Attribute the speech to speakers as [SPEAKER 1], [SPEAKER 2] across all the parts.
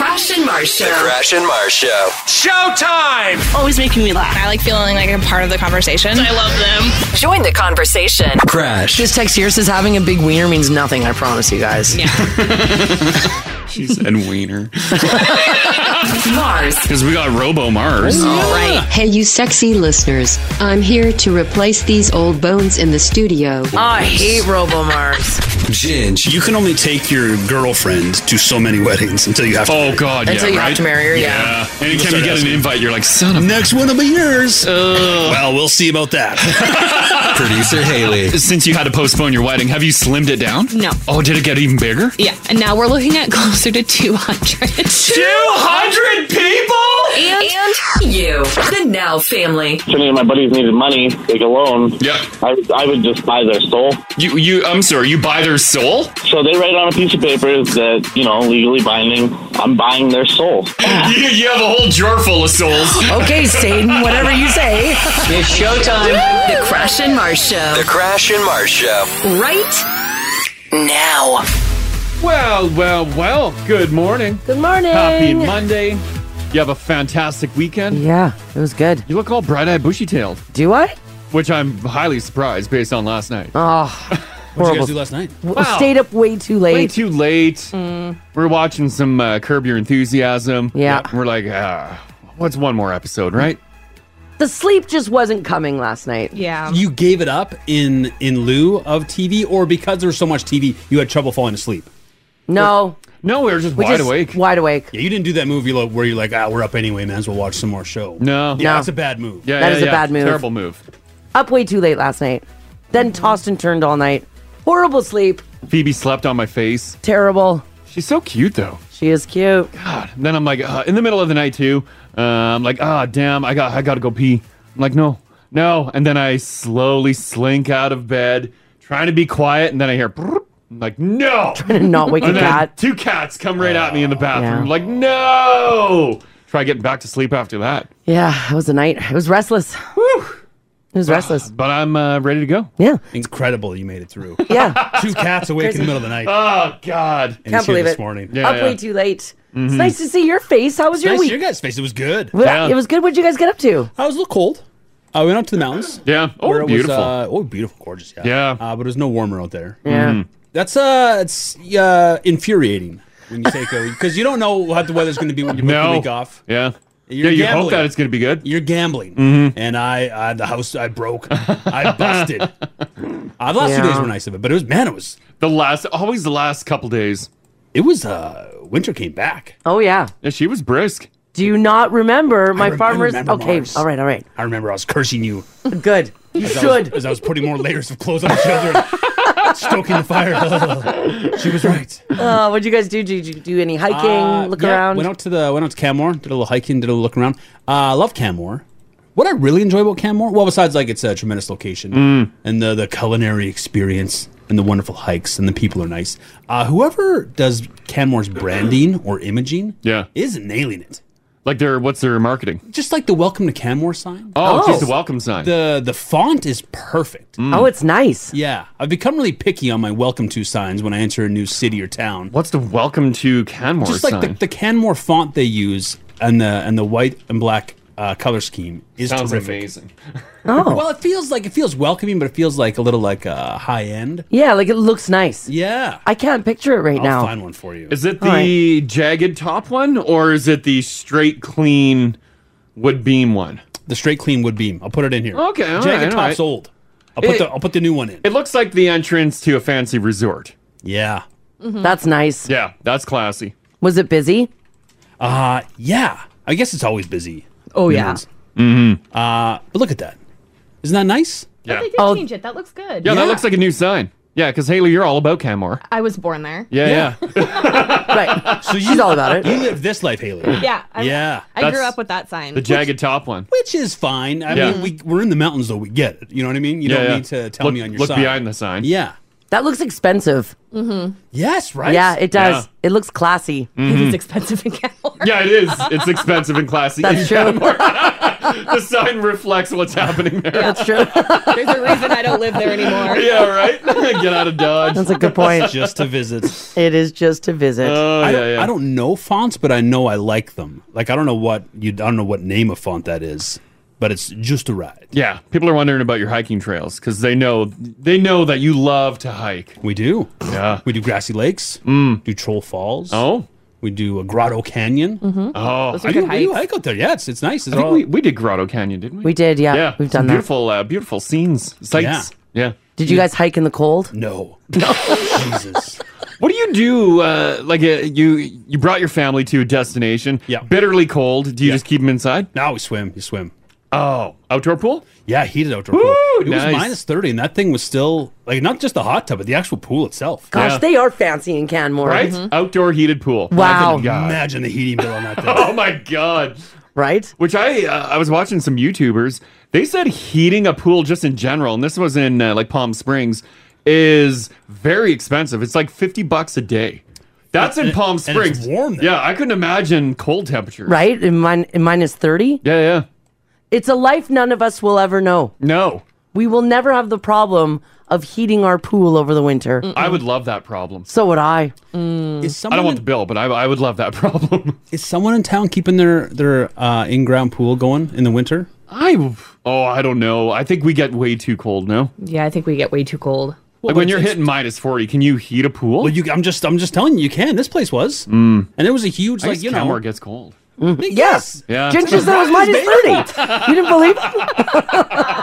[SPEAKER 1] Mars
[SPEAKER 2] The
[SPEAKER 1] Show.
[SPEAKER 2] Crash and Mars Show.
[SPEAKER 3] Showtime!
[SPEAKER 4] Always making me laugh.
[SPEAKER 5] I like feeling like I'm part of the conversation. I love them.
[SPEAKER 6] Join the conversation.
[SPEAKER 2] Crash.
[SPEAKER 1] This text here says having a big wiener means nothing, I promise you guys.
[SPEAKER 7] She said wiener.
[SPEAKER 6] Mars.
[SPEAKER 7] Because we got Robo Mars.
[SPEAKER 8] Oh,
[SPEAKER 9] Hey, you sexy listeners. I'm here to replace these old bones in the studio.
[SPEAKER 1] I hate RoboMars.
[SPEAKER 2] Ginge.
[SPEAKER 8] You can only take your girlfriend to so many weddings until you have to.
[SPEAKER 7] Oh, God.
[SPEAKER 1] Until
[SPEAKER 7] yeah,
[SPEAKER 1] you have
[SPEAKER 7] right?
[SPEAKER 1] to marry her, yeah.
[SPEAKER 7] And
[SPEAKER 8] People
[SPEAKER 7] anytime
[SPEAKER 8] start
[SPEAKER 7] you get an
[SPEAKER 8] asking.
[SPEAKER 7] invite, you're like, son of
[SPEAKER 8] Next one will be yours. well, we'll see about that.
[SPEAKER 2] Producer Haley.
[SPEAKER 7] Since you had to postpone your wedding, have you slimmed it down?
[SPEAKER 10] No.
[SPEAKER 7] Oh, did it get even bigger?
[SPEAKER 10] Yeah, and now we're looking at closer to 200.
[SPEAKER 7] 200 people?
[SPEAKER 6] And you. The Now Family.
[SPEAKER 11] If any of my buddies needed money, take a loan.
[SPEAKER 7] Yeah.
[SPEAKER 11] I, would- I would just buy their soul.
[SPEAKER 7] You, you, I'm sorry, you buy their soul?
[SPEAKER 11] So they write on a piece of paper that, you know, legally binding, I'm buying their soul.
[SPEAKER 7] you, you have a whole drawer full of souls.
[SPEAKER 1] Okay, Satan, whatever you say.
[SPEAKER 6] It's showtime. The Crash and Mars Show.
[SPEAKER 2] The Crash and Mars Show.
[SPEAKER 6] Right now.
[SPEAKER 7] Well, well, well. Good morning.
[SPEAKER 1] Good morning.
[SPEAKER 7] Happy Monday. You have a fantastic weekend.
[SPEAKER 1] Yeah, it was good.
[SPEAKER 7] You look all bright-eyed, bushy-tailed,
[SPEAKER 1] Do I?
[SPEAKER 7] which I'm highly surprised based on last night.
[SPEAKER 1] Oh,
[SPEAKER 8] What did you guys
[SPEAKER 1] horrible.
[SPEAKER 8] do last night?
[SPEAKER 7] Wow.
[SPEAKER 1] Stayed up way too late. Mm.
[SPEAKER 7] Way too late. We're watching some uh, Curb Your Enthusiasm.
[SPEAKER 1] Yeah.
[SPEAKER 7] And We're like, ah, what's one more episode, right?
[SPEAKER 1] the sleep just wasn't coming last night.
[SPEAKER 5] Yeah.
[SPEAKER 8] You gave it up in in lieu of TV, or because there was so much TV, you had trouble falling asleep.
[SPEAKER 1] No.
[SPEAKER 7] No, we were just
[SPEAKER 1] we
[SPEAKER 7] wide
[SPEAKER 1] just-
[SPEAKER 7] awake.
[SPEAKER 1] Wide awake.
[SPEAKER 8] Yeah, you didn't do that movie lo- where you're like, ah, we're up anyway, man. As well watch some more show.
[SPEAKER 7] No.
[SPEAKER 8] yeah,
[SPEAKER 1] No.
[SPEAKER 8] that's a bad move.
[SPEAKER 7] Yeah,
[SPEAKER 1] That
[SPEAKER 7] yeah,
[SPEAKER 1] is a
[SPEAKER 7] yeah.
[SPEAKER 1] bad move.
[SPEAKER 7] Terrible move.
[SPEAKER 1] Up way too late last night. Then tossed and turned all night. Horrible sleep.
[SPEAKER 7] Phoebe slept on my face.
[SPEAKER 1] Terrible.
[SPEAKER 7] She's so cute, though.
[SPEAKER 1] She is cute.
[SPEAKER 7] God. And then I'm like, uh, in the middle of the night too. Uh, I'm like, ah, damn, I got, I gotta go pee. I'm like, no, no. And then I slowly slink out of bed, trying to be quiet. And then I hear, "Brrr." I'm like, no.
[SPEAKER 1] And not wake a
[SPEAKER 7] And then
[SPEAKER 1] cat. Oh,
[SPEAKER 7] two cats come right at me in the bathroom.
[SPEAKER 1] Yeah.
[SPEAKER 7] I'm like, no. Try getting back to sleep after that.
[SPEAKER 1] Yeah, it was a night. It was restless. It was restless.
[SPEAKER 7] But I'm uh, ready to go.
[SPEAKER 1] Yeah.
[SPEAKER 8] Incredible, you made it through.
[SPEAKER 1] Yeah.
[SPEAKER 8] Two cats awake in the middle of the night.
[SPEAKER 7] Oh God.
[SPEAKER 8] and
[SPEAKER 1] can't
[SPEAKER 8] it's here
[SPEAKER 1] believe
[SPEAKER 8] this
[SPEAKER 1] it.
[SPEAKER 8] morning.
[SPEAKER 7] Yeah,
[SPEAKER 1] up way
[SPEAKER 7] yeah. Mm-hmm.
[SPEAKER 1] too late. It's nice to see your face. How was your
[SPEAKER 8] Nice to
[SPEAKER 1] week?
[SPEAKER 8] your guys' face. It was good.
[SPEAKER 1] Well,
[SPEAKER 7] Yeah.
[SPEAKER 1] It was good. What'd you guys get up to?
[SPEAKER 8] I was a little cold. I Uh, went up to the mountains.
[SPEAKER 7] Yeah. Oh,
[SPEAKER 8] where it
[SPEAKER 7] beautiful.
[SPEAKER 8] Was, uh, oh, beautiful, gorgeous. Yeah.
[SPEAKER 7] Yeah. Mm.
[SPEAKER 8] Uh, but it was no warmer out there.
[SPEAKER 1] Yeah.
[SPEAKER 8] That's uh, it's uh, infuriating when you take a because you don't know what the weather's going to be when you book
[SPEAKER 7] no.
[SPEAKER 8] the week off.
[SPEAKER 7] Yeah.
[SPEAKER 8] You're
[SPEAKER 7] yeah. You
[SPEAKER 8] gambling.
[SPEAKER 7] hope that it's gonna be good. Mm-hmm.
[SPEAKER 8] You're gambling, and I, I the house I broke, I busted. uh, the last two
[SPEAKER 1] Yeah.
[SPEAKER 8] days were nice of it, but it was man, it was
[SPEAKER 7] The last, always the last couple days.
[SPEAKER 8] it was uh, winter came back.
[SPEAKER 1] Oh yeah.
[SPEAKER 7] Yeah, she was brisk.
[SPEAKER 1] Do you not remember my
[SPEAKER 8] rem- I
[SPEAKER 1] farmers?
[SPEAKER 8] remember
[SPEAKER 1] okay.
[SPEAKER 8] Mars.
[SPEAKER 1] All right. All right.
[SPEAKER 8] I remember I was cursing you
[SPEAKER 1] Good. You
[SPEAKER 8] as I was,
[SPEAKER 1] should.
[SPEAKER 8] as I was putting more layers of clothes on the shoulder, stoking the fire. she was right.
[SPEAKER 1] Uh, what'd you guys do? Did you do any hiking?
[SPEAKER 8] Uh,
[SPEAKER 1] look
[SPEAKER 8] yeah,
[SPEAKER 1] around.
[SPEAKER 8] Went out to the went out to Canmore, did a little hiking, did a little look around. Uh, I love Canmore. What I really enjoy about Canmore, well, besides like it's a tremendous location
[SPEAKER 7] Mm.
[SPEAKER 8] and the the culinary experience and the wonderful hikes and the people are nice. Uh, whoever does Canmore's branding or imaging,
[SPEAKER 7] Yeah.
[SPEAKER 8] is nailing it.
[SPEAKER 7] Like their, what's their marketing?
[SPEAKER 8] Just like the welcome to Canmore sign,
[SPEAKER 7] Oh, it's
[SPEAKER 1] Oh.
[SPEAKER 7] just a welcome sign. Mm.
[SPEAKER 8] the the font is perfect.
[SPEAKER 1] Oh, it's nice.
[SPEAKER 8] Yeah, I've become really picky on my welcome to signs when I enter a new city or town.
[SPEAKER 7] What's the welcome to Canmore
[SPEAKER 8] just
[SPEAKER 7] sign?
[SPEAKER 8] like the, the Canmore font they use and the and the white and black uh, color scheme is
[SPEAKER 7] Sounds
[SPEAKER 8] terrific.
[SPEAKER 7] amazing.
[SPEAKER 1] Oh.
[SPEAKER 8] Well, it feels like it feels welcoming, but it feels like a little like uh, high end.
[SPEAKER 1] yeah. Like it looks nice.
[SPEAKER 8] Yeah,
[SPEAKER 1] I can't picture it right
[SPEAKER 8] I'll
[SPEAKER 1] now.
[SPEAKER 8] find one for you.
[SPEAKER 7] Is it the jagged top one or is it the straight clean wood beam one?
[SPEAKER 8] the straight clean wood beam. I'll put it in here.
[SPEAKER 7] Okay, all
[SPEAKER 8] Jagged
[SPEAKER 7] right, all
[SPEAKER 8] Top's
[SPEAKER 7] right.
[SPEAKER 8] old. I'll put
[SPEAKER 7] It-
[SPEAKER 8] the I'll put the new one in.
[SPEAKER 7] It looks like the entrance to a fancy resort.
[SPEAKER 8] yeah.
[SPEAKER 1] Mm-hmm. That's nice.
[SPEAKER 7] Yeah, that's classy.
[SPEAKER 1] Was it busy?
[SPEAKER 8] Uh yeah. I guess it's always busy.
[SPEAKER 1] Oh
[SPEAKER 8] Mm-hmm. Uh, but look at that. Isn't that nice?
[SPEAKER 7] Yeah.
[SPEAKER 10] They did
[SPEAKER 1] Oh.
[SPEAKER 10] change it. That looks good.
[SPEAKER 7] Yeah, that
[SPEAKER 8] Yeah.
[SPEAKER 7] looks like a new sign. Yeah, because Haley, you're all about Canmore.
[SPEAKER 10] I was born there.
[SPEAKER 7] Yeah, yeah.
[SPEAKER 1] Right.
[SPEAKER 8] So
[SPEAKER 1] She's all about it.
[SPEAKER 8] You live this life, Haley.
[SPEAKER 10] Yeah. I,
[SPEAKER 8] Yeah.
[SPEAKER 10] I grew
[SPEAKER 7] That's-
[SPEAKER 10] up with that sign.
[SPEAKER 7] The jagged top one.
[SPEAKER 8] Which is fine. I
[SPEAKER 7] Yeah.
[SPEAKER 8] mean, we, we're in the mountains, though. We get it. You know what I mean? You
[SPEAKER 7] yeah,
[SPEAKER 8] don't
[SPEAKER 7] yeah.
[SPEAKER 8] need to tell
[SPEAKER 7] look,
[SPEAKER 8] me on your
[SPEAKER 7] Look
[SPEAKER 8] side.
[SPEAKER 7] behind the sign.
[SPEAKER 8] Yeah.
[SPEAKER 1] That looks expensive.
[SPEAKER 8] Mm-hmm. Yes, right?
[SPEAKER 1] Yeah, it does.
[SPEAKER 7] Yeah. Mm-hmm.
[SPEAKER 1] It looks classy.
[SPEAKER 10] It is expensive in Canmore.
[SPEAKER 7] Yeah, it is. It's expensive and classy.
[SPEAKER 1] That's true.
[SPEAKER 7] the sign reflects what's happening there.
[SPEAKER 1] That's true.
[SPEAKER 3] There's a reason I don't live there anymore.
[SPEAKER 7] yeah, right. Get out of Dodge.
[SPEAKER 1] That's a good point.
[SPEAKER 8] just to visit.
[SPEAKER 1] It is just to visit.
[SPEAKER 7] Oh,
[SPEAKER 8] I, don't, I don't know fonts, but I know I like them. Like I don't know what you. I don't know what name of font that is, but it's just a ride.
[SPEAKER 7] Yeah, people are wondering about your hiking trails because they know they know that you love to hike.
[SPEAKER 8] We do.
[SPEAKER 7] Yeah.
[SPEAKER 8] We do grassy lakes. Mm. Do Troll Falls.
[SPEAKER 7] Oh.
[SPEAKER 8] We do a Grotto Canyon. Mm-hmm.
[SPEAKER 7] Oh,
[SPEAKER 8] I do, I do hike out there. Yeah, it's, it's nice. It's
[SPEAKER 7] I think
[SPEAKER 8] all,
[SPEAKER 7] we, we did Grotto Canyon, didn't we?
[SPEAKER 1] We did, yeah. We've
[SPEAKER 7] some
[SPEAKER 1] done that.
[SPEAKER 7] Beautiful, uh, beautiful scenes, sights. Yeah.
[SPEAKER 1] Did you guys hike in the cold?
[SPEAKER 8] no. Jesus.
[SPEAKER 7] What do you do? Uh, like uh, you you brought your family to a destination.
[SPEAKER 8] Yeah.
[SPEAKER 7] Bitterly cold. Do you just keep them inside?
[SPEAKER 8] Now we swim. You swim.
[SPEAKER 7] Oh, outdoor pool.
[SPEAKER 8] Yeah, heated outdoor pool.
[SPEAKER 7] Woo,
[SPEAKER 8] It
[SPEAKER 7] nice.
[SPEAKER 8] was minus thirty, and that thing was still like not just the hot tub, but the actual pool itself.
[SPEAKER 1] Gosh,
[SPEAKER 7] Yeah.
[SPEAKER 1] they are fancy in Canmore.
[SPEAKER 7] Right. Outdoor heated pool.
[SPEAKER 1] Mm-hmm. Wow.
[SPEAKER 8] Imagine the heating bill on that thing.
[SPEAKER 7] Oh my god.
[SPEAKER 1] Right?
[SPEAKER 7] Which I uh, I was watching some YouTubers. They said heating a pool just in general, and this was in uh, like Palm Springs, is very expensive. It's like fifty bucks a day. That's in Palm
[SPEAKER 8] and it's
[SPEAKER 7] Springs.
[SPEAKER 8] warm there.
[SPEAKER 7] Yeah, I couldn't imagine cold temperatures.
[SPEAKER 1] Right? In, min- in minus 30?
[SPEAKER 7] Yeah, yeah.
[SPEAKER 1] It's a life none of us will ever know.
[SPEAKER 7] No,
[SPEAKER 1] We will never have the problem of heating our pool over the winter.
[SPEAKER 7] I would love that problem.
[SPEAKER 1] So would I.
[SPEAKER 8] Is someone
[SPEAKER 7] I don't want
[SPEAKER 8] in-
[SPEAKER 7] the bill, but I, I would love that problem.
[SPEAKER 8] Is someone in town keeping their their uh, in ground pool going in the winter?
[SPEAKER 7] I oh I don't know. I think we get way too cold now.
[SPEAKER 3] Yeah, I think we get way too cold.
[SPEAKER 7] like when
[SPEAKER 8] but
[SPEAKER 7] you're
[SPEAKER 8] it's-
[SPEAKER 7] hitting minus forty, can you heat a pool?
[SPEAKER 8] Well, you, I'm just I'm just telling you, you can. This place was, mm. and there was a huge
[SPEAKER 7] I
[SPEAKER 8] like
[SPEAKER 7] guess
[SPEAKER 8] you know.
[SPEAKER 7] Kenmore gets cold.
[SPEAKER 1] Yes.
[SPEAKER 7] Yeah.
[SPEAKER 1] Ginger said it was minus 30. You didn't believe it?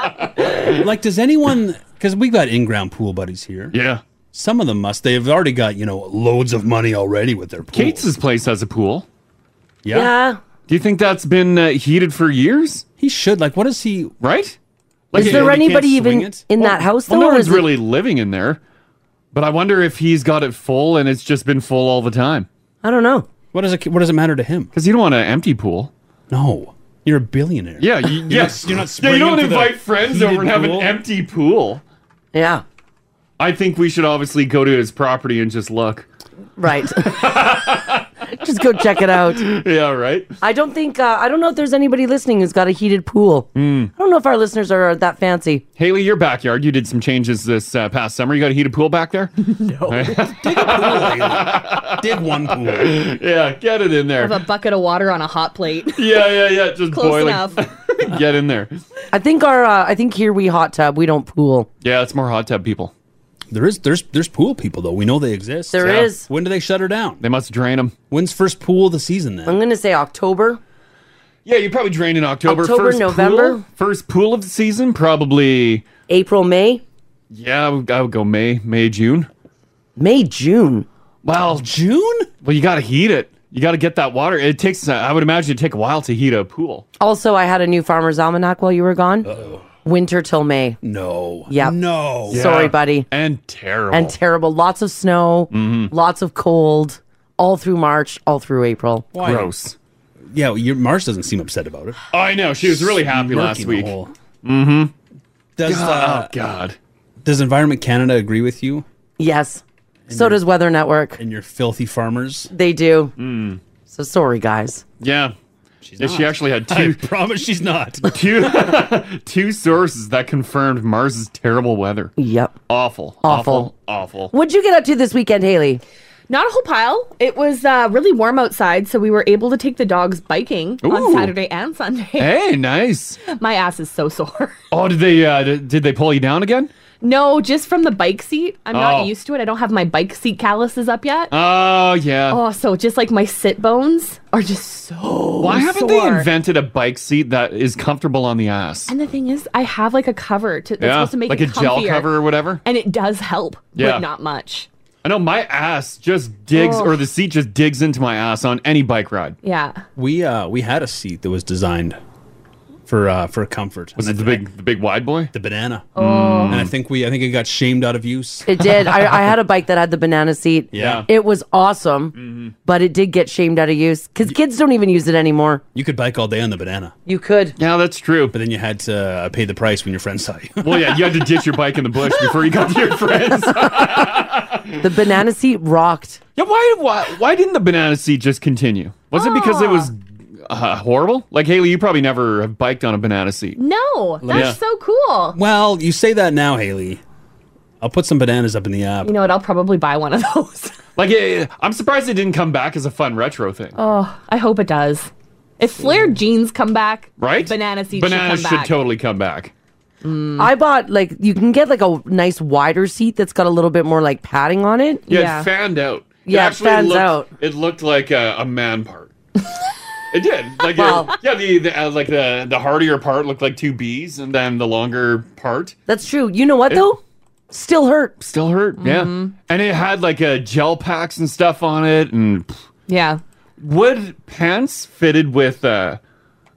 [SPEAKER 8] Like, does anyone? Because we've got in ground pool buddies here.
[SPEAKER 7] Yeah.
[SPEAKER 8] Some of them must. They've already got you know loads of money already with their pool.
[SPEAKER 7] Kate's place has a pool.
[SPEAKER 8] yeah.
[SPEAKER 1] Yeah.
[SPEAKER 7] Do you think that's been uh, heated for years?
[SPEAKER 8] He should like. What is he?
[SPEAKER 7] Right? Like,
[SPEAKER 1] Is
[SPEAKER 7] you
[SPEAKER 1] there
[SPEAKER 7] can't
[SPEAKER 1] anybody
[SPEAKER 8] swing
[SPEAKER 1] even
[SPEAKER 8] it?
[SPEAKER 1] in
[SPEAKER 7] Well-
[SPEAKER 1] that house, though?
[SPEAKER 7] Well, no
[SPEAKER 1] or
[SPEAKER 7] one's
[SPEAKER 1] is it-
[SPEAKER 7] really living in there. But I wonder if he's got it full and it's just been full all the time.
[SPEAKER 1] I don't know.
[SPEAKER 8] What does it? What does it matter to him?
[SPEAKER 7] Because you don't want an empty pool.
[SPEAKER 8] No, you're a billionaire.
[SPEAKER 7] Yeah. You, yes.
[SPEAKER 8] not- you're not
[SPEAKER 7] yeah, you
[SPEAKER 8] springing
[SPEAKER 7] don't
[SPEAKER 8] to the
[SPEAKER 7] invite friends
[SPEAKER 8] heated
[SPEAKER 7] over and have
[SPEAKER 8] pool.
[SPEAKER 7] an empty pool.
[SPEAKER 1] Yeah.
[SPEAKER 7] I think we should obviously go to his property and just look.
[SPEAKER 1] Right. Just go check it out.
[SPEAKER 7] Yeah, right?
[SPEAKER 1] I don't think, uh, I don't know if there's anybody listening who's got a heated pool.
[SPEAKER 7] Mm.
[SPEAKER 1] I don't know if our listeners are that fancy.
[SPEAKER 7] Haley, your backyard, you did some changes this uh, past summer. You got a heated pool back there?
[SPEAKER 8] Dig one pool.
[SPEAKER 7] yeah, get it in there.
[SPEAKER 3] Have a bucket of water on a hot plate.
[SPEAKER 7] Yeah, yeah, yeah. Just
[SPEAKER 3] Close
[SPEAKER 7] boiling.
[SPEAKER 3] enough.
[SPEAKER 7] Get in there.
[SPEAKER 1] I think our, uh, I think here we hot tub, we don't pool.
[SPEAKER 7] Yeah, it's more hot tub people.
[SPEAKER 8] There is there's there's pool people though. We know they exist.
[SPEAKER 1] There
[SPEAKER 7] Yeah.
[SPEAKER 1] is.
[SPEAKER 8] When do they shut her down?
[SPEAKER 7] They must drain them.
[SPEAKER 8] When's first pool of the season then?
[SPEAKER 1] I'm going to say October.
[SPEAKER 7] Yeah, you probably drain in October.
[SPEAKER 1] October,
[SPEAKER 7] first Pool,
[SPEAKER 1] November?
[SPEAKER 7] first pool of the season, probably.
[SPEAKER 1] April, May,
[SPEAKER 7] Yeah, I would, I would go May, May, June.
[SPEAKER 1] May, June.
[SPEAKER 7] Well,
[SPEAKER 8] June?
[SPEAKER 7] well, you got to heat it. You got to get that water. It takes. Uh, I would imagine it take a while to heat a pool.
[SPEAKER 1] Also, I had a new farmer's almanac while you were gone. Winter till May.
[SPEAKER 8] No.
[SPEAKER 1] Yep.
[SPEAKER 8] No.
[SPEAKER 1] Sorry, buddy.
[SPEAKER 7] And terrible. Mm-hmm.
[SPEAKER 1] And terrible. Lots of snow, lots of cold, all through March, all through April.
[SPEAKER 8] Why?
[SPEAKER 7] gross.
[SPEAKER 8] Yeah, well, your Mars doesn't seem upset about it.
[SPEAKER 7] I know. She was really happy last week. Oh
[SPEAKER 8] Mm-hmm. Does uh,
[SPEAKER 7] God.
[SPEAKER 8] Does Environment Canada agree with you
[SPEAKER 1] Yes. So does Weather Network.
[SPEAKER 8] and your filthy farmers?
[SPEAKER 1] They do. So sorry, guys.
[SPEAKER 7] Mm. Yeah. yeah, she
[SPEAKER 8] not.
[SPEAKER 7] actually had
[SPEAKER 8] I
[SPEAKER 7] two
[SPEAKER 8] promise she's not.
[SPEAKER 7] two two sources that confirmed Mars's terrible weather.
[SPEAKER 1] Yep.
[SPEAKER 7] Awful.
[SPEAKER 1] Awful.
[SPEAKER 7] Awful.
[SPEAKER 1] What'd you get up to this weekend, Haley?
[SPEAKER 3] Not a whole pile. It was uh, really warm outside, so we were able to take the dogs biking
[SPEAKER 7] Ooh.
[SPEAKER 3] on Saturday and Sunday.
[SPEAKER 7] Hey, nice.
[SPEAKER 3] My ass is so sore.
[SPEAKER 7] Oh, did they uh, d- did they pull you down again?
[SPEAKER 3] No, just from the bike seat. I'm
[SPEAKER 7] Oh.
[SPEAKER 3] not used to it. I don't have my bike seat calluses up yet.
[SPEAKER 7] Oh yeah.
[SPEAKER 3] oh, so just like my sit bones are just so.
[SPEAKER 7] Why haven't they
[SPEAKER 3] Oh, sore.
[SPEAKER 7] invented a bike seat that is comfortable on the ass?
[SPEAKER 3] And the thing is, I have like a cover to, that's supposed to make
[SPEAKER 7] like
[SPEAKER 3] it
[SPEAKER 7] a gel
[SPEAKER 3] comfier,
[SPEAKER 7] cover or whatever.
[SPEAKER 3] and it does help,
[SPEAKER 7] Yeah.
[SPEAKER 3] but not much.
[SPEAKER 7] I know my ass just digs,
[SPEAKER 3] Oh.
[SPEAKER 7] or the seat just digs into my ass on any bike ride.
[SPEAKER 3] Yeah.
[SPEAKER 8] we uh we had a seat that was designed for uh for comfort.
[SPEAKER 7] Was it the big, the big wide boy?
[SPEAKER 8] the banana? Mm. And I think we I think it got shamed out of use.
[SPEAKER 1] Oh. It did. I, I had a bike that had the banana seat.
[SPEAKER 8] Yeah.
[SPEAKER 1] It was awesome,
[SPEAKER 7] Mm-hmm.
[SPEAKER 1] but it did get shamed out of use because kids don't even use it anymore.
[SPEAKER 8] You could bike all day on the banana,
[SPEAKER 1] You could.
[SPEAKER 7] Yeah, that's true.
[SPEAKER 8] but then you had to uh, pay the price when your friends saw you.
[SPEAKER 7] well, yeah, you had to ditch your bike in the bush before you got to your friends.
[SPEAKER 1] The banana seat rocked. Ah.
[SPEAKER 7] yeah, why, why, why didn't the banana seat just continue? Was it because it was uh, horrible? Like Haley, you probably never have biked on a banana seat.
[SPEAKER 3] No, that's
[SPEAKER 7] Let me- Yeah.
[SPEAKER 3] so cool.
[SPEAKER 8] Well, you say that now, Haley. I'll put some bananas up in the app.
[SPEAKER 3] You know what? I'll probably buy one of those.
[SPEAKER 7] Like eh, I'm surprised it didn't come back as a fun retro thing,
[SPEAKER 3] Oh, I hope it does. If flared jeans come back,
[SPEAKER 7] right?
[SPEAKER 3] banana seats
[SPEAKER 7] Bananas
[SPEAKER 3] should come back.
[SPEAKER 7] totally come back. Mm.
[SPEAKER 1] I bought like you can get like a nice wider seat that's got a little bit more like padding on it.
[SPEAKER 7] Yeah, it fanned out.
[SPEAKER 1] Yeah, it
[SPEAKER 7] actually
[SPEAKER 1] fans
[SPEAKER 7] looked,
[SPEAKER 1] out.
[SPEAKER 7] It looked like a, a man part. it did. Like it- yeah, the, the uh, like the the hardier part looked like two B's, and then the longer part.
[SPEAKER 1] That's true. You know what
[SPEAKER 7] It-
[SPEAKER 1] though? Still hurt.
[SPEAKER 7] Still hurt.
[SPEAKER 1] Mm-hmm.
[SPEAKER 7] Yeah, and it had like a gel packs and stuff on it, and pff,
[SPEAKER 3] Yeah.
[SPEAKER 7] would pants fitted with uh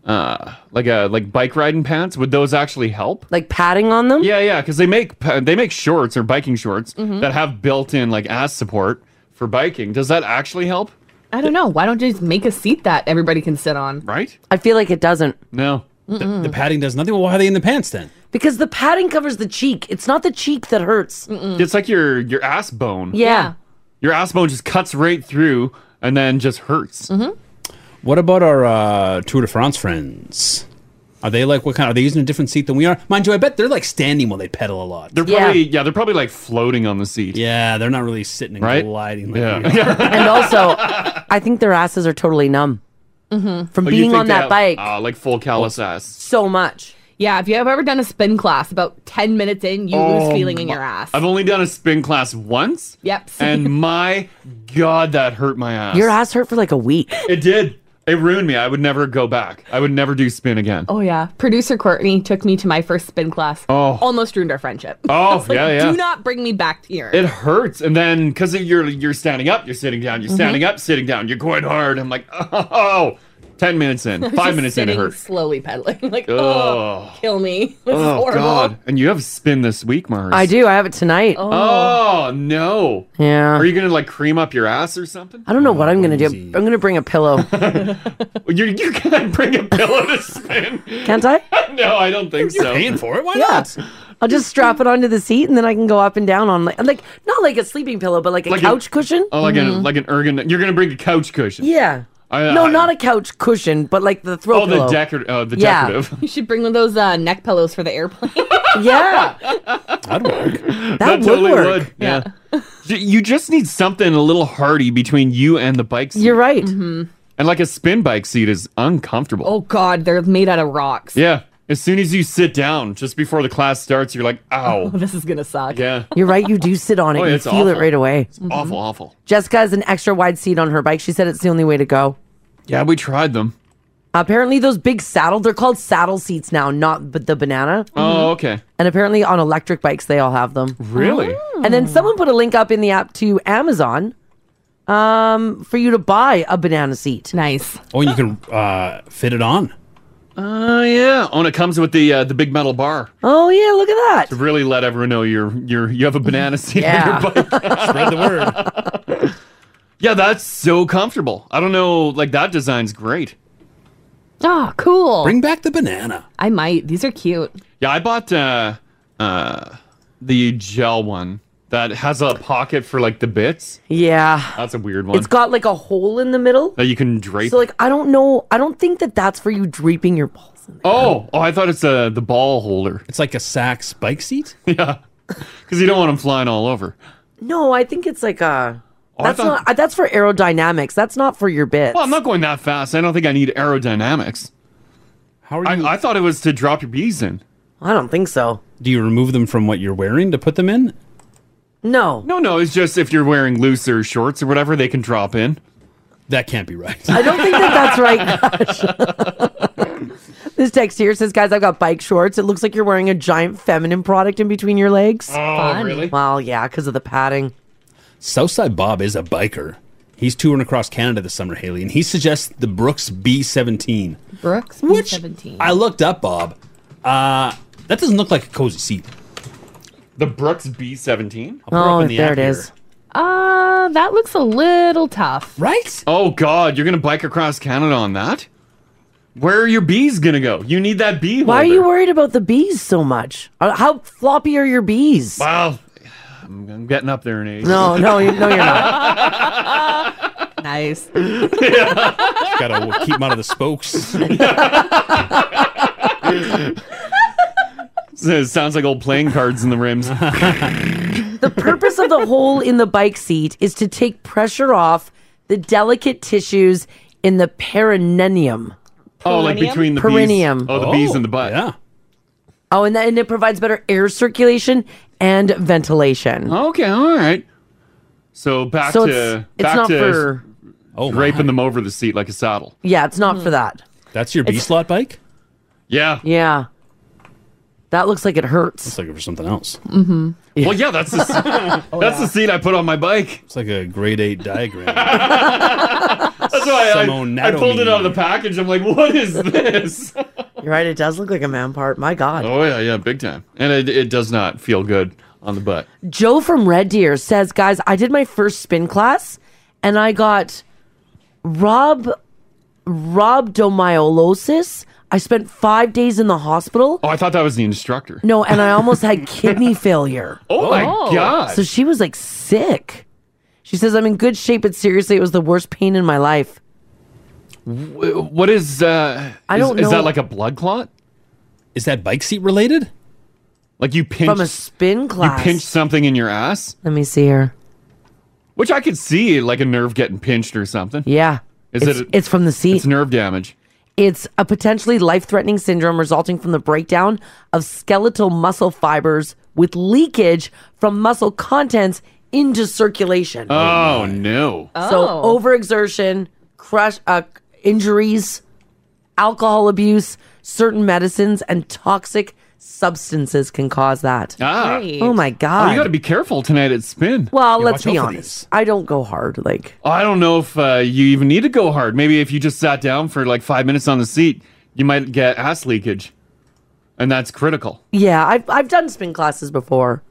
[SPEAKER 7] uh like a like bike riding pants would those actually help?
[SPEAKER 1] Like padding on them? Mm-hmm.
[SPEAKER 7] Yeah, yeah, because they make pa- they make shorts or biking shorts
[SPEAKER 3] Mhm.
[SPEAKER 7] that have built-in like ass support for biking. Does that actually help?
[SPEAKER 3] I don't know. Why don't you just make a seat that everybody can sit on?
[SPEAKER 7] Right?
[SPEAKER 1] I feel like it doesn't.
[SPEAKER 7] No.
[SPEAKER 1] Mm-mm.
[SPEAKER 8] The padding does nothing. Well, why are they in the pants then?
[SPEAKER 1] Because the padding covers the cheek. It's not the cheek that hurts.
[SPEAKER 7] Mm. It's like your your ass bone.
[SPEAKER 1] Yeah.
[SPEAKER 7] Your ass bone just cuts right through and then just hurts.
[SPEAKER 1] Mhm.
[SPEAKER 8] What about our uh, Tour de France friends? Are they like what kind? Are they using a different seat than we are? Mind you, I bet they're like standing while they pedal a lot.
[SPEAKER 7] They're probably yeah. they're probably like floating on the seat.
[SPEAKER 8] Yeah, they're not really sitting and
[SPEAKER 7] right?
[SPEAKER 8] gliding.
[SPEAKER 7] yeah.
[SPEAKER 1] and also, I think their asses are totally numb
[SPEAKER 3] Mm-hmm.
[SPEAKER 7] Oh,
[SPEAKER 1] from being on that bike
[SPEAKER 7] uh, like full callus ass.
[SPEAKER 1] so much.
[SPEAKER 3] Yeah, if you have ever done a spin class, about 10 minutes in, you
[SPEAKER 7] Oh
[SPEAKER 3] lose feeling in
[SPEAKER 7] my-
[SPEAKER 3] your ass.
[SPEAKER 7] I've only done a spin class once.
[SPEAKER 3] Yep.
[SPEAKER 7] and my god that hurt my ass
[SPEAKER 1] Your ass hurt for like a week
[SPEAKER 7] it did it ruined me i would never go back i would never do spin again
[SPEAKER 3] Oh, yeah. Producer Courtney took me to my first spin class.
[SPEAKER 7] Oh.
[SPEAKER 3] Almost ruined our friendship.
[SPEAKER 7] Oh,
[SPEAKER 3] I was like,
[SPEAKER 7] yeah, yeah.
[SPEAKER 3] Do not bring me back here.
[SPEAKER 7] it hurts and then because you're you're standing up you're sitting down you're
[SPEAKER 1] Mm-hmm.
[SPEAKER 3] Mhm.
[SPEAKER 7] standing up sitting down you're going hard i'm like oh 10 minutes in
[SPEAKER 3] I was
[SPEAKER 7] five
[SPEAKER 3] just
[SPEAKER 7] minutes in it
[SPEAKER 3] sitting,
[SPEAKER 7] hurts
[SPEAKER 3] Slowly pedaling. Like,
[SPEAKER 7] Oh.
[SPEAKER 3] oh, kill me. This is
[SPEAKER 7] oh
[SPEAKER 3] horrible.
[SPEAKER 7] god and you have spin this week mars
[SPEAKER 1] I do. I have it tonight.
[SPEAKER 7] oh no
[SPEAKER 1] yeah
[SPEAKER 7] are you gonna like cream up your ass or something
[SPEAKER 1] I don't know what I'm gonna do. I'm gonna bring a pillow.
[SPEAKER 7] you, you can't bring a pillow to spin
[SPEAKER 1] Can't I?
[SPEAKER 7] no i don't think
[SPEAKER 1] You're
[SPEAKER 7] so
[SPEAKER 1] paying
[SPEAKER 8] for it why
[SPEAKER 1] yeah. I'll just strap it onto the seat and then I can go up and down on like, like not like a sleeping pillow, but like a
[SPEAKER 7] Like a-
[SPEAKER 1] couch cushion. Mm-hmm.
[SPEAKER 7] oh like an like an ergon you're gonna bring a couch cushion
[SPEAKER 1] Yeah.
[SPEAKER 7] I-
[SPEAKER 1] no,
[SPEAKER 7] I-
[SPEAKER 1] not a couch cushion, but like the throw
[SPEAKER 7] oh,
[SPEAKER 1] pillow.
[SPEAKER 7] the decor- oh, the
[SPEAKER 1] Yeah.
[SPEAKER 7] decorative.
[SPEAKER 3] You should bring one of those uh, neck pillows for the airplane.
[SPEAKER 1] yeah.
[SPEAKER 8] That'd work.
[SPEAKER 7] That,
[SPEAKER 1] would work.
[SPEAKER 7] Yeah. J- you just need something a little hardy between you and the bike seat.
[SPEAKER 1] You're right.
[SPEAKER 7] Mm-hmm. And like a spin bike seat is uncomfortable.
[SPEAKER 3] Oh God, they're made out of rocks.
[SPEAKER 7] Yeah. As soon as you sit down, just before the class starts, you're like,
[SPEAKER 1] Oh,
[SPEAKER 7] ow.
[SPEAKER 3] Oh, this is gonna suck.
[SPEAKER 7] Yeah.
[SPEAKER 1] You're right. You do sit on it.
[SPEAKER 7] Oh, yeah,
[SPEAKER 1] you
[SPEAKER 7] it's
[SPEAKER 1] feel it
[SPEAKER 7] awful.
[SPEAKER 1] right away.
[SPEAKER 7] It's awful, awful.
[SPEAKER 1] Jessica has an extra wide seat on her bike. She said it's the only way to go.
[SPEAKER 7] Yeah, we tried them.
[SPEAKER 1] Apparently, those big saddle, they're called saddle seats now, not b- the banana.
[SPEAKER 7] Oh, okay.
[SPEAKER 1] And apparently, on electric bikes, they all have them.
[SPEAKER 7] Really?
[SPEAKER 1] And then someone put a link up in the app to Amazon um, for you to buy a banana seat.
[SPEAKER 3] Nice.
[SPEAKER 8] Oh, and you can uh, fit it on.
[SPEAKER 7] Oh, yeah. Oh, and it comes with the uh, the big metal bar
[SPEAKER 1] Oh, yeah. Look at that.
[SPEAKER 7] to really let everyone know you're you're you have a banana seat
[SPEAKER 1] Yeah.
[SPEAKER 7] on your bike. Spread the word. yeah, that's so comfortable. I don't know, like that design's great.
[SPEAKER 3] Oh, cool.
[SPEAKER 8] Bring back the banana.
[SPEAKER 3] I might. These are cute.
[SPEAKER 7] Yeah, I bought uh, uh, the gel one that has a pocket for like the bits.
[SPEAKER 1] Yeah.
[SPEAKER 7] That's a weird one
[SPEAKER 1] It's got like a hole in the middle.
[SPEAKER 7] that you can drape.
[SPEAKER 1] So, like, I don't know. I don't think that that's for you draping your balls.
[SPEAKER 7] oh, oh, I thought it's uh, the ball holder.
[SPEAKER 8] It's like a Saks bike seat.
[SPEAKER 7] yeah, because you don't want them flying all over.
[SPEAKER 1] No, I think it's like a.
[SPEAKER 7] Oh, I
[SPEAKER 1] That's
[SPEAKER 7] thought-
[SPEAKER 1] not. uh, That's for aerodynamics. That's not for your bits.
[SPEAKER 7] Well, I'm not going that fast. I don't think I need aerodynamics.
[SPEAKER 8] How
[SPEAKER 7] are you? I, I thought it was to drop your bees in.
[SPEAKER 1] I don't think so.
[SPEAKER 8] Do you remove them from what you're wearing to put them in?
[SPEAKER 1] No.
[SPEAKER 7] No, no, it's just if you're wearing looser shorts or whatever, they can drop in.
[SPEAKER 8] That can't be right.
[SPEAKER 1] I don't think that that's right. Gosh. this text here says, "Guys, I've got bike shorts. It looks like you're wearing a giant feminine product in between your legs." Oh,
[SPEAKER 8] Fun. really?
[SPEAKER 1] Well, yeah, because of the padding.
[SPEAKER 8] Southside Bob is a biker. He's touring across Canada this summer, Haley, and he suggests the Brooks B17.
[SPEAKER 3] Brooks, which 17.
[SPEAKER 8] I looked up Bob. Uh, that doesn't look like a cozy seat.
[SPEAKER 7] The Brooks B17.
[SPEAKER 1] Oh, there it is.
[SPEAKER 3] Uh, that looks a little tough.
[SPEAKER 8] Right?
[SPEAKER 7] Oh God, you're gonna bike across Canada on that? Where are your bees gonna go? You need that bee.
[SPEAKER 1] Why are you worried about the bees so much? Uh, How floppy are your bees?
[SPEAKER 7] Wow. I'm, I'm getting up there in age.
[SPEAKER 1] No, no, you- no, you're not.
[SPEAKER 3] Nice.
[SPEAKER 8] Gotta keep 'em out of the spokes.
[SPEAKER 7] So it sounds like old playing cards in the rims.
[SPEAKER 1] The purpose of the hole in the bike seat is to take pressure off the delicate tissues in the perineum.
[SPEAKER 7] oh, like between the
[SPEAKER 1] perineum.
[SPEAKER 7] bees. Oh, the bees and the butt. Yeah.
[SPEAKER 1] Oh, and, that, and it provides better air circulation and ventilation.
[SPEAKER 7] Okay, all right. So back
[SPEAKER 1] So
[SPEAKER 7] to
[SPEAKER 1] it's- it's
[SPEAKER 7] back
[SPEAKER 1] not
[SPEAKER 7] to
[SPEAKER 1] for-
[SPEAKER 8] Oh,
[SPEAKER 7] draping them over the seat like a saddle.
[SPEAKER 1] Yeah, it's
[SPEAKER 7] Hmm.
[SPEAKER 1] not for that.
[SPEAKER 8] That's your B
[SPEAKER 1] It's-
[SPEAKER 8] slot bike?
[SPEAKER 7] Yeah.
[SPEAKER 1] Yeah. That looks like it hurts.
[SPEAKER 8] It's like for something else.
[SPEAKER 1] Mm-hmm.
[SPEAKER 7] Well, yeah, that's the s- that's
[SPEAKER 1] Oh,
[SPEAKER 7] the seat I put on my bike. It's
[SPEAKER 8] like a grade eight diagram.
[SPEAKER 7] that's why I,
[SPEAKER 8] Some
[SPEAKER 7] I pulled
[SPEAKER 8] anatomy.
[SPEAKER 7] it out of the package. I'm like, what is this?
[SPEAKER 1] You're right. It does look like a man part. My God.
[SPEAKER 7] oh yeah, yeah, big time. And it, it does not feel good on the butt.
[SPEAKER 1] Joe from Red Deer says, guys, I did my first spin class and I got rob rhabdomyolysis. I spent five days in the hospital.
[SPEAKER 7] Oh, I thought that was the instructor.
[SPEAKER 1] No, and I almost had kidney failure.
[SPEAKER 7] Oh my Oh. God.
[SPEAKER 1] So she was like sick. She says, I'm in good shape, but seriously, it was the worst pain in my life.
[SPEAKER 7] W- What is? uh
[SPEAKER 1] I
[SPEAKER 7] is-
[SPEAKER 1] don't
[SPEAKER 7] Is
[SPEAKER 1] know.
[SPEAKER 7] that like a blood clot?
[SPEAKER 8] Is that bike seat related?
[SPEAKER 7] Like you pinch
[SPEAKER 1] From a spin class.
[SPEAKER 7] You pinch something in your ass.
[SPEAKER 1] Let me see here.
[SPEAKER 7] Which I could see, like a nerve getting pinched or something.
[SPEAKER 1] Yeah.
[SPEAKER 7] Is
[SPEAKER 1] it's,
[SPEAKER 7] it?
[SPEAKER 1] it's from the seat.
[SPEAKER 7] It's nerve damage.
[SPEAKER 1] It's a potentially life threatening syndrome resulting from the breakdown of skeletal muscle fibers with leakage from muscle contents into circulation.
[SPEAKER 7] Oh, no.
[SPEAKER 1] So overexertion, crush uh, injuries, alcohol abuse, certain medicines, and toxic substances can cause that.
[SPEAKER 7] Ah.
[SPEAKER 1] Oh my
[SPEAKER 7] Oh,
[SPEAKER 1] god!
[SPEAKER 7] you got to be careful tonight at spin.
[SPEAKER 1] well, let's be honest. I don't go hard. Like
[SPEAKER 7] I don't know if uh, you even need to go hard. Maybe if you just sat down for like five minutes on the seat, you might get ass leakage, and that's critical.
[SPEAKER 1] yeah, I've I've done spin classes before.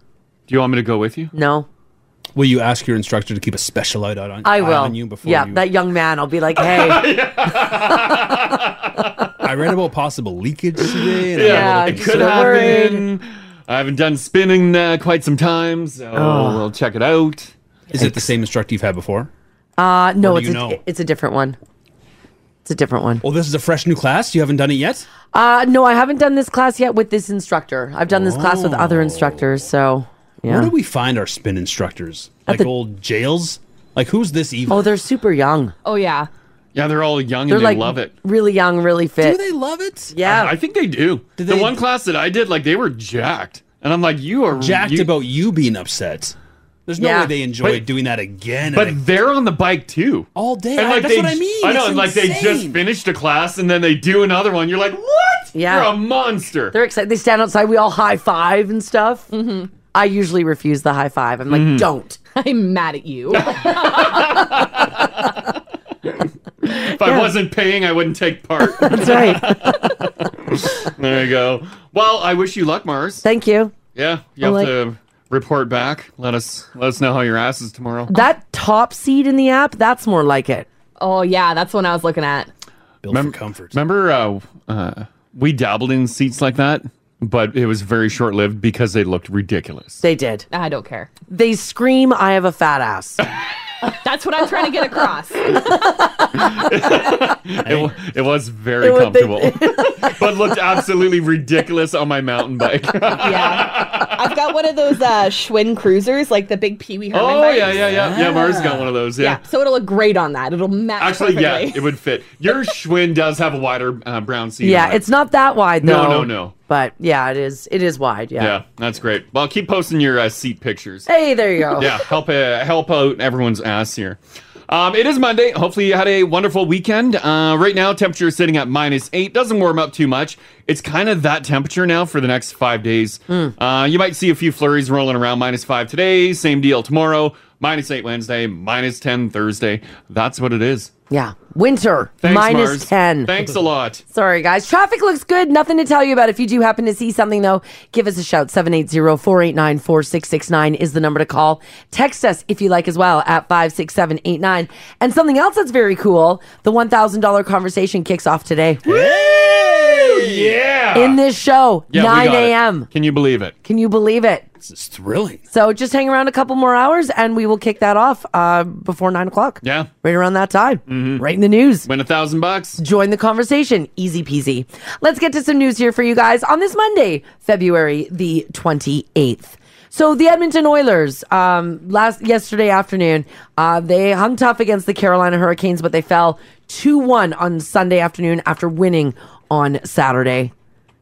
[SPEAKER 7] Do you want me to go with you?
[SPEAKER 1] No.
[SPEAKER 8] Will you ask your instructor to keep a special eye on,
[SPEAKER 1] I
[SPEAKER 8] eye
[SPEAKER 1] will.
[SPEAKER 8] on you before
[SPEAKER 1] yeah,
[SPEAKER 8] you?
[SPEAKER 1] that young man. I'll be like, hey,
[SPEAKER 8] I read about possible leakage today. and I'm a
[SPEAKER 7] Yeah,
[SPEAKER 8] little
[SPEAKER 7] it could
[SPEAKER 8] concerned.
[SPEAKER 7] happen. I haven't done spinning uh, quite some time, so
[SPEAKER 1] Oh.
[SPEAKER 7] we'll check it out.
[SPEAKER 8] Is it the same instructor you've had before?
[SPEAKER 1] uh, no,
[SPEAKER 8] Or
[SPEAKER 1] it's
[SPEAKER 8] do you
[SPEAKER 1] a,
[SPEAKER 8] know?
[SPEAKER 1] it's a different one. It's a different one.
[SPEAKER 8] Oh, this is a fresh new class. You haven't done it yet.
[SPEAKER 1] Uh, no, I haven't done this class yet with this instructor. I've done this class with other instructors, so
[SPEAKER 8] Where
[SPEAKER 1] yeah.
[SPEAKER 8] do we find our spin instructors? Like old jails? Like who's this evil?
[SPEAKER 1] Oh, they're super young.
[SPEAKER 3] Oh yeah.
[SPEAKER 7] Yeah, they're all young
[SPEAKER 1] They're
[SPEAKER 7] and they
[SPEAKER 1] like
[SPEAKER 7] love it.
[SPEAKER 1] really young, really fit.
[SPEAKER 8] they love it?
[SPEAKER 1] Yeah.
[SPEAKER 7] I, I think they do. the one class that I did, like they were jacked, and I'm like, you are
[SPEAKER 8] Jacked
[SPEAKER 7] about
[SPEAKER 8] you being upset. There's no way they enjoy
[SPEAKER 7] But-
[SPEAKER 8] doing that again.
[SPEAKER 7] But
[SPEAKER 8] and ag-
[SPEAKER 7] they're on the bike too.
[SPEAKER 8] All day. I- that's
[SPEAKER 7] they,
[SPEAKER 8] what I mean.
[SPEAKER 7] I know,
[SPEAKER 8] It's
[SPEAKER 7] and like they just
[SPEAKER 8] insane.
[SPEAKER 7] finished a class and then they do another one. You're like, what?
[SPEAKER 1] Yeah.
[SPEAKER 7] You're a monster.
[SPEAKER 1] They're excited. They stand outside. We all high five and stuff. Mm-hmm. I usually refuse the high five. I'm like,
[SPEAKER 7] Mhm.
[SPEAKER 1] don't.
[SPEAKER 3] I'm mad at you.
[SPEAKER 7] if I wasn't paying, I wouldn't take part.
[SPEAKER 1] That's right.
[SPEAKER 7] there you go. Well, I wish you luck, Mars.
[SPEAKER 1] Thank you.
[SPEAKER 7] Yeah, you
[SPEAKER 1] I
[SPEAKER 7] have
[SPEAKER 1] like-
[SPEAKER 7] to report back. Let us let us know how your ass is tomorrow.
[SPEAKER 1] That top seed in the app, that's more like it.
[SPEAKER 3] Oh yeah, that's one I was looking at.
[SPEAKER 8] Built for comfort.
[SPEAKER 7] Remember, uh, uh, we dabbled in seats like that, but it was very short lived because they looked ridiculous.
[SPEAKER 1] They did.
[SPEAKER 3] I don't care.
[SPEAKER 1] They scream, I have a fat ass.
[SPEAKER 3] That's what I'm trying to get across.
[SPEAKER 7] It, wa- it was very
[SPEAKER 1] It was- they-
[SPEAKER 7] comfortable, but looked absolutely ridiculous on my mountain bike.
[SPEAKER 3] I've got one of those uh, Schwinn cruisers, like the big Pee Wee Herman.
[SPEAKER 7] Oh
[SPEAKER 3] bikes.
[SPEAKER 7] yeah, yeah, yeah, yeah. Mars got one of those. Yeah.
[SPEAKER 3] So it'll look great on that. It'll match.
[SPEAKER 7] Actually, yeah,
[SPEAKER 3] perfectly.
[SPEAKER 7] it would fit. Your Schwinn does have a wider uh, brown seat.
[SPEAKER 1] yeah,
[SPEAKER 7] on it.
[SPEAKER 1] it's not that wide though.
[SPEAKER 7] No, no, no.
[SPEAKER 1] But yeah, it is. It is wide.
[SPEAKER 7] yeah.
[SPEAKER 1] Yeah.
[SPEAKER 7] that's great. Well, keep posting your uh, seat pictures.
[SPEAKER 1] Hey, there you go.
[SPEAKER 7] Yeah, help uh, help out everyone's ass here. Um, it is Monday. Hopefully, you had a wonderful weekend. Uh, right now, temperature is sitting at minus eight. Doesn't warm up too much. It's kind of that temperature now for the next five days.
[SPEAKER 1] Hmm.
[SPEAKER 7] Uh, you might see a few flurries rolling around. Minus five today. Same deal tomorrow. Minus eight Wednesday. Minus ten Thursday. That's what it is.
[SPEAKER 1] Yeah. Winter.
[SPEAKER 7] Thanks,
[SPEAKER 1] minus
[SPEAKER 7] Mars.
[SPEAKER 1] 10.
[SPEAKER 7] Thanks a lot.
[SPEAKER 1] Sorry, guys. Traffic looks good. Nothing to tell you about. If you do happen to see something, though, give us a shout. 780 489 4669 is the number to call. Text us if you like as well at 56789. And something else that's very cool the $1,000 conversation kicks off today.
[SPEAKER 7] Woo! Yeah.
[SPEAKER 1] In this show,
[SPEAKER 7] Yeah, we
[SPEAKER 1] 9
[SPEAKER 7] got it.
[SPEAKER 1] a.m.
[SPEAKER 7] Can you believe it?
[SPEAKER 1] Can you believe it?
[SPEAKER 8] This is thrilling.
[SPEAKER 1] So just hang around a couple more hours and we will kick that off uh, before 9 o'clock.
[SPEAKER 7] Yeah. Mm-hmm.
[SPEAKER 1] Right around that time. Right in the news.
[SPEAKER 7] Win a thousand bucks.
[SPEAKER 1] Join the conversation. Easy peasy. Let's get to some news here for you guys on this Monday, February the 28th. So the Edmonton Oilers, um, last yesterday afternoon, uh, they hung tough against the Carolina Hurricanes, but they fell 2-1 on Sunday afternoon after winning on Saturday.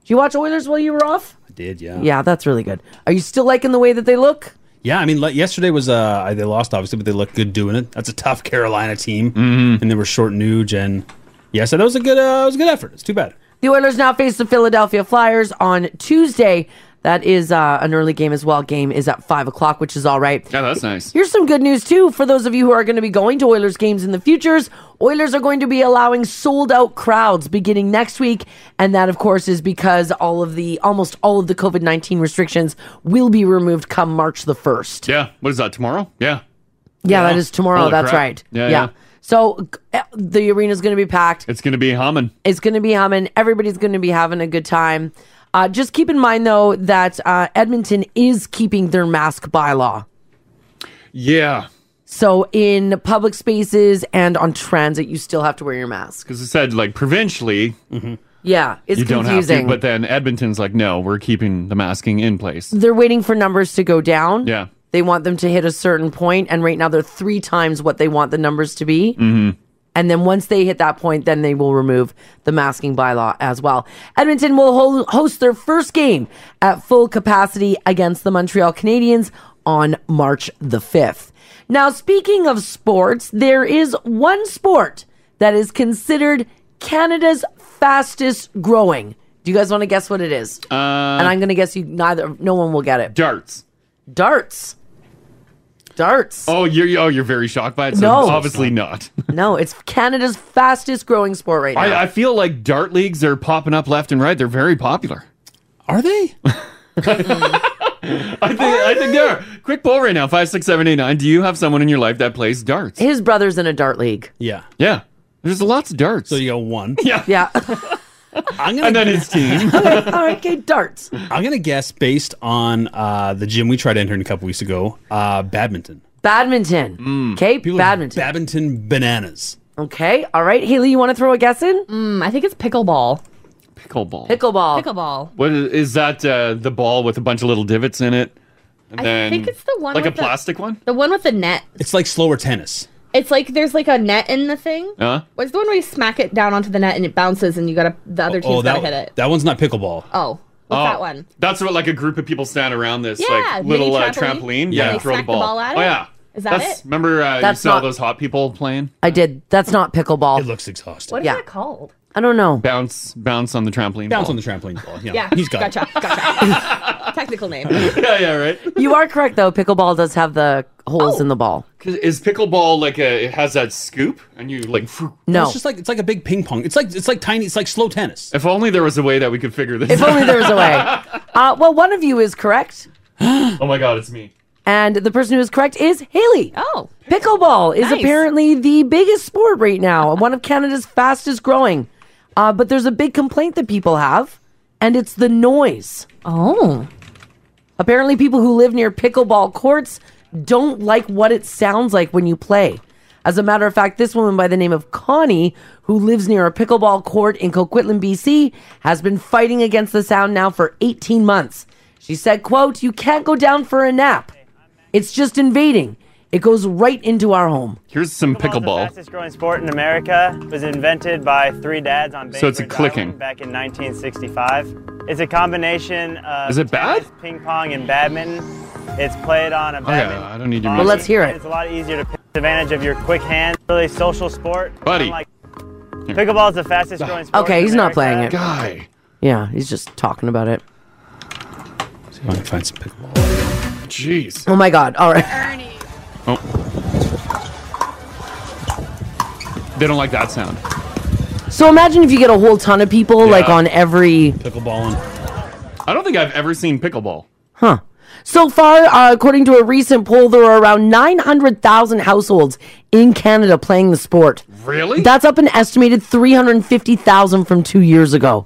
[SPEAKER 1] Did you watch Oilers while you were off?
[SPEAKER 8] I did, yeah.
[SPEAKER 1] Yeah, that's really good. Are you still liking the way that they look?
[SPEAKER 8] Yeah, I mean, like, yesterday was uh I- they lost obviously, but they looked good doing it. That's a tough Carolina team,
[SPEAKER 7] Mm-hmm.
[SPEAKER 8] and they were short Nuge, and yeah, so that was a good uh, it was a good effort. It's too bad.
[SPEAKER 1] The Oilers now face the Philadelphia Flyers on Tuesday. That is uh, an early game as well. Game is at five o'clock, which is all right.
[SPEAKER 7] Yeah, that's nice.
[SPEAKER 1] Here's some good news too for those of you who are going to be going to Oilers games in the futures. Oilers are going to be allowing sold out crowds beginning next week, and that of course is because all of the almost all of the COVID nineteen restrictions will be removed come March the first.
[SPEAKER 7] Yeah. What is that tomorrow? Yeah.
[SPEAKER 1] Yeah, that is tomorrow.
[SPEAKER 7] Holy
[SPEAKER 1] That's
[SPEAKER 7] crap.
[SPEAKER 1] right.
[SPEAKER 7] Yeah, yeah.
[SPEAKER 1] So g- eh, the arena's going to be packed.
[SPEAKER 7] It's gonna be humming.
[SPEAKER 1] It's going to be humming. Everybody's going to be having a good time. Uh, just keep in mind, though, that uh, Edmonton is keeping their mask bylaw.
[SPEAKER 7] Yeah.
[SPEAKER 1] So in public spaces and on transit, you still have to wear your mask.
[SPEAKER 7] Because it said like provincially,
[SPEAKER 1] Yeah, it's
[SPEAKER 7] you don't
[SPEAKER 1] confusing.
[SPEAKER 7] have to. But then Edmonton's like, no, we're keeping the masking in place.
[SPEAKER 1] They're waiting for numbers to go down.
[SPEAKER 7] Yeah.
[SPEAKER 1] They want them to hit a certain point, and right now they're three times what they want the numbers to be.
[SPEAKER 7] Mm-hmm.
[SPEAKER 1] And then once they hit that point, then they will remove the masking bylaw as well. Edmonton will hol- host their first game at full capacity against the Montreal Canadiens on March the 5th. Now, speaking of sports, there is one sport that is considered Canada's fastest growing. Do you guys want to guess what it is? Uh, and I'm going to guess you neither, no one will get it.
[SPEAKER 7] Darts.
[SPEAKER 1] Darts. Darts.
[SPEAKER 7] Oh, you're oh, you're very shocked by it. So
[SPEAKER 1] No.
[SPEAKER 7] obviously not.
[SPEAKER 1] No, it's Canada's fastest growing sport right now.
[SPEAKER 7] I, I feel like dart leagues are popping up left and right. They're very popular.
[SPEAKER 8] Are they?
[SPEAKER 7] I think I think they are. Quick poll right now: five, six, seven, eight, nine. Do you have someone in your life that plays darts?
[SPEAKER 1] His brother's in a dart league.
[SPEAKER 8] Yeah.
[SPEAKER 7] Yeah. There's lots of darts. So
[SPEAKER 8] you got one.
[SPEAKER 7] Yeah.
[SPEAKER 1] Yeah.
[SPEAKER 8] I'm gonna, and then his team.
[SPEAKER 1] All right, okay, darts.
[SPEAKER 8] I'm gonna guess based on uh, the gym we tried entering a couple weeks ago, uh, badminton.
[SPEAKER 1] Badminton.
[SPEAKER 8] Mm,
[SPEAKER 1] Okay, badminton.
[SPEAKER 8] Badminton bananas.
[SPEAKER 1] Okay, all right. Haley, you want to throw a guess in?
[SPEAKER 3] Mm, I think it's pickleball.
[SPEAKER 7] Pickleball.
[SPEAKER 1] Pickleball.
[SPEAKER 3] Pickleball.
[SPEAKER 7] What is, is that? Uh, the ball with a bunch of little divots in it. And
[SPEAKER 3] I
[SPEAKER 7] then,
[SPEAKER 3] think it's the one
[SPEAKER 7] like
[SPEAKER 3] with
[SPEAKER 7] a
[SPEAKER 3] the-
[SPEAKER 7] plastic one.
[SPEAKER 3] The one with the net.
[SPEAKER 8] It's like slower tennis.
[SPEAKER 3] It's like there's like a net in the thing.
[SPEAKER 7] Huh?
[SPEAKER 3] What's the one where you smack it down onto the net and it bounces and you gotta the other team's
[SPEAKER 8] Oh, that
[SPEAKER 3] gotta hit it.
[SPEAKER 8] that one's not pickleball.
[SPEAKER 3] Oh, what's
[SPEAKER 7] Oh,
[SPEAKER 3] that one?
[SPEAKER 7] That's what like a group of people stand around this
[SPEAKER 3] Yeah,
[SPEAKER 7] like
[SPEAKER 3] mini
[SPEAKER 7] little uh,
[SPEAKER 3] trampoline.
[SPEAKER 7] trampoline.
[SPEAKER 3] Yeah.
[SPEAKER 7] Yeah,
[SPEAKER 3] They
[SPEAKER 7] throw the
[SPEAKER 3] smack the
[SPEAKER 7] ball.
[SPEAKER 3] ball at
[SPEAKER 7] oh
[SPEAKER 3] it?
[SPEAKER 7] yeah.
[SPEAKER 3] Is that
[SPEAKER 7] That's,
[SPEAKER 3] it?
[SPEAKER 7] Remember uh,
[SPEAKER 1] That's
[SPEAKER 7] you saw
[SPEAKER 1] not-
[SPEAKER 7] those hot people playing?
[SPEAKER 1] I did. That's not pickleball.
[SPEAKER 8] It looks exhausting.
[SPEAKER 3] What is
[SPEAKER 1] Yeah.
[SPEAKER 3] that called?
[SPEAKER 1] I don't know.
[SPEAKER 7] Bounce, bounce on the trampoline.
[SPEAKER 8] Bounce
[SPEAKER 7] ball.
[SPEAKER 8] on the trampoline ball. Yeah,
[SPEAKER 3] Yeah,
[SPEAKER 8] he's got it.
[SPEAKER 3] gotcha. Gotcha. Technical name.
[SPEAKER 7] yeah, yeah, right.
[SPEAKER 1] You are correct, though. Pickleball does have the holes
[SPEAKER 3] Oh.
[SPEAKER 1] in the ball.
[SPEAKER 7] 'Cause Is pickleball like a? It has that scoop, and you like. phew.
[SPEAKER 1] No.
[SPEAKER 8] It's just like it's like a big ping pong. It's like it's like tiny. It's like slow tennis.
[SPEAKER 7] If only there was a way that we could figure this.
[SPEAKER 1] if
[SPEAKER 7] out.
[SPEAKER 1] only there was a way. Uh, well, one of you is correct,
[SPEAKER 7] oh my god, it's me.
[SPEAKER 1] and the person who is correct is Haley.
[SPEAKER 3] Oh,
[SPEAKER 1] Pickleball is
[SPEAKER 3] Nice.
[SPEAKER 1] apparently the biggest sport right now, one of Canada's fastest growing. Uh, but there's a big complaint that people have, and it's the noise.
[SPEAKER 3] oh,
[SPEAKER 1] Apparently, people who live near pickleball courts don't like what it sounds like when you play. As a matter of fact, this woman by the name of Connie, who lives near a pickleball court in Coquitlam, BC, has been fighting against the sound now for 18 months. She said, quote, you can't go down for a nap. It's just invading. It goes right into our home.
[SPEAKER 7] Here's some
[SPEAKER 4] Pickleball is the
[SPEAKER 7] pickleball.
[SPEAKER 4] fastest growing sport in America. It was invented by three dads on Bainbridge
[SPEAKER 7] So it's a clicking.
[SPEAKER 4] Island back in 1965. It's a combination of
[SPEAKER 7] Is it bad?
[SPEAKER 4] tennis,
[SPEAKER 7] Oh,
[SPEAKER 4] ping pong and badminton. It's played on a badminton.
[SPEAKER 7] I don't need your music.
[SPEAKER 4] volley.
[SPEAKER 7] Well,
[SPEAKER 1] let's hear it.
[SPEAKER 4] It's a lot easier to take advantage of your quick hands. Really social sport.
[SPEAKER 7] Buddy.
[SPEAKER 4] Unlike- Pickleball is the fastest growing sport.
[SPEAKER 1] Okay,
[SPEAKER 4] in
[SPEAKER 1] he's not
[SPEAKER 4] America.
[SPEAKER 1] playing it.
[SPEAKER 7] Guy.
[SPEAKER 1] Yeah, he's just talking about it.
[SPEAKER 8] See if I can find some pickleball.
[SPEAKER 7] Jeez.
[SPEAKER 1] Oh my God. All right.
[SPEAKER 7] Oh. They don't like that sound.
[SPEAKER 1] So imagine if you get a whole ton of people like
[SPEAKER 7] Yeah.
[SPEAKER 1] on every
[SPEAKER 8] Pickleballing.
[SPEAKER 7] I don't think I've ever seen pickleball.
[SPEAKER 1] So far, uh, according to a recent poll, there are around 900,000 households in Canada playing the sport.
[SPEAKER 7] Really?
[SPEAKER 1] That's up an estimated 350,000 from two years ago.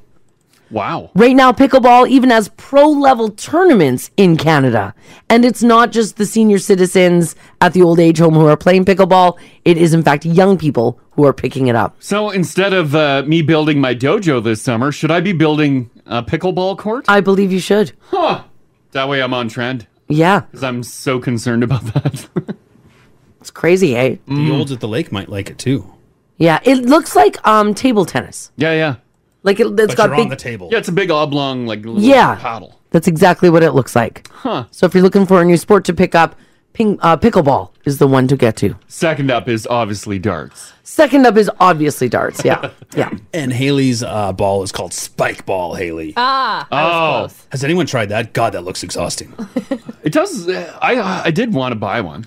[SPEAKER 7] Wow.
[SPEAKER 1] Right now, pickleball even has pro level tournaments in Canada. And it's not just the senior citizens at the old age home who are playing pickleball, it is, in fact, young people who are picking it up.
[SPEAKER 7] So instead of uh, me building my dojo this summer, should I be building a pickleball court?
[SPEAKER 1] I believe you should.
[SPEAKER 7] Huh. That way I'm on trend.
[SPEAKER 1] Yeah.
[SPEAKER 7] Because I'm so concerned about that. Mm.
[SPEAKER 1] it's crazy, eh? hey?
[SPEAKER 8] The olds at the lake might like it too.
[SPEAKER 1] Yeah, it looks like um table tennis.
[SPEAKER 7] Yeah, yeah.
[SPEAKER 1] Like it, it's got big.
[SPEAKER 8] table.
[SPEAKER 7] Yeah, it's a big oblong, like little
[SPEAKER 1] Yeah.
[SPEAKER 7] paddle.
[SPEAKER 1] That's exactly what it looks like.
[SPEAKER 7] Huh.
[SPEAKER 1] So if you're looking for a new sport to pick up, ping, uh, pickleball is the one to get to.
[SPEAKER 7] Second up is obviously darts.
[SPEAKER 1] Second up is obviously darts. Yeah. Yeah.
[SPEAKER 8] And Haley's uh, ball is called Spike Ball, Haley.
[SPEAKER 3] Ah.
[SPEAKER 7] Oh.
[SPEAKER 8] Has anyone tried that? God, that looks exhausting.
[SPEAKER 7] it does. I I did want to buy one.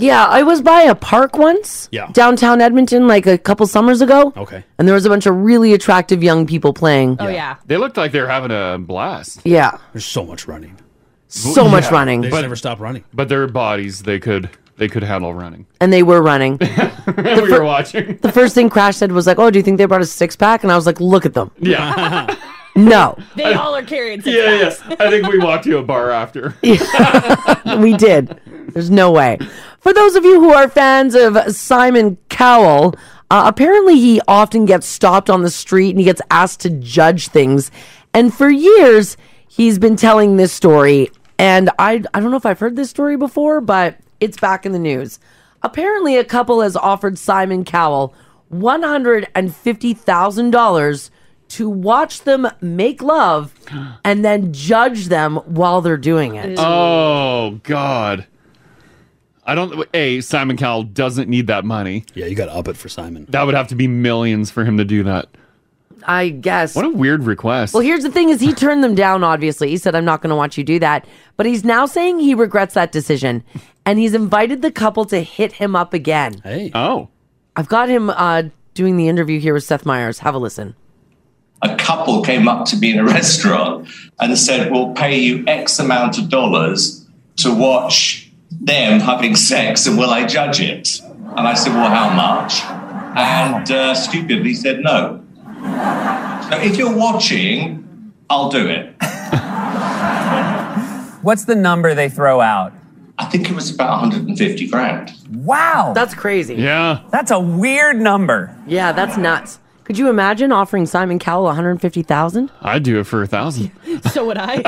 [SPEAKER 1] Yeah, I was by a park once.
[SPEAKER 7] Yeah.
[SPEAKER 1] Downtown Edmonton, like a couple summers ago.
[SPEAKER 7] Okay.
[SPEAKER 1] And there was a bunch of really attractive young people playing.
[SPEAKER 3] Oh,
[SPEAKER 7] They looked like they're having a blast.
[SPEAKER 1] Yeah.
[SPEAKER 8] There's so much running.
[SPEAKER 1] So much running. They just
[SPEAKER 8] never stop running.
[SPEAKER 7] But their bodies, they could they could handle running.
[SPEAKER 1] And they were running.
[SPEAKER 7] we were watching.
[SPEAKER 1] the first thing Crash said was like, "Oh, do you think they brought a six pack?" And I was like, "Look at them."
[SPEAKER 7] Yeah.
[SPEAKER 1] No.
[SPEAKER 3] They all are carrying. six
[SPEAKER 7] yeah, yeah.
[SPEAKER 3] packs.
[SPEAKER 7] I think we walked to a bar after.
[SPEAKER 1] we did. There's no way. For those of you who are fans of Simon Cowell, uh, apparently he often gets stopped on the street and he gets asked to judge things. And for years, he's been telling this story. And I, I don't know if I've heard this story before, but it's back in the news. Apparently, a couple has offered Simon Cowell $150,000 to watch them make love and then judge them while they're doing it.
[SPEAKER 7] Oh God. I don't. A Simon Cowell doesn't need that money.
[SPEAKER 8] Yeah, you got to up it for Simon.
[SPEAKER 7] That would have to be millions for him to do that.
[SPEAKER 1] I guess.
[SPEAKER 7] What a weird request.
[SPEAKER 1] Well, here's the thing is he turned them down obviously. He said I'm not going to watch you do that, but he's now saying he regrets that decision and he's invited the couple to hit him up again.
[SPEAKER 8] Hey.
[SPEAKER 7] Oh.
[SPEAKER 1] I've got him uh doing the interview here with Seth Meyers. Have a listen.
[SPEAKER 12] a couple came up to me in a restaurant and said, We'll pay you X amount of dollars to watch them having sex and will I judge it? And I said, Well, how much? And uh, stupidly said, No. So if you're watching, I'll do it.
[SPEAKER 13] What's the number they throw out?
[SPEAKER 12] I think it was about 150 grand.
[SPEAKER 13] Wow.
[SPEAKER 1] That's crazy.
[SPEAKER 7] Yeah.
[SPEAKER 13] That's a weird number.
[SPEAKER 1] Yeah, that's nuts. Could you imagine offering Simon Cowell 150,000?
[SPEAKER 7] I'd do it for a thousand.
[SPEAKER 3] So would I.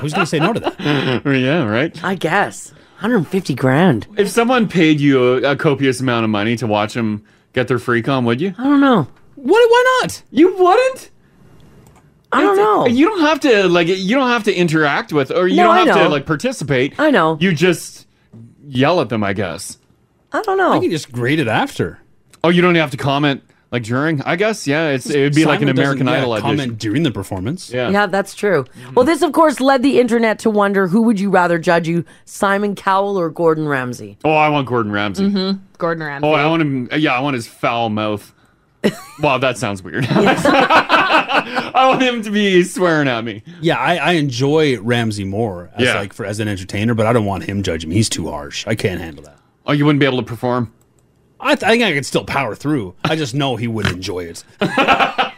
[SPEAKER 8] who's gonna say no to
[SPEAKER 7] that? yeah, right.
[SPEAKER 1] I guess 150 grand.
[SPEAKER 7] If someone paid you a, a copious amount of money to watch them get their freak on, would you?
[SPEAKER 1] I don't know.
[SPEAKER 8] What? Why not?
[SPEAKER 7] You wouldn't?
[SPEAKER 1] I don't know.
[SPEAKER 7] You don't have to like. You don't have to interact with, or you
[SPEAKER 1] No,
[SPEAKER 7] don't
[SPEAKER 1] I
[SPEAKER 7] have to
[SPEAKER 1] know.
[SPEAKER 7] like participate.
[SPEAKER 1] I know.
[SPEAKER 7] You just yell at them, I guess.
[SPEAKER 1] I don't know.
[SPEAKER 8] I can just grade it after.
[SPEAKER 7] Oh, you don't have to comment like during. I guess. Yeah, it's it would be like an
[SPEAKER 8] Simon doesn't,
[SPEAKER 7] American
[SPEAKER 8] yeah,
[SPEAKER 7] Idol audition.
[SPEAKER 8] Comment during the performance.
[SPEAKER 7] Yeah.
[SPEAKER 1] Yeah, that's true. Well, this of course led the internet to wonder who would you rather judge you, Simon Cowell or Gordon Ramsay?
[SPEAKER 7] Oh, I want Gordon Ramsay.
[SPEAKER 3] Mm-hmm. Gordon Ramsay.
[SPEAKER 7] Oh, I want him. Yeah, I want his foul mouth. wow, that sounds weird. I want him to be swearing at me.
[SPEAKER 8] Yeah, I, I enjoy Ramsey more as
[SPEAKER 7] Yeah.
[SPEAKER 8] like for as an entertainer, but I don't want him judging me. He's too harsh. I can't handle that.
[SPEAKER 7] Oh, you wouldn't be able to perform.
[SPEAKER 8] I, th- I think I could still power through. I just know he would enjoy it.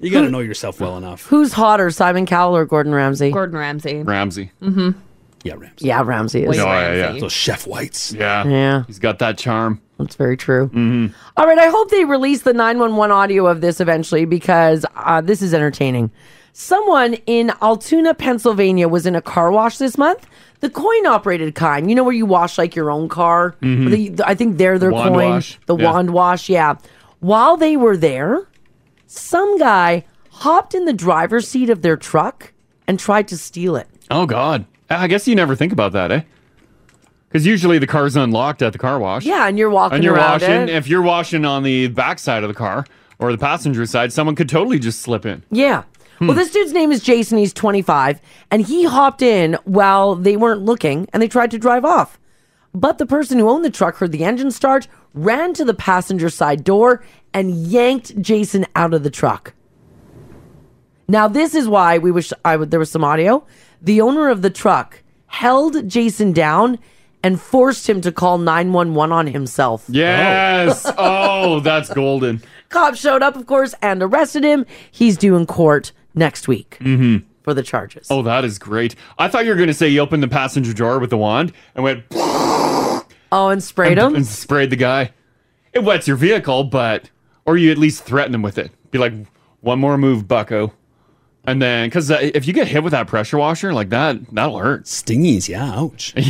[SPEAKER 8] you got to know yourself well enough.
[SPEAKER 1] Who's hotter, Simon Cowell or Gordon Ramsay?
[SPEAKER 3] Gordon Ramsay.
[SPEAKER 7] Ramsey.
[SPEAKER 3] Mm-hmm.
[SPEAKER 8] Yeah, Ramsey.
[SPEAKER 1] Yeah, Ramsay is.
[SPEAKER 7] No, yeah, yeah.
[SPEAKER 8] Those chef whites.
[SPEAKER 7] Yeah.
[SPEAKER 1] Yeah.
[SPEAKER 7] He's got that charm.
[SPEAKER 1] That's very true. Mm-hmm. All right, I hope they release the 911 audio of this eventually because uh, this is entertaining. Someone in Altoona, Pennsylvania was in a car wash this month. The coin operated kind, you know, where you wash like your own car.
[SPEAKER 7] Mhm.
[SPEAKER 1] The- I think they're their
[SPEAKER 7] Wand
[SPEAKER 1] coin,
[SPEAKER 7] wash.
[SPEAKER 1] the
[SPEAKER 7] Yeah.
[SPEAKER 1] wand wash. Yeah. While they were there, some guy hopped in the driver's seat of their truck and tried to steal it.
[SPEAKER 7] Oh God. I guess you never think about that, eh? Because usually the car's unlocked at the car wash.
[SPEAKER 1] Yeah, and you're walking
[SPEAKER 7] And you're
[SPEAKER 1] around
[SPEAKER 7] washing.
[SPEAKER 1] it.
[SPEAKER 7] If you're washing on the backside of the car or the passenger side, someone could totally just slip in.
[SPEAKER 1] Yeah. Well, this dude's name is Jason. He's 25, and he hopped in while they weren't looking, and they tried to drive off. But the person who owned the truck heard the engine start, ran to the passenger side door, and yanked Jason out of the truck. Now, this is why we wish I would. There was some audio. The owner of the truck held Jason down and forced him to call 911 on himself.
[SPEAKER 7] Oh. Yes. Oh, that's golden.
[SPEAKER 1] Cops showed up, of course, and arrested him. He's due in court next week
[SPEAKER 7] Mm-hmm.
[SPEAKER 1] for the charges.
[SPEAKER 7] Oh, that is great. I thought you were going to say you opened the passenger door with the wand and went.
[SPEAKER 1] Oh, and sprayed
[SPEAKER 7] him? And sprayed the guy. It wets your vehicle, but. Or you at least threaten him with it. Be like, one more move, bucko. And then, because if you get hit with that pressure washer like that, that'll hurt.
[SPEAKER 8] Stingies, yeah, ouch.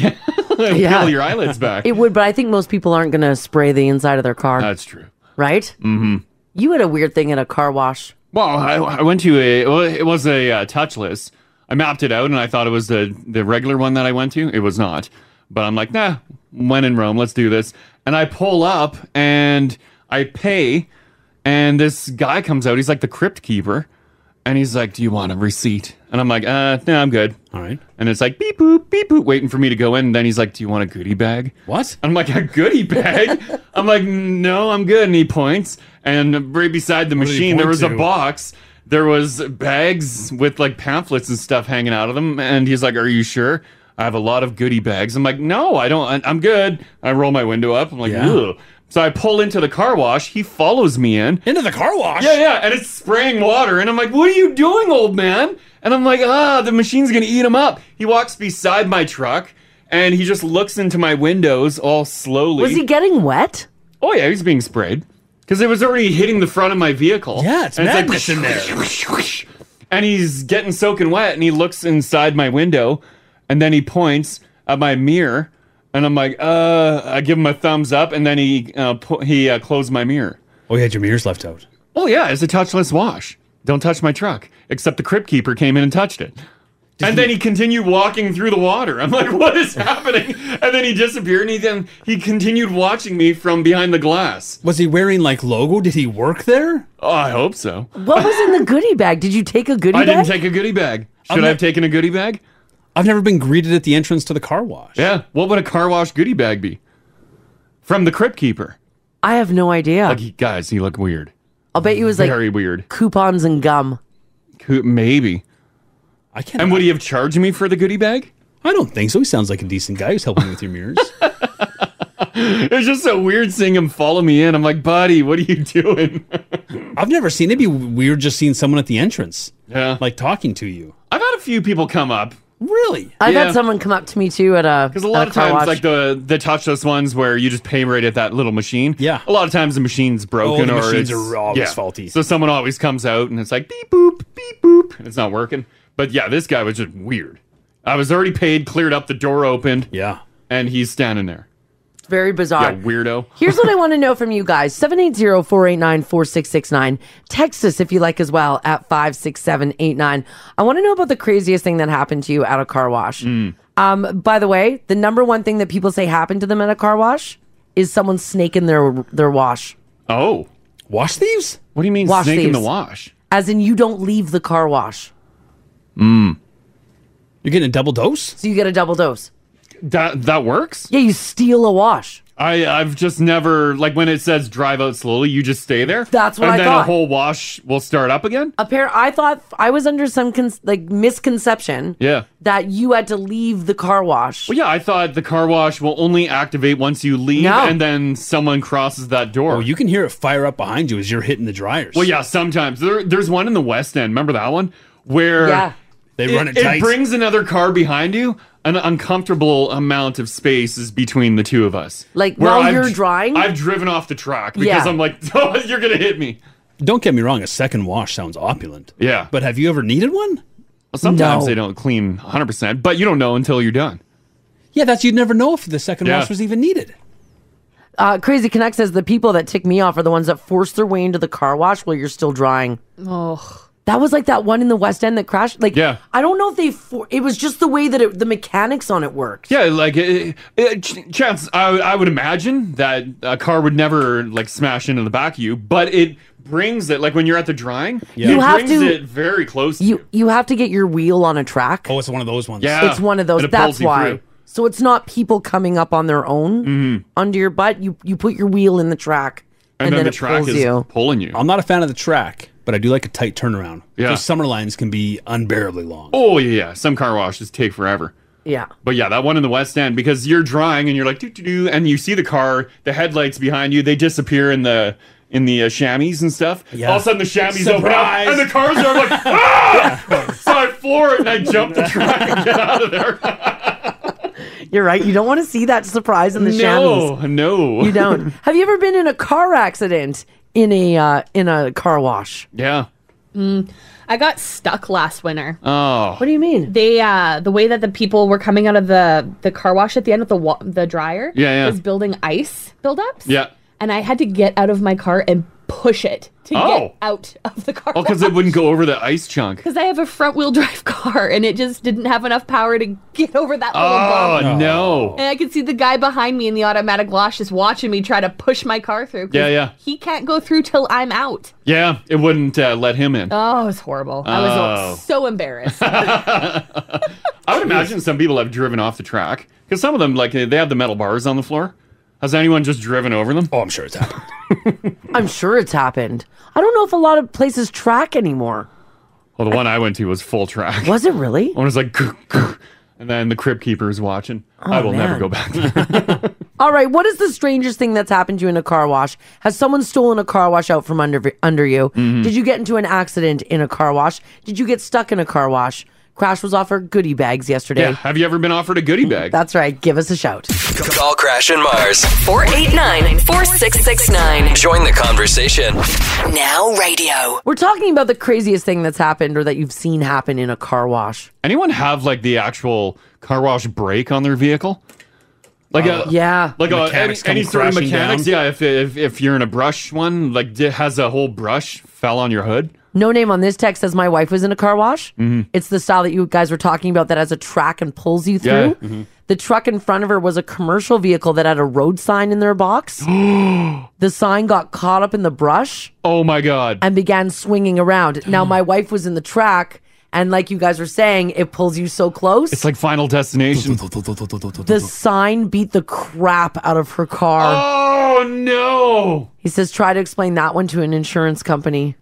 [SPEAKER 7] Yeah. yeah. Peel your eyelids back.
[SPEAKER 1] It would, but I think most people aren't going to spray the inside of their car. That's
[SPEAKER 7] true.
[SPEAKER 1] Right?
[SPEAKER 7] mm-hmm.
[SPEAKER 1] You had a weird thing at a car wash.
[SPEAKER 7] Well, I, I went to a. Well, it was a uh, touchless. I mapped it out, and I thought it was the the regular one that I went to. It was not, but I'm like, nah. When in Rome, let's do this. And I pull up, and I pay, and this guy comes out. He's like the crypt keeper, and he's like, "Do you want a receipt?" And I'm like, "Uh, no, I'm good." All right. And it's like beep boop beep boop, waiting for me to go in. And then he's like, "Do you want a goodie bag?" What? I'm like, "A goodie bag?" I'm like, "No, I'm good." And he points, and right beside the
[SPEAKER 8] did he
[SPEAKER 7] machine, there
[SPEAKER 8] point
[SPEAKER 7] was a
[SPEAKER 8] to?
[SPEAKER 7] box. There was bags with like pamphlets and stuff hanging out of them, and he's like, "Are you sure?" I have a lot of goodie bags. I'm like, "No, I don't. I- I'm good." I roll my window up. I'm like,
[SPEAKER 8] Yeah.
[SPEAKER 7] "Ugh." So I pull into the car wash. He follows me in.
[SPEAKER 8] Into the car wash?
[SPEAKER 7] Yeah, yeah. And it's spraying water. And I'm like, what are you doing, old man? And I'm like, ah, the machine's going to eat him up. He walks beside my truck and he just looks into my windows all slowly.
[SPEAKER 1] Was he getting wet?
[SPEAKER 7] Oh, yeah. He's being sprayed because it was already hitting the front of my vehicle. Yeah,
[SPEAKER 8] it's madness in there.
[SPEAKER 7] And he's getting soaking wet and he looks inside my window and then he points at my mirror. And I'm like, uh, I give him a thumbs up, and then he uh, pu- he uh, closed my mirror.
[SPEAKER 8] Oh, you had your mirrors left out.
[SPEAKER 7] Oh yeah, it's a touchless wash. Don't touch my truck. Except the crypt keeper came in and touched it. and then he continued walking through the water. I'm like, what is happening? And then he disappeared and he then he continued watching me from behind the glass.
[SPEAKER 8] Was he wearing like logo? Did he work there?
[SPEAKER 7] Oh, I hope so.
[SPEAKER 1] What was in the goodie bag? Did you take a goodie
[SPEAKER 7] I
[SPEAKER 1] bag?
[SPEAKER 7] didn't take a goodie bag. Should I have taken a goodie bag?
[SPEAKER 8] I've never been greeted at the entrance to the car wash.
[SPEAKER 7] Yeah. What would a car wash goodie bag be? From the crypt keeper.
[SPEAKER 1] I have no idea.
[SPEAKER 7] Like he, guys, he looked weird.
[SPEAKER 1] I'll bet you it was like
[SPEAKER 7] very weird.
[SPEAKER 1] coupons and gum.
[SPEAKER 7] Who- Maybe.
[SPEAKER 8] I can't.
[SPEAKER 7] And would he have charged me for the goodie bag?
[SPEAKER 8] I don't think so. He sounds like a decent guy who's helping you with your mirrors.
[SPEAKER 7] it was just so weird seeing him follow me in. I'm like, buddy, what are you doing?
[SPEAKER 8] I've never seen. It'd be weird just seeing someone at the entrance.
[SPEAKER 7] Yeah.
[SPEAKER 8] Like talking to you.
[SPEAKER 7] I've had a few people come up.
[SPEAKER 8] Really?
[SPEAKER 1] I've
[SPEAKER 7] Yeah.
[SPEAKER 1] had someone come up to me too at a
[SPEAKER 7] Because a lot of times, like the the touchless ones where you just pay right at that little machine. Yeah. A lot of times the machine's broken
[SPEAKER 8] Oh, the
[SPEAKER 7] or
[SPEAKER 8] machines
[SPEAKER 7] it's-
[SPEAKER 8] are always
[SPEAKER 7] yeah.
[SPEAKER 8] faulty.
[SPEAKER 7] So someone always comes out and it's like beep boop beep boop and it's not working. But yeah, this guy was just weird. I was already paid, cleared up, the door opened.
[SPEAKER 8] Yeah.
[SPEAKER 7] And he's standing there.
[SPEAKER 1] very bizarre.
[SPEAKER 7] Yeah, weirdo.
[SPEAKER 1] Here's what I want to know from you guys 780 489 4669. Text us if you like as well at 56789. I want to know about the craziest thing that happened to you at a car wash. Um, by the way, the number one thing that people say happened to them at a car wash is someone snaking their their wash.
[SPEAKER 7] Oh.
[SPEAKER 8] Wash thieves?
[SPEAKER 7] What do you mean
[SPEAKER 1] Wash
[SPEAKER 7] snake in the
[SPEAKER 1] thieves.
[SPEAKER 7] wash?
[SPEAKER 1] As in, you don't leave the car wash.
[SPEAKER 7] Mm.
[SPEAKER 8] You're getting a double dose?
[SPEAKER 1] So you get a double dose.
[SPEAKER 7] That that works?
[SPEAKER 1] Yeah, you steal a wash.
[SPEAKER 7] I I've just never like when it says drive out slowly, you just stay there. That's
[SPEAKER 1] what
[SPEAKER 7] and
[SPEAKER 1] I
[SPEAKER 7] then a
[SPEAKER 1] thought.
[SPEAKER 7] whole wash will start up again.
[SPEAKER 1] A pair. I thought I was under some cons- like misconception
[SPEAKER 7] Yeah.
[SPEAKER 1] that you had to leave the car wash.
[SPEAKER 7] Well, yeah, I thought the car wash will only activate once you leave,
[SPEAKER 1] No.
[SPEAKER 7] and then someone crosses that door. Well,
[SPEAKER 8] you can hear it fire up behind you as you're hitting the dryers.
[SPEAKER 7] Well, yeah, sometimes there, there's one in the West End. Remember that one where
[SPEAKER 8] Yeah. They run it tight.
[SPEAKER 7] It brings another car behind you. An uncomfortable amount of space is between the two of us.
[SPEAKER 1] Like,
[SPEAKER 7] Where
[SPEAKER 1] while
[SPEAKER 7] I've
[SPEAKER 1] you're
[SPEAKER 7] dr-
[SPEAKER 1] drying?
[SPEAKER 7] I've driven off the track because
[SPEAKER 1] Yeah.
[SPEAKER 7] I'm like, oh, you're gonna hit me.
[SPEAKER 8] Don't get me wrong. A second wash sounds opulent.
[SPEAKER 7] Yeah,
[SPEAKER 8] but have you ever needed one?
[SPEAKER 7] Well, sometimes
[SPEAKER 8] No.
[SPEAKER 7] they don't clean 100, percent but you don't know until you're done.
[SPEAKER 8] Yeah, that's you'd never know if Oh, the second
[SPEAKER 7] Yeah.
[SPEAKER 8] wash was even needed.
[SPEAKER 1] Uh, Crazy Connect says the people that tick me off are the ones that force their way into the car wash while you're still drying.
[SPEAKER 3] Oh,
[SPEAKER 1] That was like that one in the West End that crashed. Like,
[SPEAKER 7] Yeah.
[SPEAKER 1] I don't know if they. For- it was just the way that it, the mechanics on it worked.
[SPEAKER 7] Yeah, like uh, uh, ch- chance. I, I would imagine that a car would never like smash into the back of you, but it brings it like when you're at the drying.
[SPEAKER 1] Yeah. You
[SPEAKER 7] it
[SPEAKER 1] have
[SPEAKER 7] brings
[SPEAKER 1] to-
[SPEAKER 7] it very close.
[SPEAKER 1] You you have to get your wheel on a track.
[SPEAKER 8] Oh, it's one of those ones.
[SPEAKER 7] Yeah,
[SPEAKER 1] it's one of those.
[SPEAKER 7] and it
[SPEAKER 1] That's
[SPEAKER 7] pulls you
[SPEAKER 1] why.
[SPEAKER 7] through. Mm-hmm.
[SPEAKER 1] So it's not people coming up on their own under your butt. You you put your wheel in the track, and, then, it pulls you.
[SPEAKER 7] pulling you.
[SPEAKER 8] I'm not a fan of the track, but I do like a tight turnaround.
[SPEAKER 7] Yeah.
[SPEAKER 8] Those summer lines can be unbearably long.
[SPEAKER 7] Oh yeah, yeah, some car washes take forever.
[SPEAKER 1] Yeah.
[SPEAKER 7] But yeah, that one in the West End because you're drying and you're like doo doo doo, and you see the car, the headlights behind you, they disappear in the in the uh, chamois and stuff.
[SPEAKER 14] Yeah.
[SPEAKER 7] All of a sudden, the chamois
[SPEAKER 14] Surprise.
[SPEAKER 7] open up and the cars are like, ah! so I floor it and I jump the truck and get out of there.
[SPEAKER 1] You're right. You don't want to see that surprise in the
[SPEAKER 7] no,
[SPEAKER 1] chamois.
[SPEAKER 7] no,
[SPEAKER 1] You don't. Have you ever been in a car accident in a uh, in a car wash?
[SPEAKER 7] yeah.
[SPEAKER 3] Mm, I got stuck last winter.
[SPEAKER 7] Oh.
[SPEAKER 1] What do you mean?
[SPEAKER 3] They uh the way that the people were coming out of the the car wash at the end with the wa- the dryer
[SPEAKER 7] Yeah, yeah.
[SPEAKER 3] was building ice buildups
[SPEAKER 7] Yeah.
[SPEAKER 3] and I had to get out of my car and push it to
[SPEAKER 7] Oh.
[SPEAKER 3] get out of the car
[SPEAKER 7] Oh, because it wouldn't go over the ice chunk.
[SPEAKER 3] because I have a front wheel drive car and it just didn't have enough power to get over that little
[SPEAKER 7] Oh,
[SPEAKER 3] bump.
[SPEAKER 7] no.
[SPEAKER 3] And I could see the guy behind me in the automatic wash just watching me try to push my car through. 'cause
[SPEAKER 7] Yeah, yeah.
[SPEAKER 3] He can't go through till I'm out.
[SPEAKER 7] Yeah, it wouldn't uh, let him in.
[SPEAKER 3] Oh, it was horrible. I
[SPEAKER 7] Oh.
[SPEAKER 3] was so embarrassed.
[SPEAKER 7] I would imagine some people have driven off the track because some of them, like, they have the metal bars on the floor. Has anyone just driven over them? Oh, I'm sure it's happened.
[SPEAKER 1] I'm sure it's happened. I don't know if a lot of places track anymore.
[SPEAKER 7] Well, the one I went to was full track.
[SPEAKER 1] Was it really?
[SPEAKER 7] One was like, "Grr, grr," and then the crib keeper is watching.
[SPEAKER 1] Oh,
[SPEAKER 7] I will never
[SPEAKER 1] man.
[SPEAKER 7] go back. there.
[SPEAKER 1] All right, what is the strangest thing that's happened to you in a car wash? Has someone stolen a car wash out from under under you?
[SPEAKER 7] Mhm.
[SPEAKER 1] Did you get into an accident in a car wash? Did you get stuck in a car wash? Crash was offered goodie bags yesterday. Mm-hmm.
[SPEAKER 7] yeah. Have you ever been offered a goodie bag?
[SPEAKER 1] That's right. Give us a shout.
[SPEAKER 15] Call Crash and Mars.
[SPEAKER 6] 489 4669.
[SPEAKER 15] Join the conversation.
[SPEAKER 6] Now radio.
[SPEAKER 1] We're talking about the craziest thing that's happened or that you've seen happen in a car wash.
[SPEAKER 7] Anyone have like the actual car wash brake on their vehicle? Like
[SPEAKER 1] Uh,
[SPEAKER 7] a
[SPEAKER 1] yeah.
[SPEAKER 7] like a, any,
[SPEAKER 1] Mechanics come
[SPEAKER 7] any sort of
[SPEAKER 1] crashing
[SPEAKER 7] mechanics.
[SPEAKER 1] down.
[SPEAKER 7] Yeah, if, if if you're in a brush one, like d- has a whole brush fell on your hood.
[SPEAKER 1] No name on this text says my wife was in a car wash.
[SPEAKER 7] Mhm.
[SPEAKER 1] It's the style that you guys were talking about that has a track and pulls you through.
[SPEAKER 7] Yeah. Mhm.
[SPEAKER 1] The truck in front of her was a commercial vehicle that had a road sign in their box. the sign got caught up in the brush.
[SPEAKER 7] Oh my god.
[SPEAKER 1] And began swinging around. Now my wife was in the track and like you guys were saying, it pulls you so close.
[SPEAKER 7] It's like Final Destination.
[SPEAKER 1] the sign beat the crap out of her car.
[SPEAKER 7] Oh no.
[SPEAKER 1] He says try to explain that one to an insurance company.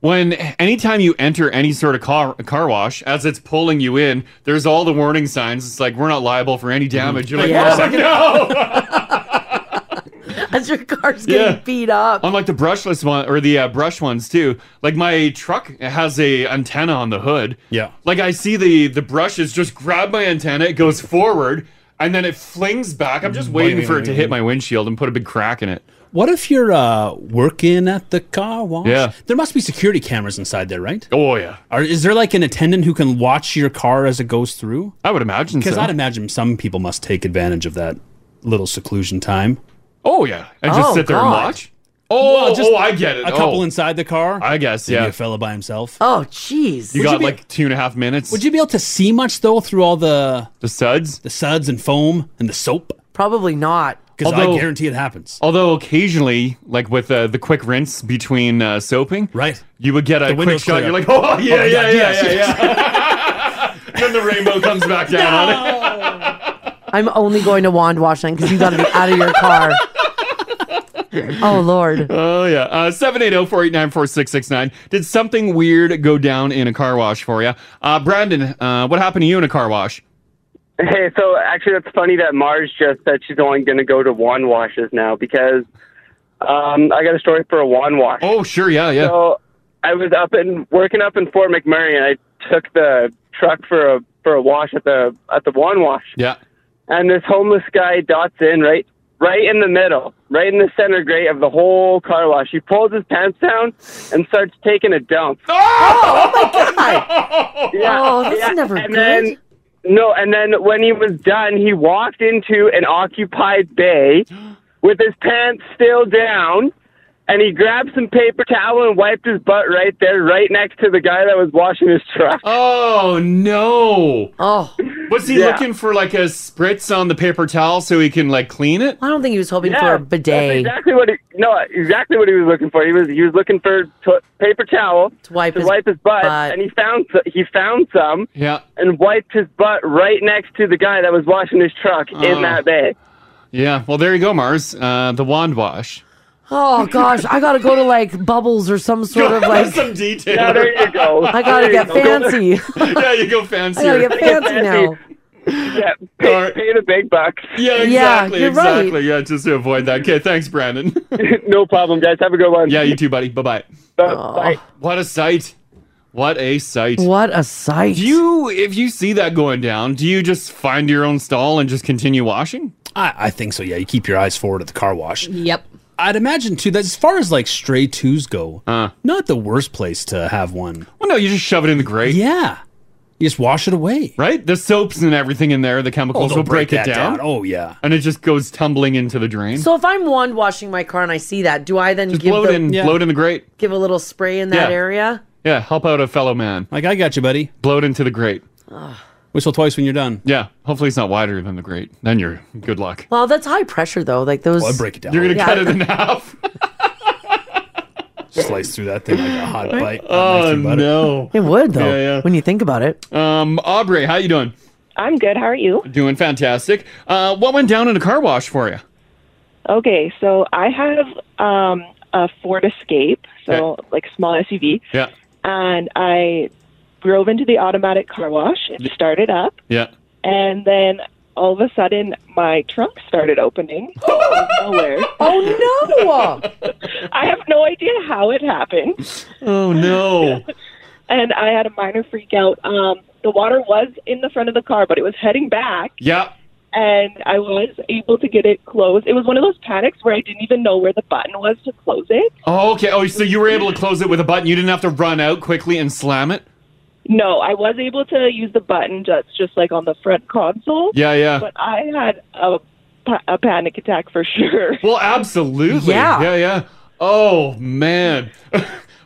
[SPEAKER 7] When anytime you enter any sort of car car wash, as it's pulling you in, there's all the warning signs. It's like we're not liable for any damage. You're like,
[SPEAKER 1] Yeah.
[SPEAKER 7] "Wait a second, no.
[SPEAKER 1] As your car's getting
[SPEAKER 7] Yeah.
[SPEAKER 1] beat up.
[SPEAKER 7] On like the brushless one or the uh, brush ones too. Like my truck has a antenna on the hood. Yeah. Like I see the the brushes just grab my antenna. It goes forward and then it flings back. I'm just waiting for it to hit my windshield and put a big crack in it.
[SPEAKER 8] What if you're uh, working at the car wash?
[SPEAKER 7] Yeah.
[SPEAKER 8] There must be security cameras inside there, right?
[SPEAKER 7] Oh, yeah.
[SPEAKER 8] Are, is there like an attendant who can watch your car as it goes through?
[SPEAKER 7] I would imagine
[SPEAKER 8] Because
[SPEAKER 7] so.
[SPEAKER 8] I'd imagine some people must take advantage of that little seclusion time.
[SPEAKER 7] Oh yeah, and just
[SPEAKER 8] Oh,
[SPEAKER 7] sit there and
[SPEAKER 8] God.
[SPEAKER 7] watch. Oh,
[SPEAKER 8] Well, just
[SPEAKER 7] oh, I get it.
[SPEAKER 8] a couple
[SPEAKER 7] inside the car. I guess.
[SPEAKER 8] Maybe
[SPEAKER 7] Yeah,
[SPEAKER 8] a fella by himself.
[SPEAKER 1] Oh, jeez.
[SPEAKER 7] You
[SPEAKER 8] Would
[SPEAKER 7] got
[SPEAKER 8] you be-
[SPEAKER 7] like two and a half minutes.
[SPEAKER 8] Would you be able to see much though through all the
[SPEAKER 7] the suds,
[SPEAKER 8] the suds and foam and the soap?
[SPEAKER 1] Probably not.
[SPEAKER 8] Because
[SPEAKER 7] Although-
[SPEAKER 8] I guarantee it happens.
[SPEAKER 7] Although occasionally, like with uh, the quick rinse between uh, soaping, right? You would get a
[SPEAKER 8] The
[SPEAKER 7] quick
[SPEAKER 8] windows
[SPEAKER 7] shot.
[SPEAKER 8] clear.
[SPEAKER 7] You're like, oh
[SPEAKER 8] Oh,
[SPEAKER 7] yeah,
[SPEAKER 8] my
[SPEAKER 7] yeah,
[SPEAKER 8] God,
[SPEAKER 7] yeah,
[SPEAKER 8] yes,
[SPEAKER 7] yeah, yeah. then the rainbow comes back down on it.
[SPEAKER 1] I'm only going to wand wash then because you got to be out of your car. Oh lord.
[SPEAKER 7] Oh yeah. Uh, Seven eight zero four eight nine four six six nine. Did something weird go down in a car wash for you, uh, Brandon? Uh, what happened to you in a car wash?
[SPEAKER 11] Hey, so actually, that's funny that Mars just said she's only going to go to wand washes now because um, I got a story for a wand wash.
[SPEAKER 7] Oh, sure, yeah, yeah.
[SPEAKER 11] So I was up in working up in Fort McMurray, and I took the truck for a for a wash at the at the wand wash,
[SPEAKER 7] Yeah.
[SPEAKER 11] and this homeless guy dots in right right in the middle, right in the center grate of the whole car wash. He pulls his pants down and starts taking a dump. Yeah.
[SPEAKER 1] Oh, that's
[SPEAKER 11] yeah.
[SPEAKER 1] never
[SPEAKER 11] and
[SPEAKER 1] good.
[SPEAKER 11] Then, no, and then when he was done, he walked into an occupied bay with his pants still down, and he grabbed some paper towel and wiped his butt right there, right next to the guy that was washing his truck.
[SPEAKER 7] Oh no!
[SPEAKER 1] Oh,
[SPEAKER 7] was he
[SPEAKER 11] Yeah.
[SPEAKER 7] looking for like a spritz on the paper towel so he can like clean it?
[SPEAKER 1] I don't think he was hoping
[SPEAKER 11] Yeah, That's exactly what he no, exactly what he was looking for. He was he was looking for to paper towel to
[SPEAKER 1] wipe,
[SPEAKER 11] his, butt, and he found s- he found some.
[SPEAKER 7] Yeah.
[SPEAKER 11] And wiped his butt right next to the guy that was washing his truck
[SPEAKER 7] Oh.
[SPEAKER 11] in that bay.
[SPEAKER 7] Yeah. Well, there you go, Mars. Uh, the wand wash.
[SPEAKER 1] Oh gosh, I gotta go to like Bubbles or some sort of like.
[SPEAKER 7] some detail.
[SPEAKER 16] Oh,
[SPEAKER 11] Yeah, there you go.
[SPEAKER 1] I gotta
[SPEAKER 11] There you
[SPEAKER 1] get
[SPEAKER 11] go.
[SPEAKER 1] fancy.
[SPEAKER 7] yeah, you go fancy.
[SPEAKER 1] I gotta get fancy now.
[SPEAKER 16] Yeah, pay, pay the big bucks.
[SPEAKER 7] Yeah, exactly, exactly. Yeah, just to avoid that. Okay, thanks, Brandon.
[SPEAKER 16] no problem, guys. Have a good one.
[SPEAKER 7] Yeah, you too, buddy. Bye bye. What a sight. What a sight.
[SPEAKER 1] What a sight.
[SPEAKER 7] Do you if you see that going down, do you just find your own stall and just continue washing?
[SPEAKER 8] I, I think so. Yeah, you keep your eyes forward at the car wash.
[SPEAKER 17] Yep.
[SPEAKER 8] I'd imagine too that as far as like stray twos go, not the worst place to have one.
[SPEAKER 7] Uh. Well, no, you just shove it in the grate.
[SPEAKER 8] Yeah, you just wash it away. Oh,
[SPEAKER 7] Right? The soaps and everything in there, the chemicals
[SPEAKER 8] they'll
[SPEAKER 7] will break,
[SPEAKER 8] break
[SPEAKER 7] it
[SPEAKER 8] that
[SPEAKER 7] down.
[SPEAKER 8] down. Oh, yeah.
[SPEAKER 7] And it just goes tumbling into the drain.
[SPEAKER 1] So if I'm one washing my car and I see that, do I then
[SPEAKER 7] just
[SPEAKER 1] give
[SPEAKER 7] blow it
[SPEAKER 1] the-
[SPEAKER 7] in blow it in the grate.
[SPEAKER 1] give a little spray in that
[SPEAKER 7] Yeah.
[SPEAKER 1] area?
[SPEAKER 7] Yeah, help out a fellow man.
[SPEAKER 8] Like I got you, buddy.
[SPEAKER 7] Blow it into the grate.
[SPEAKER 1] Ugh.
[SPEAKER 8] Whistle twice when you're done.
[SPEAKER 7] Yeah. Hopefully it's not wider than the grate. Then you're good luck.
[SPEAKER 1] Well, that's high pressure though. Like those.
[SPEAKER 7] Well, I'd break it down. You're gonna cut it in half.
[SPEAKER 8] Slice through that thing like a hot bite.
[SPEAKER 7] Oh no.
[SPEAKER 1] It would though.
[SPEAKER 7] Yeah, yeah.
[SPEAKER 1] When you think about it.
[SPEAKER 7] Um, Aubrey, how you doing?
[SPEAKER 18] I'm good. How are you?
[SPEAKER 7] Doing fantastic. Uh, what went down in a car wash for you?
[SPEAKER 18] Okay, so I have um, a Ford Escape, so like small SUV,
[SPEAKER 7] Yeah.
[SPEAKER 18] and I drove into the automatic car wash. It started up,
[SPEAKER 7] Yeah.
[SPEAKER 18] and then all of a sudden, my trunk started opening. out of nowhere.
[SPEAKER 1] Oh
[SPEAKER 18] no! I have no idea how it happened.
[SPEAKER 7] Oh no.
[SPEAKER 18] and I had a minor freak out. Um, the water was in the front of the car, but it was heading back,
[SPEAKER 7] yeah.
[SPEAKER 18] and I was able to get it closed. It was one of those panics where I didn't even know where the button was to close it.
[SPEAKER 7] Oh, okay. Oh, so you were able to close it with a button. You didn't have to run out quickly and slam it.
[SPEAKER 18] No, I was able to use the button that's just like on the front console.
[SPEAKER 7] Yeah, yeah.
[SPEAKER 18] But I had a, pa- a panic attack for sure.
[SPEAKER 7] Well, absolutely.
[SPEAKER 18] Yeah.
[SPEAKER 7] Yeah, yeah. Oh man.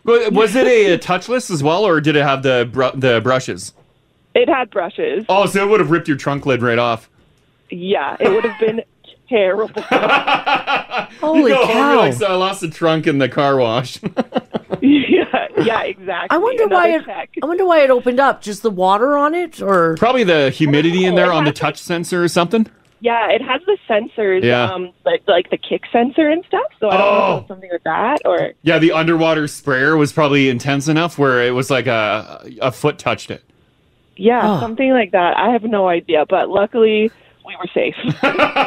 [SPEAKER 7] Wa- Was it a, a touchless as well, or did it have the br- the brushes?
[SPEAKER 18] It had brushes.
[SPEAKER 7] Oh, so it would have ripped your trunk lid right off.
[SPEAKER 18] Yeah, it would have been terrible.
[SPEAKER 7] you go Home, Oh, you're like, so I lost the trunk in the car wash.
[SPEAKER 18] yeah, yeah, exactly.
[SPEAKER 1] I wonder why it. I wonder why it opened up. Just the water on it, or
[SPEAKER 7] Probably the humidity in there on the touch sensor or something.
[SPEAKER 18] Yeah, it has the sensors,
[SPEAKER 7] Yeah.
[SPEAKER 18] um, like, like the kick sensor and stuff. So I don't know if
[SPEAKER 7] Oh.
[SPEAKER 18] it's something with that or.
[SPEAKER 7] Yeah, the underwater sprayer was probably intense enough where it was like a a foot touched it.
[SPEAKER 18] Yeah, something like that. I have no idea, but luckily we were safe.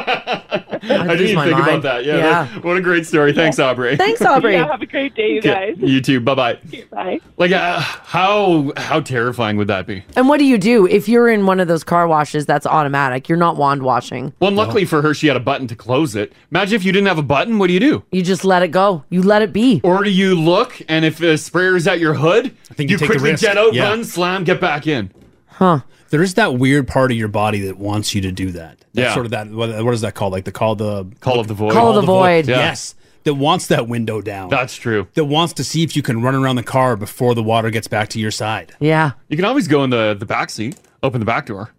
[SPEAKER 7] I didn't
[SPEAKER 18] lose
[SPEAKER 7] even
[SPEAKER 18] my
[SPEAKER 7] think about
[SPEAKER 18] mind.
[SPEAKER 7] that. Yeah,
[SPEAKER 18] Yeah.
[SPEAKER 7] that- what a great story. Thanks, Aubrey.
[SPEAKER 18] Yeah, have a great day, you
[SPEAKER 7] Okay,
[SPEAKER 18] guys.
[SPEAKER 7] you too. Bye bye.
[SPEAKER 18] Bye.
[SPEAKER 7] Like, uh, how how terrifying would that be?
[SPEAKER 1] And what do you do if you're in one of those car washes that's automatic? You're not wand washing.
[SPEAKER 7] Well, and luckily for her, she had a button to close it. Imagine if you didn't have a button. What do you do?
[SPEAKER 1] You just let it go. You let it be.
[SPEAKER 7] Or do you look and if a sprayer's at your hood,
[SPEAKER 8] think
[SPEAKER 7] you,
[SPEAKER 8] you take the
[SPEAKER 7] quickly
[SPEAKER 8] risk.
[SPEAKER 7] get out,
[SPEAKER 8] Yeah.
[SPEAKER 7] run, slam, get back in.
[SPEAKER 1] Huh.
[SPEAKER 8] There is that weird part of your body that wants you to do that. That's
[SPEAKER 7] Yeah.
[SPEAKER 8] Sort of that. What, what is that called? Like the call the
[SPEAKER 7] call of the void.
[SPEAKER 1] Call of the void. Yeah.
[SPEAKER 8] Yes. That wants that window down.
[SPEAKER 7] That's true.
[SPEAKER 8] That wants to see if you can run around the car before the water gets back to your side.
[SPEAKER 1] Yeah.
[SPEAKER 7] You can always go in the the back seat, open the back door.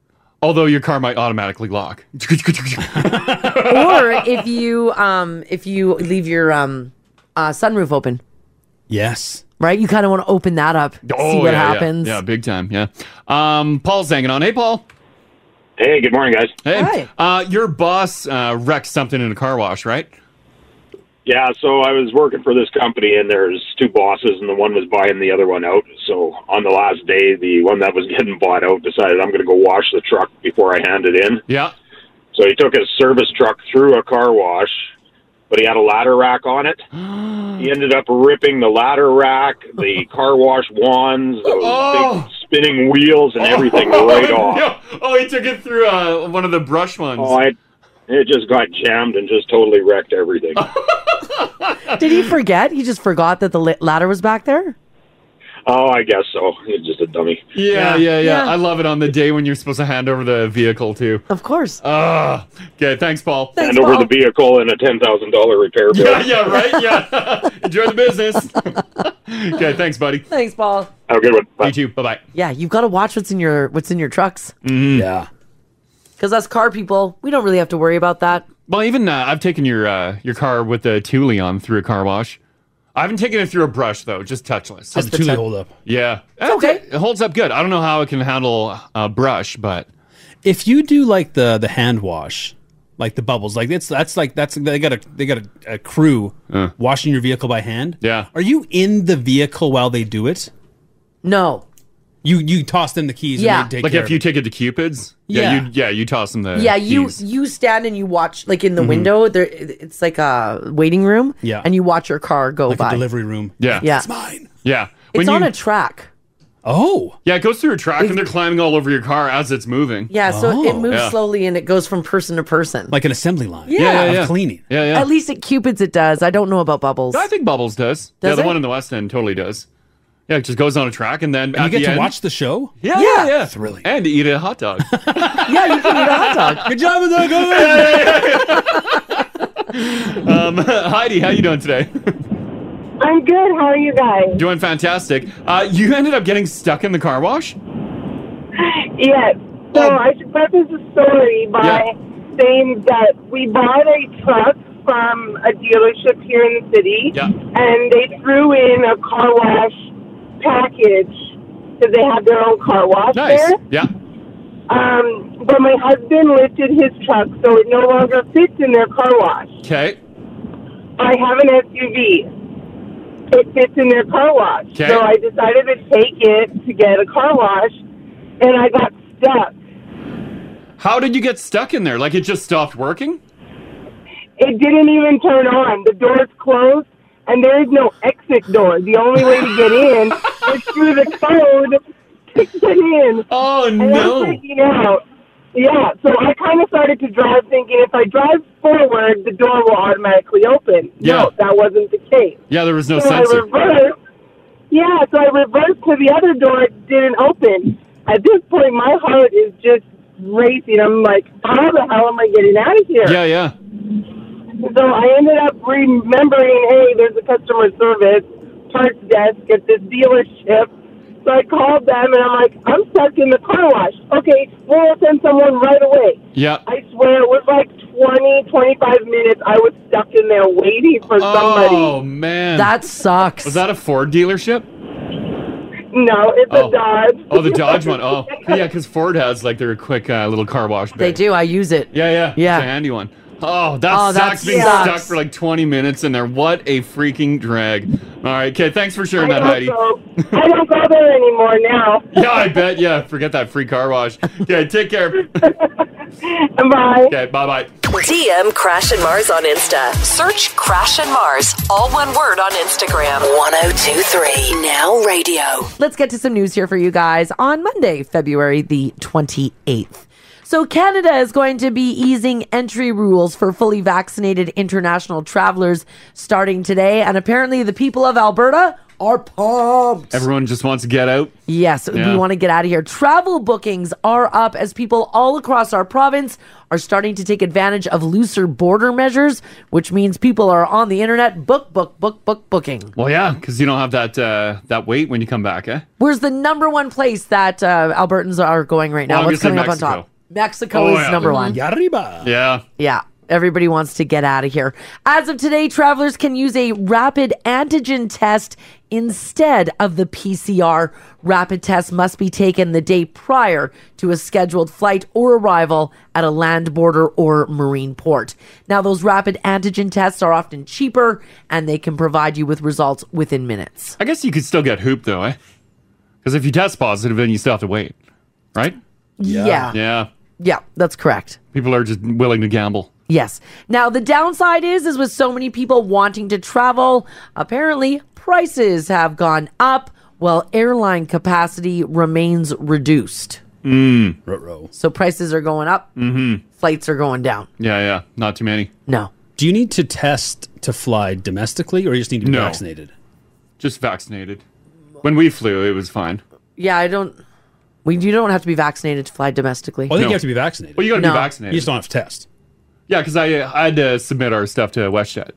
[SPEAKER 7] Although your car might automatically lock.
[SPEAKER 1] or if you um if you leave your um uh sunroof open,
[SPEAKER 8] Yes.
[SPEAKER 1] right? You kind of want to open that up, see what
[SPEAKER 7] Oh, yeah, yeah.
[SPEAKER 1] happens.
[SPEAKER 7] Yeah, big time. Yeah. Um, Paul's hanging on. Hey, Paul.
[SPEAKER 19] Hey, good morning, guys.
[SPEAKER 7] Hey. Uh, your boss uh, wrecked something in a car wash, right?
[SPEAKER 19] Yeah, so I was working for this company, and there's two bosses, and the one was buying the other one out. So on the last day, the one that was getting bought out decided I'm going to go wash the truck before I hand it in.
[SPEAKER 7] Yeah.
[SPEAKER 19] So he took his service truck through a car wash, but he had a ladder rack on it. he ended up ripping the ladder rack, the car wash wands, those
[SPEAKER 7] Oh.
[SPEAKER 19] big spinning wheels, and everything right off.
[SPEAKER 7] Yeah. Oh, he took it through uh, one of the brush ones.
[SPEAKER 19] Oh, it, it just got jammed and just totally wrecked everything.
[SPEAKER 1] Did he forget? He just forgot that the la- ladder was back there.
[SPEAKER 19] Oh, I guess so. He's just a dummy.
[SPEAKER 7] Yeah, yeah, yeah,
[SPEAKER 1] Yeah.
[SPEAKER 7] I love it on the day when you're supposed to hand over the vehicle too.
[SPEAKER 1] Of course.
[SPEAKER 7] Ah. okay, thanks, Paul.
[SPEAKER 19] Hand over the vehicle and a ten thousand dollar repair bill.
[SPEAKER 7] yeah, yeah, right. Yeah. Enjoy the business. okay, thanks, buddy.
[SPEAKER 1] Thanks, Paul.
[SPEAKER 19] Have a good one.
[SPEAKER 7] You too. Bye bye.
[SPEAKER 1] Yeah, you've got to watch what's in your what's in your trucks.
[SPEAKER 7] Mm-hmm.
[SPEAKER 8] Yeah.
[SPEAKER 1] Because us car people, we don't really have to worry about that.
[SPEAKER 7] Well, even uh, I've taken your uh, your car with the Thule on through a car wash. I haven't taken it through a brush though, just touchless.
[SPEAKER 8] How's the Thule hold up?
[SPEAKER 7] Yeah, okay. It holds up good. I don't know how it can handle a brush, but
[SPEAKER 8] If you do like the the hand wash, like the bubbles, like it's that's like that's they got a they got a, a crew washing your vehicle by hand.
[SPEAKER 7] Yeah.
[SPEAKER 8] Are you in the vehicle while they do it?
[SPEAKER 1] No.
[SPEAKER 8] You you toss them the keys.
[SPEAKER 1] Yeah.
[SPEAKER 8] And they take
[SPEAKER 7] Like
[SPEAKER 8] care
[SPEAKER 7] if
[SPEAKER 8] of
[SPEAKER 7] you
[SPEAKER 8] it.
[SPEAKER 7] take it to Cupid's, yeah,
[SPEAKER 8] Yeah.
[SPEAKER 7] you, yeah, you toss them the
[SPEAKER 1] yeah, you
[SPEAKER 7] keys.
[SPEAKER 1] you stand and you watch like in the
[SPEAKER 7] Mhm.
[SPEAKER 1] window. There, it's like a waiting room.
[SPEAKER 7] Yeah.
[SPEAKER 1] and you watch your car go by.
[SPEAKER 8] delivery room.
[SPEAKER 7] Yeah,
[SPEAKER 1] Yeah,
[SPEAKER 7] yeah.
[SPEAKER 1] it's
[SPEAKER 7] When
[SPEAKER 1] on
[SPEAKER 7] you-
[SPEAKER 1] a track.
[SPEAKER 8] Oh.
[SPEAKER 7] Yeah, it goes through a track and they're climbing all over your car as it's moving.
[SPEAKER 1] Yeah, so it moves
[SPEAKER 7] Oh. Yeah.
[SPEAKER 1] slowly and it goes from person to person.
[SPEAKER 8] Oh. Like an assembly line.
[SPEAKER 1] Yeah. Yeah, yeah, yeah.
[SPEAKER 8] cleaning.
[SPEAKER 7] Yeah, yeah.
[SPEAKER 1] At least at Cupid's it does. I don't know about Bubbles.
[SPEAKER 7] I think Bubbles does. yeah,
[SPEAKER 1] Does
[SPEAKER 7] the
[SPEAKER 1] it?
[SPEAKER 7] one in the West End totally does. Yeah, it just goes on a track and then
[SPEAKER 8] you get to watch the show.
[SPEAKER 7] Yeah, yeah, yeah. Thrilling. And eat a hot dog.
[SPEAKER 1] yeah, you can eat a hot dog.
[SPEAKER 8] Good job,
[SPEAKER 7] um, Heidi, how you doing today?
[SPEAKER 20] I'm good. How are you guys?
[SPEAKER 7] Doing fantastic. Uh, you ended up getting stuck in the car wash.
[SPEAKER 20] Yes. So I should preface the story by
[SPEAKER 7] Yeah.
[SPEAKER 20] saying that we bought a truck from a dealership here in the city, and they threw in a car wash package because they have their own car wash there.
[SPEAKER 7] Yeah.
[SPEAKER 20] Um, but my husband lifted his truck, so it no longer fits in their car wash.
[SPEAKER 7] Okay.
[SPEAKER 20] I have an SUV. It fits in their car wash.
[SPEAKER 7] Okay.
[SPEAKER 20] So I decided to take it to get a car wash, and I got stuck.
[SPEAKER 7] How did you get stuck in there? Like it just stopped working?
[SPEAKER 20] It didn't even turn on. The door's closed, and there is no exit door. The only way to get in is through the code to get in.
[SPEAKER 7] Oh,
[SPEAKER 20] and
[SPEAKER 21] no.
[SPEAKER 20] I'm freaking out. Yeah, so I kind of started to drive thinking if I drive forward, the door will automatically open.
[SPEAKER 7] Yeah.
[SPEAKER 20] No, that wasn't the case.
[SPEAKER 7] Yeah, there was no
[SPEAKER 20] so I
[SPEAKER 7] sensor.
[SPEAKER 20] reversed. Yeah, so I reversed to the other door. It didn't open. At this point, my heart is just racing. I'm like, how the hell am I getting out of here?
[SPEAKER 7] Yeah, yeah.
[SPEAKER 20] So I ended up remembering, hey, there's a customer service parts desk at this dealership. So I called them and I'm like, I'm stuck in the car wash. Okay, we'll send someone right away.
[SPEAKER 7] Yeah.
[SPEAKER 20] I swear it was like 20, 25 minutes. I was stuck in there waiting for
[SPEAKER 7] Oh
[SPEAKER 20] somebody.
[SPEAKER 7] man,
[SPEAKER 1] that sucks.
[SPEAKER 7] Was that a Ford dealership?
[SPEAKER 20] No, it's
[SPEAKER 7] Oh.
[SPEAKER 20] a Dodge.
[SPEAKER 7] Oh, the Dodge one. Oh, yeah, because Ford has like their quick uh, little car wash. Bay.
[SPEAKER 1] They do. I use it.
[SPEAKER 7] Yeah, yeah, yeah. It's a handy one. Oh, that
[SPEAKER 1] Oh, that
[SPEAKER 7] sucks being
[SPEAKER 1] sucks.
[SPEAKER 7] stuck for like 20 minutes in there. What a freaking drag. All right, okay, thanks for sharing
[SPEAKER 20] I
[SPEAKER 7] that, Heidi.
[SPEAKER 20] don't, go, I don't go there anymore now.
[SPEAKER 7] Yeah, I bet. Yeah, forget that free car wash. Okay, take care.
[SPEAKER 20] bye.
[SPEAKER 7] Okay, bye bye.
[SPEAKER 6] DM Crash and Mars on Insta. Search Crash and Mars, all one word on Instagram. 1023 Now Radio.
[SPEAKER 1] Let's get to some news here for you guys on Monday, February the 28th. So, Canada is going to be easing entry rules for fully vaccinated international travelers starting today. And apparently, the people of Alberta are pumped.
[SPEAKER 7] Everyone just wants to get out.
[SPEAKER 1] Yes,
[SPEAKER 7] Yeah.
[SPEAKER 1] we want to get out of here. Travel bookings are up as people all across our province are starting to take advantage of looser border measures, which means people are on the internet book, book, book, book, booking.
[SPEAKER 7] Well, yeah, because you don't have that uh, that weight when you come back, eh?
[SPEAKER 1] Where's the number one place that uh, Albertans are going right now? What's
[SPEAKER 7] Obviously
[SPEAKER 1] coming
[SPEAKER 7] Mexico.
[SPEAKER 1] up on top? Mexico
[SPEAKER 7] Oh,
[SPEAKER 1] is
[SPEAKER 7] yeah.
[SPEAKER 1] number one.
[SPEAKER 7] Yeah.
[SPEAKER 1] Yeah. Everybody wants to get out of here. As of today, travelers can use a rapid antigen test instead of the PCR. Rapid test must be taken the day prior to a scheduled flight or arrival at a land border or marine port. Now, those rapid antigen tests are often cheaper and they can provide you with results within minutes.
[SPEAKER 7] I guess you could still get hooped, though, eh? Because if you test positive, then you still have to wait, right?
[SPEAKER 1] Yeah. Yeah.
[SPEAKER 7] Yeah.
[SPEAKER 1] Yeah, that's correct.
[SPEAKER 7] People are just willing to gamble.
[SPEAKER 1] Yes. Now the downside is is with so many people wanting to travel, apparently prices have gone up while airline capacity remains reduced.
[SPEAKER 7] Mm.
[SPEAKER 1] So prices are going up,
[SPEAKER 7] Mm-hmm.
[SPEAKER 1] flights are going down.
[SPEAKER 7] Yeah, yeah. Not too many.
[SPEAKER 1] No.
[SPEAKER 8] Do you need to test to fly domestically, or you just need to be
[SPEAKER 7] No.
[SPEAKER 8] vaccinated?
[SPEAKER 7] Just vaccinated. When we flew, it was fine.
[SPEAKER 1] Yeah, I don't we you don't have to be vaccinated to fly domestically.
[SPEAKER 7] Well, I think No. you have to
[SPEAKER 8] be vaccinated.
[SPEAKER 7] Well, you got to
[SPEAKER 1] No.
[SPEAKER 7] be vaccinated.
[SPEAKER 1] You just
[SPEAKER 8] don't have to test.
[SPEAKER 7] Yeah, because I, uh, I had to submit our stuff to WestJet.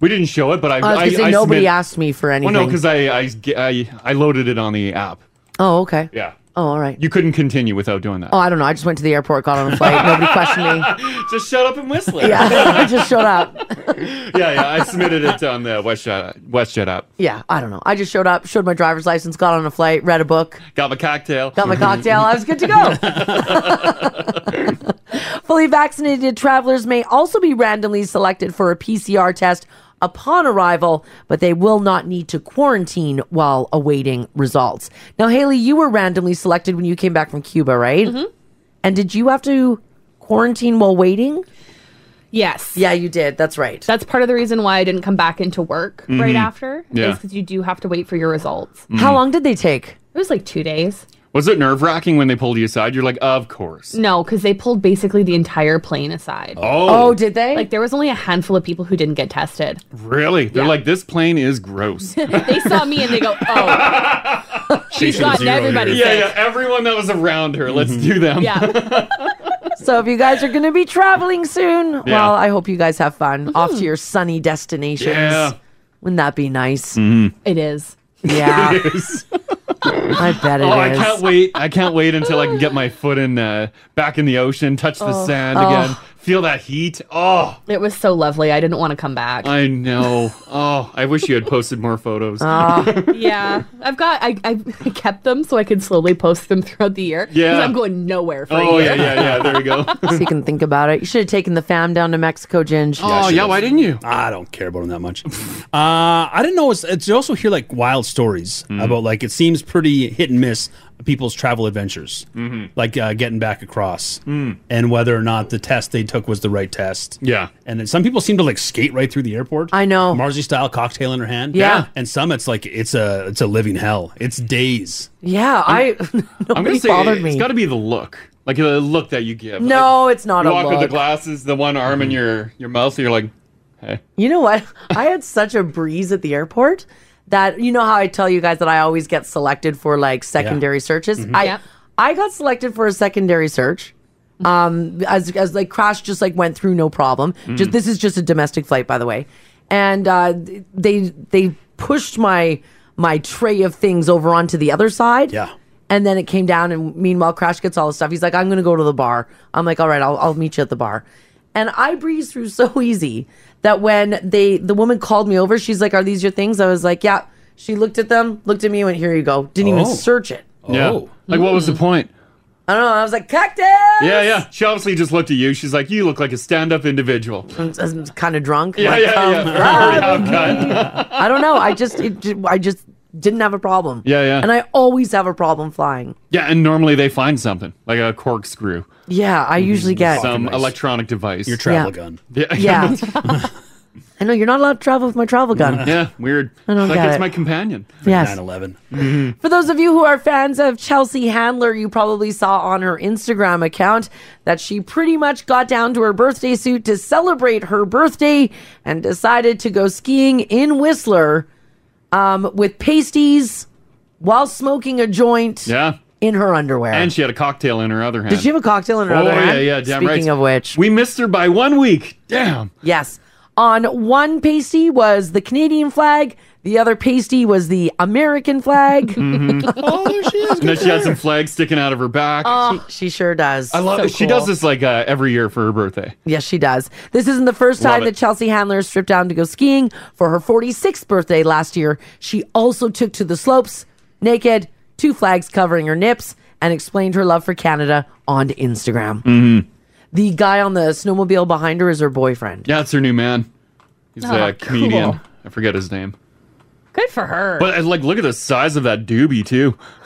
[SPEAKER 7] We didn't show it, but I
[SPEAKER 1] Oh, I was
[SPEAKER 7] I,
[SPEAKER 1] gonna say
[SPEAKER 7] I
[SPEAKER 1] nobody
[SPEAKER 7] submit-
[SPEAKER 1] asked me for anything.
[SPEAKER 7] Well, no, because I, I I I loaded it on the app.
[SPEAKER 1] Oh, okay.
[SPEAKER 7] Yeah.
[SPEAKER 1] Oh, all right.
[SPEAKER 7] You couldn't continue without doing that.
[SPEAKER 1] Oh, I don't know. I just went to the airport, got on a flight, nobody questioned me.
[SPEAKER 7] Just shut up and whistle. it.
[SPEAKER 1] Yeah, I just showed up.
[SPEAKER 7] yeah, yeah. I submitted it on the WestJet WestJet app.
[SPEAKER 1] Yeah, I don't know. I just showed up, showed my driver's license, got on a flight, read a book,
[SPEAKER 7] Got my cocktail.
[SPEAKER 1] Got my cocktail. I was good to go. Fully vaccinated travelers may also be randomly selected for a PCR test upon arrival, but they will not need to quarantine while awaiting results. Now, Haley, you were randomly selected when you came back from Cuba, right?
[SPEAKER 3] Mhm.
[SPEAKER 1] And did you have to quarantine while waiting?
[SPEAKER 3] Yes.
[SPEAKER 1] Yeah, you did. That's right.
[SPEAKER 3] That's part of the reason why I didn't come back into work
[SPEAKER 7] Mhm.
[SPEAKER 3] right after.
[SPEAKER 7] Yeah.
[SPEAKER 3] because you do have to wait for your results.
[SPEAKER 7] How Mhm. long
[SPEAKER 1] did they take?
[SPEAKER 3] It was like two days.
[SPEAKER 7] Was it nerve wracking when they pulled you aside? You're like, of course.
[SPEAKER 3] No, because they pulled basically the entire plane aside.
[SPEAKER 7] Oh. Oh,
[SPEAKER 1] did they?
[SPEAKER 3] Like there was only a handful of people who didn't get tested.
[SPEAKER 7] Really? They're like, this plane is gross.
[SPEAKER 3] they saw me and they go, "Oh, she's gotten everybody
[SPEAKER 7] Yeah,
[SPEAKER 3] sick."
[SPEAKER 7] yeah. Everyone that was around her. Let's do them.
[SPEAKER 1] So if you guys are going to be traveling soon,
[SPEAKER 7] Yeah.
[SPEAKER 1] well, I hope you guys have fun
[SPEAKER 3] Mm-hmm.
[SPEAKER 1] off to your sunny destinations.
[SPEAKER 7] Yeah. Mm-hmm.
[SPEAKER 1] Wouldn't that be nice?
[SPEAKER 3] It is.
[SPEAKER 1] Yeah.
[SPEAKER 7] It is.
[SPEAKER 1] I bet it is.
[SPEAKER 7] oh, I can't wait. I can't wait until I can get my foot in uh, back in the ocean, touch the
[SPEAKER 3] Oh.
[SPEAKER 7] sand
[SPEAKER 3] Oh.
[SPEAKER 7] again, feel that heat. Oh,
[SPEAKER 3] It was so lovely. I didn't want to come back.
[SPEAKER 7] I know. Oh, I wish you had posted more photos.
[SPEAKER 1] Oh.
[SPEAKER 3] Ah, yeah, I've got. I, I I kept them so I could slowly post them throughout the year. 'cause
[SPEAKER 1] Yeah.
[SPEAKER 3] I'm going nowhere for
[SPEAKER 7] Oh,
[SPEAKER 3] a year.
[SPEAKER 7] yeah, yeah, yeah. There we go.
[SPEAKER 1] so you can think about it. You should have taken the fam down to Mexico, Ginge.
[SPEAKER 3] Oh,
[SPEAKER 7] Oh, didn't you?
[SPEAKER 8] I don't care about him that much. uh, I didn't know. It's, it's you also hear like wild stories
[SPEAKER 7] Mm.
[SPEAKER 8] about like it seems pretty hit and miss people's travel adventures,
[SPEAKER 7] Mhm.
[SPEAKER 8] like uh, getting back across
[SPEAKER 7] Mm.
[SPEAKER 8] and whether or not the test they took was the right test.
[SPEAKER 7] Yeah,
[SPEAKER 8] and then some people seem to like skate right through the airport. I
[SPEAKER 1] know,
[SPEAKER 8] Marzi style cocktail in her hand.
[SPEAKER 1] Yeah. Yeah.
[SPEAKER 8] and some it's like it's a it's a living hell. It's days.
[SPEAKER 1] Yeah, I.
[SPEAKER 7] I'm
[SPEAKER 1] Nobody
[SPEAKER 7] gonna say
[SPEAKER 1] bothered
[SPEAKER 7] it,
[SPEAKER 1] me.
[SPEAKER 7] has got to be the look, like the look that you give.
[SPEAKER 1] No, it's not
[SPEAKER 7] you
[SPEAKER 1] a
[SPEAKER 7] walk with the
[SPEAKER 1] look.
[SPEAKER 7] glasses, the one arm in your your mouth. And you're like, hey,
[SPEAKER 1] You know what? I had such a breeze at the airport that you know how I tell you guys that I always get selected for like secondary searches.
[SPEAKER 3] Mhm.
[SPEAKER 1] I
[SPEAKER 3] Yep.
[SPEAKER 1] I got selected for a secondary search. Um, as as like crash just like went through no problem. Just
[SPEAKER 3] Mm.
[SPEAKER 1] this is just a domestic flight, by the way, and uh, they they pushed my my tray of things over onto the other side. Yeah. And then it came down, and meanwhile, Crash gets all the stuff. He's like, "I'm going to go to the bar." I'm like, "All right, I'll, I'll meet you at the bar." And I breezed through so easy that when they the woman called me over, she's like, "Are these your things?" I was like, "Yeah." She looked at them, looked at me, and went, "Here you go." Didn't
[SPEAKER 7] Oh.
[SPEAKER 1] even search it. Mm.
[SPEAKER 7] yeah.
[SPEAKER 1] Oh.
[SPEAKER 7] Oh. Like, what was the point?
[SPEAKER 1] I don't know. I was like, "Cactus."
[SPEAKER 7] Yeah, yeah. She obviously just looked at you. She's like, you look like a stand-up individual.
[SPEAKER 1] I'm, kind of drunk.
[SPEAKER 7] Yeah,
[SPEAKER 1] Like,
[SPEAKER 7] yeah, yeah.
[SPEAKER 1] um,
[SPEAKER 7] I already have cut.
[SPEAKER 1] I don't know. I just, it, ju- I just didn't have a problem.
[SPEAKER 7] Yeah, yeah.
[SPEAKER 1] And I always have a problem flying.
[SPEAKER 7] Yeah, and normally they find something like a corkscrew.
[SPEAKER 1] Yeah, I usually get
[SPEAKER 7] some electronic device. Your
[SPEAKER 1] travel Yeah.
[SPEAKER 8] gun.
[SPEAKER 7] Yeah.
[SPEAKER 1] Yeah. I know you're not allowed to travel with my travel gun.
[SPEAKER 7] yeah. Weird.
[SPEAKER 1] I don't
[SPEAKER 7] It's like
[SPEAKER 1] get
[SPEAKER 7] it's
[SPEAKER 1] it.
[SPEAKER 7] my companion.
[SPEAKER 1] Yes.
[SPEAKER 8] 9/11. Mm-hmm.
[SPEAKER 1] For those of you who are fans of Chelsea Handler, you probably saw on her Instagram account that she pretty much got down to her birthday suit to celebrate her birthday and decided to go skiing in Whistler um, with pasties while smoking a joint
[SPEAKER 7] Yeah.
[SPEAKER 1] in her underwear.
[SPEAKER 7] And she had a cocktail in her other hand.
[SPEAKER 1] Did she have a cocktail in her
[SPEAKER 7] oh,
[SPEAKER 1] other hand?
[SPEAKER 7] yeah, yeah. Damn right.
[SPEAKER 1] Speaking of which,
[SPEAKER 7] we missed her by one week. Damn.
[SPEAKER 1] Yes. On one pasty was the Canadian flag, the other pasty was the American flag.
[SPEAKER 7] oh, there she is. And then she had some flags sticking out of her back.
[SPEAKER 1] she, she sure does.
[SPEAKER 7] I love.
[SPEAKER 1] Oh, So
[SPEAKER 7] She
[SPEAKER 1] cool.
[SPEAKER 7] does this like uh, every year for her birthday.
[SPEAKER 1] Yes, she does. This isn't the first
[SPEAKER 7] Love
[SPEAKER 1] time
[SPEAKER 7] it.
[SPEAKER 1] that Chelsea Handler stripped down to go skiing. For her 46th birthday last year, she also took to the slopes naked, two flags covering her nips, and explained her love for Canada on Instagram.
[SPEAKER 7] Mm-hmm.
[SPEAKER 1] The guy on the snowmobile behind her is her boyfriend.
[SPEAKER 7] Yeah, it's her new man. He's
[SPEAKER 1] Oh,
[SPEAKER 7] a comedian.
[SPEAKER 1] cool.
[SPEAKER 7] I forget his name.
[SPEAKER 3] Good for her.
[SPEAKER 7] But uh, like, look at the size of that doobie too.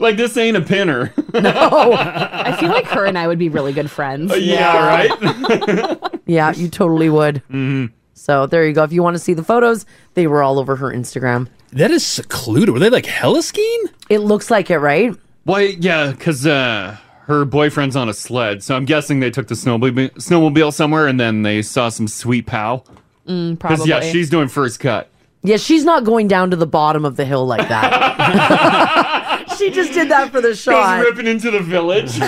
[SPEAKER 7] like this ain't a pinner.
[SPEAKER 3] no, I feel like her and I would be really good friends.
[SPEAKER 7] Uh, yeah, right.
[SPEAKER 1] Yeah, you totally would.
[SPEAKER 8] Mm-hmm.
[SPEAKER 1] So there you go. If you want to see the photos, they were all over her Instagram.
[SPEAKER 8] That is secluded. Were they like hella skiing?
[SPEAKER 1] It looks like it, right?
[SPEAKER 7] Why? Yeah, because uh, her boyfriend's on a sled, so I'm guessing they took the snowmobile snowmobile somewhere, and then they saw some sweet pal.
[SPEAKER 1] Mm,
[SPEAKER 7] Because yeah, she's doing first cut.
[SPEAKER 1] yeah, she's not going down to the bottom of the hill like that. she just did that for the shot.
[SPEAKER 7] Goes ripping into the village.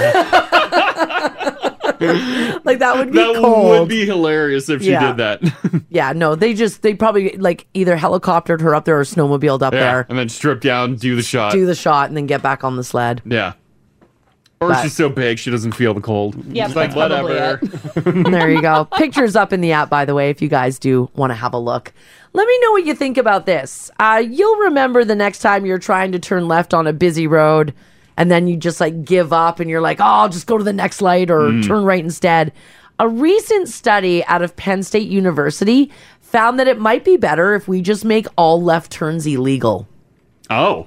[SPEAKER 1] like that would be
[SPEAKER 7] that
[SPEAKER 1] cold.
[SPEAKER 7] would be hilarious if she
[SPEAKER 1] Yeah.
[SPEAKER 7] did that.
[SPEAKER 1] yeah, no, they just they probably like either helicoptered her up there or snowmobiled up
[SPEAKER 7] Yeah, Uh,
[SPEAKER 1] there,
[SPEAKER 7] and then strip down, do the shot.
[SPEAKER 1] do the shot, and then get back on the sled.
[SPEAKER 7] yeah. Or
[SPEAKER 1] But-
[SPEAKER 7] she's so big she doesn't feel the cold.
[SPEAKER 1] Yeah,
[SPEAKER 7] She's like
[SPEAKER 1] that's probably
[SPEAKER 7] whatever.
[SPEAKER 1] there you go. Pictures up in the app, by the way, if you guys do want to have a look. Let me know what you think about this. Uh, you'll remember the next time you're trying to turn left on a busy road and then you just like give up and you're like, oh, I'll just go to the next light or
[SPEAKER 7] Mm.
[SPEAKER 1] turn right instead. A recent study out of Penn State University found that it might be better if we just make all left turns illegal.
[SPEAKER 7] Oh.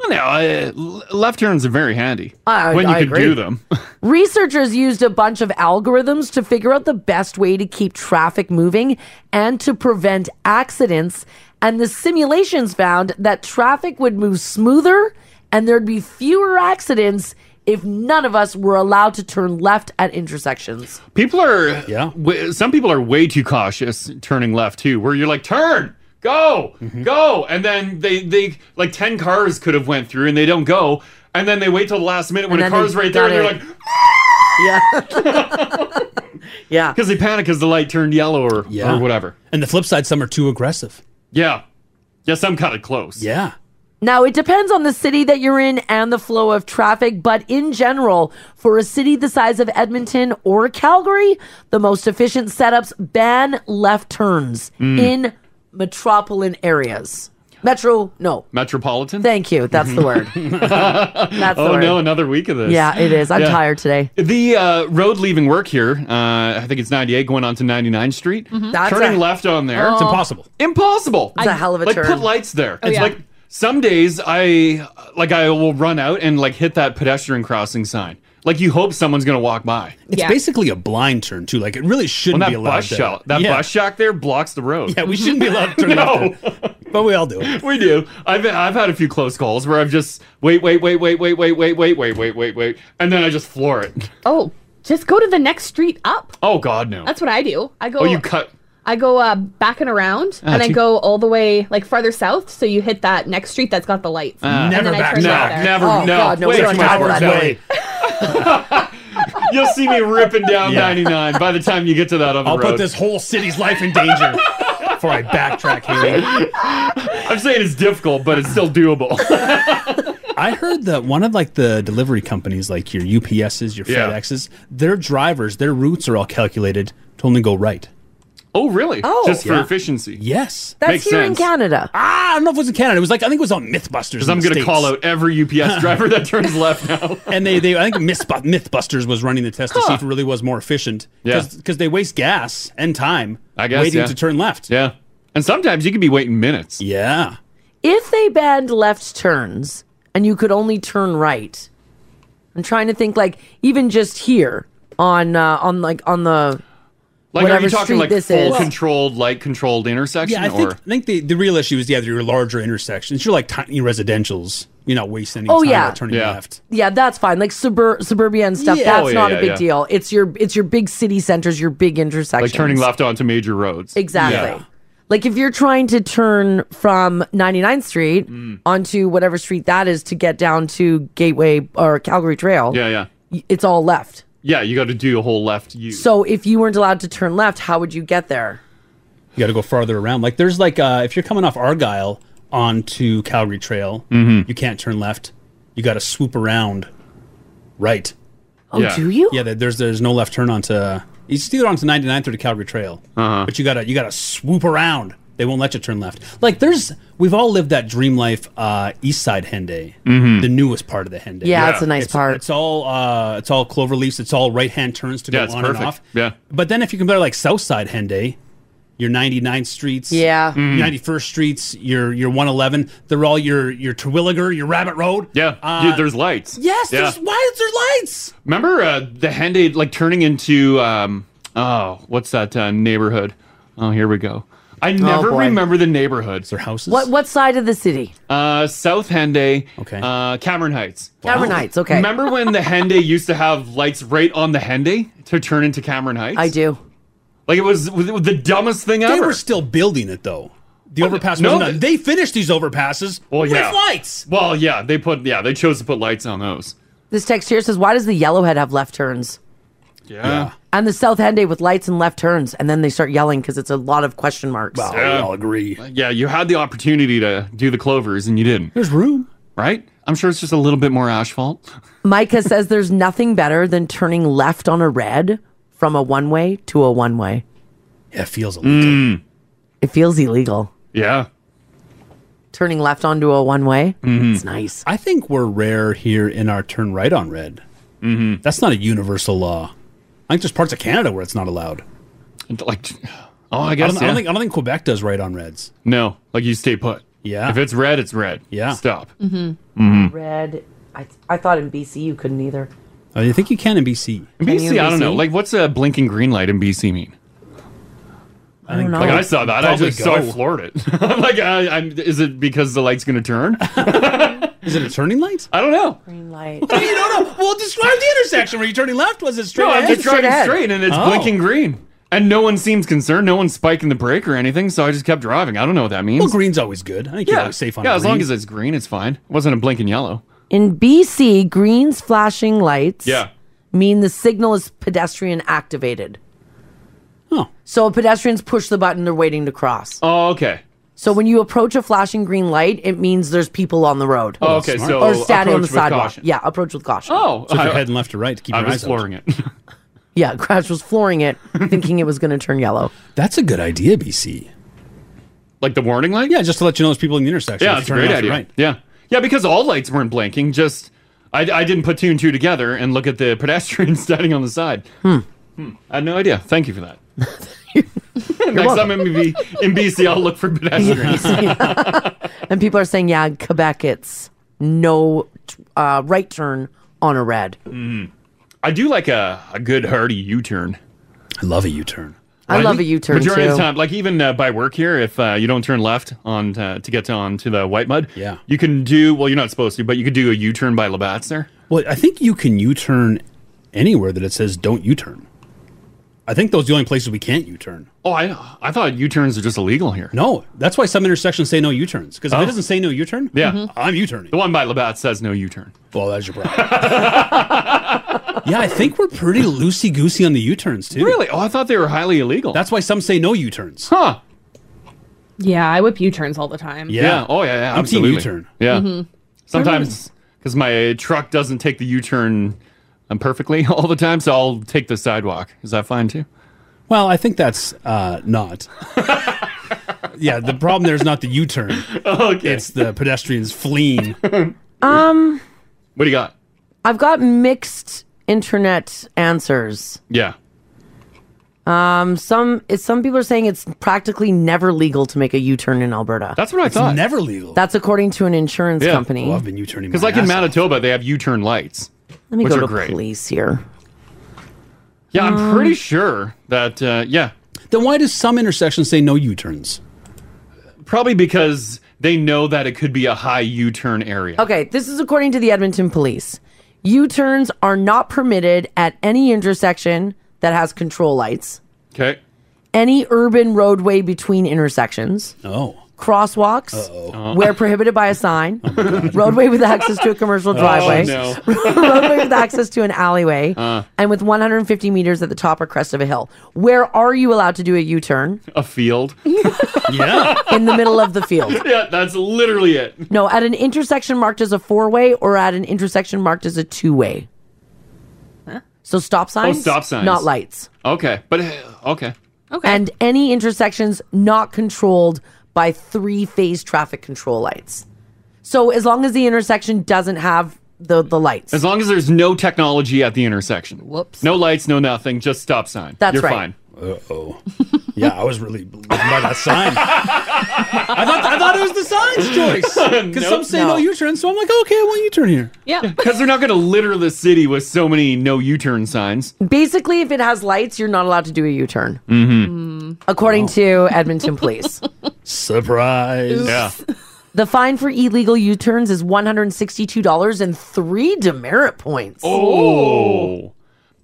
[SPEAKER 7] Well, no, uh, l- left turns are very handy
[SPEAKER 1] I-
[SPEAKER 7] when you
[SPEAKER 1] I
[SPEAKER 7] can
[SPEAKER 1] agree.
[SPEAKER 7] do them.
[SPEAKER 1] Researchers used a bunch of algorithms to figure out the best way to keep traffic moving and to prevent accidents. And the simulations found that traffic would move smoother and there'd be fewer accidents if none of us were allowed to turn left at intersections.
[SPEAKER 7] People are yeah. W- some people are way too cautious turning left too, where you're like turn, go, go, and then they they like ten cars could have went through and they don't go, and then they wait till the last minute when
[SPEAKER 1] And
[SPEAKER 7] a
[SPEAKER 1] then
[SPEAKER 7] car's
[SPEAKER 1] they
[SPEAKER 7] right there and
[SPEAKER 1] got
[SPEAKER 7] they're
[SPEAKER 1] it.
[SPEAKER 7] like
[SPEAKER 1] yeah,
[SPEAKER 7] because they panic because the light turned yellow or or whatever.
[SPEAKER 8] And the flip side, some are too aggressive.
[SPEAKER 7] Yeah, yeah, some cut it close.
[SPEAKER 8] Yeah.
[SPEAKER 1] Now, it depends on the city that you're in and the flow of traffic, but in general, for a city the size of Edmonton or Calgary, the most efficient setups ban left turns
[SPEAKER 7] Mm.
[SPEAKER 1] in metropolitan areas. Metro, no.
[SPEAKER 7] Metropolitan. Mm-hmm.
[SPEAKER 1] Thank you. That's the word. That's the
[SPEAKER 7] oh
[SPEAKER 1] word.
[SPEAKER 7] no, another week of this.
[SPEAKER 1] Yeah, it is. I'm
[SPEAKER 7] Yeah.
[SPEAKER 1] tired today.
[SPEAKER 7] The uh, road leaving work here, uh, I think it's 98 going on to 99th Street.
[SPEAKER 1] Mhm. That's
[SPEAKER 7] Turning
[SPEAKER 1] a-
[SPEAKER 7] left on there.
[SPEAKER 1] Oh. It's impossible.
[SPEAKER 7] Impossible.
[SPEAKER 1] It's a hell of a
[SPEAKER 7] like,
[SPEAKER 1] turn.
[SPEAKER 7] put lights there.
[SPEAKER 1] Oh,
[SPEAKER 7] it's
[SPEAKER 1] yeah.
[SPEAKER 7] like some days I like I will run out and like hit that pedestrian crossing sign. Like you hope someone's going to walk by.
[SPEAKER 8] It's basically a blind turn too. Like it really shouldn't
[SPEAKER 7] that
[SPEAKER 8] be allowed.
[SPEAKER 7] bus
[SPEAKER 8] there.
[SPEAKER 7] shot- that
[SPEAKER 8] Yeah.
[SPEAKER 7] bus shock there blocks the road.
[SPEAKER 8] Yeah, we shouldn't be allowed to turn
[SPEAKER 7] no,
[SPEAKER 8] but we all do. It.
[SPEAKER 7] we do. I've I've had a few close calls where I've just wait, wait, wait, wait, wait, wait, wait, wait, wait, wait, wait, wait, and then I just floor it.
[SPEAKER 3] Oh, just go to the next street up.
[SPEAKER 7] Oh God, no.
[SPEAKER 3] That's what I do. I go.
[SPEAKER 7] oh, you cut.
[SPEAKER 3] I go uh, back and around,
[SPEAKER 7] Ah,
[SPEAKER 3] and I
[SPEAKER 7] gee.
[SPEAKER 3] go all the way like farther south, so you hit that next street that's got the lights.
[SPEAKER 7] Ah.
[SPEAKER 3] and
[SPEAKER 7] Never
[SPEAKER 3] then I
[SPEAKER 7] back-
[SPEAKER 3] turn
[SPEAKER 7] no,
[SPEAKER 3] right there.
[SPEAKER 7] never- Oh, no. God, no, Way we don't too much have work, that. Ellie. You'll see me ripping down
[SPEAKER 8] Yeah.
[SPEAKER 7] 99 by the time you get to that other
[SPEAKER 8] I'll
[SPEAKER 7] road.
[SPEAKER 8] put this whole city's life in danger before I backtrack here.
[SPEAKER 7] "Ah!" I'm saying it's difficult, but it's still doable.
[SPEAKER 8] I heard that one of like the delivery companies, like your UPSs, your
[SPEAKER 7] Yeah.
[SPEAKER 8] FedExes, their drivers, their routes are all calculated to only go right.
[SPEAKER 7] Oh, really?
[SPEAKER 1] Oh.
[SPEAKER 7] Just for
[SPEAKER 8] Yeah.
[SPEAKER 7] efficiency.
[SPEAKER 8] Yes.
[SPEAKER 1] That's here in Canada.
[SPEAKER 8] Ah, I don't know if it was in Canada. It was like I think it was on MythBusters.
[SPEAKER 7] Because I'm going to call out every UPS driver that turns left now.
[SPEAKER 8] and they, they I think Mythbu- MythBusters was running the test to see if it really was more efficient. Because they waste gas and time. I
[SPEAKER 7] guess,
[SPEAKER 8] waiting
[SPEAKER 7] yeah.
[SPEAKER 8] to turn left.
[SPEAKER 7] Yeah. And sometimes you can be waiting minutes.
[SPEAKER 8] Yeah.
[SPEAKER 1] If they banned left turns and you could only turn right, I'm trying to think like even just here on uh, on like on the
[SPEAKER 7] Like, are
[SPEAKER 1] whatever
[SPEAKER 7] you talking
[SPEAKER 1] street
[SPEAKER 7] like
[SPEAKER 1] this
[SPEAKER 7] full
[SPEAKER 1] is.
[SPEAKER 7] controlled, light controlled intersection?
[SPEAKER 8] Yeah, I
[SPEAKER 7] or
[SPEAKER 8] think, I think the, the real issue is yeah, your larger intersections. You're like tiny residentials. You're not wasting any
[SPEAKER 1] Oh,
[SPEAKER 8] time
[SPEAKER 1] yeah.
[SPEAKER 8] by turning
[SPEAKER 7] Yeah.
[SPEAKER 8] left.
[SPEAKER 1] Yeah, that's fine. Like suburb suburbia and stuff.
[SPEAKER 8] Yeah.
[SPEAKER 1] That's
[SPEAKER 7] Oh, yeah,
[SPEAKER 1] not a
[SPEAKER 7] yeah,
[SPEAKER 1] big
[SPEAKER 7] yeah.
[SPEAKER 1] deal. It's your it's your big city centers, your big intersections.
[SPEAKER 7] like turning left onto major roads.
[SPEAKER 1] Exactly. Like if you're trying to turn from 99th Street
[SPEAKER 7] Mm.
[SPEAKER 1] onto whatever street that is to get down to Gateway or Calgary Trail,
[SPEAKER 7] Yeah, yeah.
[SPEAKER 1] y- it's all left.
[SPEAKER 7] Yeah, you got to do a whole left U.
[SPEAKER 8] Mm-hmm.
[SPEAKER 1] So if you weren't allowed to turn left, how would you get there?
[SPEAKER 8] You got to go farther around. Like there's like uh, if you're coming off Argyle onto Calgary Trail, you can't turn left. You got to swoop around, right.
[SPEAKER 1] Oh, Yeah. do you?
[SPEAKER 8] Yeah, there- there's there's no left turn onto. It's either onto 99th or to Calgary Trail, uh-huh. but you gotta you gotta swoop around. They won't let you turn left. Like there's we've all lived that dream life. Uh, East Side Henday,
[SPEAKER 7] Mhm.
[SPEAKER 8] the newest part of the Henday.
[SPEAKER 1] Yeah, Yeah. it's a nice part.
[SPEAKER 8] It's all uh, it's all clover leaves. It's all right hand turns to
[SPEAKER 7] Yeah,
[SPEAKER 8] go
[SPEAKER 7] it's
[SPEAKER 8] on
[SPEAKER 7] perfect.
[SPEAKER 8] and off.
[SPEAKER 7] Yeah.
[SPEAKER 8] But then if you compare like South Side Henday, your 99th streets,
[SPEAKER 1] Yeah.
[SPEAKER 7] Mm-hmm.
[SPEAKER 1] Mm.
[SPEAKER 8] 91st streets, your your 111, they're all your your Terwilliger, your Rabbit Road.
[SPEAKER 7] Yeah,
[SPEAKER 8] Uh,
[SPEAKER 7] yeah, there's lights.
[SPEAKER 8] Yes,
[SPEAKER 7] Yeah.
[SPEAKER 8] there's why is there lights?
[SPEAKER 7] Remember uh, the Henday like turning into um oh what's that uh, neighborhood? Oh here we go. I never
[SPEAKER 1] boy.
[SPEAKER 7] remember the neighborhoods
[SPEAKER 8] or houses.
[SPEAKER 1] What what side of the city?
[SPEAKER 7] Uh, South Henday. Okay. Uh, Cameron Heights.
[SPEAKER 1] Cameron Wow. Heights, okay.
[SPEAKER 7] Remember when the Henday used to have lights right on the Henday to turn into Cameron Heights? I
[SPEAKER 1] do.
[SPEAKER 7] Like it was, it was the dumbest thing ever. Oh,
[SPEAKER 8] They were still building it though. The overpass
[SPEAKER 7] no,
[SPEAKER 8] wasn't done. They finished these overpasses
[SPEAKER 7] Well,
[SPEAKER 8] with
[SPEAKER 7] yeah.
[SPEAKER 8] lights.
[SPEAKER 7] Well, yeah, they put yeah they chose to put lights on those.
[SPEAKER 1] This text here says, "Why does the Yellowhead have left turns?"
[SPEAKER 7] Yeah.
[SPEAKER 1] And the South Henday with lights and left turns, and then they start yelling because it's a lot of question marks.
[SPEAKER 7] yeah.
[SPEAKER 8] agree.
[SPEAKER 7] Yeah, you had the opportunity to do the clovers and you didn't.
[SPEAKER 8] There's room,
[SPEAKER 7] right? I'm sure it's just a little bit more asphalt.
[SPEAKER 1] Micah says there's nothing better than turning left on a red from a one way to a one way.
[SPEAKER 8] Yeah, it feels
[SPEAKER 1] It feels illegal.
[SPEAKER 7] Yeah.
[SPEAKER 1] Turning left onto a one way. It's nice.
[SPEAKER 8] I
[SPEAKER 7] Mm-hmm.
[SPEAKER 8] think we're rare here in our turn right on red. Mm-hmm. That's not a universal law. I think there's parts of Canada where it's not allowed.
[SPEAKER 7] Like, oh, I guess,
[SPEAKER 8] I don't, I
[SPEAKER 7] yeah.
[SPEAKER 8] don't think I don't think Quebec does right on reds.
[SPEAKER 7] No, like you stay put.
[SPEAKER 8] Yeah.
[SPEAKER 7] If it's red, it's red. Yeah. Stop.
[SPEAKER 1] Mm-hmm.
[SPEAKER 7] Mhm.
[SPEAKER 1] Red. I, I thought in BC you couldn't either.
[SPEAKER 8] I think Uh, you can in BC.
[SPEAKER 7] In
[SPEAKER 1] Can
[SPEAKER 7] BC,
[SPEAKER 1] you in
[SPEAKER 7] I don't know.
[SPEAKER 1] BC?
[SPEAKER 7] Like, what's a blinking green light in BC mean?
[SPEAKER 1] I don't know.
[SPEAKER 7] Like I saw that, I
[SPEAKER 8] Probably
[SPEAKER 7] just so I
[SPEAKER 8] go.
[SPEAKER 7] floored it. I'm like, I, I'm, is it because the light's going to turn?
[SPEAKER 8] is it a turning light?
[SPEAKER 7] I don't know.
[SPEAKER 1] Green light.
[SPEAKER 8] you don't know. Well, describe the intersection. Were you turning left? Was it straight?
[SPEAKER 7] No, I'm
[SPEAKER 8] ahead?
[SPEAKER 7] just driving straight, and it's
[SPEAKER 8] Oh.
[SPEAKER 7] blinking green, and no one seems concerned. No one's spiking the brake or anything, so I just kept driving. I don't know what that means.
[SPEAKER 8] Well, green's always good. I think you're always safe on
[SPEAKER 7] yeah. As long
[SPEAKER 8] green.
[SPEAKER 7] as it's green, it's fine. It wasn't a blinking yellow.
[SPEAKER 1] In BC, green's flashing lights
[SPEAKER 7] Yeah.
[SPEAKER 1] mean the signal is pedestrian activated.
[SPEAKER 8] Oh.
[SPEAKER 1] So pedestrians push the button, they're waiting to cross.
[SPEAKER 7] Oh, okay.
[SPEAKER 1] So when you approach a flashing green light, it means there's people on the road.
[SPEAKER 7] Oh, okay, so
[SPEAKER 1] or standing on the
[SPEAKER 7] approach with
[SPEAKER 1] sidewalk.
[SPEAKER 7] caution.
[SPEAKER 1] Yeah, approach with caution.
[SPEAKER 7] Oh,
[SPEAKER 8] So if you're heading left to right to keep
[SPEAKER 7] I
[SPEAKER 8] your
[SPEAKER 7] was
[SPEAKER 8] eyes
[SPEAKER 7] flooring
[SPEAKER 8] out.
[SPEAKER 7] it.
[SPEAKER 1] yeah. Crash was flooring it, thinking it was going to turn yellow.
[SPEAKER 8] That's a good idea, BC.
[SPEAKER 7] Like the warning light?
[SPEAKER 8] Yeah, just to let you know there's people in the intersection.
[SPEAKER 7] yeah,
[SPEAKER 8] if
[SPEAKER 7] it's a
[SPEAKER 8] you're turning
[SPEAKER 7] great
[SPEAKER 8] left or
[SPEAKER 7] idea.
[SPEAKER 8] right.
[SPEAKER 7] Yeah, yeah, because all lights weren't blinking. Just I, I didn't put two and two together and look at the pedestrian standing on the side.
[SPEAKER 1] Hmm.
[SPEAKER 7] I had no idea. Thank you for that. Next time I'm in, B- in BC, I'll look for pedestrians.
[SPEAKER 1] And people are saying, yeah, in Quebec, it's no t- uh, right turn on a red.
[SPEAKER 7] Mm. I do like a, a good hearty U-turn.
[SPEAKER 8] I love a U-turn.
[SPEAKER 1] I love a U-turn,
[SPEAKER 7] Majority of
[SPEAKER 1] too.
[SPEAKER 7] the time, like even uh, by work here, if uh, you don't turn left on uh, to get to, on to the White Mud, yeah, you can do well. You're not supposed to, but you could do a U-turn by Labatt's there.
[SPEAKER 8] Well, I think you can U-turn anywhere that it says don't U-turn. I think those are the only places we can't U-turn.
[SPEAKER 7] Oh, I I thought U-turns are just illegal here.
[SPEAKER 8] No, that's why some intersections say no U-turns. Because if
[SPEAKER 7] Oh.
[SPEAKER 8] it doesn't say no U-turn,
[SPEAKER 7] Yeah,
[SPEAKER 1] Mm-hmm.
[SPEAKER 7] I'm
[SPEAKER 8] U-turning.
[SPEAKER 7] The one by Labatt says no U-turn.
[SPEAKER 8] Well, that's your problem. yeah, I think we're pretty loosey goosey on the U-turns too.
[SPEAKER 7] Really? Oh, I thought they were highly illegal.
[SPEAKER 8] That's why some say no U-turns.
[SPEAKER 7] Huh?
[SPEAKER 3] Yeah, I whip U turns all the time.
[SPEAKER 7] Yeah. Oh yeah. yeah
[SPEAKER 8] I'm team
[SPEAKER 7] absolutely.
[SPEAKER 8] U-turn.
[SPEAKER 7] Yeah.
[SPEAKER 1] Mm-hmm.
[SPEAKER 3] Mhm.
[SPEAKER 7] Sometimes because my truck doesn't take the U-turn um, perfectly all the time, so I'll take the sidewalk. Is that fine too?
[SPEAKER 8] Well, I think that's uh, not. yeah, the problem there is not the U-turn.
[SPEAKER 7] okay.
[SPEAKER 8] It's the pedestrians fleeing.
[SPEAKER 1] Um,
[SPEAKER 7] What do you got?
[SPEAKER 1] I've got mixed internet answers.
[SPEAKER 7] Yeah.
[SPEAKER 1] Um, some it's, some people are saying it's practically never legal to make a U-turn in Alberta.
[SPEAKER 7] That's what I It's thought. never legal.
[SPEAKER 1] That's according to an insurance
[SPEAKER 7] Yeah.
[SPEAKER 1] company.
[SPEAKER 7] Well,
[SPEAKER 8] I've been U-turning
[SPEAKER 7] Because like in Manitoba, they have U-turn lights.
[SPEAKER 1] Let me
[SPEAKER 7] which
[SPEAKER 1] go
[SPEAKER 7] are
[SPEAKER 1] to
[SPEAKER 7] great.
[SPEAKER 1] police here.
[SPEAKER 7] Yeah, I'm
[SPEAKER 8] Um,
[SPEAKER 7] pretty sure that uh, yeah.
[SPEAKER 8] Then why does some intersections say no U-turns?
[SPEAKER 7] Probably because they know that it could be a high U-turn area.
[SPEAKER 1] Okay, this is according to the Edmonton Police. U-turns are not permitted at any intersection that has control lights.
[SPEAKER 7] Okay.
[SPEAKER 1] any urban roadway between intersections.
[SPEAKER 8] Oh.
[SPEAKER 1] Crosswalks
[SPEAKER 8] Uh-oh.
[SPEAKER 1] where prohibited by a sign, roadway with access to a commercial
[SPEAKER 8] Oh,
[SPEAKER 1] driveway,
[SPEAKER 8] no. Uh.
[SPEAKER 1] roadway with access to an alleyway, and with 150 meters at the top or crest of a hill. Where are you allowed to do a U turn?
[SPEAKER 7] A field.
[SPEAKER 8] yeah.
[SPEAKER 1] In the middle of the field.
[SPEAKER 7] yeah, that's literally it. Oh,
[SPEAKER 1] No, at an intersection marked as a four way or at an intersection marked as a two way. So stop signs,
[SPEAKER 7] Oh, stop signs.
[SPEAKER 1] not lights.
[SPEAKER 7] Okay, but uh, okay.
[SPEAKER 1] Okay. And any intersections not controlled by three phase traffic control lights. So as long as the intersection doesn't have the, the lights.
[SPEAKER 7] As long as there's no technology at the intersection.
[SPEAKER 1] Whoops.
[SPEAKER 7] No lights, no nothing, just stop sign.
[SPEAKER 1] That's
[SPEAKER 7] You're
[SPEAKER 1] right.
[SPEAKER 7] fine.
[SPEAKER 8] Uh oh. Yeah, I was really blown by that sign. I thought I thought it was the signs choice because
[SPEAKER 7] Nope.
[SPEAKER 8] some say no
[SPEAKER 7] No.
[SPEAKER 8] U-turn, so I'm like, okay, I want U-turn here.
[SPEAKER 3] Yeah.
[SPEAKER 7] Because they're not going to litter the city with so many no U-turn signs.
[SPEAKER 1] Basically, if it has lights, you're not allowed to do a U turn,
[SPEAKER 7] Mm-hmm.
[SPEAKER 1] according
[SPEAKER 7] Oh.
[SPEAKER 1] to Edmonton Police.
[SPEAKER 8] Surprise. Yeah.
[SPEAKER 1] the fine for illegal U turns is $162 and three demerit points.
[SPEAKER 7] Oh.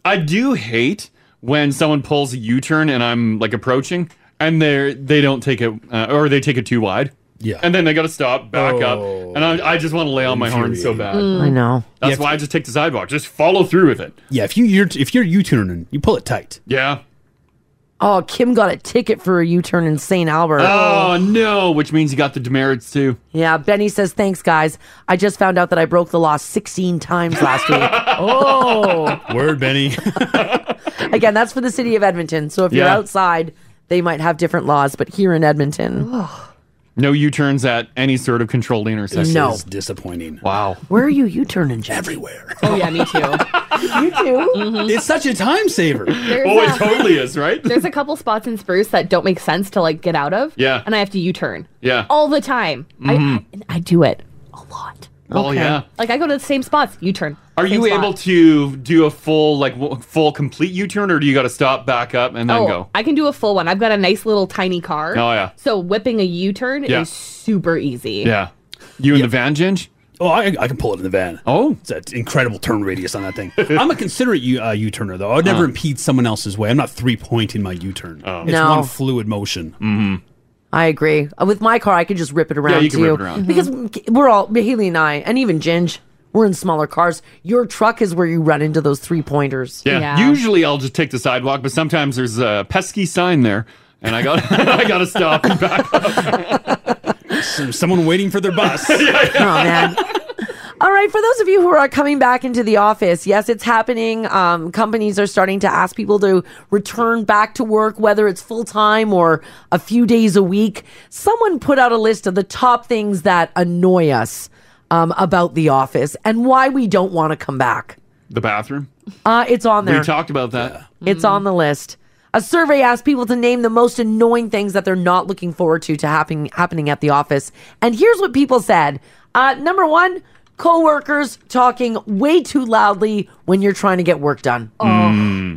[SPEAKER 7] I do hate when someone pulls a U-turn and I'm like approaching and they they don't take it uh, or they take it too wide.
[SPEAKER 8] Yeah. Oh.
[SPEAKER 7] And then they got to stop, back up, and I, I just want to lay on my horn so bad.
[SPEAKER 1] Mm. I know.
[SPEAKER 7] That's why I just take the sidewalk. Just follow through with it.
[SPEAKER 8] Yeah, if you you're, if you're U-turning, you pull it tight.
[SPEAKER 7] Yeah.
[SPEAKER 1] Oh, Kim got a ticket for a U turn in St. Albert.
[SPEAKER 7] Oh no, which means you got the demerits too.
[SPEAKER 1] Yeah, Benny says, thanks, guys. I just found out that I broke the law 16 times last week. oh.
[SPEAKER 8] Word, Benny.
[SPEAKER 1] Again, that's for the city of Edmonton. So if you're
[SPEAKER 7] Yeah.
[SPEAKER 1] outside, they might have different laws, but here in Edmonton,
[SPEAKER 7] No U-turns at any sort of controlled intersection.
[SPEAKER 1] No. This is
[SPEAKER 8] disappointing.
[SPEAKER 7] Wow.
[SPEAKER 1] where are you U turning, Everywhere.
[SPEAKER 3] Oh yeah, me too. you too.
[SPEAKER 8] It's such a time saver.
[SPEAKER 3] There's Oh, it a- totally
[SPEAKER 7] is, right?
[SPEAKER 3] There's a couple spots in Spruce that don't make sense to like get out of.
[SPEAKER 7] Yeah.
[SPEAKER 3] And I have to U-turn
[SPEAKER 7] Yeah.
[SPEAKER 3] all the time.
[SPEAKER 7] Mhm.
[SPEAKER 3] I, I do it a lot.
[SPEAKER 7] Oh, yeah.
[SPEAKER 3] Like I go to the same spots. U-turn.
[SPEAKER 7] Are
[SPEAKER 3] same
[SPEAKER 7] you
[SPEAKER 3] spot.
[SPEAKER 7] able to do a full like w- full complete U-turn, or do you got to stop, back up, and then
[SPEAKER 3] oh,
[SPEAKER 7] go?
[SPEAKER 3] I can do a full one. I've got a nice little tiny car.
[SPEAKER 7] Oh, yeah.
[SPEAKER 3] So whipping a U-turn
[SPEAKER 7] Yeah.
[SPEAKER 3] is super easy.
[SPEAKER 7] Yeah. You in the van, Ginge?
[SPEAKER 8] Oh, I, I can pull it in the van.
[SPEAKER 7] Oh,
[SPEAKER 8] it's an incredible turn radius on that thing. I'm a considerate U uh, U-turner though. I would never
[SPEAKER 1] Huh.
[SPEAKER 8] impede someone else's way. I'm not three point in my U-turn.
[SPEAKER 7] Oh.
[SPEAKER 8] It's
[SPEAKER 1] No.
[SPEAKER 8] one fluid motion. Mm-hmm.
[SPEAKER 1] I agree. Uh, With my car, I could just rip it around
[SPEAKER 8] you can
[SPEAKER 1] too.
[SPEAKER 8] rip it around. Mhm.
[SPEAKER 1] Because we're all Haley and I, and even Ginge, we're in smaller cars. Your truck is where you run into those three pointers.
[SPEAKER 7] Yeah. Usually I'll just take the sidewalk, but sometimes there's a pesky sign there, and I got I got to stop and back up.
[SPEAKER 8] Someone waiting for their bus.
[SPEAKER 1] Oh man. All right, for those of you who are coming back into the office, yes, it's happening. Um, companies are starting to ask people to return back to work, whether it's full time or a few days a week. Someone put out a list of the top things that annoy us um, about the office and why we don't want to come back.
[SPEAKER 7] The bathroom.
[SPEAKER 1] Uh, it's on there.
[SPEAKER 7] We talked about that.
[SPEAKER 1] It's on the list. A survey asked people to name the most annoying things that they're not looking forward to to happening happening at the office. And here's what people said. Uh, number one, coworkers talking way too loudly when you're trying to get work done.
[SPEAKER 22] Oh.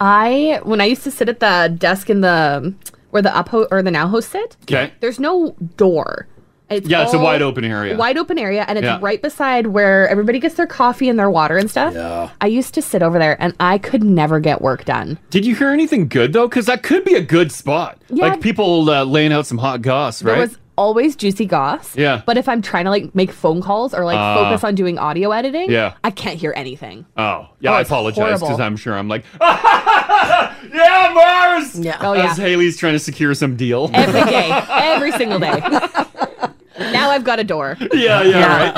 [SPEAKER 3] I when I used to sit at the desk in the where the up ho- or the now host sit.
[SPEAKER 7] Okay.
[SPEAKER 3] There's no door. It's
[SPEAKER 7] Yeah, it's a
[SPEAKER 3] all
[SPEAKER 7] wide open area.
[SPEAKER 3] Wide open area, and it's
[SPEAKER 7] Yeah.
[SPEAKER 3] right beside where everybody gets their coffee and their water and stuff.
[SPEAKER 7] Yeah.
[SPEAKER 3] I used to sit over there, and I could never get work done.
[SPEAKER 7] Did you hear anything good though? Because that could be a good spot.
[SPEAKER 3] Yeah.
[SPEAKER 7] Like people uh, laying out some hot goss,
[SPEAKER 3] There
[SPEAKER 7] right?
[SPEAKER 3] was always juicy goss.
[SPEAKER 7] Yeah.
[SPEAKER 3] But if I'm trying to like make phone calls or like
[SPEAKER 7] Ah.
[SPEAKER 3] focus on doing audio editing,
[SPEAKER 7] Yeah.
[SPEAKER 3] I can't hear anything.
[SPEAKER 7] Oh, yeah,
[SPEAKER 3] Oh,
[SPEAKER 7] I
[SPEAKER 3] it's
[SPEAKER 7] apologize because
[SPEAKER 3] horrible.
[SPEAKER 7] I'm sure I'm like, yeah, Mars!
[SPEAKER 3] Yeah.
[SPEAKER 7] oh,
[SPEAKER 3] Oh, yeah.
[SPEAKER 7] Haley's trying to secure some deal.
[SPEAKER 3] Every day. Every single day. now I've got a door.
[SPEAKER 7] Yeah,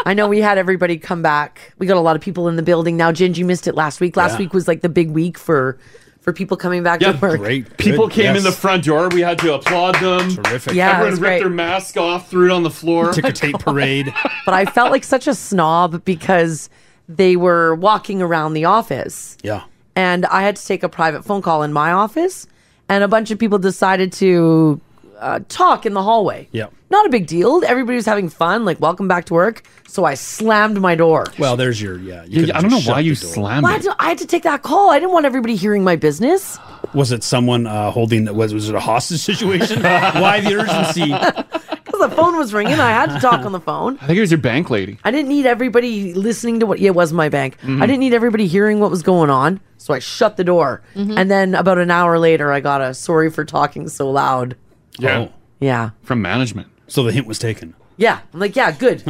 [SPEAKER 1] I know we had everybody come back. We got a lot of people in the building now. Gingy missed it last week. Last
[SPEAKER 7] Yeah.
[SPEAKER 1] week was like the big week for for people coming back to work.
[SPEAKER 7] Great. People
[SPEAKER 1] Good.
[SPEAKER 7] came
[SPEAKER 1] Yes.
[SPEAKER 7] in the front door. We had to applaud them. Terrific.
[SPEAKER 1] Yeah, it
[SPEAKER 7] Everyone
[SPEAKER 1] was
[SPEAKER 7] ripped
[SPEAKER 1] great.
[SPEAKER 7] their mask off, threw it on the floor.
[SPEAKER 1] Ticker
[SPEAKER 7] tape parade.
[SPEAKER 1] but I felt like such a snob because they were walking around the office.
[SPEAKER 8] Yeah.
[SPEAKER 1] And I had to take a private phone call in my office, and a bunch of people decided to uh, talk in the hallway.
[SPEAKER 8] Yeah.
[SPEAKER 1] Not a big deal. Everybody was having fun, like, welcome back to work. So I slammed my door.
[SPEAKER 8] Well, there's your yeah.
[SPEAKER 7] Yeah, I don't know why you slammed
[SPEAKER 1] Why do I had to take that call? I didn't want everybody hearing my business.
[SPEAKER 8] Was it someone uh, holding? Was was it a hostage situation? why the urgency?
[SPEAKER 1] Because the phone was ringing. I had to talk on the phone.
[SPEAKER 7] I think it was your bank lady.
[SPEAKER 1] I didn't need everybody listening to what yeah, it was my bank.
[SPEAKER 7] Mhm.
[SPEAKER 1] I didn't need everybody hearing what was going on, so I shut the door.
[SPEAKER 7] Mhm.
[SPEAKER 1] And then about an hour later, I got a sorry for talking so loud.
[SPEAKER 7] Yeah.
[SPEAKER 1] Yeah.
[SPEAKER 7] From management.
[SPEAKER 8] Oh. So the hint was taken.
[SPEAKER 1] Yeah, I'm like, yeah, good.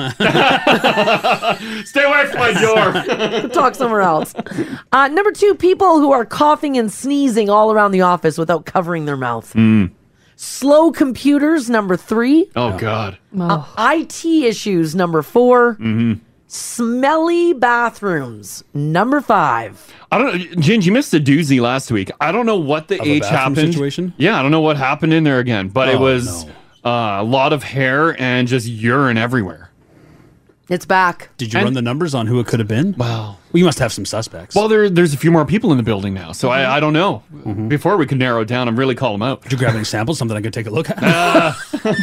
[SPEAKER 7] Stay away from my
[SPEAKER 1] door. Talk somewhere else. Uh, number two, people who are coughing and sneezing all around the office without covering their mouth. Slow computers, number three.
[SPEAKER 7] Mm. Oh, God.
[SPEAKER 1] Uh, IT issues, number 4
[SPEAKER 7] Mm-hmm.
[SPEAKER 1] Smelly bathrooms, number five.
[SPEAKER 7] I don't know. Ginge, you missed a doozy last week. I don't know what the
[SPEAKER 8] Of a
[SPEAKER 7] H
[SPEAKER 8] bathroom
[SPEAKER 7] happened.
[SPEAKER 8] situation?
[SPEAKER 7] Yeah, I don't know what happened in there again, but it
[SPEAKER 8] Oh,
[SPEAKER 7] was uh, a lot of hair and just urine everywhere.
[SPEAKER 1] It's back.
[SPEAKER 8] Did you
[SPEAKER 7] And-
[SPEAKER 8] run the numbers on who it could have been?
[SPEAKER 7] Wow.
[SPEAKER 8] Well, you must have some suspects.
[SPEAKER 7] Well, there, there's a few more people in the building now, so I, I don't know. Mm-hmm. Before we could narrow it down and really call them out. Did
[SPEAKER 8] you grab any samples? Something I could take a look at?
[SPEAKER 7] Uh,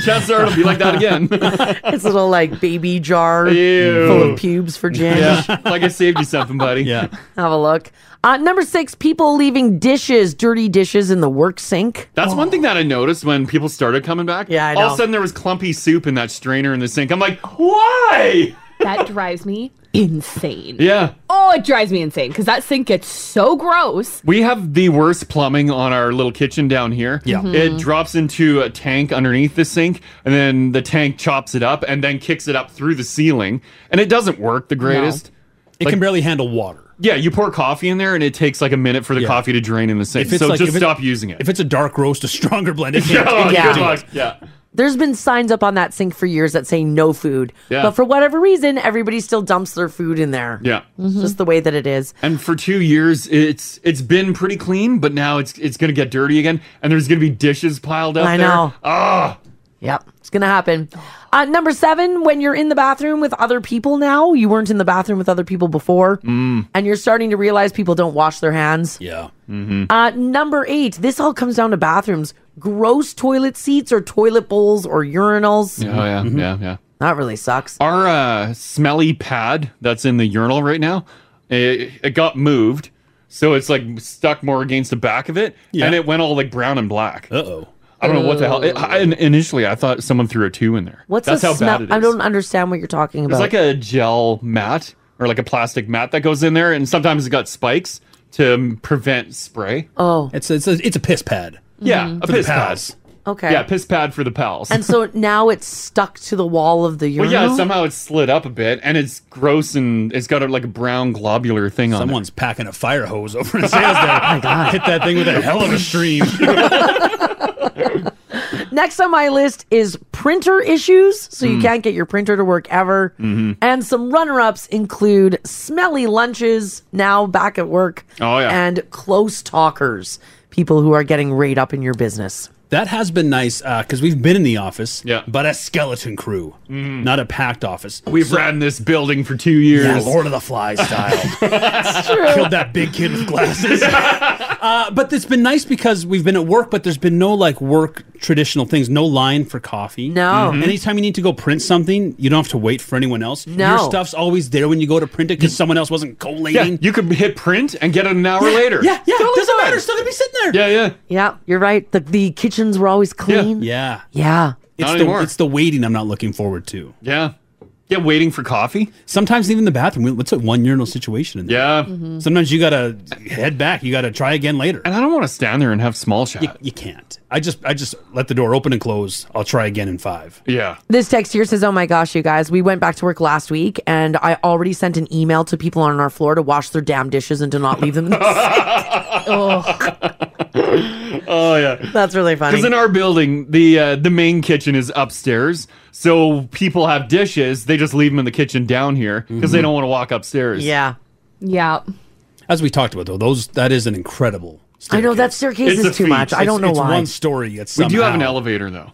[SPEAKER 7] chances are it'll be like that again.
[SPEAKER 1] It's a little like baby jar
[SPEAKER 7] Ew.
[SPEAKER 1] full of pubes for Jen.
[SPEAKER 7] yeah, like I saved you something, buddy.
[SPEAKER 8] Yeah.
[SPEAKER 1] Have a look. Uh, number six, people leaving dishes, dirty dishes in the work sink.
[SPEAKER 7] That's one thing that I noticed when people started coming back. Yeah,
[SPEAKER 1] I
[SPEAKER 7] All of
[SPEAKER 1] know.
[SPEAKER 7] a sudden, there was clumpy soup in that strainer in the sink. I'm like, why?
[SPEAKER 3] That drives me insane.
[SPEAKER 7] Yeah.
[SPEAKER 3] Oh, it drives me insane because that sink gets so gross.
[SPEAKER 7] We have the worst plumbing on our little kitchen down here.
[SPEAKER 3] Yeah.
[SPEAKER 1] Mm-hmm.
[SPEAKER 3] Mhm.
[SPEAKER 7] It drops into a tank underneath the sink, and then the tank chops it up and then kicks it up through the ceiling. And it doesn't work the greatest.
[SPEAKER 8] It can barely handle water.
[SPEAKER 7] Yeah, you pour coffee in there, and it takes like a minute for the coffee to drain in the sink.
[SPEAKER 8] If it's
[SPEAKER 7] So
[SPEAKER 8] like-
[SPEAKER 7] just
[SPEAKER 8] if it-
[SPEAKER 7] stop using it.
[SPEAKER 8] If it's a dark roast, a stronger blend. It
[SPEAKER 7] Yeah,
[SPEAKER 8] can't, it
[SPEAKER 7] yeah.
[SPEAKER 8] can't do it.
[SPEAKER 7] yeah.
[SPEAKER 1] There's been signs up on that sink for years that say no food.
[SPEAKER 7] Yeah.
[SPEAKER 1] But for whatever reason, everybody still dumps their food in there.
[SPEAKER 7] Yeah.
[SPEAKER 1] It's Just the way that it is.
[SPEAKER 7] And for two years, it's it's been pretty clean, but now it's it's gonna get dirty again, and there's gonna be dishes piled up.
[SPEAKER 1] I
[SPEAKER 7] there.
[SPEAKER 1] know.
[SPEAKER 7] Ah,
[SPEAKER 1] Yep, it's gonna happen. Uh, number seven, when you're in the bathroom with other people now, you weren't in the bathroom with other people before,
[SPEAKER 7] Mm.
[SPEAKER 1] and you're starting to realize people don't wash their hands.
[SPEAKER 8] Yeah. Mm-hmm.
[SPEAKER 7] Oh,
[SPEAKER 1] Uh, number eight, this all comes down to bathrooms. Gross toilet seats or toilet bowls or urinals.
[SPEAKER 7] Oh yeah,
[SPEAKER 8] Mm-hmm.
[SPEAKER 7] yeah, yeah.
[SPEAKER 1] That really sucks.
[SPEAKER 7] Our uh, smelly pad that's in the urinal right now, it, it got moved, so it's like stuck more against the back of it,
[SPEAKER 8] Yeah.
[SPEAKER 7] and it went all like brown and black. Uh
[SPEAKER 8] oh.
[SPEAKER 7] I don't know what the hell. It, I, initially, I thought someone threw a two in there.
[SPEAKER 1] Oh. What's
[SPEAKER 7] that's
[SPEAKER 1] a
[SPEAKER 7] how
[SPEAKER 1] smell?
[SPEAKER 7] bad it is.
[SPEAKER 1] I don't understand what you're talking about.
[SPEAKER 7] It's like a gel mat or like a plastic mat that goes in there, and sometimes it got spikes to um, prevent spray.
[SPEAKER 1] Oh,
[SPEAKER 8] it's a, it's a, it's a piss pad.
[SPEAKER 7] Yeah,
[SPEAKER 1] Mhm.
[SPEAKER 8] For
[SPEAKER 7] a
[SPEAKER 8] the
[SPEAKER 7] piss pad.
[SPEAKER 8] pals.
[SPEAKER 1] Okay.
[SPEAKER 7] Yeah, piss pad for the pals.
[SPEAKER 1] and so now it's stuck to the wall of the
[SPEAKER 7] well,
[SPEAKER 1] urinal.
[SPEAKER 7] yeah, somehow it's slid up a bit, and it's gross, and it's got a, like a brown globular thing on.
[SPEAKER 8] Someone's packing a fire hose over his
[SPEAKER 7] Oh
[SPEAKER 8] hands there. Hit that thing with a hell of a stream.
[SPEAKER 1] Next on my list is printer issues, so you
[SPEAKER 7] Mm.
[SPEAKER 1] can't get your printer to work ever.
[SPEAKER 7] Mhm.
[SPEAKER 1] And some runner ups include smelly lunches now back at work.
[SPEAKER 8] Oh, yeah.
[SPEAKER 1] And close talkers, people who are getting right up in your business.
[SPEAKER 8] That has been nice because we've been in the office, yeah. but a skeleton crew,
[SPEAKER 7] Mm.
[SPEAKER 8] not a packed office.
[SPEAKER 7] We've ran this building for two years.
[SPEAKER 8] Yeah, Lord of the Flies style. Killed that big kid with glasses. uh, but it's been nice because we've been at work, but there's been no like work traditional things, no line for coffee.
[SPEAKER 1] No.
[SPEAKER 7] Mm-hmm.
[SPEAKER 1] Mhm.
[SPEAKER 8] Anytime you need to go print something, you don't have to wait for anyone else.
[SPEAKER 1] No.
[SPEAKER 8] Your stuff's always there when you go to print it because someone else wasn't collating.
[SPEAKER 7] Yeah, you could hit print and get it an hour
[SPEAKER 8] Yeah,
[SPEAKER 7] later.
[SPEAKER 8] yeah, yeah,
[SPEAKER 7] Totally
[SPEAKER 8] doesn't
[SPEAKER 7] fine.
[SPEAKER 8] matter, still gonna be sitting there.
[SPEAKER 7] Yeah, yeah.
[SPEAKER 1] Yeah, you're right. The, the kitchens were always clean.
[SPEAKER 8] Yeah.
[SPEAKER 1] Yeah.
[SPEAKER 8] It's
[SPEAKER 1] Not
[SPEAKER 8] the,
[SPEAKER 1] anymore.
[SPEAKER 8] it's the waiting I'm not looking forward to.
[SPEAKER 7] Yeah. Yeah, waiting for coffee.
[SPEAKER 8] Sometimes even the bathroom. we- It's a one urinal situation in there.
[SPEAKER 7] Yeah.
[SPEAKER 1] Mm-hmm.
[SPEAKER 8] Sometimes you gotta head back. You gotta try again later.
[SPEAKER 7] And I don't want to stand there and have small chat.
[SPEAKER 8] You, you can't. I just I just let the door open and close. I'll try again in five.
[SPEAKER 7] Yeah.
[SPEAKER 1] This text here says, Oh my gosh, you guys, we went back to work last week and I already sent an email to people on our floor to wash their damn dishes and to not leave them in the sink.
[SPEAKER 7] Oh yeah,
[SPEAKER 1] that's really funny.
[SPEAKER 7] Because in our building, the uh, the main kitchen is upstairs, so people have dishes. They just leave them in the kitchen down here because they
[SPEAKER 8] Mhm.
[SPEAKER 7] don't want to walk upstairs.
[SPEAKER 1] Yeah.
[SPEAKER 3] Yeah.
[SPEAKER 8] As we talked about though, those that is an incredible.
[SPEAKER 1] I know that staircase is too much. I don't know
[SPEAKER 8] it's
[SPEAKER 1] why.
[SPEAKER 8] One story. Yet
[SPEAKER 7] We do have an
[SPEAKER 8] somehow-
[SPEAKER 7] elevator though.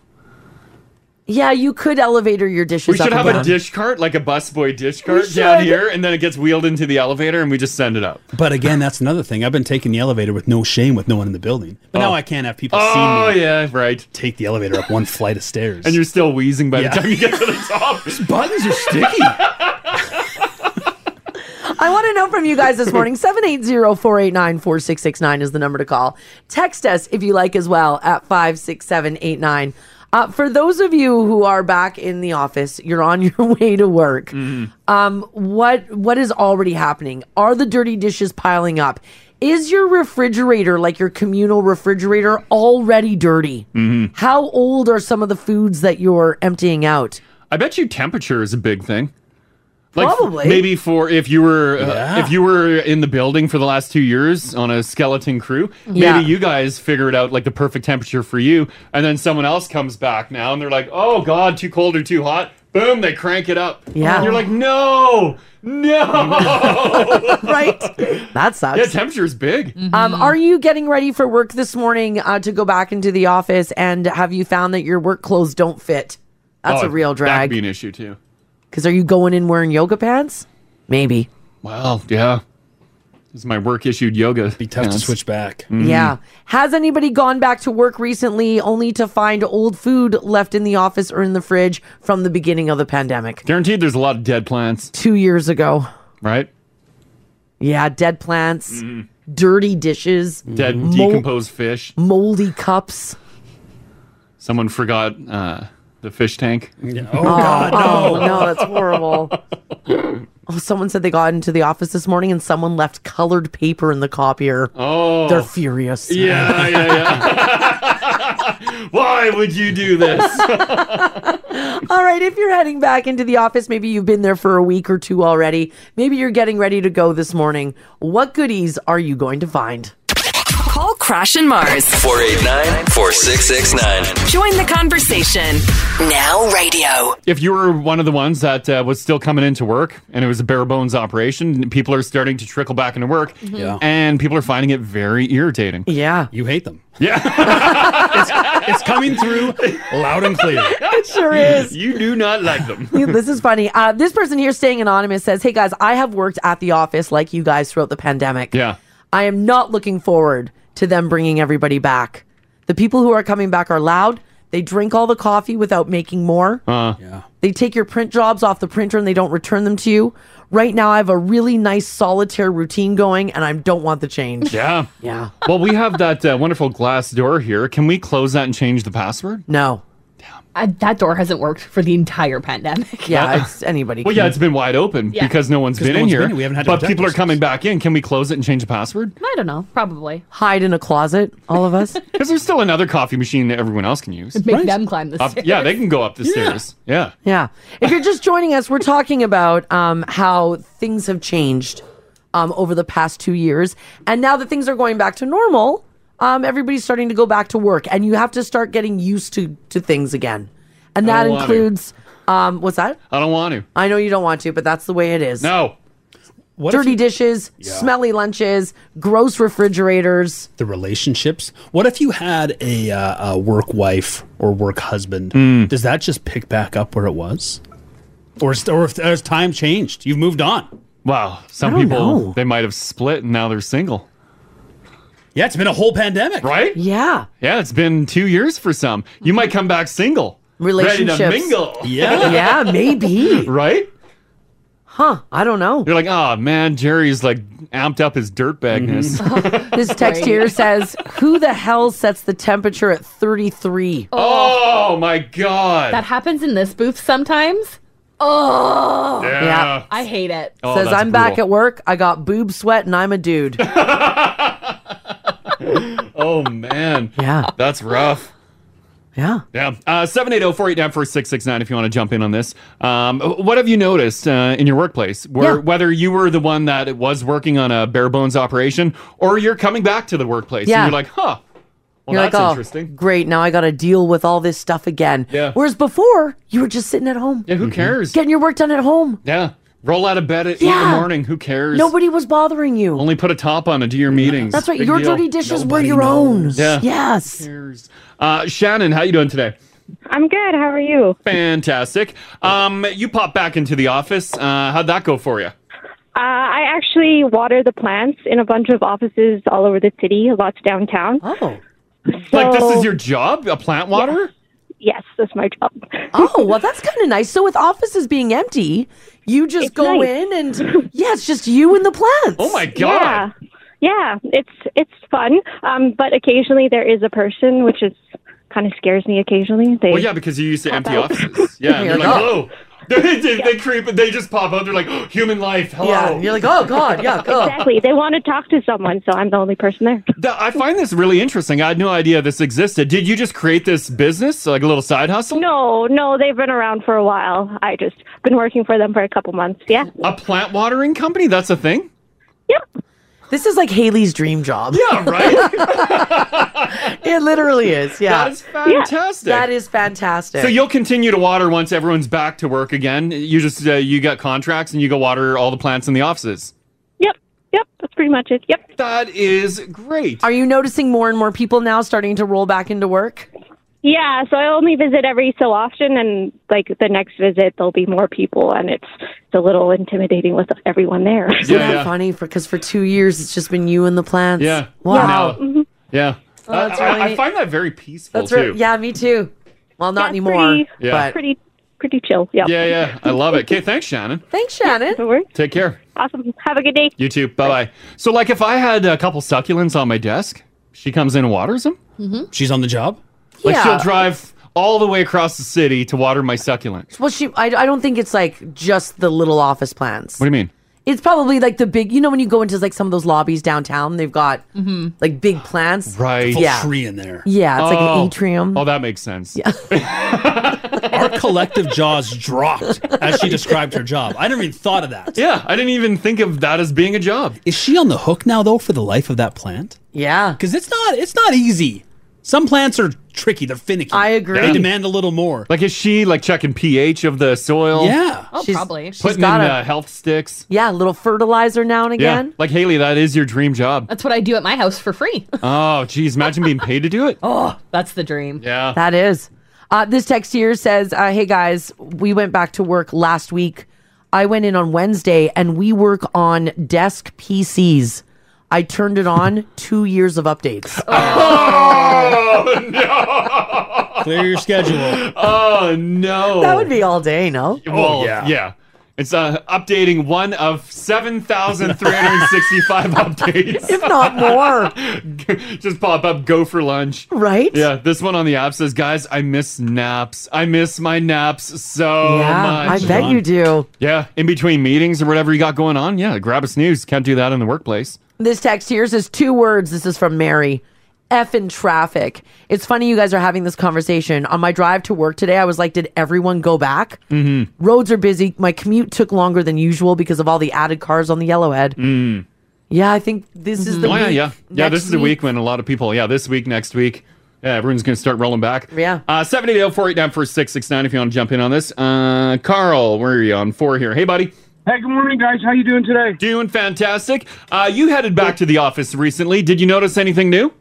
[SPEAKER 1] Yeah, you could elevator your dishes.
[SPEAKER 7] we should have
[SPEAKER 1] up and
[SPEAKER 7] a
[SPEAKER 1] down.
[SPEAKER 7] dish cart, like a busboy dish
[SPEAKER 1] We
[SPEAKER 7] cart down
[SPEAKER 1] should.
[SPEAKER 7] here, and then it gets wheeled into the elevator, and we just send it up.
[SPEAKER 8] But again, that's another thing. I've been taking the elevator with no shame, with no one in the building. But now I can't have people see me.
[SPEAKER 7] Oh yeah, right.
[SPEAKER 8] Take the elevator up one flight of stairs,
[SPEAKER 7] and you're still wheezing by
[SPEAKER 8] Yeah.
[SPEAKER 7] the time you get to the top.
[SPEAKER 8] buttons are sticky.
[SPEAKER 1] I want to know from you guys this morning. 780-489-4669 is the number to call. Text us if you like as well at 56789. Uh, for those of you who are back in the office, you're on your way to work.
[SPEAKER 7] Mm-hmm.
[SPEAKER 1] Um, what what is already happening? Are the dirty dishes piling up? Is your refrigerator, like your communal refrigerator, already dirty?
[SPEAKER 7] Mhm.
[SPEAKER 1] How old are some of the foods that you're emptying out?
[SPEAKER 7] I bet you temperature is a big thing. Like,
[SPEAKER 1] Probably.
[SPEAKER 7] maybe for if you were uh,
[SPEAKER 1] Yeah.
[SPEAKER 7] if you were in the building for the last two years on a skeleton crew, maybe
[SPEAKER 1] Yeah.
[SPEAKER 7] you guys figured out like the perfect temperature for you, and then someone else comes back now and they're like, "Oh God, too cold or too hot." Boom, they crank it up.
[SPEAKER 1] Yeah.
[SPEAKER 7] And you're like, no, no.
[SPEAKER 1] right? That sucks.
[SPEAKER 7] Yeah, temperature's big.
[SPEAKER 1] Um, are you getting ready for work this morning uh, to go back into the office? And have you found that your work clothes don't fit? That's
[SPEAKER 7] Oh,
[SPEAKER 1] a real
[SPEAKER 7] That'd
[SPEAKER 1] drag.
[SPEAKER 7] be an issue too.
[SPEAKER 1] Because are you going in wearing yoga pants? Maybe.
[SPEAKER 7] Well, yeah. This is my work issued yoga. Be
[SPEAKER 8] tough to switch back.
[SPEAKER 7] mm.
[SPEAKER 1] Yeah. Has anybody gone back to work recently only to find old food left in the office or in the fridge from the beginning of the pandemic?
[SPEAKER 7] Guaranteed there's a lot of dead plants.
[SPEAKER 1] Two years ago.
[SPEAKER 7] Right? Mm-hmm.
[SPEAKER 1] Yeah, dead plants, dirty dishes,
[SPEAKER 7] Dead
[SPEAKER 1] mol-
[SPEAKER 7] decomposed fish.
[SPEAKER 1] moldy cups.
[SPEAKER 7] Someone forgot uh, the fish tank.
[SPEAKER 1] Oh, no. no, that's horrible. Oh, someone said they got into the office this morning and someone left colored paper in the copier.
[SPEAKER 7] Oh.
[SPEAKER 1] They're furious.
[SPEAKER 7] Yeah, yeah, yeah. Why would you do this?
[SPEAKER 1] All right, if you're heading back into the office, maybe you've been there for a week or two already. Maybe you're getting ready to go this morning. What goodies are you going to find?
[SPEAKER 6] Call Crash and Mars.
[SPEAKER 2] 489 4669.
[SPEAKER 6] Join the conversation. Now radio.
[SPEAKER 7] If you were one of the ones that uh, was still coming into work and it was a bare bones operation, people are starting to trickle back into work.
[SPEAKER 8] Mhm. Yeah.
[SPEAKER 7] And people are finding it very irritating.
[SPEAKER 1] Mm-hmm. Yeah.
[SPEAKER 8] You hate them.
[SPEAKER 7] Yeah.
[SPEAKER 8] it's, it's coming through loud and clear.
[SPEAKER 1] It sure is.
[SPEAKER 7] You do not like them.
[SPEAKER 1] this is funny. Uh, this person here, staying anonymous, says, "Hey guys, I have worked at the office like you guys throughout the pandemic.
[SPEAKER 7] Yeah.
[SPEAKER 1] I am not looking forward to them bringing everybody back. The people who are coming back are loud. They drink all the coffee without making more.
[SPEAKER 7] Uh,
[SPEAKER 1] They take your print jobs off the printer and they don't return them to you. Right now, I have a really nice solitaire routine going, and I don't want the change.
[SPEAKER 7] Yeah.
[SPEAKER 1] Yeah.
[SPEAKER 7] Well, we have that uh, wonderful glass door here. Can we close that and change the password?
[SPEAKER 1] No.
[SPEAKER 3] Uh, that door hasn't worked for the entire pandemic.
[SPEAKER 1] anybody.
[SPEAKER 7] Uh, Well, yeah, it's been wide open
[SPEAKER 3] Yeah.
[SPEAKER 7] because no one's
[SPEAKER 8] 'Cause
[SPEAKER 7] been
[SPEAKER 8] no
[SPEAKER 7] in
[SPEAKER 8] one's
[SPEAKER 7] here.
[SPEAKER 8] been in. We haven't had to
[SPEAKER 7] but
[SPEAKER 8] protect
[SPEAKER 7] people are
[SPEAKER 8] ourselves.
[SPEAKER 7] coming back in. Can we close it and change the password?
[SPEAKER 3] I don't know. Probably.
[SPEAKER 1] Hide in a closet, all of us.
[SPEAKER 7] Because there's still another coffee machine that everyone else can use.
[SPEAKER 3] Make them climb the
[SPEAKER 7] Up-
[SPEAKER 3] stairs.
[SPEAKER 7] Uh, yeah, they can go up the
[SPEAKER 3] Yeah.
[SPEAKER 7] stairs. Yeah.
[SPEAKER 1] Yeah. If you're just joining us, we're talking about um, how things have changed um, over the past two years. And now that things are going back to normal, um, everybody's starting to go back to work and you have to start getting used to, to things again. And
[SPEAKER 7] I
[SPEAKER 1] that
[SPEAKER 7] don't want to.
[SPEAKER 1] includes um, what's that?
[SPEAKER 7] I don't want to.
[SPEAKER 1] I know you don't want to, but that's the way it is.
[SPEAKER 7] No.
[SPEAKER 8] What if
[SPEAKER 1] Dirty
[SPEAKER 8] you-
[SPEAKER 1] dishes,
[SPEAKER 8] Yeah.
[SPEAKER 1] smelly lunches, gross refrigerators.
[SPEAKER 8] The relationships. What if you had a, uh, a work wife or work husband?
[SPEAKER 7] Hmm.
[SPEAKER 8] Does that just pick back up where it was? Or, is- or if has time changed, you've moved on.
[SPEAKER 7] Wow. Some
[SPEAKER 8] I don't
[SPEAKER 7] people
[SPEAKER 8] know.
[SPEAKER 7] they might have split and now they're single.
[SPEAKER 8] Yeah, it's been a whole pandemic.
[SPEAKER 7] Right?
[SPEAKER 1] Yeah.
[SPEAKER 7] Yeah, it's been two years for some. You might come back single. Ready
[SPEAKER 1] Relationships.
[SPEAKER 7] to mingle.
[SPEAKER 1] Yeah. Yeah, maybe.
[SPEAKER 7] Right?
[SPEAKER 1] Huh. I don't know.
[SPEAKER 7] You're like, oh man, Jerry's like amped up his dirtbagness.
[SPEAKER 1] Mm-hmm. This text
[SPEAKER 7] Right.
[SPEAKER 1] here says, Who the hell sets the temperature at 33?
[SPEAKER 7] Oh, my God.
[SPEAKER 3] That happens in this booth sometimes. Oh.
[SPEAKER 1] Yeah. Yeah.
[SPEAKER 3] I hate it.
[SPEAKER 1] says, I'm back at work. I got boob sweat and I'm a dude.
[SPEAKER 7] oh man.
[SPEAKER 1] Yeah.
[SPEAKER 7] That's rough.
[SPEAKER 1] Yeah.
[SPEAKER 7] Yeah. Uh 780-489-4669 if you want to jump in on this. Um what have you noticed uh, in your workplace? Where, whether you were the one that was working on a bare bones operation or you're coming back to the workplace
[SPEAKER 1] Yeah.
[SPEAKER 7] and you're like, "Huh. Well,
[SPEAKER 1] You're
[SPEAKER 7] that's
[SPEAKER 1] like, oh,
[SPEAKER 7] interesting."
[SPEAKER 1] great. Now I got to deal with all this stuff again.
[SPEAKER 7] Yeah.
[SPEAKER 1] Whereas before, you were just sitting at home.
[SPEAKER 7] Yeah, who cares?
[SPEAKER 1] Getting your work done at home.
[SPEAKER 7] Yeah. Roll out of bed at eight in
[SPEAKER 1] Yeah.
[SPEAKER 7] the morning. Who cares?
[SPEAKER 1] Nobody was bothering you.
[SPEAKER 7] Only put a top on and do your meetings.
[SPEAKER 1] That's right.
[SPEAKER 7] Big
[SPEAKER 1] your
[SPEAKER 7] deal.
[SPEAKER 1] dirty dishes were your own.
[SPEAKER 7] Yeah.
[SPEAKER 1] Yes.
[SPEAKER 7] Uh, Shannon, how you doing today?
[SPEAKER 21] I'm good. How are you?
[SPEAKER 7] Fantastic. Um, you popped back into the office. Uh, how'd that go for you?
[SPEAKER 21] Uh, I actually water the plants in a bunch of offices all over the city, lots downtown.
[SPEAKER 1] Oh.
[SPEAKER 7] like this is your job, a plant water?
[SPEAKER 21] Yes, that's my job.
[SPEAKER 1] oh, well, that's kind of nice. So with offices being empty, you just
[SPEAKER 21] It's
[SPEAKER 1] go
[SPEAKER 21] nice.
[SPEAKER 1] in and yeah, it's just you and the plants.
[SPEAKER 7] Oh my
[SPEAKER 21] Yeah. Yeah, it's it's fun, um, but occasionally there is a person, which is kind of scares me. Occasionally, they
[SPEAKER 7] Well, yeah, because you used to empty offices. Yeah, and
[SPEAKER 21] You're
[SPEAKER 7] you're like,
[SPEAKER 21] like,
[SPEAKER 7] oh. They, they, they creep. They just pop out. They're like, oh, human life. Hello.
[SPEAKER 21] Yeah, you're
[SPEAKER 1] like, oh, God, yeah,
[SPEAKER 7] oh.
[SPEAKER 21] exactly. They want to talk to someone, so I'm the only person there.
[SPEAKER 7] Th- I find this really interesting. I had no idea this existed. Did you just create this business, like a little side hustle?
[SPEAKER 21] No, no, they've been around for a while. I just been working for them for a couple months. Yeah.
[SPEAKER 7] A plant watering company? That's a thing?
[SPEAKER 1] This is like Haley's dream job.
[SPEAKER 7] Yeah, right?
[SPEAKER 1] it literally is. Yeah.
[SPEAKER 7] That is fantastic.
[SPEAKER 1] That is fantastic.
[SPEAKER 7] So you'll continue to water once everyone's back to work again. You just uh, you got contracts and you go water all the plants in the offices.
[SPEAKER 21] Yep. Yep. That's pretty much it. Yep.
[SPEAKER 7] That is great.
[SPEAKER 1] Are you noticing more and more people now starting to roll back into work?
[SPEAKER 21] Yeah, so I only visit every so often, and like the next visit, there'll be more people, and it's, it's a little intimidating with everyone there.
[SPEAKER 1] Isn't that funny? Because for two years it's just been you and the plants.
[SPEAKER 7] Yeah.
[SPEAKER 1] Wow.
[SPEAKER 7] Now- yeah.
[SPEAKER 1] Oh, that's
[SPEAKER 7] I- I,
[SPEAKER 1] really-
[SPEAKER 7] I find that very peaceful
[SPEAKER 1] That's
[SPEAKER 7] too.
[SPEAKER 1] right. Yeah, me too. Well, not anymore.
[SPEAKER 21] Pretty,
[SPEAKER 7] Yeah. but-
[SPEAKER 21] pretty, pretty chill. Yeah.
[SPEAKER 7] Yeah, yeah. I love it. Okay, thanks, Shannon.
[SPEAKER 1] Thanks, Shannon.
[SPEAKER 21] Don't worry.
[SPEAKER 7] Take care.
[SPEAKER 21] Awesome. Have a good day.
[SPEAKER 7] You too. Bye bye. So, like, if I had a couple succulents on my desk, she comes in and waters them.
[SPEAKER 1] Mhm.
[SPEAKER 7] She's on the job. Like,
[SPEAKER 1] Yeah.
[SPEAKER 7] she'll drive all the way across the city to water my succulent.
[SPEAKER 1] Well, she. I, I don't think it's like just the little office plants.
[SPEAKER 7] What do you mean?
[SPEAKER 1] It's probably like the big. You know, when you go into like some of those lobbies downtown, they've got
[SPEAKER 3] Mm-hmm.
[SPEAKER 1] like big plants.
[SPEAKER 7] Right.
[SPEAKER 1] yeah.
[SPEAKER 8] in there.
[SPEAKER 1] Yeah, it's like an
[SPEAKER 7] atrium. Oh, that makes sense. Yeah.
[SPEAKER 8] Our collective jaws dropped as she described her job. I never even thought of that.
[SPEAKER 7] Yeah, I didn't even think of that as being a job.
[SPEAKER 8] Is she on the hook now though for the life of that plant?
[SPEAKER 1] Yeah.
[SPEAKER 8] Because it's not it's not easy Some plants are tricky. They're finicky. I
[SPEAKER 3] agree.
[SPEAKER 8] They demand a little more.
[SPEAKER 7] Like, is she like checking pH of the soil?
[SPEAKER 8] Yeah.
[SPEAKER 3] Oh,
[SPEAKER 1] She's-
[SPEAKER 3] probably.
[SPEAKER 1] she's
[SPEAKER 7] Putting
[SPEAKER 1] gotta-
[SPEAKER 7] in uh, health sticks.
[SPEAKER 1] Yeah, a little fertilizer now and again.
[SPEAKER 7] Yeah. Like Haley, that is your dream job.
[SPEAKER 3] That's what I do at my house for free.
[SPEAKER 7] Oh, geez, imagine being paid to do it.
[SPEAKER 3] Oh, that's the dream.
[SPEAKER 7] Yeah.
[SPEAKER 1] That is. Uh, this text here says, uh, "Hey guys, we went back to work last week. I went in on Wednesday, and we work on desk PCs. I turned it on. two years of updates.
[SPEAKER 7] Oh no!
[SPEAKER 8] Clear your schedule.
[SPEAKER 7] Oh no!
[SPEAKER 1] That would be all day, no?
[SPEAKER 7] Well, yeah. It's uh, updating one of 7,365 updates.
[SPEAKER 1] If not
[SPEAKER 7] more. Just pop up, go for lunch.
[SPEAKER 1] Right?
[SPEAKER 7] Yeah, this one on the app says, guys, I miss naps. I miss my naps so
[SPEAKER 1] Yeah,
[SPEAKER 7] much.
[SPEAKER 1] I bet you do.
[SPEAKER 7] Yeah, in between meetings or whatever you got going on, yeah, grab a snooze. Can't do that in the workplace.
[SPEAKER 1] This text here says two words. This is from Mary. F in traffic. It's funny you guys are having this conversation. On my drive to work today, I was like, did everyone go back?
[SPEAKER 7] Mm-hmm.
[SPEAKER 1] Roads are busy. My commute took longer than usual because of all the added cars on the Yellowhead.
[SPEAKER 7] Mm.
[SPEAKER 1] Yeah, I think this is the
[SPEAKER 7] oh,
[SPEAKER 1] week.
[SPEAKER 7] yeah, yeah. Yeah,
[SPEAKER 1] next
[SPEAKER 7] this is the week when a lot of people, yeah, this week, next week, yeah, everyone's going to start rolling back.
[SPEAKER 1] Yeah.
[SPEAKER 7] Uh, 780-489-4669 if you want to jump in on this. Uh, Carl, where are you on four here? Hey, buddy.
[SPEAKER 23] Hey, good morning, guys. How you doing today?
[SPEAKER 7] Doing fantastic. Uh, you headed back to the office recently. Did you notice anything new?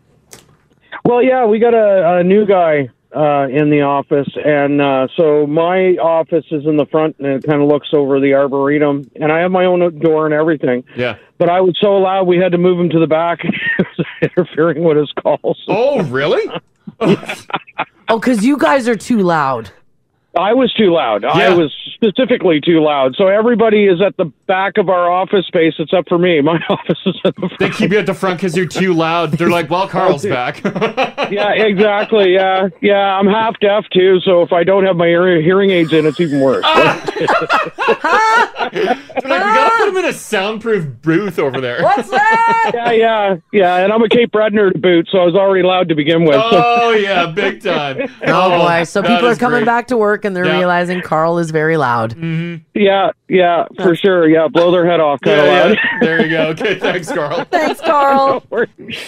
[SPEAKER 23] Well, yeah, we got a, a new guy uh, in the office, and uh, so my office is in the front, and it kind of looks over the arboretum, and I have my own door and everything.
[SPEAKER 7] Yeah.
[SPEAKER 23] But I was so loud, we had to move him to the back, interfering with his calls.
[SPEAKER 7] Oh, really?
[SPEAKER 1] Oh, because you guys are too loud.
[SPEAKER 23] I was too loud. I was specifically too loud. So everybody is at the back of our office space except for me. My office is at the front.
[SPEAKER 7] They keep you at the front because you're too loud. They're like, well, Carl's back.
[SPEAKER 23] Oh, yeah, exactly. Yeah, yeah. I'm half deaf too, so if I don't have my ear- hearing aids in, it's even worse.
[SPEAKER 7] They're like, we gotta put him in a soundproof booth over there.
[SPEAKER 1] Ah! What's
[SPEAKER 23] yeah, yeah, yeah. And I'm a Cape Redner to boot, so I was already loud to begin with. so-
[SPEAKER 7] Oh yeah, big time.
[SPEAKER 1] Oh, boy. So
[SPEAKER 23] that
[SPEAKER 1] people are
[SPEAKER 23] is
[SPEAKER 1] coming
[SPEAKER 23] great.
[SPEAKER 1] back to work and they're
[SPEAKER 23] Yeah.
[SPEAKER 1] realizing Carl is very loud.
[SPEAKER 7] Mm-hmm.
[SPEAKER 23] Yeah, yeah, for sure. Yeah, blow their head off, kind of
[SPEAKER 7] Yeah,
[SPEAKER 23] loud.
[SPEAKER 7] yeah. There you go. Okay, thanks, Carl.
[SPEAKER 1] Thanks, Carl.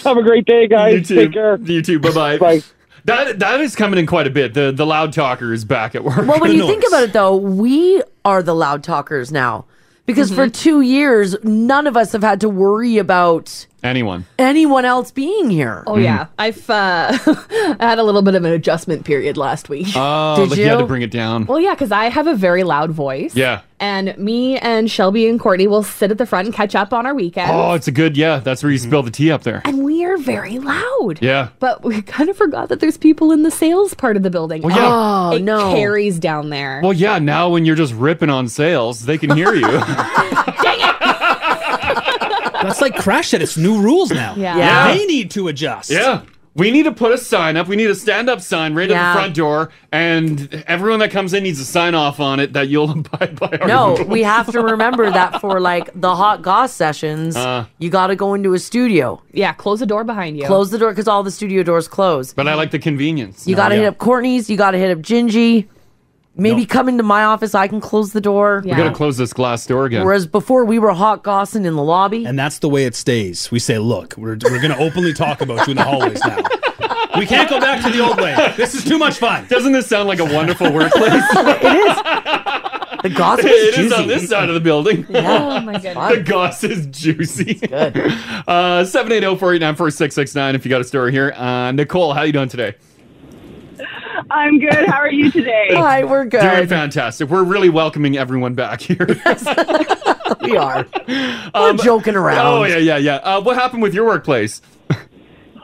[SPEAKER 23] have a great day, guys.
[SPEAKER 7] You too.
[SPEAKER 23] Take care.
[SPEAKER 7] You too. Bye bye. That that is coming in quite a bit. The the loud talker is back at work.
[SPEAKER 1] Well, when you think about it, though, we are the loud talkers now because for
[SPEAKER 7] Mm-hmm.
[SPEAKER 1] two years, none of us have had to worry about
[SPEAKER 7] anyone.
[SPEAKER 1] anyone else being here.
[SPEAKER 7] Mm.
[SPEAKER 3] Oh yeah, I've uh, I had a little bit of an adjustment period last week.
[SPEAKER 7] Oh, like you? had to bring it down.
[SPEAKER 3] Well, yeah, because I have a very loud voice.
[SPEAKER 7] yeah.
[SPEAKER 3] And me and Shelby and Courtney will sit at the front and catch up on our weekend.
[SPEAKER 7] Oh, it's a good yeah. That's
[SPEAKER 23] Mm-hmm.
[SPEAKER 7] where you spill the tea up there.
[SPEAKER 3] And we are very loud.
[SPEAKER 7] Yeah.
[SPEAKER 3] But we kind of forgot that there's people in the sales part of the building.
[SPEAKER 7] Well, yeah.
[SPEAKER 3] And
[SPEAKER 7] Oh,
[SPEAKER 3] it
[SPEAKER 7] no.
[SPEAKER 3] carries down there.
[SPEAKER 7] Well, yeah. Now when you're just ripping on sales, they can hear you.
[SPEAKER 8] That's like Crash said. It's new rules now.
[SPEAKER 7] Yeah. Yeah.
[SPEAKER 8] They need to adjust.
[SPEAKER 7] Yeah. We need to put a sign up. We need a stand up sign right at
[SPEAKER 1] Yeah.
[SPEAKER 7] the front door, and everyone that comes in needs to sign off on it that you'll abide by our
[SPEAKER 1] No,
[SPEAKER 7] rules.
[SPEAKER 1] we have to remember that for like the hot goss sessions,
[SPEAKER 7] Uh.
[SPEAKER 1] you got to go into a studio,
[SPEAKER 3] yeah, close the door behind you.
[SPEAKER 1] close the door because all the studio doors close.
[SPEAKER 7] But I like the convenience.
[SPEAKER 1] You got to hit up Courtney's, you got to hit up Gingy. Maybe come into my office, I can close the door.
[SPEAKER 7] We gotta close this glass door again.
[SPEAKER 1] Whereas before we were hot gossing in the lobby.
[SPEAKER 8] And that's the way it stays. We say, look, we're, we're going to openly talk about you in the hallways now. We can't go back to the old way. This is too much fun.
[SPEAKER 7] Doesn't this sound like a wonderful workplace?
[SPEAKER 1] The goss is
[SPEAKER 7] it is
[SPEAKER 1] juicy.
[SPEAKER 7] on this side of the building.
[SPEAKER 1] Yeah. Oh, my goodness.
[SPEAKER 7] The goss is juicy. Good. Uh, 780-489-4669 if you got a story here. Uh, Nicole, how you doing today?
[SPEAKER 22] I'm good. How are you today?
[SPEAKER 7] Doing fantastic. We're really welcoming everyone back here.
[SPEAKER 1] we are. We're joking around.
[SPEAKER 7] Oh, yeah, yeah, yeah. Uh, what happened with your workplace?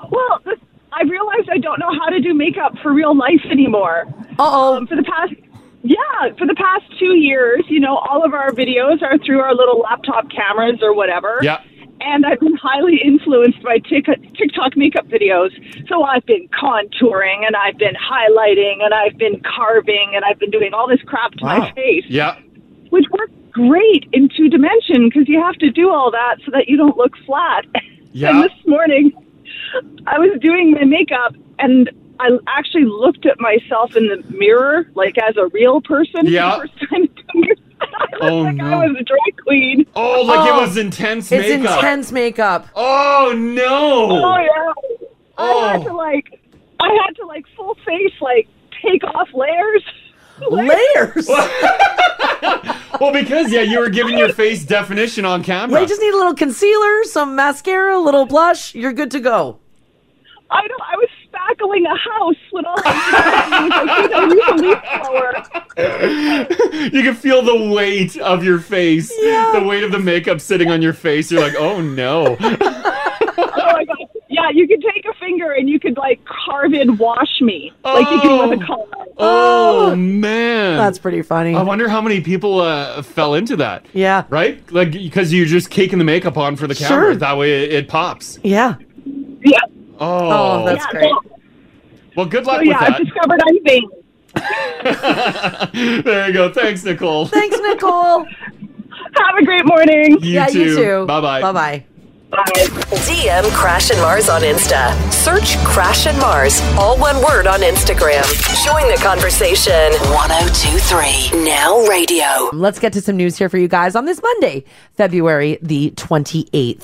[SPEAKER 22] Well, this, I realized I don't know how to do makeup for real life anymore.
[SPEAKER 1] Uh-oh.
[SPEAKER 22] Um, for the past, yeah, for the past two years, you know, all of our videos are through our little laptop cameras or whatever.
[SPEAKER 7] Yeah.
[SPEAKER 22] And I've been highly influenced by Tik- TikTok makeup videos. So I've been contouring and I've been highlighting and I've been carving and I've been doing all this crap to my face
[SPEAKER 7] Yeah.
[SPEAKER 22] which works great in two dimension because you have to do all that so that you don't look flat.
[SPEAKER 7] Yeah.
[SPEAKER 22] and this morning, I was doing my makeup and I actually looked at myself in the mirror, like as a real person.
[SPEAKER 7] Yeah.
[SPEAKER 22] For the first time. in two years.
[SPEAKER 7] Oh,
[SPEAKER 22] I
[SPEAKER 7] no.
[SPEAKER 22] was a drag queen.
[SPEAKER 7] Oh, like it was intense
[SPEAKER 1] it's
[SPEAKER 7] makeup.
[SPEAKER 1] intense makeup.
[SPEAKER 7] Oh, no.
[SPEAKER 22] Oh yeah. I had to like I had to like full face like take off layers.
[SPEAKER 1] Layers.
[SPEAKER 7] Well, because yeah, you were giving your face definition on camera.
[SPEAKER 1] Well, you just need a little concealer, some mascara, a little blush. You're good to go.
[SPEAKER 22] I know I was spackling a house when all I was like, you know, use a leaf blower.
[SPEAKER 7] you can feel the weight of your face, the weight of the makeup sitting on your face. You're like, oh no.
[SPEAKER 22] Oh my god. Yeah, you could take a finger and you could like carve in wash me. Like you can with a color.
[SPEAKER 7] Oh man, Oh,
[SPEAKER 1] that's pretty funny.
[SPEAKER 7] I wonder how many people uh, fell into that.
[SPEAKER 1] Yeah.
[SPEAKER 7] Right? Like because you're just caking the makeup on for the camera.
[SPEAKER 1] Sure.
[SPEAKER 7] That way it, it pops.
[SPEAKER 1] Yeah.
[SPEAKER 22] Yeah.
[SPEAKER 7] Oh,
[SPEAKER 22] Yeah, so-
[SPEAKER 7] Well, good
[SPEAKER 22] So,
[SPEAKER 7] luck
[SPEAKER 22] yeah, I've
[SPEAKER 7] with
[SPEAKER 22] discovered I'm vain.
[SPEAKER 7] that. there you go. Thanks, Nicole.
[SPEAKER 1] Thanks, Nicole.
[SPEAKER 22] Have a great morning.
[SPEAKER 7] You Yeah, you too. too. Bye-bye.
[SPEAKER 1] Bye
[SPEAKER 6] DM Crash and Mars on Insta. Search Crash and Mars, all one word on Instagram. Join the conversation. 1023 Now Radio.
[SPEAKER 1] Let's get to some news here for you guys on this Monday, February the 28th.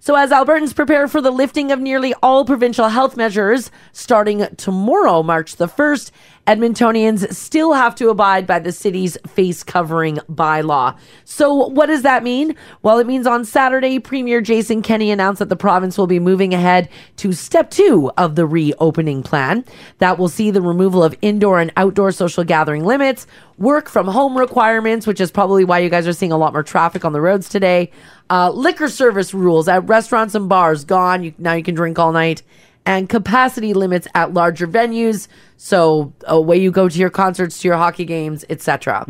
[SPEAKER 1] So, as Albertans prepare for the lifting of nearly all provincial health measures starting tomorrow, March the 1st, Edmontonians still have to abide by the city's face covering bylaw. So, what does that mean? Well, it means on Saturday, Premier Jason Kenney announced that the province will be moving ahead to step two of the reopening plan. That will see the removal of indoor and outdoor social gathering limits, work from home requirements, which is probably why you guys are seeing a lot more traffic on the roads today. Uh, liquor service rules at restaurants and bars gone. You, now you can drink all night. And capacity limits at larger venues. So uh, away you go to your concerts, to your hockey games, etc.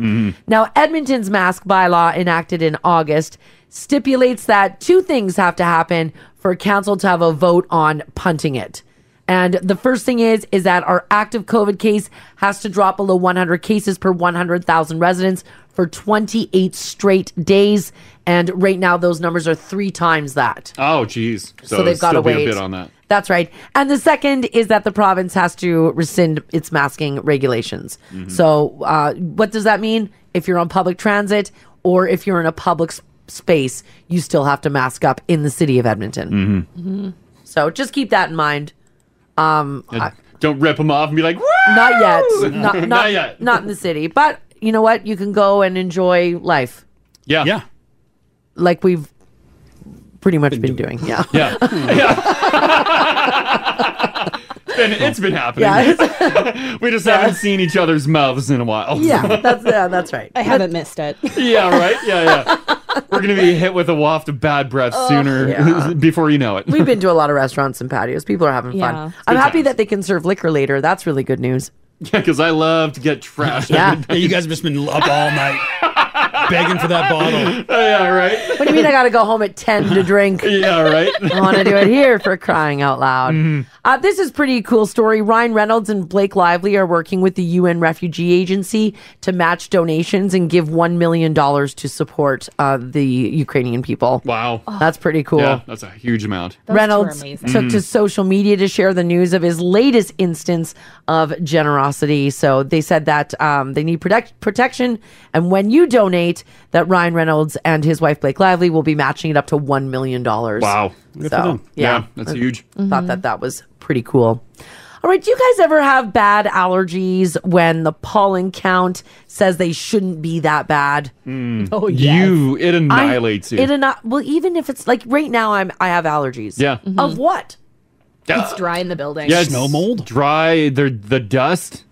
[SPEAKER 1] Now, Edmonton's mask bylaw enacted in August stipulates that two things have to happen for council to have a vote on punting it. And the first thing is is that our active COVID case has to drop below 100 cases per 100,000 residents for 28 straight days and right now those numbers are 3 times that.
[SPEAKER 7] Oh, geez. So,
[SPEAKER 1] So they've gotta
[SPEAKER 7] still be
[SPEAKER 1] wait.
[SPEAKER 7] a bit on that.
[SPEAKER 1] That's right. And the second is that the province has to rescind its masking regulations.
[SPEAKER 7] Mhm.
[SPEAKER 1] So, uh, what does that mean? If you're on public transit or if you're in a public s- space, you still have to mask up in the city of Edmonton.
[SPEAKER 7] Mhm.
[SPEAKER 1] So, just keep that in mind. Um,
[SPEAKER 7] And don't rip them off and be like, "Woo!"
[SPEAKER 1] not yet.
[SPEAKER 7] No.
[SPEAKER 1] Not, not,
[SPEAKER 7] Not yet.
[SPEAKER 1] Not in the city. But you know what? You can go and enjoy life
[SPEAKER 7] yeah, yeah,
[SPEAKER 1] like we've pretty much been doing. Yeah.
[SPEAKER 7] yeah. Been- it's been happening.
[SPEAKER 1] Yeah,
[SPEAKER 7] we just haven't seen each other's mouths in a while.
[SPEAKER 1] Yeah, that's yeah, that's right.
[SPEAKER 24] I haven't missed it.
[SPEAKER 7] yeah, right. Yeah, yeah. We're gonna be hit with a waft of bad breath sooner
[SPEAKER 1] Oh, yeah.
[SPEAKER 7] before you know it.
[SPEAKER 1] We've been to a lot of restaurants and patios. People are having
[SPEAKER 7] Yeah.
[SPEAKER 1] fun. I'm happy that they can serve liquor later. That's really good news.
[SPEAKER 7] Yeah, because I love to get trashed.
[SPEAKER 1] Yeah.
[SPEAKER 8] you guys have just been up all night begging for that bottle.
[SPEAKER 7] Oh, yeah, right.
[SPEAKER 1] What do you mean I got to go home at 10 to drink?
[SPEAKER 7] yeah, right. Mm-hmm.
[SPEAKER 1] I want to do it here for crying out loud. Uh, this is pretty cool story. Ryan Reynolds and Blake Lively are working with the UN Refugee Agency to match donations and give $1 million to support uh, the Ukrainian people.
[SPEAKER 7] Wow.
[SPEAKER 1] That's pretty cool.
[SPEAKER 7] Yeah, that's a huge amount.
[SPEAKER 1] Reynolds took to
[SPEAKER 7] Mm.
[SPEAKER 1] social media to share the news of his latest instance of generosity. So they said that um, they need protect- protection, and when you donate, that Ryan Reynolds and his wife Blake Lively will be matching it up to one million dollars.
[SPEAKER 7] Wow. Good for
[SPEAKER 1] So
[SPEAKER 7] them.
[SPEAKER 1] yeah, Uh,
[SPEAKER 7] Yeah, that's huge.
[SPEAKER 1] Thought that that was pretty cool. All right, do you guys ever have bad allergies when the pollen count says they shouldn't be that bad?
[SPEAKER 7] Mm.
[SPEAKER 1] Oh, yes.
[SPEAKER 7] you it annihilates you.
[SPEAKER 1] It anni- well, even if it's like right now, I'm I have allergies.
[SPEAKER 7] Yeah.
[SPEAKER 1] Of what?
[SPEAKER 7] It's
[SPEAKER 3] dry in the building.
[SPEAKER 7] yeah, snow mold, dry the the dust.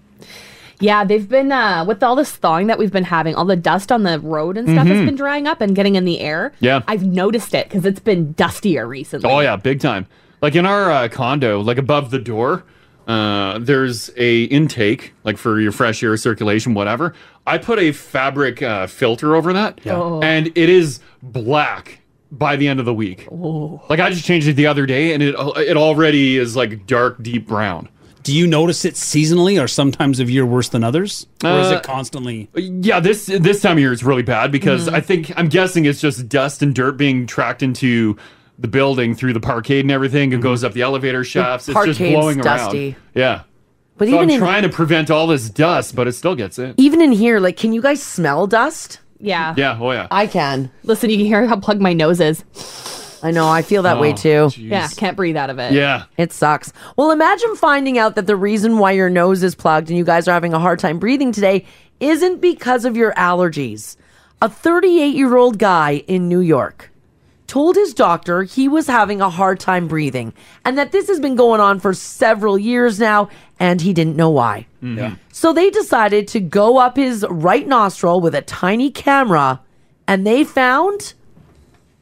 [SPEAKER 3] Yeah, they've been uh, with all this thawing that we've been having, all the dust on the road and stuff
[SPEAKER 7] Mhm.
[SPEAKER 3] has been drying up and getting in the air.
[SPEAKER 7] Yeah.
[SPEAKER 3] I've noticed it because it's been dustier recently.
[SPEAKER 7] Oh yeah, big time. Like in our uh, condo, like above the door, uh, there's a intake, like for your fresh air circulation, whatever. I put a fabric uh, filter over that,
[SPEAKER 8] Yeah. Oh.
[SPEAKER 7] and it is black by the end of the week. Like I just changed it the other day, and it it already is like dark, deep brown.
[SPEAKER 8] Do you notice it seasonally or sometimes of year worse than others? Or
[SPEAKER 7] Uh,
[SPEAKER 8] is it constantly?
[SPEAKER 7] Yeah, this this time of year is really bad because
[SPEAKER 1] Mm-hmm.
[SPEAKER 7] I think I'm guessing it's just dust and dirt being tracked into the building through the parkade and everything. It goes up the elevator shafts. it's just
[SPEAKER 1] Mm-hmm. parkade's
[SPEAKER 7] blowing
[SPEAKER 1] dusty.
[SPEAKER 7] around. Yeah.
[SPEAKER 1] But
[SPEAKER 7] So I'm
[SPEAKER 1] even in-
[SPEAKER 7] trying to prevent all this dust, but it still gets in.
[SPEAKER 1] Even in here, like, can you guys smell dust?
[SPEAKER 3] Yeah.
[SPEAKER 7] Yeah. Oh yeah.
[SPEAKER 1] I can.
[SPEAKER 3] Listen, you can hear how plugged my nose is.
[SPEAKER 1] I know. I feel that way
[SPEAKER 3] Oh,
[SPEAKER 1] too.
[SPEAKER 3] Yeah, can't breathe out of it.
[SPEAKER 1] It sucks. Well, imagine finding out that the reason why your nose is plugged and you guys are having a hard time breathing today isn't because of your allergies. A 38 year old guy in New York told his doctor he was having a hard time breathing and that this has been going on for several years now and he didn't know why.
[SPEAKER 7] Mm-hmm.
[SPEAKER 24] Yeah.
[SPEAKER 1] So they decided to go up his right nostril with a tiny camera and they found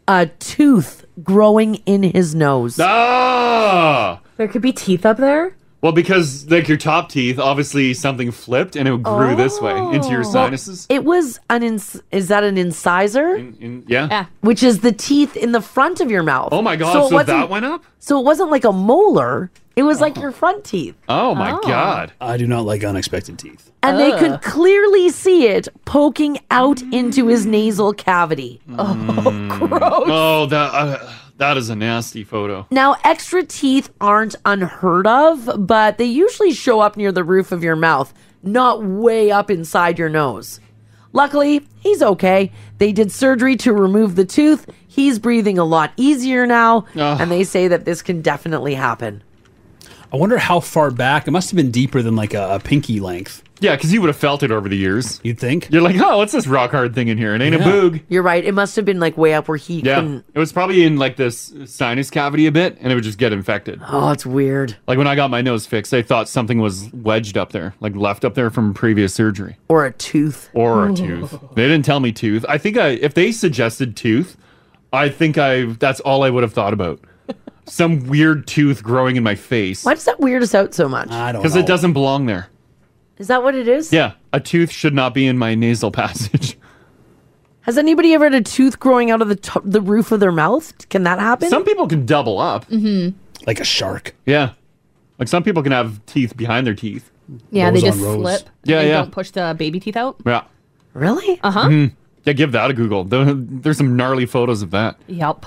[SPEAKER 1] a tooth growing in his nose.
[SPEAKER 7] Ah!
[SPEAKER 3] There could be teeth up there.
[SPEAKER 7] Well, because like your top teeth, obviously something flipped and it grew this way into your
[SPEAKER 1] Oh. Well,
[SPEAKER 7] sinuses.
[SPEAKER 1] it was an ins- is that an incisor?
[SPEAKER 7] yeah.
[SPEAKER 1] Which is the teeth in the front of your mouth. Oh
[SPEAKER 7] my God,
[SPEAKER 1] it
[SPEAKER 7] so
[SPEAKER 1] wasn't-
[SPEAKER 7] that went up?
[SPEAKER 1] So it wasn't like a molar. It was like your front teeth.
[SPEAKER 7] Oh my god.
[SPEAKER 8] I do not like unexpected teeth.
[SPEAKER 1] And they could clearly see it poking out into his
[SPEAKER 3] Mm.
[SPEAKER 1] nasal cavity.
[SPEAKER 7] Mm. Gross. Oh, that uh, that is a nasty photo.
[SPEAKER 1] Now, extra teeth aren't unheard of, but they usually show up near the roof of your mouth, not way up inside your nose. Luckily, he's okay. They did surgery to remove the tooth. He's breathing a lot easier now, and they say that this can definitely happen.
[SPEAKER 8] I wonder how far back. It must have been deeper than like a, a pinky length.
[SPEAKER 7] Yeah, because you would have felt it over the years.
[SPEAKER 8] You'd think.
[SPEAKER 7] You're like, oh, what's this rock hard thing in here? It ain't a
[SPEAKER 8] Yeah.
[SPEAKER 7] boog.
[SPEAKER 1] You're right. It must have been like way up where he
[SPEAKER 7] Yeah,
[SPEAKER 1] couldn't.
[SPEAKER 7] it was probably in like this sinus cavity a bit, and it would just get infected.
[SPEAKER 1] Oh, it's weird.
[SPEAKER 7] Like when I got my nose fixed, they thought something was wedged up there, like left up there from previous surgery,
[SPEAKER 1] or a tooth,
[SPEAKER 7] or a tooth. They didn't tell me tooth. I think I, if they suggested tooth, I think I that's all I would have thought about. Some weird tooth growing in my face
[SPEAKER 1] Why does that weird us out so much? I
[SPEAKER 7] because it doesn't belong there.
[SPEAKER 1] Is that what it is?
[SPEAKER 7] Yeah, a tooth should not be in my nasal passage.
[SPEAKER 1] Has anybody ever had a tooth growing out of the to the roof of their mouth? Can that happen?
[SPEAKER 7] Some people can double up,
[SPEAKER 1] Mm-hmm.
[SPEAKER 8] like a shark.
[SPEAKER 7] Yeah, like some people can have teeth behind their teeth.
[SPEAKER 3] Yeah, they just slip.
[SPEAKER 7] Yeah,
[SPEAKER 3] and
[SPEAKER 7] yeah.
[SPEAKER 3] Don't push the baby teeth out.
[SPEAKER 7] Yeah.
[SPEAKER 1] Really?
[SPEAKER 3] Uh huh.
[SPEAKER 7] Mhm. Yeah, give that a Google. There- There's some gnarly photos of that.
[SPEAKER 3] Yep.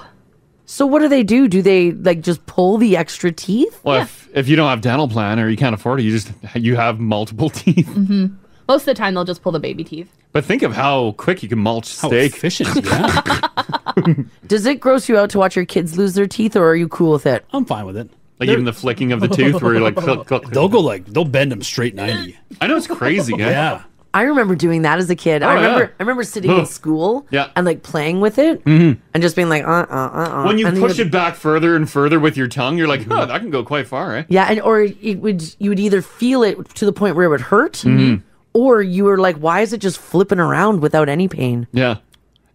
[SPEAKER 1] So what do they do? Do they like just pull the extra teeth?
[SPEAKER 7] Well, if, if you don't have dental plan or you can't afford it, you just you have multiple teeth.
[SPEAKER 3] hmm Most of the time, they'll just pull the baby teeth.
[SPEAKER 7] But think of how quick you can mulch steak.
[SPEAKER 8] efficient.
[SPEAKER 1] Does it gross you out to watch your kids lose their teeth, or are you cool with it?
[SPEAKER 8] I'm fine with it.
[SPEAKER 7] Like even the flicking of the tooth where you're like click, click.
[SPEAKER 8] They'll go like they'll bend them straight ninety.
[SPEAKER 7] I know it's crazy. eh?
[SPEAKER 8] Yeah.
[SPEAKER 1] I remember doing that as a kid.
[SPEAKER 7] Oh,
[SPEAKER 1] I
[SPEAKER 7] yeah.
[SPEAKER 1] remember I remember sitting in
[SPEAKER 7] Huh.
[SPEAKER 1] school
[SPEAKER 7] Yeah.
[SPEAKER 1] and like playing with it
[SPEAKER 8] Mm-hmm.
[SPEAKER 1] and just being like uh uh uh uh.
[SPEAKER 7] When you
[SPEAKER 1] and then
[SPEAKER 7] push
[SPEAKER 1] you'd-
[SPEAKER 7] it back further and further with your tongue, you're like, huh, that can go quite far, eh?
[SPEAKER 1] yeah, and or it would you would either feel it to the point where it would hurt,
[SPEAKER 7] Mhm.
[SPEAKER 1] or you were like, why is it just flipping around without any pain?
[SPEAKER 7] Yeah.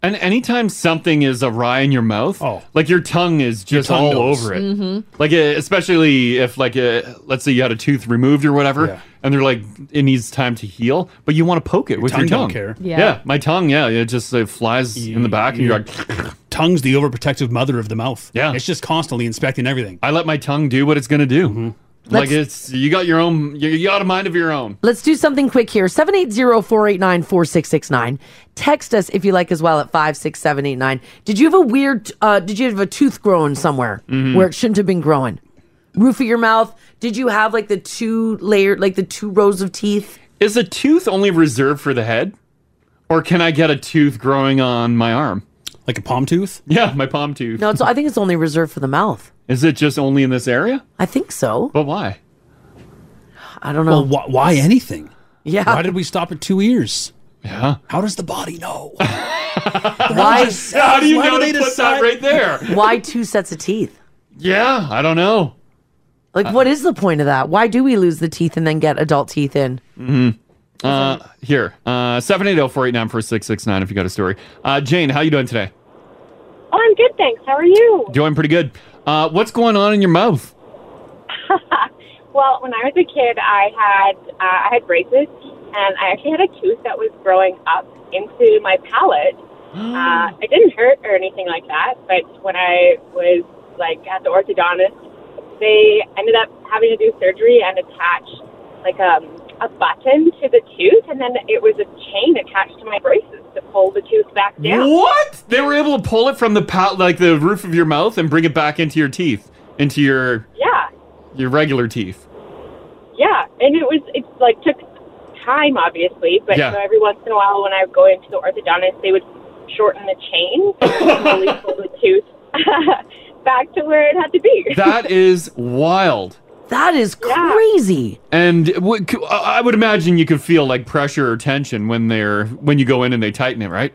[SPEAKER 7] And anytime something is awry in your mouth,
[SPEAKER 8] Oh.
[SPEAKER 7] like your tongue is just
[SPEAKER 8] tongue
[SPEAKER 7] all
[SPEAKER 8] knows.
[SPEAKER 7] over it.
[SPEAKER 1] Mm-hmm.
[SPEAKER 8] Mhm.
[SPEAKER 7] Like uh, especially if like uh, let's say you had a tooth removed or whatever, and they're like it needs time to heal, but you want to poke it with
[SPEAKER 8] tongue
[SPEAKER 7] your
[SPEAKER 8] don't
[SPEAKER 7] tongue.
[SPEAKER 8] care.
[SPEAKER 7] Yeah.
[SPEAKER 8] Yeah.
[SPEAKER 7] my tongue. Yeah, it just uh, flies in the back, and you're like,
[SPEAKER 8] tongue's the overprotective mother of the mouth.
[SPEAKER 7] Yeah.
[SPEAKER 8] It's just constantly inspecting everything. Mm-hmm.
[SPEAKER 7] I let my tongue do what it's gonna do. Like
[SPEAKER 1] Let's-
[SPEAKER 7] it's you got your own, you, you got a mind of your own.
[SPEAKER 1] Let's do something quick here. 780-489-4669. Text us if you like as well at 56789. Did you have a weird uh did you have a tooth growing somewhere
[SPEAKER 7] Mm-hmm.
[SPEAKER 24] Mhm.
[SPEAKER 1] where it shouldn't have been growing? Roof of your mouth? Did you have like the two layered like the two rows of teeth?
[SPEAKER 7] Is a tooth only reserved for the head, or can I get a tooth growing on my arm,
[SPEAKER 8] like a palm tooth?
[SPEAKER 7] Yeah, my palm tooth.
[SPEAKER 1] No, it's I think it's only reserved for the mouth.
[SPEAKER 7] Is it just only in this area?
[SPEAKER 1] I think so.
[SPEAKER 7] But why?
[SPEAKER 1] I don't know.
[SPEAKER 8] Well, wh- why anything?
[SPEAKER 1] Yeah.
[SPEAKER 8] Why did we stop at two ears?
[SPEAKER 7] Yeah.
[SPEAKER 8] How does the body know?
[SPEAKER 1] Why
[SPEAKER 7] How do you know to put that right there?
[SPEAKER 1] Why two sets of teeth?
[SPEAKER 7] Yeah, I don't know.
[SPEAKER 1] Like what is the point of that? Why do we lose the teeth and then get adult teeth in?
[SPEAKER 7] hmm Uh, here, uh, 780-489-4669 if you got a story. Uh, Jane, how you doing today?
[SPEAKER 25] Oh, I'm good, thanks. How are you?
[SPEAKER 7] Doing pretty good. Uh, what's going on in your mouth?
[SPEAKER 25] Well, when I was a kid, I had uh, I had braces, and I actually had a tooth that was growing up into my palate. Uh, it didn't hurt or anything like that, but when I was like at the orthodontist, they ended up having to do surgery and attach like um, a button to the tooth, and then it was a chain attached to my braces to pull the tooth back down.
[SPEAKER 7] What? They were able to pull it from the pat, like the roof of your mouth, and bring it back into your teeth, into your
[SPEAKER 25] Yeah.
[SPEAKER 7] your regular teeth.
[SPEAKER 25] Yeah, and it was it like took time, obviously, but
[SPEAKER 7] Yeah.
[SPEAKER 25] so every once in a while, when I would go into the orthodontist, they would shorten the chain and slowly pull the tooth back to where it had to be.
[SPEAKER 7] That is wild.
[SPEAKER 1] That is crazy.
[SPEAKER 7] And what, c- I I would imagine you could feel like pressure or tension when they're when you go in and they tighten it, right?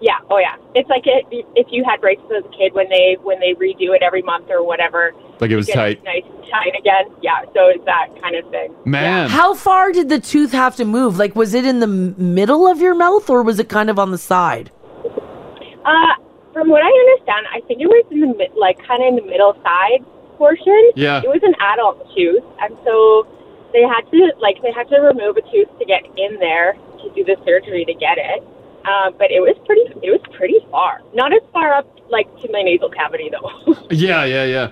[SPEAKER 25] Yeah, oh yeah. It's like it, if you had braces as a kid when they when they redo it every month or whatever.
[SPEAKER 7] Like it was
[SPEAKER 25] you get
[SPEAKER 7] tight.
[SPEAKER 25] Nice and tight again. Yeah, so it's that kind of thing.
[SPEAKER 7] Man.
[SPEAKER 1] How far did the tooth have to move? Like, was it in the m- middle of your mouth or was it kind of on the side?
[SPEAKER 25] Uh, from what I understand, I think it was in the mid, like kind of in the middle side portion.
[SPEAKER 1] Yeah.
[SPEAKER 25] It was an adult tooth, and so they had to like they had to remove a tooth to get in there to do the surgery to get it. Um, but it was pretty it was pretty far. Not as far up like to my nasal cavity though.
[SPEAKER 7] Yeah, yeah, yeah.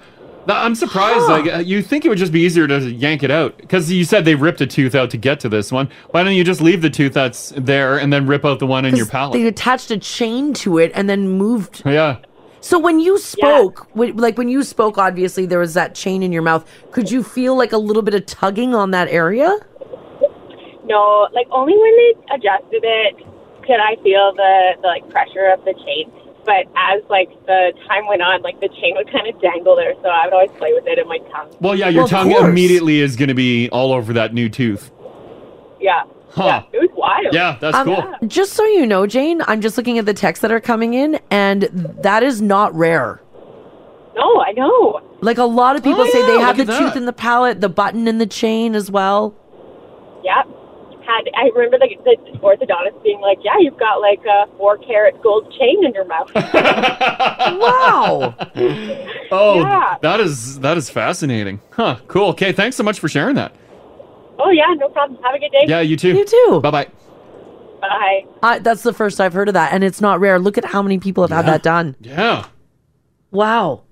[SPEAKER 7] Th- I'm surprised. Like uh, you think it would just be easier to yank it out because you said they ripped a tooth out to get to this one. Why don't you just leave the tooth that's there and then rip out the one in your
[SPEAKER 1] They
[SPEAKER 7] palate?
[SPEAKER 1] attached a chain to it and then moved.
[SPEAKER 7] Yeah.
[SPEAKER 1] So when you spoke, when- like when you spoke, obviously there was that chain in your mouth. Could you feel like a little bit of tugging on that area?
[SPEAKER 25] No, like only when they adjusted it could I feel the, the like pressure of the chain. But as like the time went on, like the chain would kind of dangle there, so I would always play with it in my tongue.
[SPEAKER 7] Well, yeah, your tongue immediately is going to be all over that new tooth.
[SPEAKER 25] Yeah.
[SPEAKER 7] Huh.
[SPEAKER 25] It was wild.
[SPEAKER 7] Yeah, that's
[SPEAKER 1] Um,
[SPEAKER 7] cool.
[SPEAKER 1] Just so you know, Jane, I'm just looking at the texts that are coming in, and that is not rare.
[SPEAKER 25] No, I know.
[SPEAKER 1] Like a lot of people
[SPEAKER 25] Oh,
[SPEAKER 1] say,
[SPEAKER 25] yeah,
[SPEAKER 1] they have the
[SPEAKER 25] look at
[SPEAKER 1] tooth
[SPEAKER 25] that.
[SPEAKER 1] in the palate, the button in the chain as well.
[SPEAKER 25] Yeah. Had I remember the, the orthodontist being like, "Yeah, you've got like a four carat gold chain in your mouth."
[SPEAKER 1] wow.
[SPEAKER 7] Oh,
[SPEAKER 25] Yeah.
[SPEAKER 7] that is that is fascinating. Huh. Cool. Okay. Thanks so much for sharing that.
[SPEAKER 25] oh yeah, no problem. Have a good day.
[SPEAKER 7] Yeah. You too. You
[SPEAKER 1] too.
[SPEAKER 7] Bye bye.
[SPEAKER 25] Bye.
[SPEAKER 1] Uh, that's the first I've heard of that, and it's not rare. Look at how many people have had that done.
[SPEAKER 7] Yeah.
[SPEAKER 1] Wow.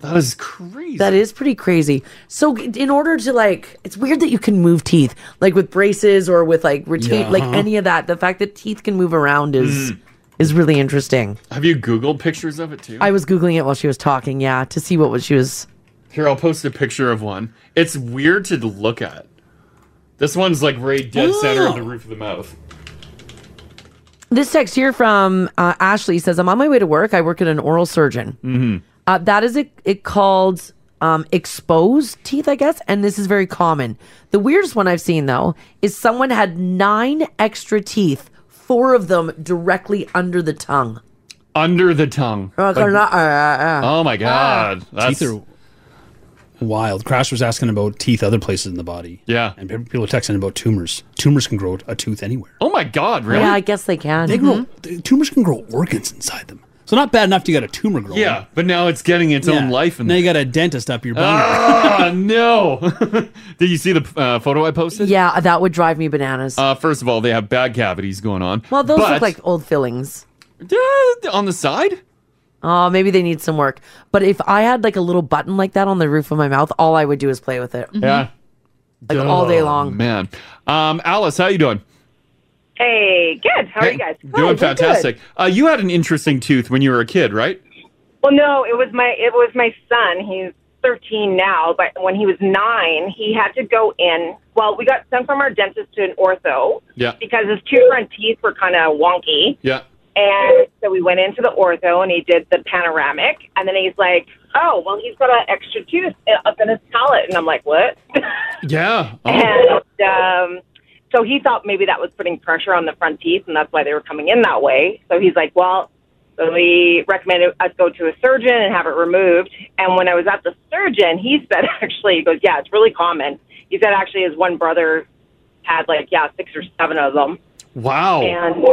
[SPEAKER 7] That is crazy.
[SPEAKER 1] That is pretty crazy. So, g- in order to like, it's weird that you can move teeth, like with braces or with like
[SPEAKER 7] Yeah.
[SPEAKER 1] retain,
[SPEAKER 7] uh-huh.
[SPEAKER 1] like any of that. The fact that teeth can move around is
[SPEAKER 7] Mm.
[SPEAKER 1] is really interesting.
[SPEAKER 7] Have you Googled pictures of it too?
[SPEAKER 1] I was googling it while she was talking, yeah, to see what was she was.
[SPEAKER 7] Here, I'll post a picture of one. It's weird to look at. This one's like right dead center
[SPEAKER 8] Oh.
[SPEAKER 7] of the roof of the mouth.
[SPEAKER 1] This text here from uh, Ashley says, "I'm on my way to work. I work at an oral surgeon.
[SPEAKER 7] Mm-hmm.
[SPEAKER 1] Uh, that is it, it called um, exposed teeth, I guess, and this is very common. The weirdest one I've seen though is someone had nine extra teeth, four of them directly under the tongue.
[SPEAKER 7] Under the tongue.
[SPEAKER 1] Uh,
[SPEAKER 7] Like-
[SPEAKER 1] not- uh, uh, uh.
[SPEAKER 7] oh my god. That's
[SPEAKER 8] Teeth are wild. Crash was asking about teeth other places in the body.
[SPEAKER 7] Yeah.
[SPEAKER 8] And people were texting about tumors. Tumors can grow a tooth anywhere.
[SPEAKER 7] Oh my god, really?
[SPEAKER 1] Yeah, I guess they can. Mm-hmm.
[SPEAKER 8] They grow the tumors can grow organs inside them. So not bad enough you got a tumor growing.
[SPEAKER 7] Yeah, but now it's getting its own life.
[SPEAKER 8] now you got a dentist up your bum.
[SPEAKER 7] Ah, no. Did you see the uh, photo I posted?
[SPEAKER 1] Yeah, that would drive me bananas.
[SPEAKER 7] Uh, first of all, they have bad cavities going on.
[SPEAKER 1] well, those
[SPEAKER 7] but
[SPEAKER 1] look like old fillings.
[SPEAKER 7] on the side?
[SPEAKER 1] Oh, maybe they need some work. But if I had like a little button like that on the roof of my mouth, all I would do is play with it.
[SPEAKER 7] Yeah.
[SPEAKER 1] Like all day
[SPEAKER 7] Oh,
[SPEAKER 1] long.
[SPEAKER 7] Man. Um, Alice, how you doing?
[SPEAKER 24] Hey, good. How are
[SPEAKER 7] Hey,
[SPEAKER 24] you guys?
[SPEAKER 7] Doing fantastic. Uh, you had an interesting tooth when you were a kid, right?
[SPEAKER 24] Well, no, it was my it was my son. He's 13 now, but when he was nine, he had to go in. Well, we got sent from our dentist to an ortho
[SPEAKER 7] Yeah.
[SPEAKER 24] because his two front teeth were kind of wonky.
[SPEAKER 7] Yeah.
[SPEAKER 24] And so we went into the ortho and he did the panoramic. And then he's like, oh, well, he's got an extra tooth uh, up in his palate. And I'm like, what?
[SPEAKER 7] Yeah. Oh,
[SPEAKER 24] And um, so he thought maybe that was putting pressure on the front teeth, and that's why they were coming in that way. So he's like, well, so we recommended us go to a surgeon and have it removed. And when I was at the surgeon, he said, actually, he goes, yeah, it's really common. He said, actually, his one brother had like, yeah, six or seven of them.
[SPEAKER 7] Wow.
[SPEAKER 24] And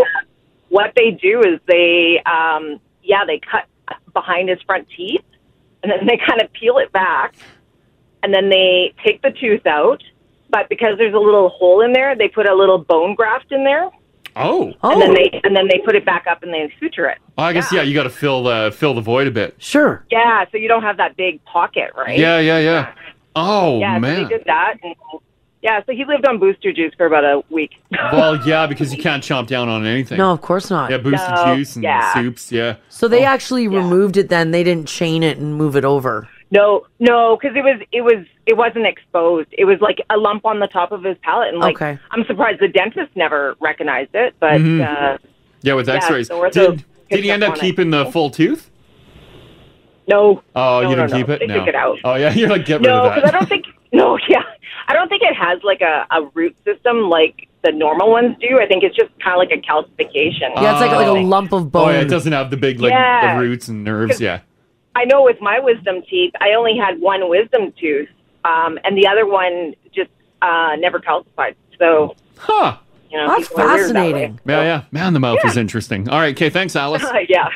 [SPEAKER 24] what they do is they, um, yeah, they cut behind his front teeth and then they kind of peel it back and then they take the tooth out. But because there's a little hole in there, they put a little bone graft in there
[SPEAKER 7] Oh.
[SPEAKER 24] and then they and then they put it back up and they suture it.
[SPEAKER 7] Well, I guess yeah, you got to fill the fill the void a bit.
[SPEAKER 1] Sure.
[SPEAKER 24] Yeah, so you don't have that big pocket, right?
[SPEAKER 7] Yeah, yeah, yeah. Oh
[SPEAKER 24] yeah, so
[SPEAKER 7] man.
[SPEAKER 24] they did that. And, yeah, so he lived on booster juice for about a week.
[SPEAKER 7] well, yeah, because you can't chomp down on anything.
[SPEAKER 1] No, of course not.
[SPEAKER 7] Yeah, boosted
[SPEAKER 24] No,
[SPEAKER 7] juice and
[SPEAKER 24] yeah.
[SPEAKER 7] soups. Yeah.
[SPEAKER 1] So they actually removed it then. They didn't chain it and move it over.
[SPEAKER 24] No, no, because it was it was it wasn't exposed. It was like a lump on the top of his palate, and like
[SPEAKER 1] Okay. Mm-hmm.
[SPEAKER 24] I'm surprised the dentist never recognized it. But
[SPEAKER 7] Mhm.
[SPEAKER 24] uh,
[SPEAKER 7] Yeah, with
[SPEAKER 24] Yeah,
[SPEAKER 7] X-rays.
[SPEAKER 24] the ortho
[SPEAKER 7] did
[SPEAKER 24] picked
[SPEAKER 7] did he end
[SPEAKER 24] up
[SPEAKER 7] up
[SPEAKER 24] on it.
[SPEAKER 7] keeping the full tooth?
[SPEAKER 24] No.
[SPEAKER 7] Oh,
[SPEAKER 24] No,
[SPEAKER 7] you
[SPEAKER 24] no,
[SPEAKER 7] didn't
[SPEAKER 24] no.
[SPEAKER 7] keep it?
[SPEAKER 24] They
[SPEAKER 7] no.
[SPEAKER 24] took it out.
[SPEAKER 7] Oh, yeah. You're like, get
[SPEAKER 24] no,
[SPEAKER 7] rid of
[SPEAKER 24] because I
[SPEAKER 7] that.
[SPEAKER 24] don't think. No, yeah, I don't think it has like a, a root system like the normal ones do. I think it's just kind of like a calcification. Um,
[SPEAKER 7] Oh.
[SPEAKER 1] lump of
[SPEAKER 7] Oh, yeah. It
[SPEAKER 24] bone.
[SPEAKER 7] doesn't have the big, like,
[SPEAKER 24] Yeah.
[SPEAKER 7] the roots and nerves. Yeah.
[SPEAKER 24] I know with my wisdom teeth, I only had one wisdom tooth, um, and the other one just uh, never calcified. So,
[SPEAKER 7] huh?
[SPEAKER 24] You know, people are weird that way.
[SPEAKER 7] Yeah, yeah. Man, the mouth is interesting. All right. Okay. Thanks, Alice.
[SPEAKER 24] yeah.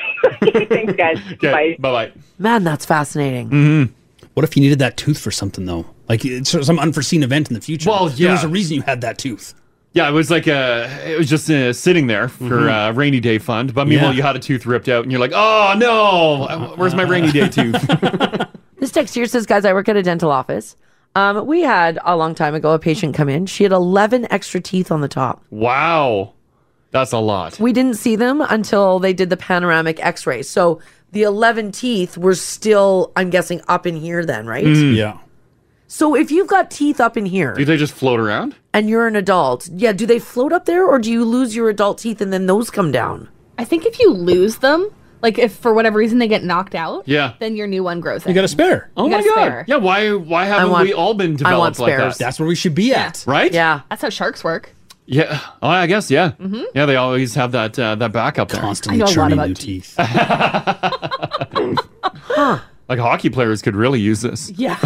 [SPEAKER 24] Thanks, guys.
[SPEAKER 7] Okay. Bye bye.
[SPEAKER 1] Man, that's fascinating.
[SPEAKER 8] Mm-hmm. What if you needed that tooth for something though? Like it's sort of some unforeseen event in the future. Well,
[SPEAKER 7] yeah.
[SPEAKER 8] There was a reason you had that tooth.
[SPEAKER 7] Yeah, it was like uh it was just uh, sitting there for
[SPEAKER 8] Mhm.
[SPEAKER 7] uh, rainy day fund. But
[SPEAKER 8] Yeah.
[SPEAKER 7] meanwhile, you had a tooth ripped out, and you're like, oh no, where's my rainy day tooth?
[SPEAKER 1] This text here says, guys, I work at a dental office. Um, we had a long time ago a patient come in. She had 11 extra teeth on the top.
[SPEAKER 7] wow, that's a lot.
[SPEAKER 1] We didn't see them until they did the panoramic x ray. So the 11 teeth were still, I'm guessing, up in here then, right?
[SPEAKER 7] Mm. Yeah.
[SPEAKER 1] So if you've got teeth up in here
[SPEAKER 7] Do they just float around?
[SPEAKER 1] and you're an adult, yeah, do they float up there or do you lose your adult teeth and then those come down?
[SPEAKER 3] I think if you lose them, like if for whatever reason they get knocked out,
[SPEAKER 7] Yeah.
[SPEAKER 3] then your new one grows. in.
[SPEAKER 8] spare.
[SPEAKER 7] Oh
[SPEAKER 3] You
[SPEAKER 7] my
[SPEAKER 3] got a
[SPEAKER 7] god.
[SPEAKER 3] spare.
[SPEAKER 7] Yeah. Why? Why haven't
[SPEAKER 3] want-
[SPEAKER 7] we all been
[SPEAKER 3] I want
[SPEAKER 7] developed like
[SPEAKER 3] spares.
[SPEAKER 7] that?
[SPEAKER 8] That's where we should be at.
[SPEAKER 7] Right?
[SPEAKER 1] Yeah.
[SPEAKER 3] That's how sharks work.
[SPEAKER 7] Yeah. Oh, I guess. Yeah.
[SPEAKER 3] Mhm.
[SPEAKER 7] Yeah. They always have that uh, that backup there.
[SPEAKER 3] I know a
[SPEAKER 7] Constantly
[SPEAKER 3] lot churning about new
[SPEAKER 8] teeth.
[SPEAKER 7] like hockey players could really use this.
[SPEAKER 8] Yeah.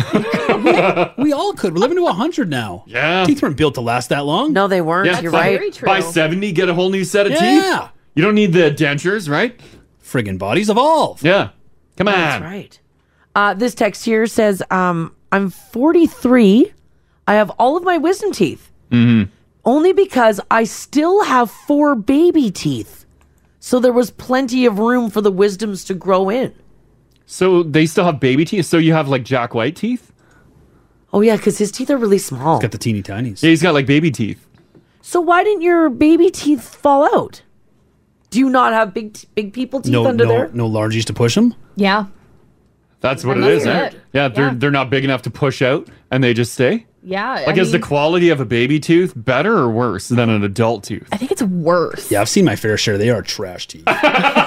[SPEAKER 8] we, we all could. We're living to 100 now.
[SPEAKER 7] Yeah.
[SPEAKER 8] Teeth weren't built to last that long.
[SPEAKER 1] No, they weren't.
[SPEAKER 7] Yeah, by- By 70, get a whole new set of
[SPEAKER 8] Yeah.
[SPEAKER 7] teeth. You don't need the dentures, right?
[SPEAKER 8] Friggin' bodies evolve.
[SPEAKER 7] Yeah. Come on.
[SPEAKER 1] That's right. Uh, this text here says, um, I'm 43. I have all of my wisdom teeth.
[SPEAKER 7] Mm-hmm.
[SPEAKER 1] only because I still have four baby teeth. So there was plenty of room for the wisdoms to grow in.
[SPEAKER 7] So they still have baby teeth. So you have like Jack White teeth?
[SPEAKER 1] Oh, yeah, because his teeth are really small.
[SPEAKER 8] got the teeny tinies.
[SPEAKER 7] Yeah, he's got like baby teeth.
[SPEAKER 1] So why didn't your baby teeth fall out? Do you not have big big people teeth
[SPEAKER 8] No,
[SPEAKER 1] under
[SPEAKER 8] no,
[SPEAKER 1] there?
[SPEAKER 8] no largies to push them.
[SPEAKER 3] Yeah.
[SPEAKER 7] That's what
[SPEAKER 1] That
[SPEAKER 7] it
[SPEAKER 1] must
[SPEAKER 7] is,
[SPEAKER 1] be
[SPEAKER 7] huh?
[SPEAKER 1] it.
[SPEAKER 7] Yeah, they're
[SPEAKER 3] Yeah.
[SPEAKER 7] they're not big enough to push out and they just stay.
[SPEAKER 3] Yeah.
[SPEAKER 7] Like is the quality of a baby tooth better or worse than an adult tooth?
[SPEAKER 3] I think it's worse.
[SPEAKER 8] Yeah, I've seen my fair share. They are trash teeth.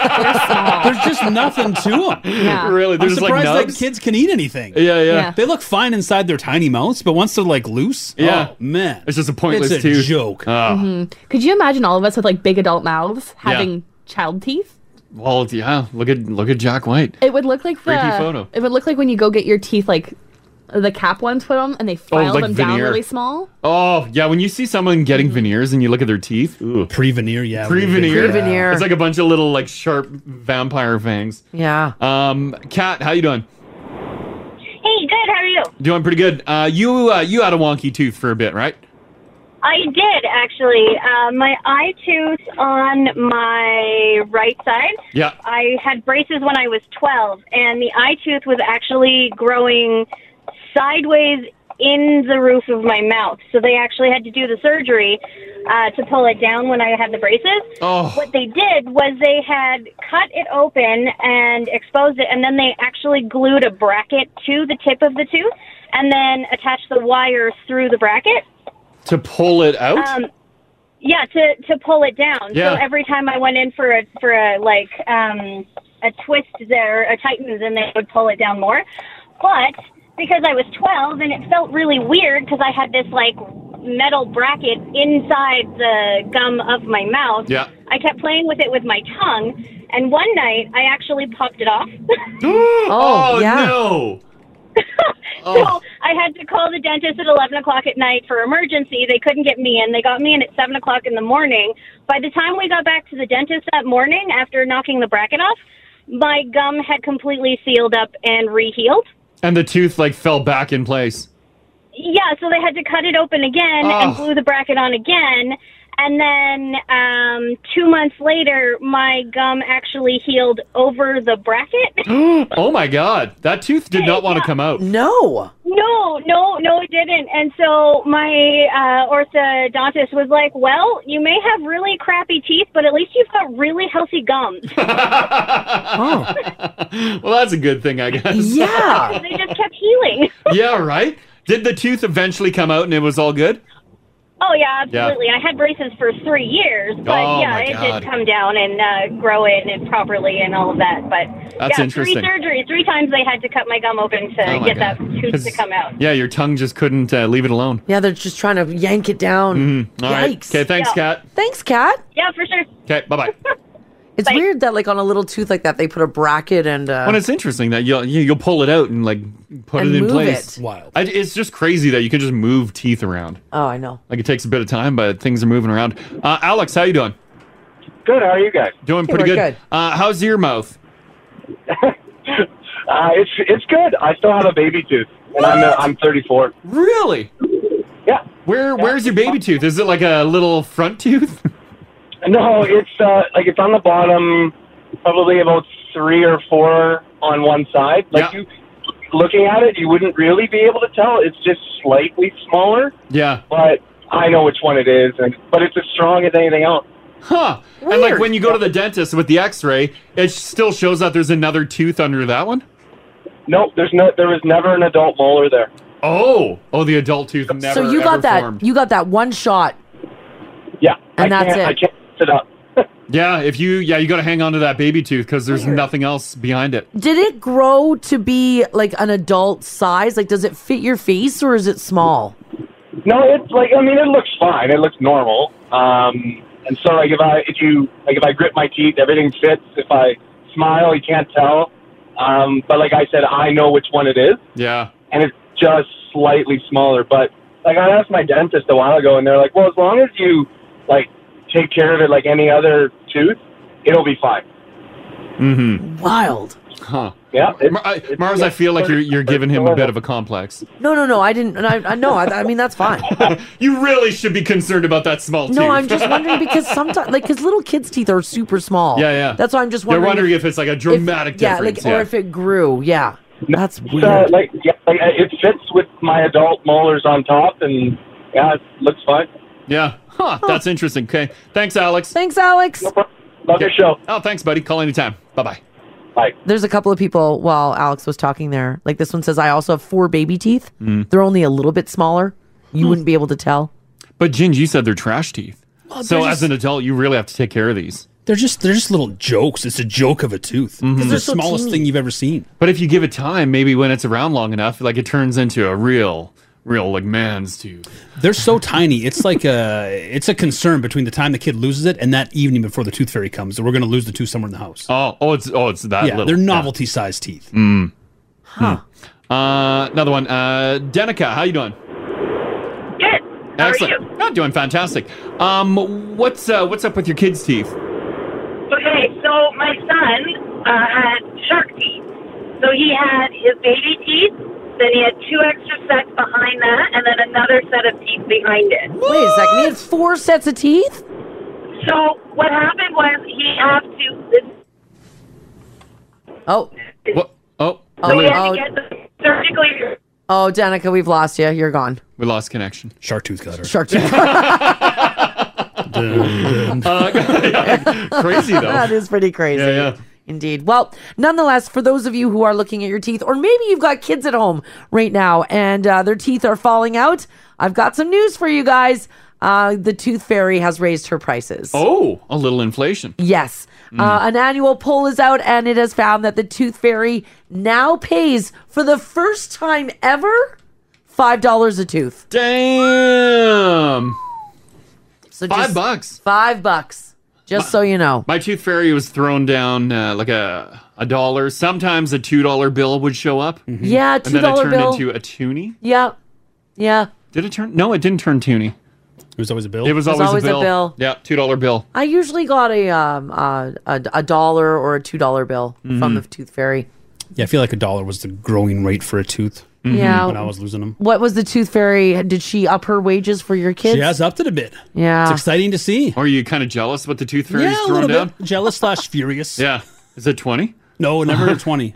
[SPEAKER 8] There's just nothing to them.
[SPEAKER 3] Yeah.
[SPEAKER 7] Really? They're
[SPEAKER 8] I'm
[SPEAKER 7] just like
[SPEAKER 8] surprised
[SPEAKER 7] nubs?
[SPEAKER 8] that kids can eat anything.
[SPEAKER 7] Yeah, yeah. Yeah.
[SPEAKER 8] They look fine inside their tiny mouths, but once they're like loose,
[SPEAKER 7] Yeah.
[SPEAKER 8] oh, man,
[SPEAKER 7] It's just a pointless
[SPEAKER 8] it's a Ah.
[SPEAKER 7] tooth.
[SPEAKER 8] joke.
[SPEAKER 7] Mm-hmm.
[SPEAKER 3] Mhm. Could you imagine all of us with like big adult mouths
[SPEAKER 7] Yeah.
[SPEAKER 3] having child teeth?
[SPEAKER 7] Well, yeah. Look at look at Jack White.
[SPEAKER 3] It would look like the
[SPEAKER 7] Freaky photo.
[SPEAKER 3] It would look like when you go get your teeth like the cap ones put on and they file
[SPEAKER 7] Oh, like
[SPEAKER 3] them down
[SPEAKER 7] veneer.
[SPEAKER 3] really small.
[SPEAKER 7] Oh yeah, when you see someone getting veneers and you look at their teeth, ooh.
[SPEAKER 8] pre-veneer, yeah,
[SPEAKER 7] pre-veneer,
[SPEAKER 1] Pre-veneer.
[SPEAKER 7] It's like a bunch of little like sharp vampire fangs.
[SPEAKER 1] Yeah.
[SPEAKER 7] Um, Kat, how you doing?
[SPEAKER 9] Hey, good. How are you?
[SPEAKER 7] Doing pretty good. Uh, you uh, you had a wonky tooth for a bit, right?
[SPEAKER 9] I did actually. Uh, my eye tooth on my right side.
[SPEAKER 7] Yeah.
[SPEAKER 9] I had braces when I was 12, and the eye tooth was actually growing sideways in the roof of my mouth. So they actually had to do the surgery uh, to pull it down when I had the braces.
[SPEAKER 7] Oh.
[SPEAKER 9] What they did was they had cut it open and exposed it, and then they actually glued a bracket to the tip of the tooth and then attached the wire through the bracket.
[SPEAKER 7] To pull it out.
[SPEAKER 9] Um, yeah, to to pull it down.
[SPEAKER 7] Yeah.
[SPEAKER 9] So every time I went in for a for a like um, a twist there, a tighten, then they would pull it down more. But because I was 12 and it felt really weird because I had this like metal bracket inside the gum of my mouth.
[SPEAKER 7] Yeah.
[SPEAKER 9] I kept playing with it with my tongue, and one night I actually popped it off.
[SPEAKER 7] oh,
[SPEAKER 9] yeah.
[SPEAKER 7] no. Oh,
[SPEAKER 9] So I had to call the dentist at 11 o'clock at night for emergency. They couldn't get me in. They got me in at 7 o'clock in the morning. By the time we got back to the dentist that morning after knocking the bracket off, my gum had completely sealed up and rehealed.
[SPEAKER 7] And the tooth like fell back in place.
[SPEAKER 9] Yeah, so they had to cut it open again
[SPEAKER 7] Oh.
[SPEAKER 9] and glue the bracket on again. And then um, two months later, my gum actually healed over the bracket.
[SPEAKER 7] oh my god, that tooth did not want to come out.
[SPEAKER 1] No.
[SPEAKER 9] No, no, no, it didn't. And so my uh, orthodontist was like, "Well, you may have really crappy teeth, but at least you've got really healthy gums."
[SPEAKER 7] Well, that's a good thing, I guess.
[SPEAKER 9] So they just kept healing.
[SPEAKER 7] yeah. Right. Did the tooth eventually come out and it was all good?
[SPEAKER 9] Oh yeah, absolutely. And I had braces for three years, but
[SPEAKER 7] Oh,
[SPEAKER 9] yeah,
[SPEAKER 7] my
[SPEAKER 9] it
[SPEAKER 7] God.
[SPEAKER 9] did come down and uh, grow in and properly and all of that. But
[SPEAKER 7] That's
[SPEAKER 9] yeah,
[SPEAKER 7] interesting.
[SPEAKER 9] three surgeries, three times they had to cut my gum open to
[SPEAKER 7] Oh, my
[SPEAKER 9] get
[SPEAKER 7] God.
[SPEAKER 9] that tooth to come out.
[SPEAKER 7] Yeah, your tongue just couldn't uh, leave it alone.
[SPEAKER 1] Yeah, they're just trying to yank it down.
[SPEAKER 7] Mhm. All right.
[SPEAKER 1] Yikes.
[SPEAKER 7] Okay, thanks,
[SPEAKER 1] Yeah.
[SPEAKER 7] Kat.
[SPEAKER 1] Thanks, Kat.
[SPEAKER 9] Yeah, for sure.
[SPEAKER 7] Okay, bye bye.
[SPEAKER 1] It's weird that like on a little tooth like that they put a bracket and uh,
[SPEAKER 7] Well, it's interesting that you'll you- you'll pull it out and like put
[SPEAKER 1] And
[SPEAKER 7] it in
[SPEAKER 1] move
[SPEAKER 7] place.
[SPEAKER 1] it. Wild.
[SPEAKER 7] I, it's just crazy that you can just move teeth around.
[SPEAKER 1] oh I know.
[SPEAKER 7] Like it takes a bit of time, but things are moving around. Uh, Alex, how you doing?
[SPEAKER 11] Good. How are you guys?
[SPEAKER 7] Doing
[SPEAKER 11] Hey,
[SPEAKER 7] pretty
[SPEAKER 11] we're
[SPEAKER 7] good.
[SPEAKER 11] good.
[SPEAKER 7] Uh, how's your mouth?
[SPEAKER 11] Uh, it's it's good. I still have a baby tooth, and I'm uh, I'm 34.
[SPEAKER 7] Really?
[SPEAKER 11] Yeah.
[SPEAKER 7] Where Where's your baby tooth? Is it like a little front tooth?
[SPEAKER 11] No, it's uh, like it's on the bottom, probably about three or four on one side. Like you, looking at it, you wouldn't really be able to tell. It's just slightly smaller,
[SPEAKER 7] Yeah.
[SPEAKER 11] but I know which one it is, and but it's as strong as anything else.
[SPEAKER 7] Huh. And like when you go to the dentist with the X-ray, it still shows that there's another tooth under that one.
[SPEAKER 11] Nope, there's no, there was never an adult molar there.
[SPEAKER 7] Oh, oh, the adult tooth never.
[SPEAKER 1] so you
[SPEAKER 7] ever
[SPEAKER 1] got that
[SPEAKER 7] formed.
[SPEAKER 1] you got that one shot.
[SPEAKER 11] Yeah.
[SPEAKER 1] And that's it.
[SPEAKER 11] it up.
[SPEAKER 7] yeah, if you yeah, you got to hang on to that baby tooth because there's nothing else behind it.
[SPEAKER 1] Did it grow to be like an adult size? Like does it fit your face or is it small?
[SPEAKER 11] No, it's like I mean, it looks fine. It looks normal. Um, and so like if I if you like if I grit my teeth, everything fits. If I smile, you can't tell. Um, but like I said, I know which one it is,
[SPEAKER 7] Yeah.
[SPEAKER 11] and it's just slightly smaller. But like I asked my dentist a while ago, and they're like, well, as long as you like take care of it like any other tooth, it'll be fine.
[SPEAKER 7] Mm-hmm.
[SPEAKER 1] Wild.
[SPEAKER 7] Huh.
[SPEAKER 11] Yeah. It,
[SPEAKER 7] Mar- I, Mars, I feel like you're you're giving him a bit of a complex.
[SPEAKER 1] No, no, no. I didn't. and I, I no. I, I mean, that's fine.
[SPEAKER 7] You really should be concerned about that small tooth.
[SPEAKER 1] No, I'm just wondering because sometimes, like, because little kids' teeth are super small.
[SPEAKER 7] Yeah, yeah.
[SPEAKER 1] That's why I'm just
[SPEAKER 7] You're
[SPEAKER 1] wondering.
[SPEAKER 7] wondering if it's, like, a dramatic
[SPEAKER 1] yeah,
[SPEAKER 7] difference,
[SPEAKER 1] like,
[SPEAKER 7] yeah.
[SPEAKER 1] or if it grew. Yeah, that's weird.
[SPEAKER 11] So like yeah, like it fits with my adult molars on top, and yeah, it looks fine.
[SPEAKER 7] Yeah. Huh. That's interesting. Okay. Thanks, Alex.
[SPEAKER 1] Thanks, Alex.
[SPEAKER 11] Love
[SPEAKER 7] your show. Oh, thanks, buddy. Call anytime. Bye bye.
[SPEAKER 11] Bye.
[SPEAKER 1] There's a couple of people while Alex was talking there. Like this one says, I also have four baby teeth.
[SPEAKER 7] Mm.
[SPEAKER 1] They're only a little bit smaller. You wouldn't be able to tell.
[SPEAKER 7] But Ginge, you said they're trash teeth.
[SPEAKER 1] Oh,
[SPEAKER 7] so
[SPEAKER 1] they're
[SPEAKER 7] as
[SPEAKER 1] just-
[SPEAKER 7] an adult, you really have to take care of these.
[SPEAKER 8] They're just they're just little jokes. It's a joke of a tooth. It's
[SPEAKER 7] Mm-hmm. They're
[SPEAKER 8] the
[SPEAKER 7] so
[SPEAKER 8] smallest
[SPEAKER 7] teeny.
[SPEAKER 8] thing you've ever seen.
[SPEAKER 7] But if you give it time, maybe when it's around long enough, like it turns into a real, real like man's tooth.
[SPEAKER 8] They're so tiny. It's like a uh, it's a concern between the time the kid loses it and that evening before the tooth fairy comes that we're going to lose the tooth somewhere in the house.
[SPEAKER 7] Oh, oh, it's oh, it's that
[SPEAKER 8] yeah,
[SPEAKER 7] little.
[SPEAKER 8] they're novelty sized teeth.
[SPEAKER 7] Mm. Huh. Uh, another one. Uh, Denica, how you doing?
[SPEAKER 26] Good. How are
[SPEAKER 7] Excellent.
[SPEAKER 26] you?
[SPEAKER 7] Not doing fantastic. Um, what's uh, what's up with your kids' teeth?
[SPEAKER 26] Okay, so my son uh, had shark teeth. So he had his baby teeth, then he had two extra sets behind that, and then another set of teeth behind it.
[SPEAKER 1] Wait a second. He had four sets of teeth.
[SPEAKER 26] So what happened was he had to.
[SPEAKER 1] Oh.
[SPEAKER 7] What? Oh.
[SPEAKER 26] So he
[SPEAKER 1] we,
[SPEAKER 26] had to
[SPEAKER 1] oh,
[SPEAKER 26] get the surgically.
[SPEAKER 1] oh, Danica, we've lost you. You're gone.
[SPEAKER 7] We lost connection.
[SPEAKER 8] Shark tooth cutter.
[SPEAKER 1] Shark tooth.
[SPEAKER 7] Uh, crazy though.
[SPEAKER 1] that is pretty crazy.
[SPEAKER 7] Yeah, yeah.
[SPEAKER 1] Indeed. Well, nonetheless, for those of you who are looking at your teeth, or maybe you've got kids at home right now and uh, their teeth are falling out, I've got some news for you guys. Uh, the Tooth Fairy has raised her prices.
[SPEAKER 7] Oh, Hmm. a little inflation.
[SPEAKER 1] Yes. Uh, an annual poll is out, and it has found that the Tooth Fairy now pays for the first time ever $5 a tooth.
[SPEAKER 7] Damn.
[SPEAKER 1] So
[SPEAKER 7] Five
[SPEAKER 1] just-
[SPEAKER 7] bucks.
[SPEAKER 1] Five bucks. Just so you know.
[SPEAKER 7] My tooth fairy was thrown down uh, like a a dollar. Sometimes a two dollar bill would show up.
[SPEAKER 1] Mm-hmm. Yeah,
[SPEAKER 7] And then it
[SPEAKER 1] $2
[SPEAKER 7] turned
[SPEAKER 1] bill.
[SPEAKER 7] into a toonie.
[SPEAKER 1] Yeah. Yeah.
[SPEAKER 7] Did it turn? No, it didn't turn toonie. It
[SPEAKER 8] was always a bill.
[SPEAKER 7] It was
[SPEAKER 1] It was
[SPEAKER 7] always,
[SPEAKER 1] always a
[SPEAKER 7] a, bill.
[SPEAKER 1] bill.
[SPEAKER 7] Yeah, two dollar bill.
[SPEAKER 1] I usually got a um uh, a, a dollar or a two dollar bill from the
[SPEAKER 8] Mhm.
[SPEAKER 1] tooth fairy.
[SPEAKER 8] Yeah, I feel like a dollar was the growing rate for a tooth
[SPEAKER 7] Mm-hmm.
[SPEAKER 1] Yeah.
[SPEAKER 8] Mm-hmm. when I was losing them.
[SPEAKER 1] What was the tooth fairy? Did she up her wages for your kids?
[SPEAKER 8] She has upped it a bit.
[SPEAKER 1] Yeah.
[SPEAKER 8] It's exciting to see.
[SPEAKER 7] Are you kind of jealous what the tooth fairy's
[SPEAKER 8] yeah, a
[SPEAKER 7] thrown
[SPEAKER 8] little
[SPEAKER 7] down?
[SPEAKER 8] bit. Jealous slash furious.
[SPEAKER 7] Yeah. Is it 20?
[SPEAKER 8] No, never 20.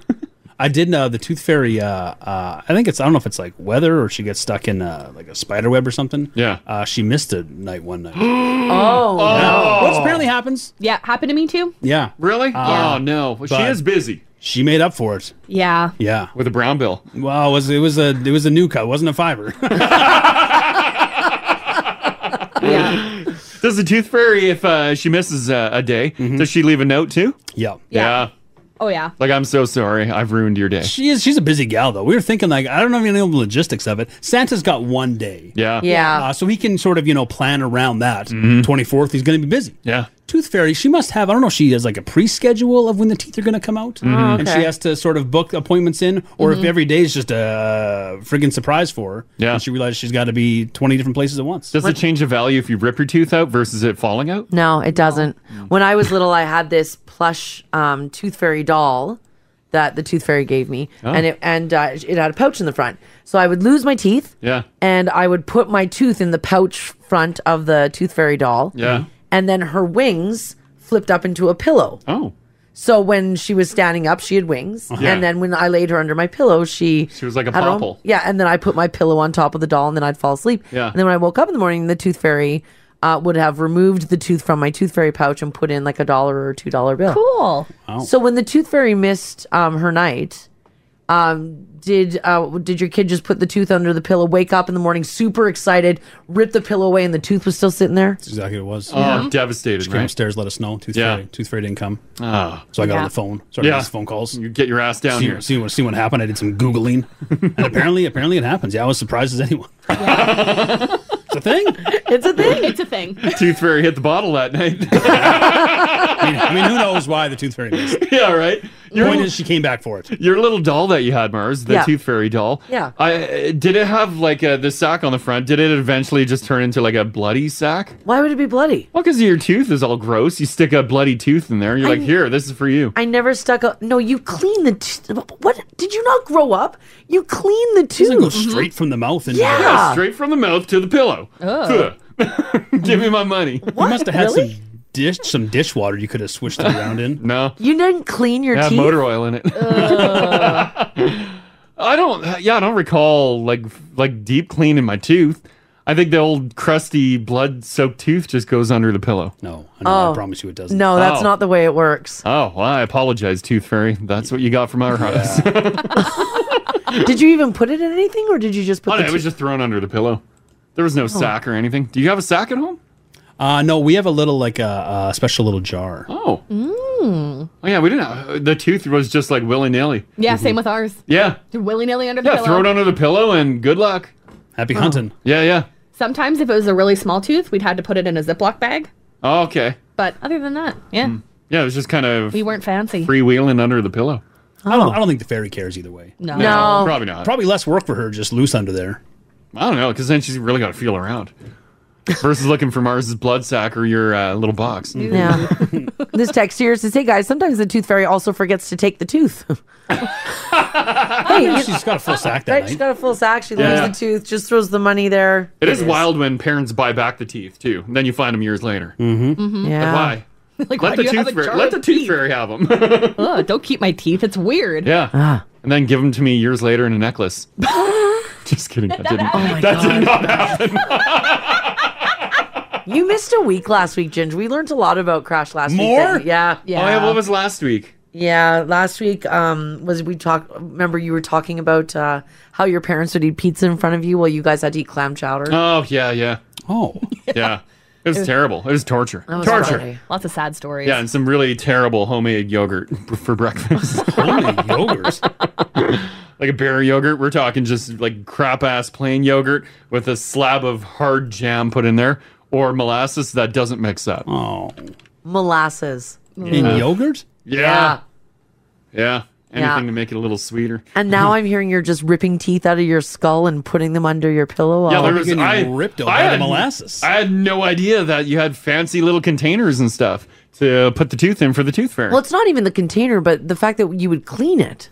[SPEAKER 8] I did uh, the Tooth Fairy. Uh, uh, I think it's, I don't know if it's like weather or she gets stuck in uh, like a spider web or something.
[SPEAKER 7] Yeah.
[SPEAKER 8] Uh, she missed a night one night.
[SPEAKER 3] Oh,
[SPEAKER 8] Yeah.
[SPEAKER 3] no.
[SPEAKER 8] Which apparently happens.
[SPEAKER 3] Yeah, happened to me too.
[SPEAKER 8] Yeah. Uh,
[SPEAKER 7] Really? Oh, no. Well, she is busy.
[SPEAKER 8] She made up for it.
[SPEAKER 3] Yeah.
[SPEAKER 8] Yeah.
[SPEAKER 7] With a brown bill.
[SPEAKER 8] Well, it was it was a it was a new cut, it wasn't a fiver.
[SPEAKER 7] Does the tooth fairy, if uh, she misses uh, a day, does she leave a note too?
[SPEAKER 8] Mm-hmm. Yeah.
[SPEAKER 7] Yeah.
[SPEAKER 3] Oh yeah.
[SPEAKER 7] Like I'm so sorry, I've ruined your day.
[SPEAKER 8] She is. She's a busy gal, though. We were thinking, like, I don't know if you know the logistics of it. Santa's got one day.
[SPEAKER 7] Yeah. Mm-hmm.
[SPEAKER 8] Uh, so he can sort of, you know, plan around that. 24th, he's going to be busy.
[SPEAKER 7] Yeah.
[SPEAKER 8] Tooth Fairy, she must have, I don't know, if she has like a pre schedule of when the teeth are going to come out.
[SPEAKER 7] Mhm. Oh,
[SPEAKER 8] And
[SPEAKER 7] okay.
[SPEAKER 8] she has to sort of book appointments in, or
[SPEAKER 7] Mhm.
[SPEAKER 8] if every day is just a friggin' surprise for her.
[SPEAKER 7] Yeah.
[SPEAKER 8] And she realizes she's got to be 20 different places at once.
[SPEAKER 7] Does it change the value if you rip your tooth out versus it falling out?
[SPEAKER 1] No, it doesn't.
[SPEAKER 8] Mm.
[SPEAKER 1] When I was little, I had this plush um, tooth fairy doll that the tooth fairy gave me,
[SPEAKER 7] Oh.
[SPEAKER 1] and it and uh, it had a pouch in the front. So I would lose my teeth,
[SPEAKER 7] Yeah.
[SPEAKER 1] and I would put my tooth in the pouch front of the tooth fairy doll.
[SPEAKER 7] Yeah.
[SPEAKER 1] and then her wings flipped up into a pillow.
[SPEAKER 7] Oh.
[SPEAKER 1] So when she was standing up, she had wings,
[SPEAKER 7] Yeah.
[SPEAKER 1] and then when I laid her under my pillow, she she
[SPEAKER 7] was like a popple.
[SPEAKER 1] Yeah, and then I put my pillow on top of the doll, and then I'd fall asleep.
[SPEAKER 7] Yeah.
[SPEAKER 1] And then when I woke up in the morning, the tooth fairy uh, would have removed the tooth from my tooth fairy pouch and put in like a dollar or two dollar bill.
[SPEAKER 3] Cool.
[SPEAKER 1] So when the tooth fairy missed um, her night, um, did uh, did your kid just put the tooth under the pillow, wake up in the morning super excited, rip the pillow away, and the tooth was still sitting there?
[SPEAKER 8] That's exactly what it was.
[SPEAKER 1] Oh, Yeah.
[SPEAKER 7] devastated,
[SPEAKER 8] She came
[SPEAKER 7] right?
[SPEAKER 8] upstairs, let us know. Tooth Fairy. Tooth Fairy didn't come.
[SPEAKER 7] Ah.
[SPEAKER 8] So I got
[SPEAKER 7] Yeah.
[SPEAKER 8] on the phone. Sorry,
[SPEAKER 7] Yeah.
[SPEAKER 8] yeah. phone calls. You
[SPEAKER 7] get your ass down
[SPEAKER 8] see,
[SPEAKER 7] here.
[SPEAKER 8] See what, see what happened. I did some Googling. and apparently, apparently it happens. Yeah, I was surprised as anyone. it's a thing.
[SPEAKER 1] It's a thing.
[SPEAKER 3] It's a thing.
[SPEAKER 7] tooth fairy hit the bottle that night.
[SPEAKER 8] I mean, I mean, who knows why the Tooth Fairy missed?
[SPEAKER 7] yeah, right.
[SPEAKER 8] Your point is she came back for it.
[SPEAKER 7] Your little doll that you had, Mars, the
[SPEAKER 8] Yeah.
[SPEAKER 7] tooth fairy doll.
[SPEAKER 8] Yeah.
[SPEAKER 7] I uh, did it have like uh, the sack on the front? Did it eventually just turn into like a bloody sack?
[SPEAKER 1] Why would it be bloody?
[SPEAKER 7] Well, because your tooth is all gross. You stick a bloody tooth in there. You're like,
[SPEAKER 1] I-
[SPEAKER 7] here, this is for you.
[SPEAKER 1] I never stuck a. No, you clean the. T- what? Did you not grow up? You clean the tooth.
[SPEAKER 8] It goes straight from the mouth and
[SPEAKER 1] Mm-hmm. Yeah.
[SPEAKER 7] Yeah, straight from the mouth to the pillow.
[SPEAKER 1] Oh.
[SPEAKER 7] Give me my money.
[SPEAKER 8] You must have had
[SPEAKER 1] Really?
[SPEAKER 8] some dish, some dishwater you could have switched it around in.
[SPEAKER 7] no.
[SPEAKER 1] You didn't clean your
[SPEAKER 7] It had
[SPEAKER 1] teeth.
[SPEAKER 7] motor oil in it. I don't. Yeah, I don't recall like like deep cleaning my tooth. I think the old crusty blood soaked tooth just goes under the pillow.
[SPEAKER 8] No,
[SPEAKER 1] Oh. No, that's not the way it works.
[SPEAKER 7] Oh, well, I apologize, Tooth Fairy. That's what you got from our house.
[SPEAKER 1] did you even put it in anything, or did you just put
[SPEAKER 7] Oh,
[SPEAKER 1] the Oh.
[SPEAKER 7] no, it was
[SPEAKER 1] tooth-
[SPEAKER 7] just thrown under the pillow. There was no sack or anything. Do you have a sack at home?
[SPEAKER 8] Uh, no, we have a little like a uh, special little jar.
[SPEAKER 7] Oh.
[SPEAKER 3] Hmm.
[SPEAKER 7] Oh yeah, we didn't. Have, the tooth was just like willy nilly.
[SPEAKER 3] Yeah, same with ours.
[SPEAKER 7] Yeah.
[SPEAKER 3] Willy nilly under the
[SPEAKER 7] Yeah.
[SPEAKER 3] pillow.
[SPEAKER 7] Throw it under the pillow and good luck. Oh.
[SPEAKER 8] Happy hunting.
[SPEAKER 7] Yeah, yeah.
[SPEAKER 3] Sometimes if it was a really small tooth, we'd had to put it in a Ziploc bag.
[SPEAKER 7] Oh, okay.
[SPEAKER 3] But other than that, yeah,
[SPEAKER 7] Yeah, it was just kind of
[SPEAKER 3] we weren't fancy.
[SPEAKER 7] freewheeling under the pillow.
[SPEAKER 8] I don't. I don't think the fairy cares either way.
[SPEAKER 3] No.
[SPEAKER 7] No, No. probably not.
[SPEAKER 8] Probably less work for her just loose under there.
[SPEAKER 7] I don't know, because then she's really got to feel around. Versus looking for Mars's blood sack or your uh, little box.
[SPEAKER 1] Yeah. this text here says, "Hey guys, sometimes the tooth fairy also forgets to take the tooth.
[SPEAKER 8] hey, she's got a full sack that
[SPEAKER 1] right?
[SPEAKER 8] night.
[SPEAKER 1] She's got a full sack. She
[SPEAKER 7] Yeah.
[SPEAKER 1] leaves the tooth, just throws the money there.
[SPEAKER 7] It is wild when parents buy back the teeth too, and then you find them years later. Mm-hmm.
[SPEAKER 1] Mhm. Yeah.
[SPEAKER 7] why?
[SPEAKER 3] Like, why
[SPEAKER 7] let
[SPEAKER 3] do
[SPEAKER 7] the
[SPEAKER 3] you have
[SPEAKER 7] tooth
[SPEAKER 3] a
[SPEAKER 7] fairy,
[SPEAKER 3] jar
[SPEAKER 7] let
[SPEAKER 3] of
[SPEAKER 7] the tooth fairy have them.
[SPEAKER 3] Ugh, don't keep my teeth. It's weird.
[SPEAKER 7] yeah. And then give them to me years later in a necklace. Just kidding. That, didn't. that did not happen.
[SPEAKER 1] You missed a week last week, Ginger. We learned a lot about Crash last week.
[SPEAKER 7] More?
[SPEAKER 1] didn't- Yeah.
[SPEAKER 7] Oh yeah. What was last week?
[SPEAKER 1] Yeah, last week um was we talked remember you were talking about uh how your parents would eat pizza in front of you while you guys had to eat clam chowder.
[SPEAKER 7] Oh yeah, yeah.
[SPEAKER 8] Oh.
[SPEAKER 7] Yeah. It was
[SPEAKER 3] It-
[SPEAKER 7] terrible. It was torture.
[SPEAKER 3] That was
[SPEAKER 7] torture.
[SPEAKER 3] funny. Lots of sad stories.
[SPEAKER 7] Yeah, and some really terrible homemade yogurt for breakfast. homemade
[SPEAKER 8] yogurt?
[SPEAKER 7] like a bear yogurt. We're talking just like crap ass plain yogurt with a slab of hard jam put in there or molasses that doesn't mix up.
[SPEAKER 8] Oh.
[SPEAKER 1] Molasses.
[SPEAKER 7] Yeah.
[SPEAKER 1] Yeah.
[SPEAKER 7] Yeah. Yeah. Anything
[SPEAKER 1] Yeah.
[SPEAKER 7] to make it a little sweeter.
[SPEAKER 1] And now I'm hearing you're just ripping teeth out of your skull and putting them under your pillow.
[SPEAKER 7] yeah,
[SPEAKER 1] while-
[SPEAKER 7] there was I I
[SPEAKER 8] by the
[SPEAKER 7] had-
[SPEAKER 8] molasses.
[SPEAKER 7] I had no idea that you had fancy little containers and stuff to put the tooth in for the tooth fairy.
[SPEAKER 1] Well, it's not even the container, but the fact that you would clean it.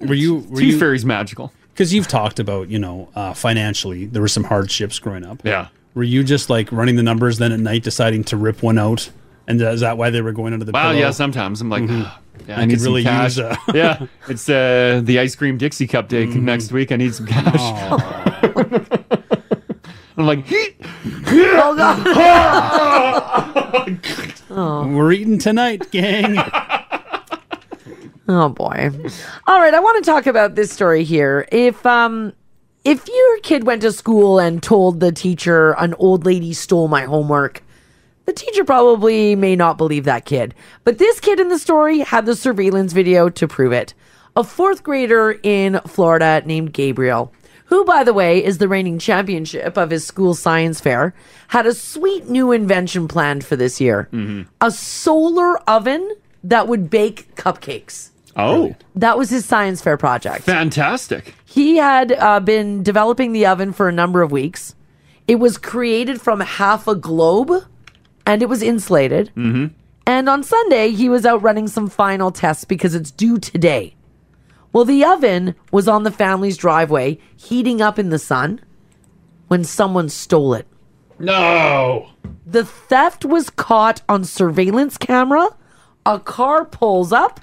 [SPEAKER 8] Were you were
[SPEAKER 7] Tooth
[SPEAKER 8] you,
[SPEAKER 7] fairy's magical?
[SPEAKER 8] Because you've talked about you know uh, financially there were some hardships growing up.
[SPEAKER 7] Yeah.
[SPEAKER 8] Were you just like running the numbers then at night deciding to rip one out? And is that why they were going under the
[SPEAKER 7] Well,
[SPEAKER 8] pillow?
[SPEAKER 7] yeah, sometimes I'm like, yeah, I,
[SPEAKER 8] I
[SPEAKER 7] need
[SPEAKER 8] could really
[SPEAKER 7] some cash.
[SPEAKER 8] use a-
[SPEAKER 7] yeah, it's uh, the ice cream Dixie Cup Day
[SPEAKER 8] Mm.
[SPEAKER 7] next week. I need some cash. I'm like,
[SPEAKER 1] oh
[SPEAKER 7] God.
[SPEAKER 8] We're eating tonight, gang.
[SPEAKER 1] Oh boy. All right, I want to talk about this story here. If um if your kid went to school and told the teacher an old lady stole my homework, the teacher probably may not believe that kid. But this kid in the story had the surveillance video to prove it. A fourth grader in Florida named Gabriel, who, by the way, is the reigning championship of his school science fair, had a sweet new invention planned for this year a solar oven that would bake cupcakes.
[SPEAKER 7] Oh,
[SPEAKER 1] That was his science fair project.
[SPEAKER 7] fantastic.
[SPEAKER 1] He had uh, been developing the oven for a number of weeks. It was created from half a globe and it was insulated.
[SPEAKER 7] Mm-hmm.
[SPEAKER 1] And on Sunday, he was out running some final tests because it's due today. Well, the oven was on the family's driveway, heating up in the sun, when someone stole it.
[SPEAKER 7] No.
[SPEAKER 1] The theft was caught on surveillance camera. A car pulls up.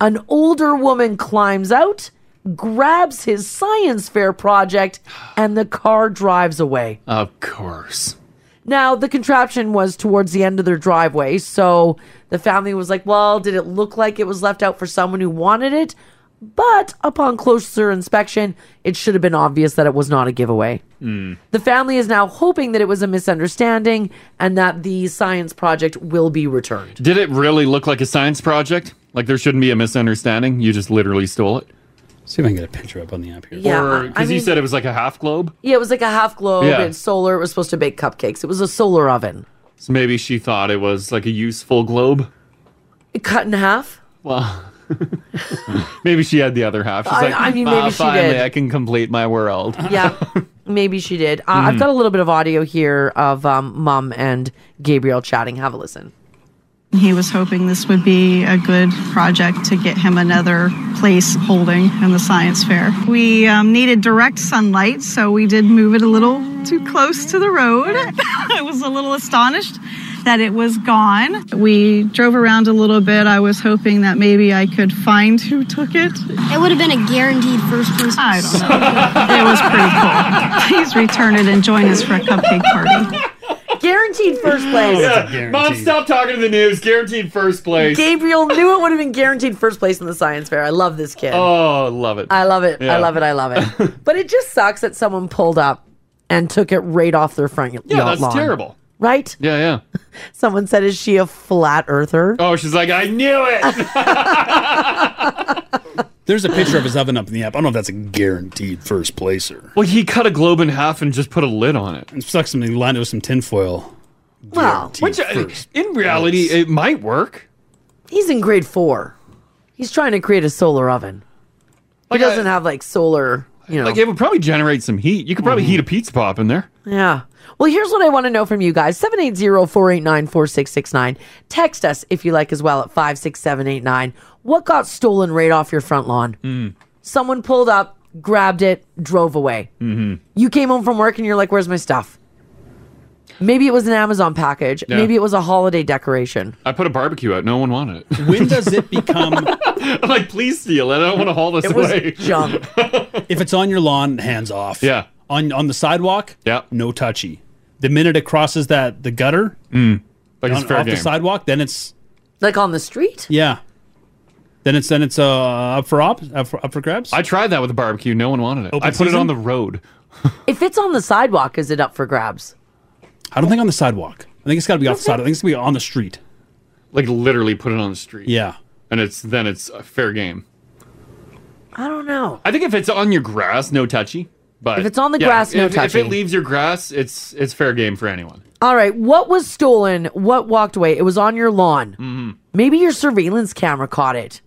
[SPEAKER 1] An older woman climbs out, grabs his science fair project, and the car drives away.
[SPEAKER 7] Of course.
[SPEAKER 1] Now, the contraption was towards the end of their driveway, so the family was like, well, did it look like it was left out for someone who wanted it? But upon closer inspection, it should have been obvious that it was not a giveaway. The family is now hoping that it was a misunderstanding and that the science project will be returned.
[SPEAKER 7] Did it really look like a science project? Like there shouldn't be a misunderstanding. You just literally stole it.
[SPEAKER 8] See if I can get a picture up on the app here.
[SPEAKER 1] Yeah, I- I
[SPEAKER 7] because you
[SPEAKER 1] mean-
[SPEAKER 7] said it was like a half globe,
[SPEAKER 1] Yeah, it was like a half globe
[SPEAKER 7] Yeah.
[SPEAKER 1] and solar. It was supposed to bake cupcakes. It was a solar oven.
[SPEAKER 7] so maybe she thought it was like a useful globe.
[SPEAKER 1] It cut in half.
[SPEAKER 7] Well, maybe she had the other half. She's
[SPEAKER 1] I-
[SPEAKER 7] like,
[SPEAKER 1] I mean,
[SPEAKER 7] "Ah,
[SPEAKER 1] maybe she
[SPEAKER 7] finally,
[SPEAKER 1] did."
[SPEAKER 7] I can complete my world.
[SPEAKER 1] Yeah, maybe she did. Uh, I've
[SPEAKER 7] Mhm.
[SPEAKER 1] got a little bit of audio here of um, mom and Gabriel chatting. Have a listen.
[SPEAKER 5] He was hoping this would be a good project to get him another place holding in the science fair. We um, needed direct sunlight, so we did move it a little too close to the road. I was a little astonished that it was gone. We drove around a little bit. I was hoping that maybe I could find who took it. It would have been a guaranteed first place. I don't know. it was pretty cool. Please return it and join us for a cupcake party.
[SPEAKER 1] Guaranteed first place.
[SPEAKER 7] Yeah. Mom, stop talking to the news. Guaranteed first place.
[SPEAKER 1] Gabriel knew it would have been guaranteed first place in the science fair. I love this kid.
[SPEAKER 7] Oh, love it.
[SPEAKER 1] I love it.
[SPEAKER 7] Yeah.
[SPEAKER 1] I love it. I love it. but it just sucks that someone pulled up and took it right off their front y-
[SPEAKER 7] Yeah,
[SPEAKER 1] yacht
[SPEAKER 7] that's
[SPEAKER 1] lawn.
[SPEAKER 7] terrible.
[SPEAKER 1] Right?
[SPEAKER 7] Yeah, yeah.
[SPEAKER 1] Someone said, "Is she a flat earther?"
[SPEAKER 7] Oh, she's like, I knew it.
[SPEAKER 8] There's a picture of his oven up in the app. I don't know if that's a guaranteed first placer.
[SPEAKER 7] Well, he cut a globe in half and just put a lid on it.
[SPEAKER 8] And stuck something, lined it with some tinfoil.
[SPEAKER 1] Well,
[SPEAKER 7] Which, uh, in reality, it might work.
[SPEAKER 1] He's in grade four. He's trying to create a solar oven. he doesn't have like solar, you know.
[SPEAKER 7] Like, it would probably generate some heat. You could probably
[SPEAKER 8] Mm-hmm.
[SPEAKER 7] heat a pizza pop in there.
[SPEAKER 1] yeah. Well, here's what I want to know from you guys 780 489 4669. Text us if you like as well at 56789. What got stolen right off your front lawn?
[SPEAKER 7] Hmm.
[SPEAKER 1] Someone pulled up, grabbed it, drove away.
[SPEAKER 7] Mm-hmm.
[SPEAKER 1] You came home from work and you're like, where's my stuff? Maybe it was an Amazon package.
[SPEAKER 7] Yeah.
[SPEAKER 1] Maybe it was a holiday decoration.
[SPEAKER 7] I put a barbecue out. No one wanted it.
[SPEAKER 8] When does it
[SPEAKER 7] become? I'm like, please steal it. I don't want to haul this
[SPEAKER 8] It was
[SPEAKER 7] away.
[SPEAKER 8] junk. if it's on your lawn, hands off. Yeah. On on the sidewalk,
[SPEAKER 7] yeah.
[SPEAKER 8] no touchy. The minute it crosses that the gutter,
[SPEAKER 7] Mm. Like
[SPEAKER 8] on,
[SPEAKER 7] it's fair
[SPEAKER 8] off the
[SPEAKER 7] game.
[SPEAKER 8] sidewalk, then it's
[SPEAKER 1] Like on the street?
[SPEAKER 8] yeah. Then it's then it's uh, up for op, up for, up for grabs.
[SPEAKER 7] I tried that with a barbecue. No one wanted it. I put it on the road.
[SPEAKER 1] If it's on the sidewalk, is it up for grabs?
[SPEAKER 8] I don't think on the sidewalk. I think it's got to be off the sidewalk. I think it's gonna be on the street.
[SPEAKER 7] Like literally put it on the street.
[SPEAKER 8] Yeah.
[SPEAKER 7] And it's then it's a fair game.
[SPEAKER 1] I don't know.
[SPEAKER 7] I think if it's on your grass, no touchy. But
[SPEAKER 1] If it's on the
[SPEAKER 7] yeah,
[SPEAKER 1] grass, no
[SPEAKER 7] if, If
[SPEAKER 1] touchy.
[SPEAKER 7] it leaves your grass, it's it's fair game for anyone.
[SPEAKER 1] All right. What was stolen? What walked away? It was on your lawn. Maybe your surveillance camera caught it.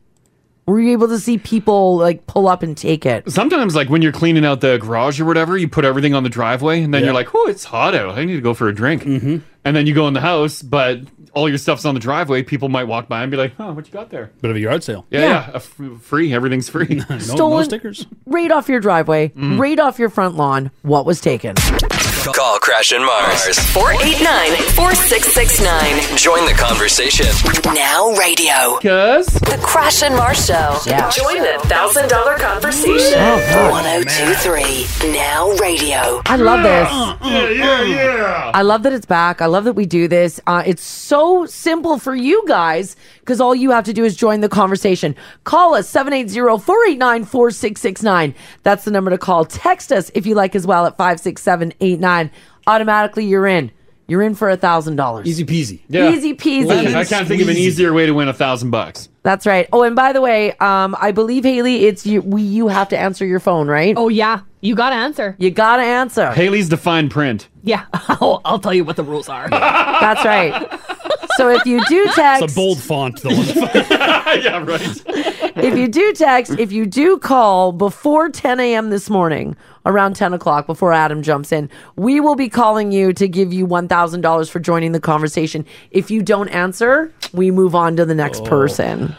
[SPEAKER 1] Were you able to see people like pull up and take it?
[SPEAKER 7] Sometimes, like when you're cleaning out the garage or whatever, you put everything on the driveway, and then you're like, "Oh, it's hot out. I need to go for a drink." Mm-hmm. And then you go in the house, but all your stuff's on the driveway. People might walk by and be like, "Oh, what you got there?"
[SPEAKER 8] Bit of a yard sale.
[SPEAKER 7] Yeah, yeah, a f- free. Everything's free.
[SPEAKER 1] Stolen right off your driveway, right off your front lawn. What was taken?
[SPEAKER 2] Call Crash and Mars.
[SPEAKER 6] 489 4669.
[SPEAKER 2] Join the conversation.
[SPEAKER 6] Now radio.
[SPEAKER 7] Cuz.
[SPEAKER 6] The Crash and Mars Show.
[SPEAKER 2] Yeah.
[SPEAKER 6] Join the thousand dollar conversation.
[SPEAKER 1] Oh, God,
[SPEAKER 6] 1023 Now Radio.
[SPEAKER 1] I love this.
[SPEAKER 7] Yeah, Uh, yeah, yeah.
[SPEAKER 1] I love that it's back. I love that we do this. Uh, it's so simple for you guys because all you have to do is join the conversation. Call us 780 489 4669. That's the number to call. Text us if you like as well at 56789. Automatically, you're in. You're in for a $1,000.
[SPEAKER 7] Easy peasy. Yeah.
[SPEAKER 1] Easy peasy.
[SPEAKER 7] Listen, I can't think of an easier way to win a thousand bucks.
[SPEAKER 1] That's right. Oh, and by the way, um, I believe Haley, it's you. We you have to answer your phone, right? Oh yeah, you got to answer. You got to answer.
[SPEAKER 7] Haley's defined print.
[SPEAKER 1] Yeah,
[SPEAKER 3] I'll, I'll tell you what the rules are.
[SPEAKER 1] that's right. So if you do text,
[SPEAKER 8] It's a bold font, though.
[SPEAKER 7] yeah, right.
[SPEAKER 1] if you do text, if you do call before 10 a.m. this morning, around 10 o'clock, before Adam jumps in, we will be calling you to give you $1,000 for joining the conversation. If you don't answer, we move on to the
[SPEAKER 8] Oh.
[SPEAKER 1] next person.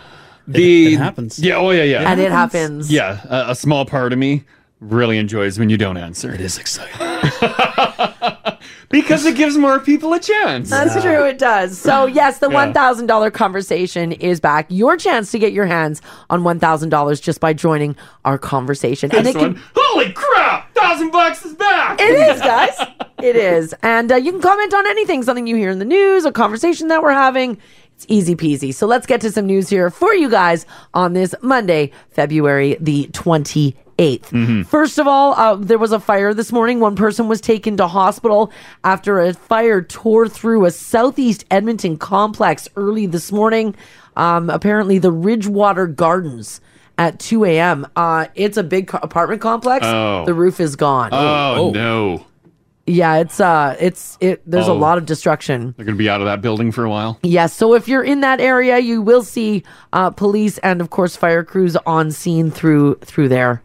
[SPEAKER 7] The it, happens. Yeah. Oh yeah, yeah.
[SPEAKER 1] And it happens.
[SPEAKER 7] Yeah. A, a small part of me really enjoys when you don't answer. It is exciting because it gives more people a chance.
[SPEAKER 1] That's true, it does. So, yes, the
[SPEAKER 7] Yeah.
[SPEAKER 1] $1,000 conversation is back. Your chance to get your hands on $1,000 just by joining our conversation.
[SPEAKER 7] This one. Holy crap! Thousand bucks is back.
[SPEAKER 1] It is, guys. It is. And uh, you can comment on anything, something you hear in the news, a conversation that we're having. It's easy peasy. So let's get to some news here for you guys on this Monday, February the 28th.
[SPEAKER 7] Mm-hmm.
[SPEAKER 1] First of all, uh, there was a fire this morning. One person was taken to hospital after a fire tore through a southeast Edmonton complex early this morning. Um, apparently, the Ridgewater Gardens at 2 a.m. Uh, it's a big co- apartment complex.
[SPEAKER 7] Oh.
[SPEAKER 1] The roof is gone.
[SPEAKER 7] Oh, no.
[SPEAKER 1] Yeah, it's uh it's it there's a
[SPEAKER 7] Oh.
[SPEAKER 1] lot of destruction.
[SPEAKER 7] They're gonna be out of that building for a while.
[SPEAKER 1] Yeah, so if you're in that area, you will see uh police and of course fire crews on scene through through there.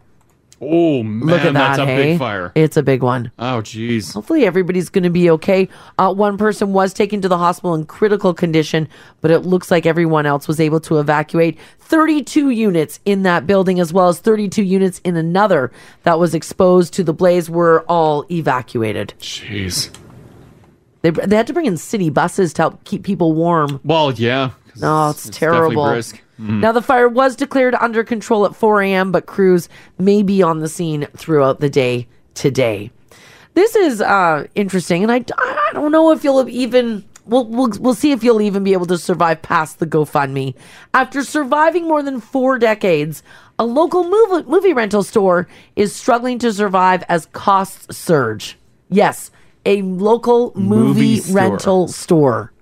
[SPEAKER 7] Oh man,
[SPEAKER 1] Look at that,
[SPEAKER 7] that's a
[SPEAKER 1] hey?
[SPEAKER 7] big fire.
[SPEAKER 1] It's a big one.
[SPEAKER 7] Oh jeez.
[SPEAKER 1] Hopefully everybody's going to be okay. Uh, one person was taken to the hospital in critical condition, but it looks like everyone else was able to evacuate. 32 units in that building, as well as 32 units in another that was exposed to the blaze, were all evacuated.
[SPEAKER 7] Jeez.
[SPEAKER 1] They, they had to bring in city buses to help keep people warm.
[SPEAKER 7] Well, yeah.
[SPEAKER 1] No, it's,
[SPEAKER 7] definitely
[SPEAKER 1] terrible.
[SPEAKER 7] brisk. Mm.
[SPEAKER 1] Now, the fire was declared under control at 4 a.m., but crews may be on the scene throughout the day today. This is uh, interesting, and I, I don't know if you'll have even. We'll, we'll, we'll see if you'll even be able to survive past the GoFundMe. After surviving more than four decades, a local movie, movie rental store is struggling to survive as costs surge. Yes, a local movie,
[SPEAKER 4] Movie store.
[SPEAKER 1] rental store.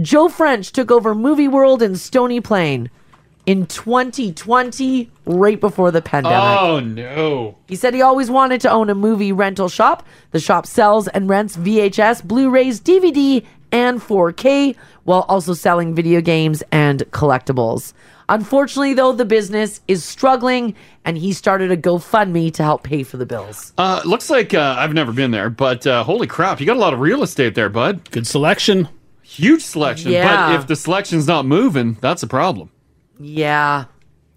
[SPEAKER 1] Joe French took over Movie World in Stony Plain in 2020, right before the pandemic.
[SPEAKER 7] Oh no.
[SPEAKER 1] He said he always wanted to own a movie rental shop. The shop sells and rents VHS, Blu rays, DVD, and 4K, while also selling video games and collectibles. Unfortunately, though, the business is struggling, and he started a GoFundMe to help pay for the bills.
[SPEAKER 7] Uh, looks like uh, I've never been there, but uh, holy crap, you got a lot of real estate there, bud.
[SPEAKER 8] Good selection.
[SPEAKER 7] Huge selection.
[SPEAKER 1] Yeah.
[SPEAKER 7] But if the selection's not moving, that's a problem.
[SPEAKER 1] Yeah.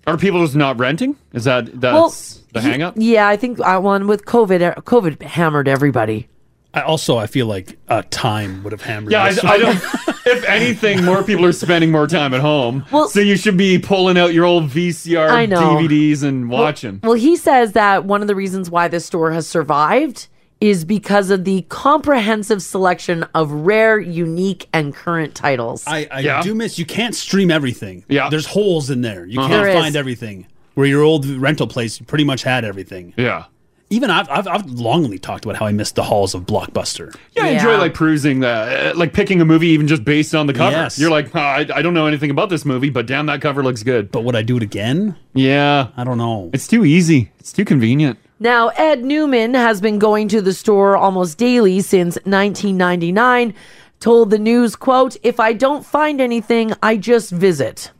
[SPEAKER 7] Are people just not renting? Is that that's the
[SPEAKER 1] he-
[SPEAKER 7] hang up?
[SPEAKER 1] Yeah, I think I won with COVID. uh, COVID hammered everybody.
[SPEAKER 8] I also I feel like uh, time would have hammered.
[SPEAKER 7] Yeah, I,
[SPEAKER 8] us.
[SPEAKER 7] I don't. if anything, more people are spending more time at home. so you should be pulling out your old VCR
[SPEAKER 1] I know.
[SPEAKER 7] DVDs and
[SPEAKER 1] Well-
[SPEAKER 7] watching.
[SPEAKER 1] Well, he says that one of the reasons why this store has survived is because of the comprehensive selection of rare, unique, and current titles.
[SPEAKER 8] I, I do miss. You can't stream everything. Yeah, there's holes in there.
[SPEAKER 7] Uh-huh.
[SPEAKER 8] You can't
[SPEAKER 1] There is.
[SPEAKER 8] find everything. Where your old rental place pretty much had everything.
[SPEAKER 7] Yeah.
[SPEAKER 8] Even I've, I've I've longly talked about how I missed the halls of Blockbuster.
[SPEAKER 7] yeah, I enjoy like perusing that, uh, like picking a movie even just based on the cover.
[SPEAKER 8] Yes.
[SPEAKER 7] You're like, "Ah, I, I don't know anything about this movie, but damn, that cover looks good.
[SPEAKER 8] But would I do it again?
[SPEAKER 7] Yeah,
[SPEAKER 8] I don't know.
[SPEAKER 7] It's too easy. It's too convenient.
[SPEAKER 1] Now, Ed Newman has been going to the store almost daily since 1999, told the news, quote, if I don't find anything, I just visit.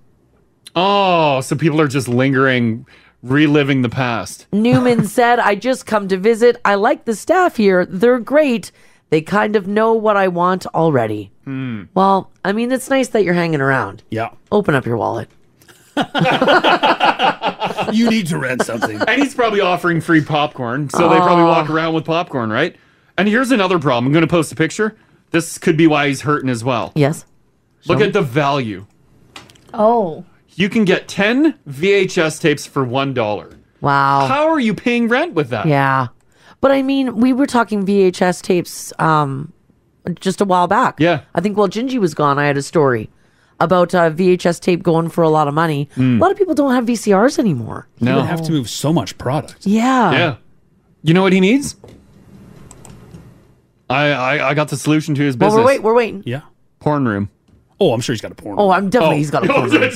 [SPEAKER 7] Oh, so people are just lingering, reliving the past.
[SPEAKER 1] Newman said, I just come to visit. I like the staff here. They're great. They kind of know what I want already.
[SPEAKER 7] Hmm.
[SPEAKER 1] Well, I mean, it's nice that you're hanging around.
[SPEAKER 8] Yeah.
[SPEAKER 1] Open up your wallet.
[SPEAKER 8] you need to rent something.
[SPEAKER 7] and he's probably offering free popcorn, so they probably
[SPEAKER 1] Oh.
[SPEAKER 7] walk around with popcorn, right? And here's another problem. I'm going to post a picture. This could be why he's hurting as well.
[SPEAKER 1] Yes.
[SPEAKER 7] Look at the value.
[SPEAKER 3] Oh.
[SPEAKER 7] You can get 10 VHS tapes for $1.
[SPEAKER 1] Wow.
[SPEAKER 7] How are you paying rent with that?
[SPEAKER 1] Yeah. But I mean, we were talking VHS tapes um, just a while back. Yeah. I think while Gingy was gone, I had a story about uh, VHS tape going for a lot of money.
[SPEAKER 7] Mm.
[SPEAKER 1] A lot of people don't have VCRs anymore.
[SPEAKER 8] You would have to move so much product.
[SPEAKER 1] Yeah.
[SPEAKER 7] Yeah. You know what he needs? I I, I got the solution to his
[SPEAKER 1] Well,
[SPEAKER 7] business.
[SPEAKER 1] we're wait- we're waiting.
[SPEAKER 8] Yeah.
[SPEAKER 7] Porn room.
[SPEAKER 8] Oh, I'm sure he's got a porn
[SPEAKER 1] Oh, I'm definitely he's got a porn room.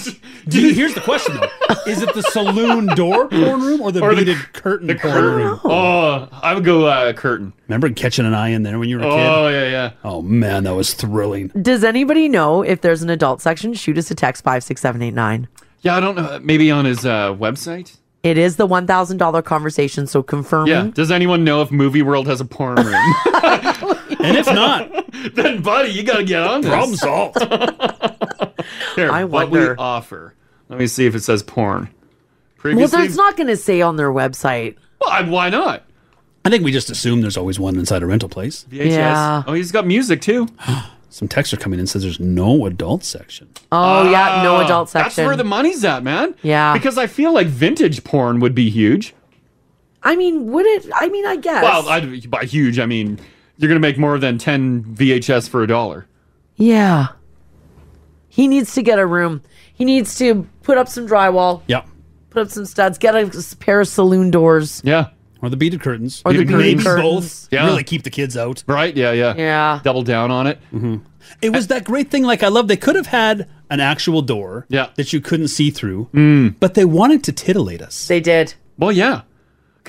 [SPEAKER 8] Dude, here's the question though: Is it the saloon door porn room or the
[SPEAKER 7] Or the
[SPEAKER 8] beaded curtain porn room?
[SPEAKER 7] Oh, I would go uh, curtain.
[SPEAKER 8] Remember catching an eye in there when you were a kid?
[SPEAKER 7] Oh, yeah, yeah.
[SPEAKER 8] Oh man, that was thrilling.
[SPEAKER 1] Does anybody know if there's an adult section? Shoot us a text 56789.
[SPEAKER 7] Yeah, I don't know. Maybe on his uh, website.
[SPEAKER 1] It is the $1,000 conversation, so confirm.
[SPEAKER 7] Yeah. Does anyone know if Movie World has a porn room?
[SPEAKER 8] and if not,
[SPEAKER 7] then buddy, you got to get on this.
[SPEAKER 8] Problem solved.
[SPEAKER 7] Here, what we offer. Let me see if it says porn.
[SPEAKER 1] Well,
[SPEAKER 7] Previously,
[SPEAKER 1] there's not going to say on their website.
[SPEAKER 7] why not?
[SPEAKER 8] I think we just assume there's always one inside a rental place.
[SPEAKER 7] VHS. Oh, he's got music too.
[SPEAKER 8] Some texts are coming in says there's no adult section.
[SPEAKER 1] Oh, yeah, no
[SPEAKER 7] Ah,
[SPEAKER 1] adult
[SPEAKER 7] That's
[SPEAKER 1] section.
[SPEAKER 7] where the money's at, man.
[SPEAKER 1] Yeah.
[SPEAKER 7] Because I feel like vintage porn would be huge.
[SPEAKER 1] I mean, would it? I mean, I guess.
[SPEAKER 7] Well, I, by huge, I mean you're going to make more than 10 VHS for a dollar.
[SPEAKER 1] yeah. He needs to get a room. He needs to put up some drywall.
[SPEAKER 8] Yeah.
[SPEAKER 1] Put up some studs. Get a s- pair of saloon doors.
[SPEAKER 7] Yeah.
[SPEAKER 8] Or the beaded curtains.
[SPEAKER 1] Or the
[SPEAKER 8] Maybe-
[SPEAKER 1] beaded
[SPEAKER 8] maybe
[SPEAKER 1] curtains.
[SPEAKER 8] both.
[SPEAKER 1] Yeah.
[SPEAKER 8] Really keep the kids out.
[SPEAKER 7] Right? Yeah, yeah.
[SPEAKER 1] Yeah.
[SPEAKER 7] Double down on it.
[SPEAKER 8] Mm-hmm. It was that great thing. Like I love they could have had an actual door yeah. that you couldn't see through, but they wanted to titillate us.
[SPEAKER 1] They did.
[SPEAKER 7] Mm. Well,
[SPEAKER 8] They
[SPEAKER 7] yeah.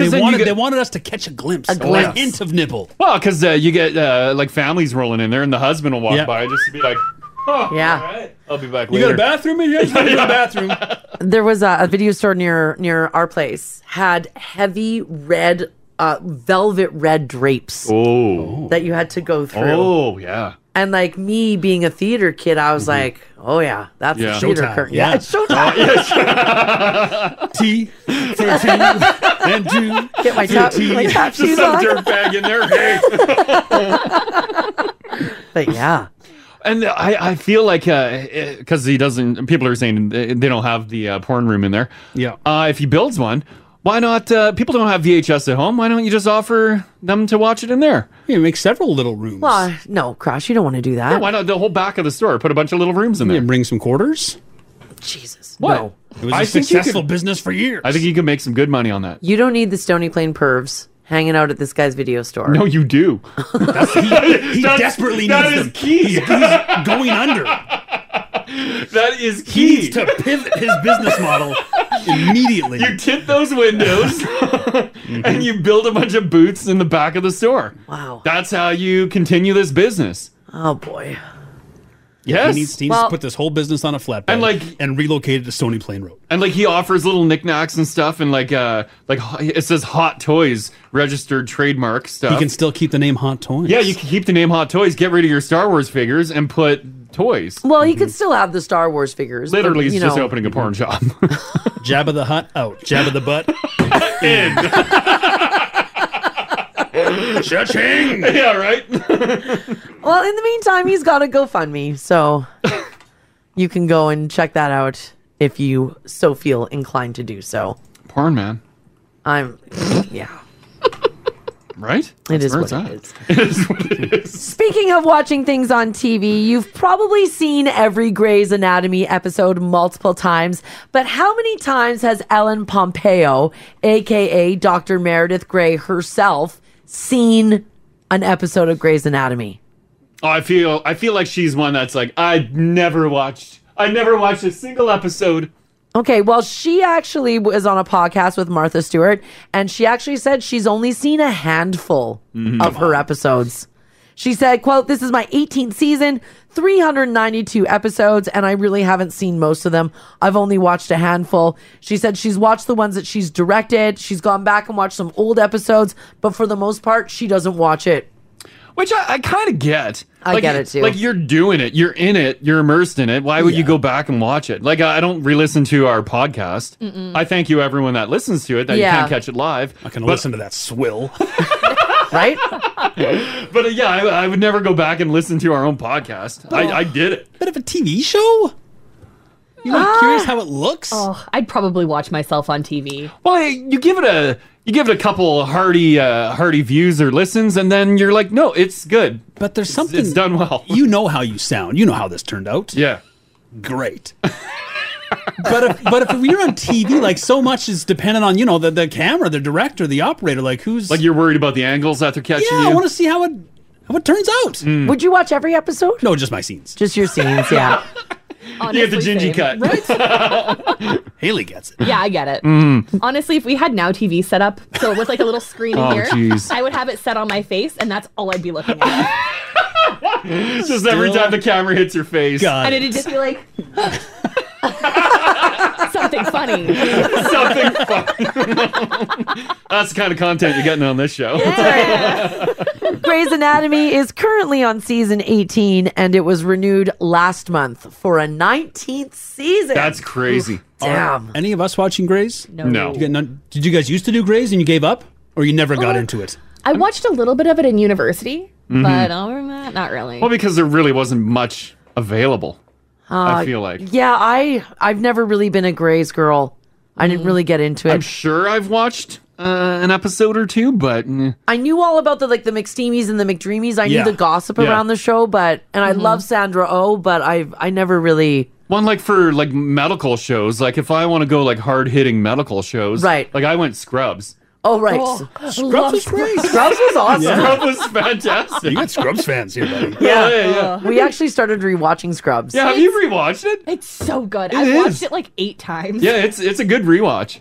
[SPEAKER 7] 'Cause then you
[SPEAKER 8] wanted,
[SPEAKER 7] get-
[SPEAKER 8] they wanted us to catch a glimpse,
[SPEAKER 7] A
[SPEAKER 8] or a
[SPEAKER 7] glimpse.
[SPEAKER 8] hint of nipple.
[SPEAKER 7] Well, because uh, you get uh, like families rolling in there, and the husband will walk
[SPEAKER 8] Yeah.
[SPEAKER 7] by just to be like, oh,
[SPEAKER 1] Yeah.
[SPEAKER 7] I'll be back
[SPEAKER 8] You
[SPEAKER 7] later.
[SPEAKER 8] got a bathroom in here? You got a bathroom.
[SPEAKER 1] There was a, a video store near near our place had heavy red, uh, velvet red drapes
[SPEAKER 7] oh.
[SPEAKER 1] that you had to go through.
[SPEAKER 7] Oh, yeah. Mm-hmm.
[SPEAKER 1] And like me being a theater kid, I was like, oh yeah, that's
[SPEAKER 7] Yeah. Oh,
[SPEAKER 1] the theater
[SPEAKER 7] Showtime.
[SPEAKER 1] curtain.
[SPEAKER 7] Yeah.
[SPEAKER 1] Yeah, it's showtime.
[SPEAKER 8] T for two and two.
[SPEAKER 1] Get my
[SPEAKER 8] for
[SPEAKER 1] top-
[SPEAKER 8] T.
[SPEAKER 1] my top
[SPEAKER 7] Just
[SPEAKER 1] shoes
[SPEAKER 7] some
[SPEAKER 1] on.
[SPEAKER 7] dirtbag in there. Hey.
[SPEAKER 1] but yeah.
[SPEAKER 7] And I, I feel like because he doesn't, people are saying they they don't have the uh, porn room in there.
[SPEAKER 8] Yeah.
[SPEAKER 7] Uh, if he builds one, why not? Uh, people don't have VHS at home. Why don't you just offer them to watch it in there?
[SPEAKER 8] You make several little rooms.
[SPEAKER 1] Well, no, Crash, you don't want to do that.
[SPEAKER 7] why not the whole back of the store? Put a bunch of little rooms in there.
[SPEAKER 8] bring some quarters.
[SPEAKER 1] Jesus.
[SPEAKER 7] What?
[SPEAKER 1] No.
[SPEAKER 8] It was
[SPEAKER 7] I
[SPEAKER 8] a
[SPEAKER 7] think you
[SPEAKER 8] successful
[SPEAKER 7] could-
[SPEAKER 8] business for years.
[SPEAKER 7] I think you can make some good money on that.
[SPEAKER 1] You don't need the Stony Plain pervs hanging out at this guy's video store.
[SPEAKER 7] No, you do.
[SPEAKER 8] He
[SPEAKER 7] That's-
[SPEAKER 8] desperately
[SPEAKER 7] that
[SPEAKER 8] needs
[SPEAKER 7] is
[SPEAKER 8] them.
[SPEAKER 7] key.
[SPEAKER 8] He's, he's going under.
[SPEAKER 7] That is
[SPEAKER 8] key. He needs to pivot his business model immediately. Mhm.
[SPEAKER 7] You tint those windows and you build a bunch of booths in the back of the store.
[SPEAKER 1] Wow.
[SPEAKER 7] That's how you continue this business.
[SPEAKER 1] Oh boy.
[SPEAKER 7] Yes.
[SPEAKER 8] He needs, he needs to put this whole business on a flatbed and, like, and relocate it to Stony Plain Road.
[SPEAKER 7] And like he offers little knickknacks and stuff, and like uh like ho- it says Hot Toys registered trademark stuff.
[SPEAKER 8] He can still keep the name Haunt Toys.
[SPEAKER 7] yeah, you can keep the name Hot Toys. Get rid of your Star Wars figures and put toys.
[SPEAKER 1] Well, he could still have the Star Wars figures. but,
[SPEAKER 7] Mm-hmm. Literally,
[SPEAKER 1] you
[SPEAKER 7] he's just
[SPEAKER 1] know,
[SPEAKER 7] opening a porn shop.
[SPEAKER 8] Jabba the Hutt out. Jabba the Butt in. Cha-ching!
[SPEAKER 7] Yeah, right.
[SPEAKER 1] Well, in the meantime, he's got a GoFundMe, so you can go and check that out if you so feel inclined to do so.
[SPEAKER 7] Porn man,
[SPEAKER 1] I'm, yeah.
[SPEAKER 7] right?
[SPEAKER 1] It is
[SPEAKER 7] where
[SPEAKER 1] what
[SPEAKER 7] it's
[SPEAKER 1] it
[SPEAKER 7] at. It is what it is.
[SPEAKER 1] Speaking of watching things on TV, you've probably seen every Grey's Anatomy episode multiple times, but how many times has Ellen Pompeo, aka Dr. Meredith Grey herself, seen an episode of Grey's Anatomy?
[SPEAKER 7] Oh, I feel I feel like she's one that's like I never watched. I never watched a single episode.
[SPEAKER 1] Okay, well, she actually was on a podcast with Martha Stewart, and she actually said she's only seen a handful
[SPEAKER 8] Mm-hmm.
[SPEAKER 4] Mhm.
[SPEAKER 1] of her episodes. She said, quote, this is my 18th season, 392 episodes, and I really haven't seen most of them. I've only watched a handful. She said she's watched the ones that she's directed. She's gone back and watched some old episodes, but for the most part, she doesn't watch it.
[SPEAKER 7] Which I, I kind of get.
[SPEAKER 1] I
[SPEAKER 7] Like,
[SPEAKER 1] get it, too.
[SPEAKER 7] Like you're doing it, you're in it, you're immersed in it. Why would you go back and watch it? Like I I don't re-listen to our podcast.
[SPEAKER 1] Mm-mm.
[SPEAKER 7] I thank you everyone that listens to it that
[SPEAKER 1] Yeah.
[SPEAKER 7] you can't catch it live. I
[SPEAKER 8] can listen to that swill.
[SPEAKER 1] right?
[SPEAKER 7] But uh, yeah, I, I would never go back and listen to our own podcast. I, I did it.
[SPEAKER 8] Bit of a TV show?
[SPEAKER 7] You know, curious how
[SPEAKER 8] it looks?
[SPEAKER 3] Oh, Ah! I'd probably watch myself on TV.
[SPEAKER 7] Well, you give it a you give it a couple hearty uh, hearty views or listens, and then you're like, no, it's good.
[SPEAKER 8] But there's something
[SPEAKER 7] it's done well.
[SPEAKER 8] You know how you sound. You know how this turned out.
[SPEAKER 7] Yeah.
[SPEAKER 8] Great. but if, but if you're on TV, like so much is dependent on you know the, the camera, the director, the operator. Like who's
[SPEAKER 7] like you're worried about the angles that they're catching
[SPEAKER 8] yeah.
[SPEAKER 7] you.
[SPEAKER 8] I want to see how it how it turns out.
[SPEAKER 1] Would you watch every episode?
[SPEAKER 8] No, just my scenes.
[SPEAKER 1] Just your scenes. Yeah.
[SPEAKER 7] you get the gingy cut.
[SPEAKER 8] Haley gets it.
[SPEAKER 3] Yeah, I get it.
[SPEAKER 7] Mm.
[SPEAKER 3] Honestly, if we had Now TV set up, so it was like a little screen
[SPEAKER 7] Oh,
[SPEAKER 3] in here,
[SPEAKER 7] jeez.
[SPEAKER 3] I would have it set on my face, and that's all I'd be looking at.
[SPEAKER 7] Just every time the camera hits your face.
[SPEAKER 3] and it'd just be like something funny.
[SPEAKER 7] Something That's the kind of content you're getting on this show.
[SPEAKER 1] Grey's Anatomy is currently on season 18 and it was renewed last month for a 19th season.
[SPEAKER 7] That's crazy.
[SPEAKER 1] Damn.
[SPEAKER 8] Are any of us watching Grays?
[SPEAKER 3] No. No.
[SPEAKER 8] You got none- did you guys used to do Grays and you gave up, or you never
[SPEAKER 1] Oh.
[SPEAKER 8] got into it?
[SPEAKER 3] I watched a little bit of it in university,
[SPEAKER 7] Mhm.
[SPEAKER 3] but other than that, not really.
[SPEAKER 7] Well, because there really wasn't much available. I feel like.
[SPEAKER 1] Uh, Yeah, I I've never really been a Grey's girl. I didn't really get into it.
[SPEAKER 7] Mm. I'm sure I've watched uh, an episode or two, but mm,
[SPEAKER 1] I knew all about the like the McSteamies and the McDreamies. I
[SPEAKER 7] Yeah.
[SPEAKER 1] knew the gossip
[SPEAKER 7] Yeah. Mm-hmm.
[SPEAKER 1] around the show, but and I love Sandra Oh, but I I never really
[SPEAKER 7] one like for like medical shows. Like if I want to go like hard hitting medical shows,
[SPEAKER 1] Right.
[SPEAKER 7] Like I went Scrubs.
[SPEAKER 1] Oh right,
[SPEAKER 3] Oh,
[SPEAKER 1] S-
[SPEAKER 3] I love Scrubs.
[SPEAKER 1] Scrubs was awesome.
[SPEAKER 7] Yeah. Scrubs was fantastic.
[SPEAKER 8] You got Scrubs fans here, buddy.
[SPEAKER 1] Yeah,
[SPEAKER 7] yeah,
[SPEAKER 1] we actually started rewatching Scrubs.
[SPEAKER 7] Yeah, have you rewatched it?
[SPEAKER 3] It's so good.
[SPEAKER 1] It
[SPEAKER 3] I
[SPEAKER 1] is.
[SPEAKER 3] watched it like eight times.
[SPEAKER 7] Yeah, it's it's a good rewatch.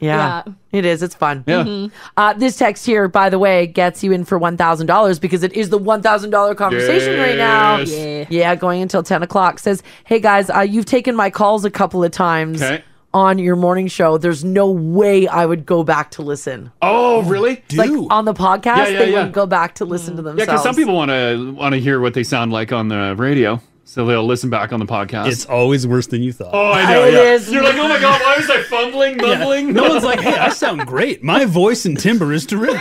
[SPEAKER 1] Yeah, it is. It's fun.
[SPEAKER 7] Yeah. Mhm.
[SPEAKER 1] Uh, this text here, by the way, gets you in for one thousand dollars because it is the one thousand dollar conversation right now.
[SPEAKER 3] Yes. Yeah.
[SPEAKER 1] going until ten o'clock. Says, hey guys, uh, you've taken my calls a couple of times
[SPEAKER 7] Okay.
[SPEAKER 1] on your morning show. There's no way I would go back to listen.
[SPEAKER 7] Oh, really?
[SPEAKER 1] Like on the podcast,
[SPEAKER 7] Yeah, yeah,
[SPEAKER 1] they
[SPEAKER 7] yeah.
[SPEAKER 1] wouldn't go back to listen to
[SPEAKER 7] Yeah,
[SPEAKER 1] themselves.
[SPEAKER 7] because some people want to want to hear what they sound like on the radio, so they'll listen back on the podcast.
[SPEAKER 8] It's always worse than you thought.
[SPEAKER 7] oh, I know.
[SPEAKER 8] It
[SPEAKER 7] yeah.
[SPEAKER 8] is.
[SPEAKER 7] You're like, oh my god, why was I fumbling, mumbling?
[SPEAKER 8] No one's like, hey, I sound great. My voice and timbre is terrific.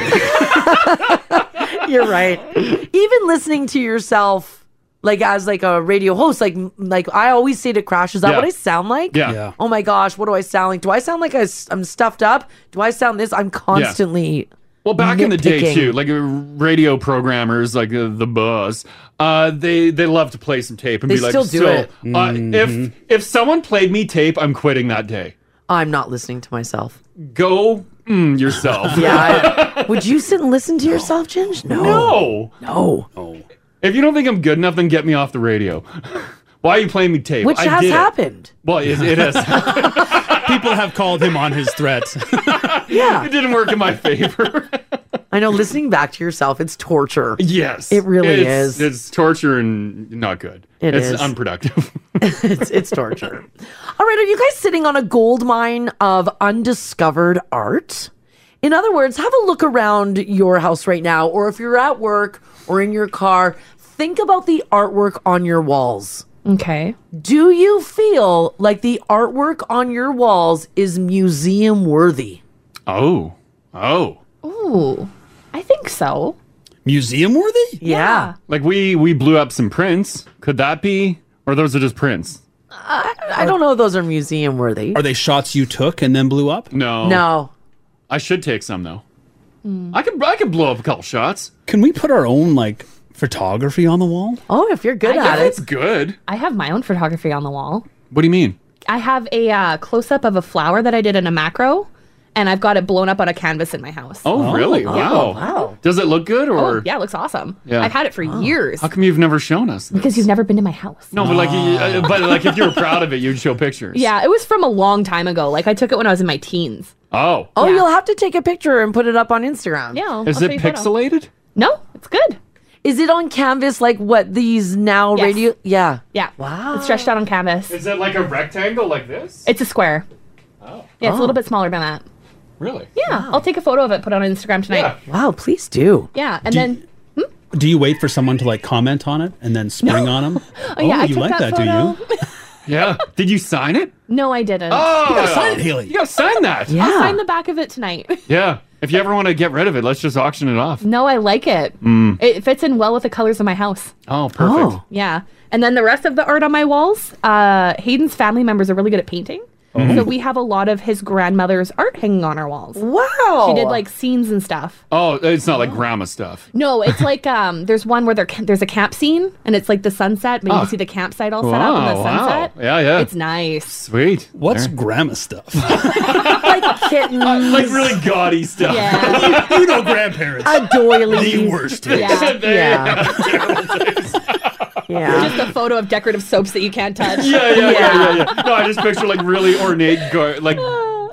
[SPEAKER 1] You're right. Even listening to yourself, like as like a radio host, like like I always say to Crash, is that
[SPEAKER 8] Yeah.
[SPEAKER 1] what I sound like?
[SPEAKER 8] Yeah. Yeah.
[SPEAKER 1] Oh my gosh, what do I sound like? Do I sound like I am stuffed up? Do I sound this? I'm constantly.
[SPEAKER 7] Well, back in the day
[SPEAKER 1] nitpicking.
[SPEAKER 7] too, like uh, radio programmers, like uh, the Buzz, uh, they they love to play some tape and
[SPEAKER 1] They
[SPEAKER 7] be like,
[SPEAKER 1] still do
[SPEAKER 7] "So,
[SPEAKER 1] it."
[SPEAKER 7] uh,
[SPEAKER 8] Mm-hmm.
[SPEAKER 7] if if someone played me tape, I'm quitting that day.
[SPEAKER 1] I'm not listening to myself.
[SPEAKER 7] Go mm, yourself.
[SPEAKER 1] yeah. I- would you sit and listen to yourself, Ginge? No.
[SPEAKER 7] no, Oh.
[SPEAKER 1] no,
[SPEAKER 7] If you don't think I'm good enough, then get me off the radio. Why are you playing me tape?
[SPEAKER 1] Which
[SPEAKER 7] I
[SPEAKER 1] has
[SPEAKER 7] did it.
[SPEAKER 1] happened.
[SPEAKER 7] Well, it, it has.
[SPEAKER 8] People have called him on his threats.
[SPEAKER 1] Yeah.
[SPEAKER 7] It didn't work in my favor.
[SPEAKER 1] I know. Listening back to yourself, it's torture.
[SPEAKER 7] Yes.
[SPEAKER 1] It really
[SPEAKER 7] It's-
[SPEAKER 1] is.
[SPEAKER 7] It's torture and not good.
[SPEAKER 1] It
[SPEAKER 7] it's
[SPEAKER 1] is.
[SPEAKER 7] unproductive.
[SPEAKER 1] it's, it's torture. All right, are you guys sitting on a gold mine of undiscovered art? In other words, have a look around your house right now, or if you're at work or in your car, think about the artwork on your walls.
[SPEAKER 3] Okay.
[SPEAKER 1] Do you feel like the artwork on your walls is museum worthy?
[SPEAKER 7] Oh. Oh.
[SPEAKER 3] Ooh. I think so.
[SPEAKER 8] Museum worthy?
[SPEAKER 7] Yeah.
[SPEAKER 1] Yeah.
[SPEAKER 7] Like we we blew up some prints. Could that be? Or those are just prints?
[SPEAKER 1] I don't know if those are museum worthy.
[SPEAKER 8] Are they shots you took and then blew up?
[SPEAKER 7] No.
[SPEAKER 1] No.
[SPEAKER 7] I should take some though.
[SPEAKER 3] Mm.
[SPEAKER 7] I could I could blow up a couple shots.
[SPEAKER 8] Can we put our own like photography on the wall?
[SPEAKER 1] Oh, if you're good
[SPEAKER 3] I
[SPEAKER 1] at
[SPEAKER 3] guess.
[SPEAKER 1] it.
[SPEAKER 7] Good.
[SPEAKER 3] I have my own photography on the wall.
[SPEAKER 7] What do you mean?
[SPEAKER 3] I have a uh, close up of a flower that I did in a macro, and I've got it blown up on a canvas in my house.
[SPEAKER 7] Oh, really? Wow. Does it look good or
[SPEAKER 3] oh, yeah, it looks awesome.
[SPEAKER 7] Yeah.
[SPEAKER 3] I've had it for years
[SPEAKER 7] How come you've never shown us?
[SPEAKER 3] because you've never been to my house.
[SPEAKER 7] No, but like, you- uh, but like, if you were proud of it, you'd show pictures.
[SPEAKER 3] Yeah, it was from a long time ago. Like I took it when I was in my teens.
[SPEAKER 7] Oh.
[SPEAKER 1] Oh, you'll have to take a picture and put it up on Instagram.
[SPEAKER 3] Yeah.
[SPEAKER 7] Is it pixelated?
[SPEAKER 3] No, it's good.
[SPEAKER 1] Is it on canvas like what these now
[SPEAKER 3] Yes.
[SPEAKER 1] radio? Yeah.
[SPEAKER 3] Yeah. Wow. It's stretched out on canvas.
[SPEAKER 7] Is it like a rectangle like this?
[SPEAKER 3] It's a square. Oh. Yeah, it's a
[SPEAKER 1] Oh.
[SPEAKER 3] little bit smaller than that.
[SPEAKER 7] Oh, Really?
[SPEAKER 3] Yeah. I'll take a photo of it, put it on Instagram tonight. Yeah.
[SPEAKER 1] Wow, please do.
[SPEAKER 3] and
[SPEAKER 8] Do you-
[SPEAKER 3] then
[SPEAKER 8] Do you wait for someone to like comment on it and then spring on them?
[SPEAKER 3] oh, yeah, I
[SPEAKER 8] you
[SPEAKER 3] took
[SPEAKER 8] like
[SPEAKER 3] that,
[SPEAKER 8] that,
[SPEAKER 3] photo.
[SPEAKER 8] do you?
[SPEAKER 7] yeah. Did you sign it?
[SPEAKER 3] No, I didn't.
[SPEAKER 7] Oh,
[SPEAKER 8] You gotta sign it, Haley.
[SPEAKER 7] You gotta sign that.
[SPEAKER 3] I'll sign the back of it tonight.
[SPEAKER 7] Yeah. If you ever want to get rid of it, let's just auction it off.
[SPEAKER 3] No, I like it.
[SPEAKER 7] Mm.
[SPEAKER 3] It fits in well with the colors of my house.
[SPEAKER 7] Oh, perfect.
[SPEAKER 3] Yeah. And then the rest of the art on my walls, uh, Hayden's family members are really good at painting.
[SPEAKER 7] Oh.
[SPEAKER 3] So we have a lot of his grandmother's art hanging on our walls.
[SPEAKER 1] Wow.
[SPEAKER 3] She did like scenes and stuff.
[SPEAKER 7] Oh, it's not like grandma stuff.
[SPEAKER 3] No, it's like um, there's one where there ca- there's a camp scene and it's like the sunset, but you
[SPEAKER 7] Oh.
[SPEAKER 3] can see the campsite all set up and
[SPEAKER 8] Oh,
[SPEAKER 7] Wow,
[SPEAKER 3] the
[SPEAKER 7] wow.
[SPEAKER 3] sunset.
[SPEAKER 7] Yeah, yeah.
[SPEAKER 3] It's nice.
[SPEAKER 7] Sweet.
[SPEAKER 8] What's grandma stuff?
[SPEAKER 1] like kittens.
[SPEAKER 7] like really gaudy stuff.
[SPEAKER 8] you know, grandparents.
[SPEAKER 1] A doily.
[SPEAKER 8] The worst.
[SPEAKER 3] Yeah.
[SPEAKER 1] yeah. yeah.
[SPEAKER 3] Just a photo of decorative soaps that you can't touch.
[SPEAKER 7] Yeah, yeah, yeah, yeah, yeah. No, I just picture like really ornate, gar- like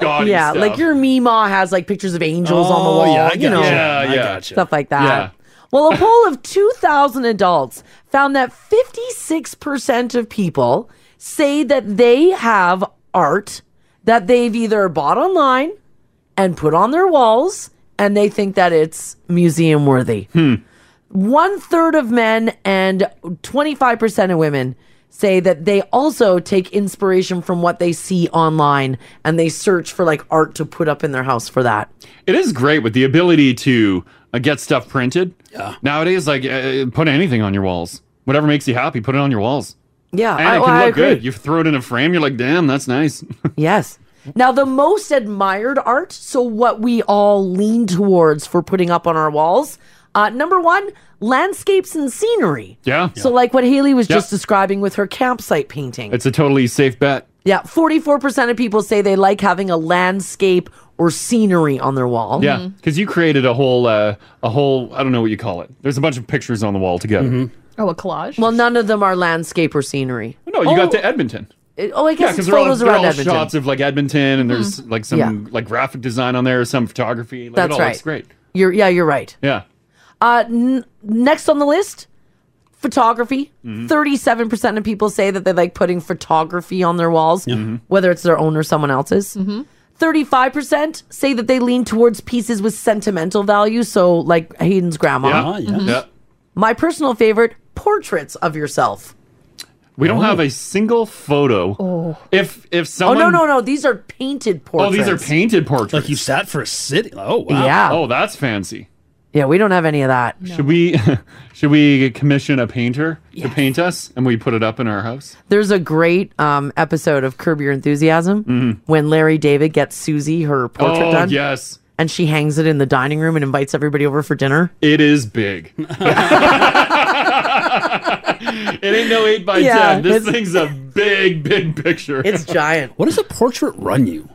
[SPEAKER 7] gaudy
[SPEAKER 1] yeah,
[SPEAKER 7] stuff.
[SPEAKER 1] like your Mima has like pictures of angels on the
[SPEAKER 7] Oh,
[SPEAKER 1] wall,
[SPEAKER 7] yeah, I
[SPEAKER 1] you know,
[SPEAKER 7] gotcha. Yeah, I gotcha.
[SPEAKER 1] stuff like that.
[SPEAKER 7] Yeah.
[SPEAKER 1] Well, a poll of 2,000 adults found that 56% of people say that they have art that they've either bought online and put on their walls, and they think that it's museum worthy.
[SPEAKER 7] Hmm.
[SPEAKER 1] One third of men and 25% of women say that they also take inspiration from what they see online and they search for like art to put up in their house for that.
[SPEAKER 7] It is great with the ability to uh, get stuff printed. Yeah. Nowadays, like uh, put anything on your walls. Whatever makes you happy, put it on your walls.
[SPEAKER 1] Yeah,
[SPEAKER 7] and it
[SPEAKER 1] well,
[SPEAKER 7] can look
[SPEAKER 1] agree.
[SPEAKER 7] good. You throw it in a frame. You're like, damn, that's nice.
[SPEAKER 1] Yes. Now, the most admired art, so what we all lean towards for putting up on our walls, uh, number one, landscapes and scenery.
[SPEAKER 7] yeah.
[SPEAKER 1] So, like what Haley was
[SPEAKER 7] Yeah.
[SPEAKER 1] just describing with her campsite painting.
[SPEAKER 7] it's a totally safe bet.
[SPEAKER 1] Yeah, 44% of people say they like having a landscape or scenery on their wall.
[SPEAKER 7] Yeah, because you created a whole, uh, a whole. I don't know what you call it. There's a bunch of pictures on the wall together.
[SPEAKER 1] Mm-hmm.
[SPEAKER 3] Oh, a collage?
[SPEAKER 1] Well, none of them are landscape or scenery.
[SPEAKER 7] Oh,
[SPEAKER 1] Oh,
[SPEAKER 7] No, you got to Edmonton.
[SPEAKER 1] It- oh, I
[SPEAKER 7] Yeah,
[SPEAKER 1] guess
[SPEAKER 7] because
[SPEAKER 1] it's
[SPEAKER 7] they're all,
[SPEAKER 1] photos
[SPEAKER 7] they're
[SPEAKER 1] around
[SPEAKER 7] all
[SPEAKER 1] Edmonton. Mm-hmm.
[SPEAKER 7] shots of like Edmonton, and there's like some
[SPEAKER 1] Yeah.
[SPEAKER 7] like graphic design on there, some photography. Like,
[SPEAKER 1] That's
[SPEAKER 7] it all
[SPEAKER 1] right.
[SPEAKER 7] looks great.
[SPEAKER 1] You're yeah, you're right.
[SPEAKER 7] Yeah.
[SPEAKER 1] Uh, n- next on the list, photography.
[SPEAKER 7] Mhm.
[SPEAKER 1] 37% of people say that they like putting photography on their walls,
[SPEAKER 7] Mm-hmm.
[SPEAKER 1] whether it's their own or someone else's.
[SPEAKER 3] Mm-hmm.
[SPEAKER 1] 35% say that they lean towards pieces with sentimental value. So, like Hayden's grandma.
[SPEAKER 7] Yeah, yeah.
[SPEAKER 3] Mm-hmm.
[SPEAKER 7] Mhm. Yeah.
[SPEAKER 1] My personal favorite portraits of yourself.
[SPEAKER 7] We don't have a single photo.
[SPEAKER 1] Oh.
[SPEAKER 7] If if someone
[SPEAKER 1] oh, no, no, no. These are painted
[SPEAKER 7] Oh,
[SPEAKER 1] portraits.
[SPEAKER 7] these are painted portraits. Like
[SPEAKER 8] you sat for a sit. Oh
[SPEAKER 1] wow. Yeah.
[SPEAKER 7] Oh, that's fancy.
[SPEAKER 1] Yeah, we don't have any of that.
[SPEAKER 7] Should we should we commission a painter to paint us and we put it up in our house?
[SPEAKER 1] There's a great um, episode of Curb Your Enthusiasm when Larry David gets Susie her portrait
[SPEAKER 7] Mm-hmm. Oh,
[SPEAKER 1] done.
[SPEAKER 7] yes.
[SPEAKER 1] And she hangs it in the dining room and invites everybody over for dinner.
[SPEAKER 7] It is big. it ain't no eight by
[SPEAKER 1] Yeah,
[SPEAKER 7] ten. This
[SPEAKER 1] it's-
[SPEAKER 7] thing's a big, big picture.
[SPEAKER 1] It's giant.
[SPEAKER 8] What does a portrait run you?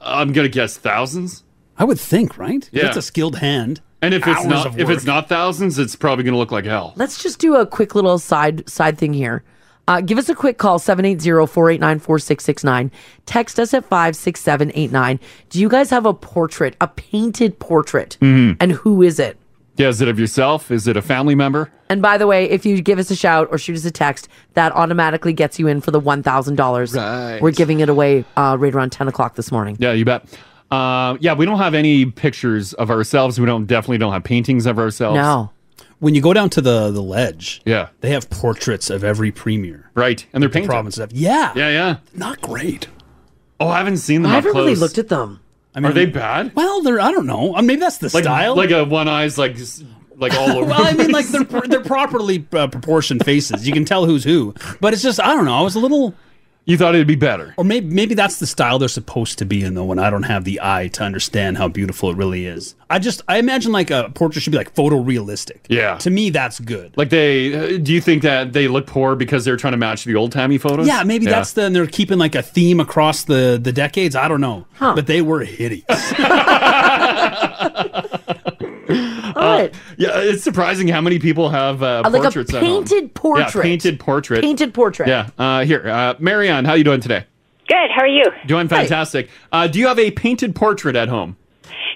[SPEAKER 7] I'm gonna guess thousands.
[SPEAKER 8] I would think, right? If
[SPEAKER 7] Yeah.
[SPEAKER 8] It's a skilled hand.
[SPEAKER 7] And if it's
[SPEAKER 8] hours
[SPEAKER 7] not
[SPEAKER 8] of
[SPEAKER 7] if
[SPEAKER 8] work.
[SPEAKER 7] it's not thousands, it's probably gonna look like hell.
[SPEAKER 1] Let's just do a quick little side side thing here. Uh, give us a quick call, 780-489-4669. Text us at 56789. Do you guys have a portrait, a painted portrait?
[SPEAKER 7] Mhm.
[SPEAKER 1] And who is it?
[SPEAKER 7] Yeah, is it of yourself? Is it a family member?
[SPEAKER 1] And by the way, if you give us a shout or shoot us a text, that automatically gets you in for the $1,000. We're giving it away uh, right around 10 o'clock this morning.
[SPEAKER 7] Yeah, you bet. Uh, yeah, we don't have any pictures of ourselves. We don't definitely don't have paintings of ourselves.
[SPEAKER 8] When you go down to the the ledge,
[SPEAKER 7] Yeah.
[SPEAKER 8] they have portraits of every premier.
[SPEAKER 7] Right. And they're painted.
[SPEAKER 8] provinces have. Yeah.
[SPEAKER 7] Yeah, yeah.
[SPEAKER 8] Not great.
[SPEAKER 7] Oh, I haven't seen them
[SPEAKER 8] I
[SPEAKER 7] up
[SPEAKER 8] haven't really
[SPEAKER 7] close.
[SPEAKER 8] looked
[SPEAKER 1] at them.
[SPEAKER 8] I mean,
[SPEAKER 7] Are they bad?
[SPEAKER 8] Well, they're I don't know. Uh, Maybe that's the
[SPEAKER 7] like,
[SPEAKER 8] style.
[SPEAKER 7] Like a one eye's like s- like all over.
[SPEAKER 8] well, I mean, like they're they're properly uh, proportioned faces. You can tell who's who, but it's just I don't know. I was a little.
[SPEAKER 7] You thought it'd be better,
[SPEAKER 8] or maybe maybe that's the style they're supposed to be in, though. And I don't have the eye to understand how beautiful it really is. I just I imagine like a portrait should be like photorealistic.
[SPEAKER 7] Yeah.
[SPEAKER 8] To me, that's good.
[SPEAKER 7] Like they uh, do you think that they look poor because they're trying to match the old timey photos?
[SPEAKER 8] Yeah, maybe that's the and they're keeping like a theme across the the decades. I don't know, but they were hideous.
[SPEAKER 7] Uh, yeah, it's surprising how many people have uh,
[SPEAKER 1] Uh, like a
[SPEAKER 7] portraits at home.
[SPEAKER 1] painted
[SPEAKER 7] Yeah,
[SPEAKER 1] portrait.
[SPEAKER 7] painted portrait.
[SPEAKER 1] Painted portrait.
[SPEAKER 7] Yeah. Uh, here, uh, Marianne, how you doing today?
[SPEAKER 4] Good. How are you?
[SPEAKER 7] Doing fantastic. Uh, do you have a painted portrait at home?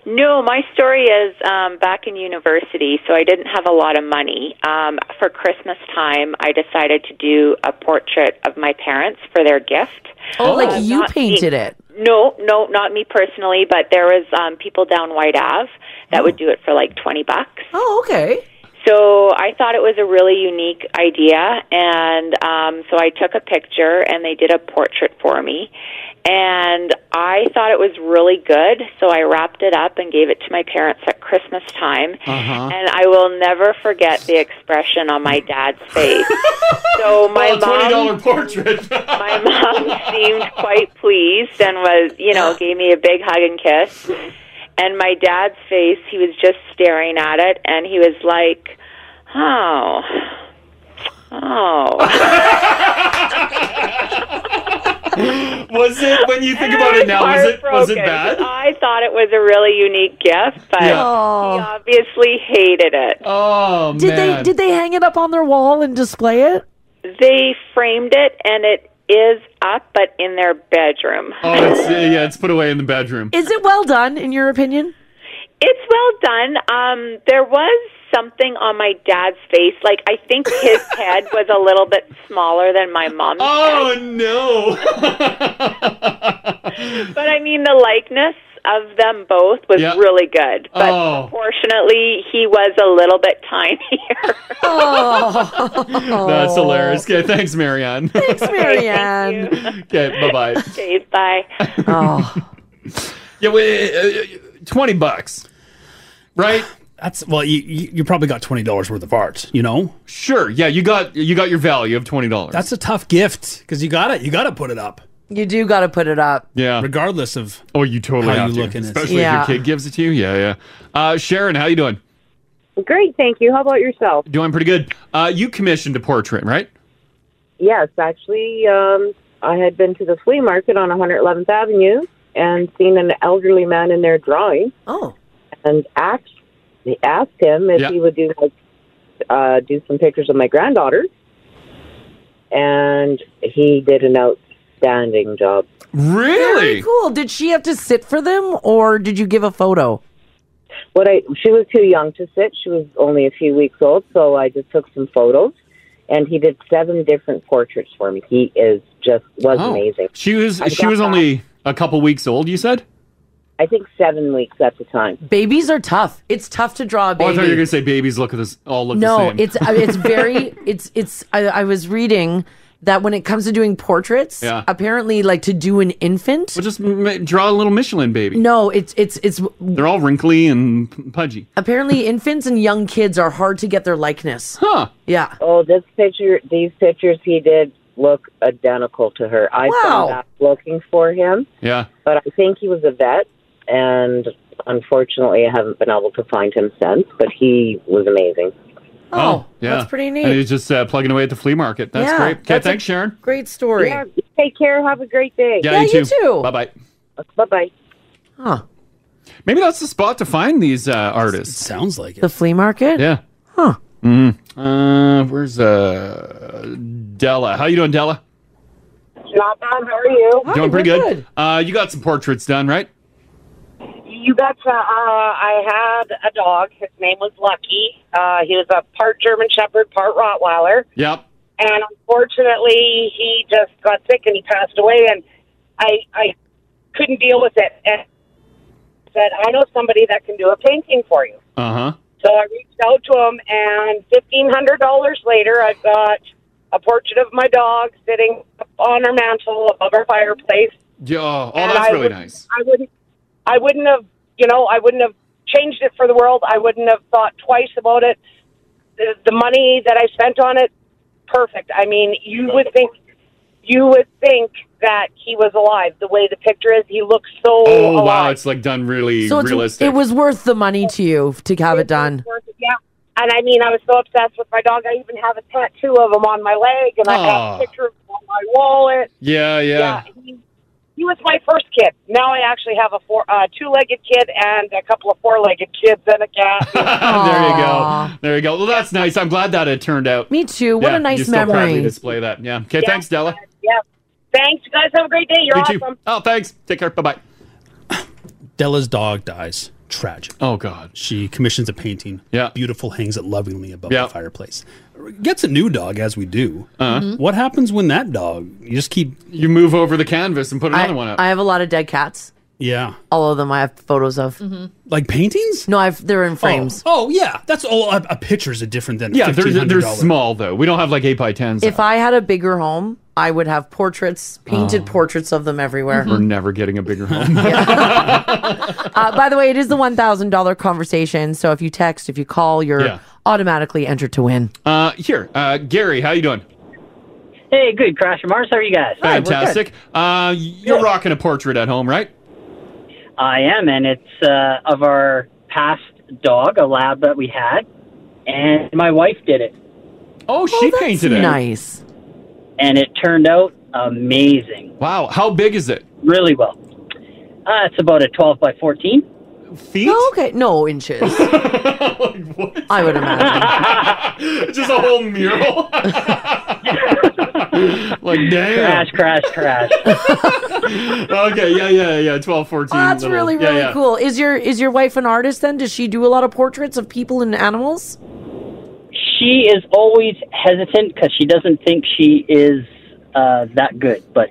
[SPEAKER 4] No, my story is um, back in university, so I didn't have a lot of money. Um, for Christmas time, I decided to do a portrait of my parents for their gift.
[SPEAKER 1] Oh,
[SPEAKER 4] Uh,
[SPEAKER 1] like you
[SPEAKER 4] not me-
[SPEAKER 1] painted it.
[SPEAKER 4] No, no, not me personally, but there was um, people down White Ave that would do it for like twenty bucks.
[SPEAKER 1] Oh, okay.
[SPEAKER 4] So I thought it was a really unique idea, and um, so I took a picture and they did a portrait for me. And I thought it was really good, so I wrapped it up and gave it to my parents at Christmas time.
[SPEAKER 10] Uh-huh.
[SPEAKER 4] And I will never forget the expression on my dad's face. so
[SPEAKER 7] Oh,
[SPEAKER 4] my mom,
[SPEAKER 7] portrait.
[SPEAKER 4] my mom seemed quite pleased and was, you know, gave me a big hug and kiss. And my dad's face, he was just staring at it and he was like, oh, oh.
[SPEAKER 7] Was it when you think about it now? Was it was it
[SPEAKER 4] Heartbroken.
[SPEAKER 7] bad?
[SPEAKER 4] I thought it was a really unique gift, but
[SPEAKER 7] Yeah.
[SPEAKER 1] Oh.
[SPEAKER 4] he obviously hated it.
[SPEAKER 7] Oh
[SPEAKER 1] Did they did they hang it up on their wall and display it?
[SPEAKER 4] They framed it, and it is up, but in their bedroom.
[SPEAKER 7] Oh, it's, uh, yeah, it's put away in the bedroom.
[SPEAKER 1] Is it well done in your opinion?
[SPEAKER 4] It's well done. Um, there was something on my dad's face. Like I think his head was a little bit smaller than my mom's.
[SPEAKER 7] Oh no!
[SPEAKER 4] But I mean, the likeness of them both was
[SPEAKER 7] Yeah.
[SPEAKER 4] really good. But
[SPEAKER 7] Oh.
[SPEAKER 4] proportionately, he was a little bit tinier.
[SPEAKER 1] oh,
[SPEAKER 7] That's hilarious. Okay, thanks, Marianne. Thanks,
[SPEAKER 1] Marianne.
[SPEAKER 7] okay, bye bye.
[SPEAKER 4] okay, bye.
[SPEAKER 1] Oh.
[SPEAKER 7] Yeah, wait, uh, uh, twenty bucks, right?
[SPEAKER 8] That's well, you you you probably got twenty dollars worth of art. You know,
[SPEAKER 7] sure. Yeah, you got you got your value of twenty dollars.
[SPEAKER 8] That's a tough gift because you got it. You got to put it up.
[SPEAKER 1] You do got to put it up.
[SPEAKER 7] Yeah.
[SPEAKER 8] Regardless of
[SPEAKER 7] oh, you totally
[SPEAKER 8] how
[SPEAKER 7] have
[SPEAKER 8] you
[SPEAKER 7] to,
[SPEAKER 8] look in it.
[SPEAKER 7] especially
[SPEAKER 1] Yeah.
[SPEAKER 7] if your kid gives it to you. Yeah, yeah. Uh, Sharon, how you doing?
[SPEAKER 12] Great, thank you. How about yourself?
[SPEAKER 7] Doing pretty good. Uh, you commissioned a portrait, right?
[SPEAKER 12] Yes, actually, um, I had been to the flea market on 111th Avenue and seen an elderly man in there drawing.
[SPEAKER 1] Oh.
[SPEAKER 12] And asked, they asked him if
[SPEAKER 27] Yeah.
[SPEAKER 12] he would do like, uh, do some pictures of my granddaughter, and he did an outstanding job.
[SPEAKER 1] Very cool. Did she have to sit for them or did you give a photo?
[SPEAKER 12] What I she was too young to sit. She was only a few weeks old, so I just took some photos. And he did seven different portraits for me. He is just was
[SPEAKER 7] Oh.
[SPEAKER 12] amazing.
[SPEAKER 7] She was
[SPEAKER 12] I
[SPEAKER 7] she
[SPEAKER 12] got
[SPEAKER 7] was
[SPEAKER 12] that.
[SPEAKER 7] only a couple weeks old. You said.
[SPEAKER 12] I think seven weeks at the time.
[SPEAKER 1] Babies are tough. It's tough to draw a
[SPEAKER 7] Oh, I
[SPEAKER 1] baby.
[SPEAKER 7] thought you were gonna say babies look at this all look the
[SPEAKER 1] no,
[SPEAKER 7] same.
[SPEAKER 1] it's I- it's very it's it's. I, I was reading that when it comes to doing portraits,
[SPEAKER 7] Yeah.
[SPEAKER 1] apparently, like to do an infant,
[SPEAKER 7] Well, just m- draw a little Michelin baby.
[SPEAKER 1] no, it's it's it's
[SPEAKER 7] They're all wrinkly and p- pudgy.
[SPEAKER 1] apparently infants and young kids are hard to get their likeness.
[SPEAKER 7] Huh?
[SPEAKER 1] Yeah.
[SPEAKER 12] Oh, this picture, these pictures he did look identical to her. I
[SPEAKER 1] Wow.
[SPEAKER 12] found out looking for him,
[SPEAKER 7] Yeah.
[SPEAKER 12] but I think he was a vet, and unfortunately, I haven't been able to find him since. But he was amazing.
[SPEAKER 7] Oh, yeah.
[SPEAKER 12] that's pretty neat.
[SPEAKER 7] And he's just uh, plugging away at the flea market. That's
[SPEAKER 12] Yeah,
[SPEAKER 7] great. Okay,
[SPEAKER 12] that's a-
[SPEAKER 7] thanks, Sharon.
[SPEAKER 1] Great story.
[SPEAKER 12] Yeah, take care. Have a great day.
[SPEAKER 7] Yeah, you, too. Bye bye.
[SPEAKER 12] Bye bye.
[SPEAKER 1] Huh.
[SPEAKER 7] Maybe that's the spot to find these uh, artists.
[SPEAKER 8] sounds like it.
[SPEAKER 1] The flea market.
[SPEAKER 7] Yeah.
[SPEAKER 1] Huh.
[SPEAKER 7] Mm. Uh, where's uh Della? How you doing, Della?
[SPEAKER 27] Not bad. How are you?
[SPEAKER 7] doing pretty good. Uh, you got some portraits done, right?
[SPEAKER 27] You got to, uh, I had a dog. His name was Lucky. Uh, he was a part German Shepherd, part Rottweiler.
[SPEAKER 7] Yep.
[SPEAKER 27] And unfortunately, he just got sick and he passed away. And I, I couldn't deal with it. And said, I know somebody that can do a painting for you.
[SPEAKER 7] Uh huh.
[SPEAKER 27] So I reached out to him, and fifteen hundred dollars later, I've got a portrait of my dog sitting up on our mantle above our fireplace.
[SPEAKER 7] Yeah. Oh,
[SPEAKER 27] And
[SPEAKER 7] that's
[SPEAKER 27] I
[SPEAKER 7] really
[SPEAKER 27] would-
[SPEAKER 7] nice.
[SPEAKER 27] I wouldn't, I wouldn't have, you know, I wouldn't have changed it for the world. I wouldn't have thought twice about it. The, the money that I spent on it, perfect. I mean, you would think, you would think that he was alive. The way the picture is, he looks so
[SPEAKER 7] Oh,
[SPEAKER 27] alive.
[SPEAKER 7] wow, it's like done really
[SPEAKER 1] So it's,
[SPEAKER 7] realistic.
[SPEAKER 1] it was worth the money to you to have it done.
[SPEAKER 27] Yeah. And I mean, I was so obsessed with my dog. I even have a tattoo of him on my leg, and I
[SPEAKER 7] Aw.
[SPEAKER 27] have a picture of him on my wallet.
[SPEAKER 7] yeah, yeah,
[SPEAKER 27] he, he was my first kid. Now I actually have a four, uh, two-legged kid and a couple of four-legged kids and a cat.
[SPEAKER 7] there you go. There you go. Well, that's nice. I'm glad that it turned out.
[SPEAKER 1] Me too. What
[SPEAKER 7] Yeah,
[SPEAKER 1] a
[SPEAKER 7] you
[SPEAKER 1] nice
[SPEAKER 7] still proudly
[SPEAKER 1] memory.
[SPEAKER 7] display that. Yeah. Okay.
[SPEAKER 27] Yeah.
[SPEAKER 7] Thanks, Della.
[SPEAKER 27] yeah. Thanks, you guys. Have a great day. You're
[SPEAKER 7] You
[SPEAKER 27] awesome.
[SPEAKER 7] too. Oh, thanks. Take care. Bye bye.
[SPEAKER 8] Della's dog dies. Tragic.
[SPEAKER 7] Oh God.
[SPEAKER 8] She commissions a painting.
[SPEAKER 7] Yeah.
[SPEAKER 8] Beautiful hangs it lovingly above
[SPEAKER 7] Yeah.
[SPEAKER 8] the fireplace. Gets a new dog as we do. Mm-hmm.
[SPEAKER 7] Uh-huh. Mhm.
[SPEAKER 8] What happens when that dog? You just keep.
[SPEAKER 7] You move over the canvas and put
[SPEAKER 1] I, I have a lot of dead cats.
[SPEAKER 8] Yeah.
[SPEAKER 1] All of them I have photos of.
[SPEAKER 8] Like paintings?
[SPEAKER 1] No, I've they're in frames.
[SPEAKER 8] Oh, oh, yeah, that's all. A, a picture's a different than
[SPEAKER 7] Yeah, they're, they're
[SPEAKER 8] $1,500.
[SPEAKER 7] small though. We don't have like eight by tens.
[SPEAKER 1] If I had a bigger home, I would have portraits,
[SPEAKER 7] Oh.
[SPEAKER 1] painted portraits of them everywhere.
[SPEAKER 7] We're never getting a bigger home.
[SPEAKER 1] uh, by the way, it is the one thousand dollar conversation. So if you text, if you call, you're
[SPEAKER 7] Yeah.
[SPEAKER 1] automatically entered to win.
[SPEAKER 7] Uh, here, uh, Gary, how you doing?
[SPEAKER 10] Hey, good. Crash and Mars, how are you guys?
[SPEAKER 7] Fantastic. Uh, you're rocking a portrait at home, right?
[SPEAKER 10] I am, and it's uh, of our past dog, a lab that we had, and my wife did it.
[SPEAKER 7] Oh, she painted it.
[SPEAKER 1] Nice.
[SPEAKER 10] And it turned out amazing.
[SPEAKER 7] Wow. How big is it?
[SPEAKER 10] Really well. Uh, it's about a 12 by 14.
[SPEAKER 7] Feet?
[SPEAKER 1] Oh, okay. No, inches. I would imagine.
[SPEAKER 7] Just a whole mural. like damn.
[SPEAKER 10] Crash, crash, crash.
[SPEAKER 7] okay, yeah, yeah, yeah. 12, 14.
[SPEAKER 1] Oh, that's
[SPEAKER 7] little-
[SPEAKER 1] really,
[SPEAKER 7] yeah,
[SPEAKER 1] really
[SPEAKER 7] yeah.
[SPEAKER 1] cool. Is your is your wife an artist then? Does she do a lot of portraits of people and animals?
[SPEAKER 10] She is always hesitant because she doesn't think she is uh, that good, but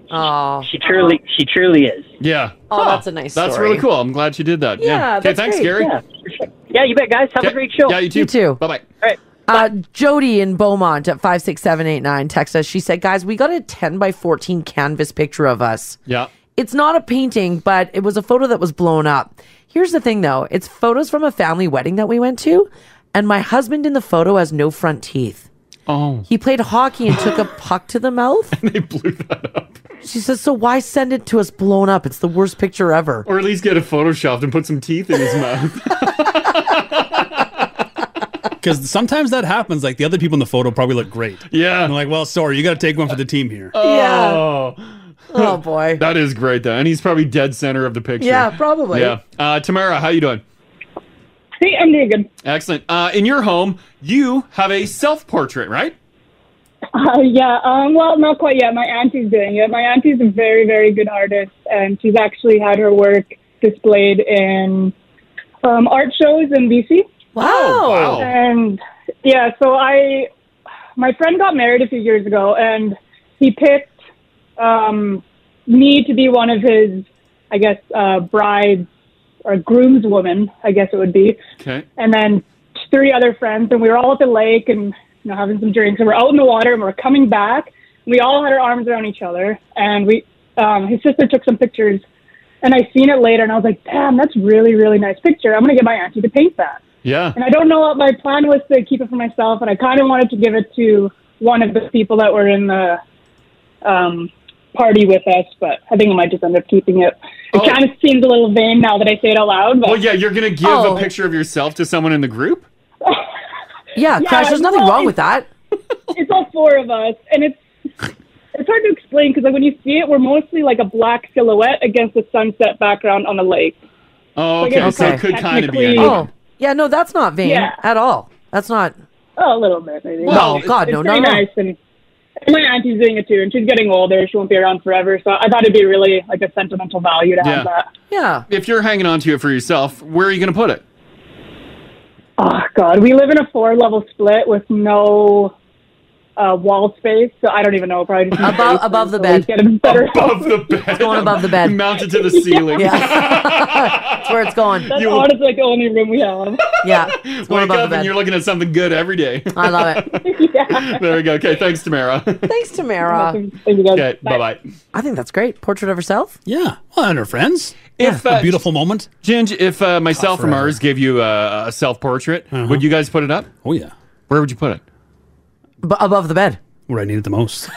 [SPEAKER 10] she truly, she truly is.
[SPEAKER 7] Yeah.
[SPEAKER 1] Oh, that's a nice
[SPEAKER 7] That's
[SPEAKER 1] story.
[SPEAKER 7] really cool. I'm glad you did that. Yeah. Okay, thanks, Gary.
[SPEAKER 10] Yeah, for sure. Yeah, you bet, guys. Have a great show.
[SPEAKER 7] Yeah, you too.
[SPEAKER 1] You too.
[SPEAKER 7] Bye bye.
[SPEAKER 1] Uh, Jody in Beaumont at 56789 texts us. She said, Guys, we got a 10 by 14 canvas picture of us.
[SPEAKER 7] Yeah.
[SPEAKER 1] It's not a painting, but it was a photo that was blown up. Here's the thing, though it's photos from a family wedding that we went to, and my husband in the photo has no front teeth.
[SPEAKER 7] Oh.
[SPEAKER 1] He played hockey and took a puck to the mouth. And they blew that up. She says, So why send it to us blown up? It's the worst picture ever.
[SPEAKER 7] Or at least get it photoshopped and put some teeth in his mouth.
[SPEAKER 8] Because sometimes that happens. Like the other people in the photo probably look great.
[SPEAKER 7] Yeah.
[SPEAKER 8] And I'm like, well, sorry, you got to take one for the team here.
[SPEAKER 7] Oh.
[SPEAKER 1] Oh boy.
[SPEAKER 7] that is great though. And he's probably dead center of the picture.
[SPEAKER 10] Yeah, probably.
[SPEAKER 7] Yeah. Uh Tamara, how you doing?
[SPEAKER 10] Hey, I'm doing good.
[SPEAKER 7] Excellent. Uh in your home, you have a self portrait, right?
[SPEAKER 13] Uh, yeah, um, well, not quite yet. My auntie's doing it. My auntie's a very, very good artist, and she's actually had her work displayed in um, art shows in BC.
[SPEAKER 1] Wow!
[SPEAKER 13] wow. And yeah, so I, my friend got married a few years ago, and he picked um, me to be one of his, I guess, uh, brides or groomswoman, I guess it would be
[SPEAKER 7] Okay.
[SPEAKER 13] and then three other friends, and we were all at the lake and you know having some drinks, and we're out in the water, and we're coming back. We all had our arms around each other, and we um, his sister took some pictures, and I seen it later, and I was like, damn, that's really really nice picture. I'm gonna get my auntie to paint that.
[SPEAKER 7] Yeah.
[SPEAKER 13] And I don't know what my plan was to keep it for myself, and I kind of wanted to give it to one of the people that were in the um, party with us, but I think I might just end up keeping it. It kind of seems a little vain now that I say it out loud. But
[SPEAKER 7] Oh. Well, yeah, you're gonna give
[SPEAKER 13] Oh.
[SPEAKER 7] a picture of yourself to someone in the group?
[SPEAKER 1] Yeah, Crash, there's nothing wrong with that.
[SPEAKER 13] It's all four of us, and it's it's hard to explain because like when you see it, we're mostly like a black silhouette against the sunset background on the lake.
[SPEAKER 7] Oh,
[SPEAKER 13] Like,
[SPEAKER 7] okay.
[SPEAKER 13] it's
[SPEAKER 7] So it
[SPEAKER 13] not
[SPEAKER 7] could kind of be.
[SPEAKER 13] technically-
[SPEAKER 7] anyone.
[SPEAKER 1] Oh, yeah, no, that's not vain
[SPEAKER 13] Yeah.
[SPEAKER 1] at all. That's not.
[SPEAKER 13] Oh, a little bit, maybe.
[SPEAKER 1] Well, No, God,
[SPEAKER 13] it's
[SPEAKER 1] no,
[SPEAKER 13] pretty
[SPEAKER 1] not at all.
[SPEAKER 13] nice. And, and my auntie's doing it too, and she's getting older; she won't be around forever. So I thought it'd be really like a sentimental value to
[SPEAKER 7] Yeah.
[SPEAKER 13] have that.
[SPEAKER 1] Yeah.
[SPEAKER 7] If you're hanging on to it for yourself, where are you gonna put it?
[SPEAKER 13] Oh God, we live in a four-level split with no. Uh, wall space, so I don't even know. Probably just above above the bed. Get a better
[SPEAKER 7] above the bed. It's
[SPEAKER 13] going above the bed.
[SPEAKER 7] Mounted to the ceiling.
[SPEAKER 13] That's
[SPEAKER 1] where it's going.
[SPEAKER 13] That's
[SPEAKER 7] You-
[SPEAKER 13] honestly like the only room we have.
[SPEAKER 1] Yeah.
[SPEAKER 7] Wake up and you're looking at something good every day.
[SPEAKER 1] I love it.
[SPEAKER 7] there we go. Okay, thanks, Tamara.
[SPEAKER 1] Thanks, Tamara.
[SPEAKER 7] okay, bye bye.
[SPEAKER 1] I think that's great. Portrait of herself?
[SPEAKER 8] Yeah. Well, and her friends.
[SPEAKER 7] If uh,
[SPEAKER 8] a beautiful moment.
[SPEAKER 7] Ginge, if uh, myself or
[SPEAKER 8] forever. Uh-huh.
[SPEAKER 7] Mars gave you uh, a, a self portrait, would you guys put it up?
[SPEAKER 8] Oh yeah.
[SPEAKER 7] Where would you put it?
[SPEAKER 1] B- above the bed.
[SPEAKER 8] Where I need it the most.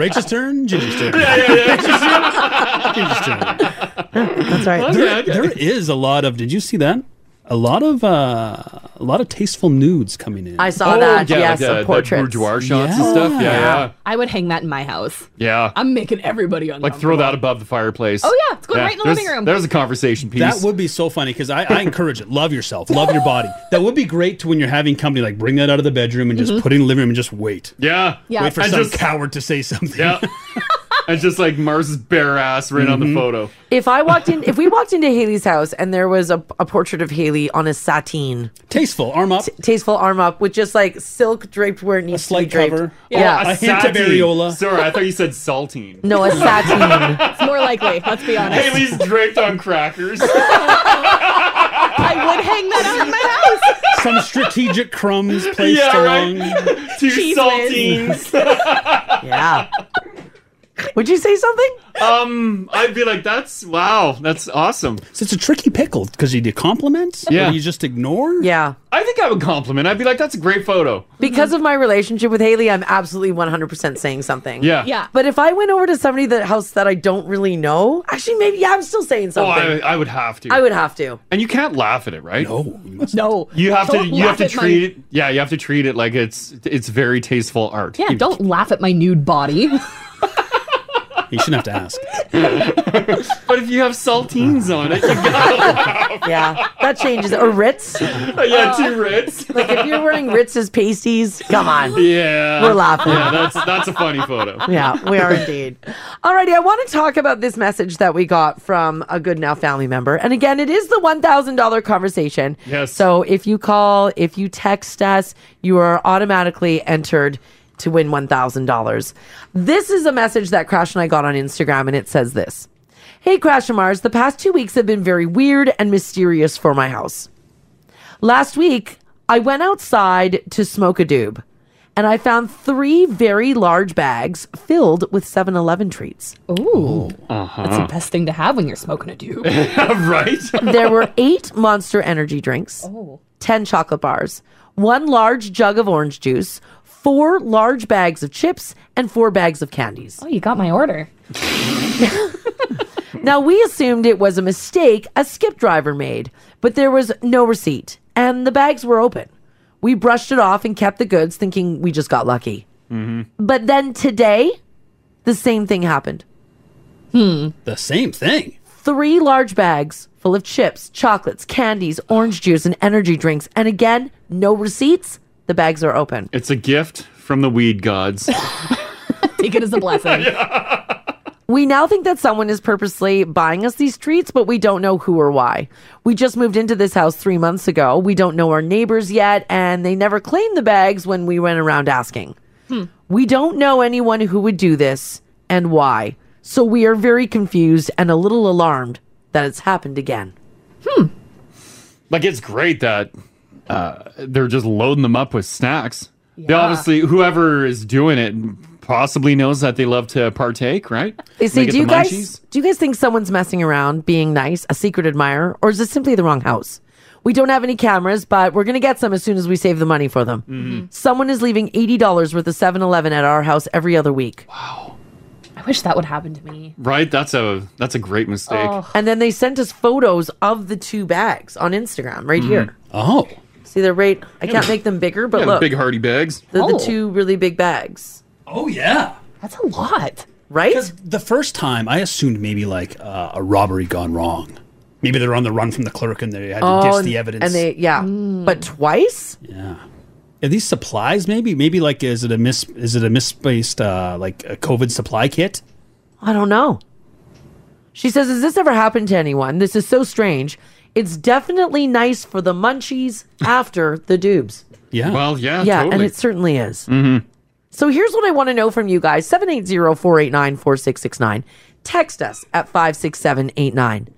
[SPEAKER 8] Rachel's turn. Ginger's turn.
[SPEAKER 7] Yeah, yeah, yeah.
[SPEAKER 1] That's right.
[SPEAKER 8] There- there is a lot of. Did you see that? A lot of uh, a lot of tasteful nudes coming in.
[SPEAKER 1] I saw that. yes,
[SPEAKER 7] like, uh,
[SPEAKER 1] of
[SPEAKER 7] that
[SPEAKER 1] portraits.
[SPEAKER 7] Boudoir shots and stuff. Yeah, yeah.
[SPEAKER 3] I would hang that in my house.
[SPEAKER 7] Yeah.
[SPEAKER 3] I'm making everybody on
[SPEAKER 7] Like throw that above the fireplace.
[SPEAKER 3] Oh, yeah, it's going right in the
[SPEAKER 7] there's-
[SPEAKER 3] living room.
[SPEAKER 7] There's a conversation piece.
[SPEAKER 8] That would be so funny because I, I encourage it. Love yourself. Love your body. That would be great to when you're having company. Like bring that out of the bedroom and just
[SPEAKER 1] Mm-hmm.
[SPEAKER 3] Mhm.
[SPEAKER 8] put it in the living room and just wait.
[SPEAKER 7] Yeah.
[SPEAKER 3] Yeah.
[SPEAKER 8] Wait for
[SPEAKER 3] And
[SPEAKER 8] some
[SPEAKER 3] just-
[SPEAKER 8] coward to say something.
[SPEAKER 7] Yeah. It's just like Mars's bare ass right on
[SPEAKER 8] Mm-hmm.
[SPEAKER 7] the photo.
[SPEAKER 1] If I walked in, if we walked into Haley's house and there was a, a portrait of Haley on a sateen,
[SPEAKER 8] tasteful arm up,
[SPEAKER 1] tasteful arm up with just like silk draped where it needs to be draped. Yeah,
[SPEAKER 7] Oh, a sateen. Sorry, I thought you said saltine.
[SPEAKER 1] No, a sateen.
[SPEAKER 3] it's more likely. Let's be honest.
[SPEAKER 7] Haley's draped on crackers.
[SPEAKER 3] I would hang that out in my house.
[SPEAKER 8] Some strategic crumbs placed
[SPEAKER 7] Yeah, right.
[SPEAKER 8] along.
[SPEAKER 7] Two
[SPEAKER 8] Cheese
[SPEAKER 7] saltines.
[SPEAKER 1] yeah. Would you say something?
[SPEAKER 7] Um, I'd be like, that's wow, that's awesome.
[SPEAKER 8] So it's a tricky pickle because you do compliments.
[SPEAKER 7] Yeah.
[SPEAKER 8] Or you just ignore.
[SPEAKER 1] Yeah.
[SPEAKER 7] I think I would compliment. I'd be like, that's a great photo.
[SPEAKER 1] Because of my relationship with Haley, I'm absolutely 100% saying something.
[SPEAKER 7] Yeah. Yeah.
[SPEAKER 1] But if I went over to somebody that house that I don't really know, actually, maybe yeah, I'm still saying
[SPEAKER 7] Oh,
[SPEAKER 1] something.
[SPEAKER 7] I, I would have to.
[SPEAKER 1] I would have to.
[SPEAKER 7] And you can't laugh at it, right? No.
[SPEAKER 3] No.
[SPEAKER 7] You have to.
[SPEAKER 3] Don't
[SPEAKER 7] You have
[SPEAKER 3] laugh
[SPEAKER 7] to
[SPEAKER 3] at my-
[SPEAKER 7] treat it. Yeah, you have to treat it like it's it's very tasteful art.
[SPEAKER 3] Yeah, don't laugh at my nude body.
[SPEAKER 8] You shouldn't have to ask.
[SPEAKER 7] But if you have saltines on it, you
[SPEAKER 1] yeah, that changes. Or Ritz. Uh,
[SPEAKER 7] yeah, two Ritz.
[SPEAKER 1] like if you're wearing Ritz's pasties, come on.
[SPEAKER 7] Yeah.
[SPEAKER 1] We're laughing.
[SPEAKER 7] Yeah, that's that's a funny photo.
[SPEAKER 1] Yeah, we are indeed. Alrighty, I want to talk about this message that we got from a Good Now family member. And again, it is the $1,000 conversation. Yes. So if you call, if you text us, you are automatically entered to win $1,000. This is a message that Crash and I got on Instagram, and it says this Hey, Crash and Mars, the past two weeks have been very weird and mysterious for my house. Last week, I went outside to smoke a doob and I found three very large bags filled with 7 Eleven treats.
[SPEAKER 3] Ooh.
[SPEAKER 7] Uh-huh.
[SPEAKER 3] That's the best thing to have when you're smoking a dude.
[SPEAKER 7] right?
[SPEAKER 1] there were eight monster energy drinks,
[SPEAKER 3] Oh.
[SPEAKER 1] 10 chocolate bars, one large jug of orange juice, four large bags of chips, and four bags of candies. Oh,
[SPEAKER 3] you got my order.
[SPEAKER 1] now, we assumed it was a mistake a skip driver made, but there was no receipt, and the bags were open. We brushed it off and kept the goods, thinking we just got lucky.
[SPEAKER 8] Mm-hmm.
[SPEAKER 1] But then today, the same thing happened. Hmm.
[SPEAKER 8] The same thing.
[SPEAKER 1] Three large bags full of chips, chocolates, candies, orange juice, and energy drinks. And again, no receipts. The bags are open.
[SPEAKER 7] It's a gift from the weed gods.
[SPEAKER 3] Take it as a blessing.
[SPEAKER 1] We now think that someone is purposely buying us these treats, but we don't know who or why. We just moved into this house three months ago. We don't know our neighbors yet, and they never claimed the bags when we went around asking.
[SPEAKER 3] Hmm.
[SPEAKER 1] We don't know anyone who would do this and why. So we are very confused and a little alarmed that it's happened again.
[SPEAKER 7] Like it's great that uh, they're just loading them up with snacks. They obviously whoever is doing it possibly knows that they love to partake, right?
[SPEAKER 1] They say,
[SPEAKER 7] They get
[SPEAKER 1] do you
[SPEAKER 7] the munchies."
[SPEAKER 1] guys do you guys think someone's messing around, being nice, a secret admirer, or is it simply the wrong house? We don't have any cameras, but we're gonna get some as soon as we save the money for them.
[SPEAKER 8] Mm-hmm.
[SPEAKER 1] Someone is leaving eighty dollars worth of 7-Eleven at our house every other week.
[SPEAKER 3] I wish that would happen to me.
[SPEAKER 7] Right? That's a that's a great mistake.
[SPEAKER 1] And then they sent us photos of the two bags on Instagram right here.
[SPEAKER 8] Oh.
[SPEAKER 1] See, they're right. I can't make them bigger,
[SPEAKER 7] Hmm.
[SPEAKER 1] but
[SPEAKER 7] yeah, the
[SPEAKER 1] look,
[SPEAKER 7] big hearty bags.
[SPEAKER 1] they're the two really big bags.
[SPEAKER 8] Oh yeah.
[SPEAKER 3] That's a lot.
[SPEAKER 1] Right?
[SPEAKER 8] The first time I assumed maybe like uh, a robbery gone wrong. Maybe they're on the run from the clerk and they had to dish
[SPEAKER 1] Oh, and-
[SPEAKER 8] the evidence.
[SPEAKER 1] And they, yeah,
[SPEAKER 3] Mm.
[SPEAKER 1] but twice.
[SPEAKER 8] Are these supplies maybe? Maybe like is it a mis is it a misplaced uh, like a COVID supply kit?
[SPEAKER 1] I don't know. She says, Has this ever happened to anyone? This is so strange. It's definitely nice for the munchies after the dubs.
[SPEAKER 8] Yeah.
[SPEAKER 7] Well, yeah,
[SPEAKER 1] Yeah,
[SPEAKER 7] totally.
[SPEAKER 1] and it certainly is. Mm-hmm. So here's what I want to know from you guys 780 489 4669. Text us at 56789.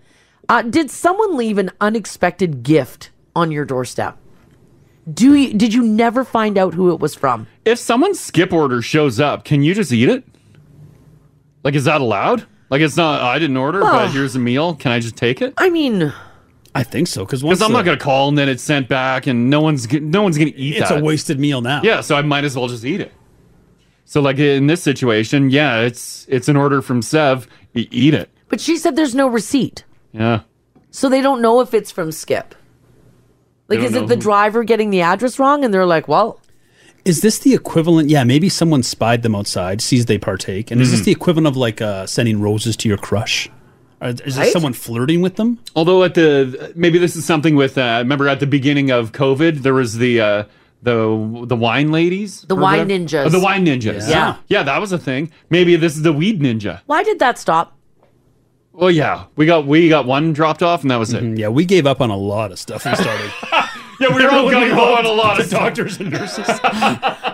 [SPEAKER 1] Uh, did someone leave an unexpected gift on your doorstep? Do you, did you never find out who it was from?
[SPEAKER 7] If someone's skip order shows up, can you just eat it? Like is that allowed? Like it's not I didn't order,
[SPEAKER 1] Ugh.
[SPEAKER 7] but here's a meal. Can I just take it?
[SPEAKER 1] I mean
[SPEAKER 8] I think so because
[SPEAKER 7] Because I'm not gonna call and then it's sent back and no one's g- no one's gonna eat
[SPEAKER 8] It's
[SPEAKER 7] that.
[SPEAKER 8] a wasted meal now.
[SPEAKER 7] Yeah, so I might as well just eat it. So like in this situation, yeah, it's it's an order from Sev. E- eat it.
[SPEAKER 1] But she said there's no receipt.
[SPEAKER 7] Yeah.
[SPEAKER 1] So they don't know if it's from Skip.
[SPEAKER 8] They
[SPEAKER 1] Like,
[SPEAKER 8] don't
[SPEAKER 1] is
[SPEAKER 8] know
[SPEAKER 1] it the
[SPEAKER 8] who-
[SPEAKER 1] driver getting the address wrong? And they're like, well,
[SPEAKER 8] Is this the equivalent? Yeah, maybe someone spied them outside, sees they partake, and is this
[SPEAKER 7] Mhm.
[SPEAKER 8] the equivalent of like uh, sending roses to your crush? Or is this
[SPEAKER 7] Right?
[SPEAKER 8] someone flirting with them?
[SPEAKER 7] Although at the maybe this is something with uh, remember at the beginning of COVID there was the uh, the the wine ladies,
[SPEAKER 1] The
[SPEAKER 7] or
[SPEAKER 1] wine
[SPEAKER 7] whatever?
[SPEAKER 1] ninjas.
[SPEAKER 7] Oh, the wine ninjas.
[SPEAKER 1] Yeah.
[SPEAKER 7] yeah, that was a thing. Maybe this is the weed ninja.
[SPEAKER 1] Why did that stop?
[SPEAKER 7] Well, yeah, we got we got one dropped off, and that was it.
[SPEAKER 8] Mm-hmm, Yeah, we gave up on a lot of stuff. We started.
[SPEAKER 7] yeah, we were all gung ho on a lot of
[SPEAKER 8] The
[SPEAKER 7] stuff.
[SPEAKER 8] doctors and nurses.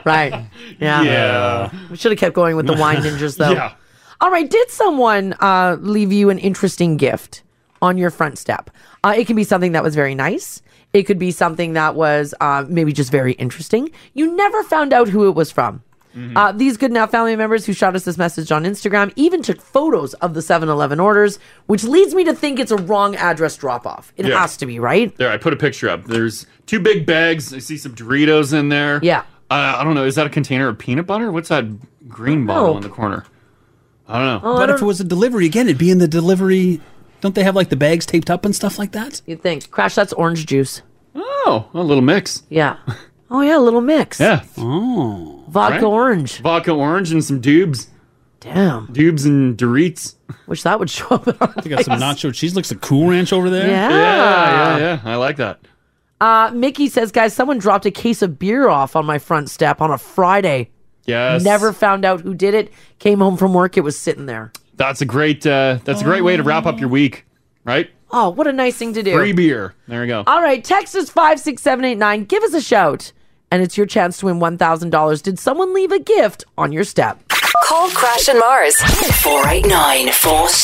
[SPEAKER 1] right. Yeah.
[SPEAKER 8] Yeah.
[SPEAKER 1] We should have kept going with the wine ninjas though.
[SPEAKER 8] Yeah.
[SPEAKER 1] All right. Did someone uh, leave you an interesting gift on your front step? Uh, it can be something that was very nice. It could be something that was uh, maybe just very interesting. You never found out who it was from.
[SPEAKER 7] Mm-hmm.
[SPEAKER 1] Uh, these good now family members who shot us this message on Instagram even took photos of the 7 Eleven orders, which leads me to think it's a wrong address drop off. It
[SPEAKER 7] Yeah.
[SPEAKER 1] has to be, right?
[SPEAKER 7] There, I put a picture up. There's two big bags. I see some Doritos in there.
[SPEAKER 1] Yeah.
[SPEAKER 7] Uh, I don't know. Is that a container of peanut butter? What's that green bottle in the corner? I don't know.
[SPEAKER 1] Oh,
[SPEAKER 8] but if it was a delivery, again, it'd be in the delivery. Don't they have like the bags taped up and stuff like that?
[SPEAKER 1] You'd think. Crash, that's orange juice.
[SPEAKER 7] Oh, a little mix.
[SPEAKER 1] Yeah. Oh, yeah, a little mix.
[SPEAKER 7] Yeah.
[SPEAKER 1] Oh. Vodka
[SPEAKER 7] Right?
[SPEAKER 1] orange.
[SPEAKER 7] Vodka orange and some dubs.
[SPEAKER 1] Damn.
[SPEAKER 7] Dubs and Doritos.
[SPEAKER 1] Wish that would show up.
[SPEAKER 8] They got some nacho cheese. Looks like Cool Ranch over there.
[SPEAKER 1] Yeah.
[SPEAKER 7] Yeah, yeah, yeah. I like that.
[SPEAKER 1] Uh, Mickey says, guys, someone dropped a case of beer off on my front step on a Friday.
[SPEAKER 7] Yes.
[SPEAKER 1] Never found out who did it. Came home from work, it was sitting there.
[SPEAKER 7] That's a great. Uh, that's a great way to wrap up your week, right?
[SPEAKER 1] Oh, what a nice thing to do.
[SPEAKER 7] Free beer. There we go.
[SPEAKER 1] All right, Texas 56789, give us a shout. And it's your chance to win $1,000. Did someone leave a gift on your step?
[SPEAKER 6] Call Crash and Mars. 489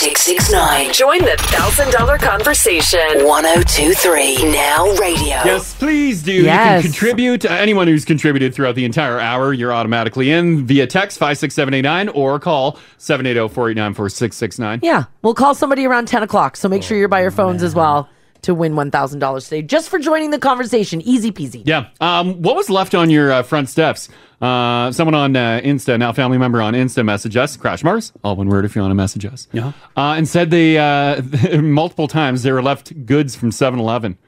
[SPEAKER 6] 4669. Join the $1,000 conversation. 1023 Now Radio.
[SPEAKER 7] Yes, please do. You
[SPEAKER 6] Yes.
[SPEAKER 7] can contribute. Uh, Anyone who's contributed throughout the entire hour, you're automatically in via text 56789 or call 780 489 4669.
[SPEAKER 1] Yeah, we'll call somebody around 10 o'clock. So make sure you're by
[SPEAKER 7] Oh,
[SPEAKER 1] your phones as well to win $1,000 today just for joining the conversation. Easy peasy.
[SPEAKER 7] Yeah. Um, what was left on your uh, front steps? Uh, someone on uh, Insta, now family member on Insta, messaged us, Crash Mars, all one word if you want to message us, yeah. uh, and said they uh, multiple times they were left goods from 7 Eleven,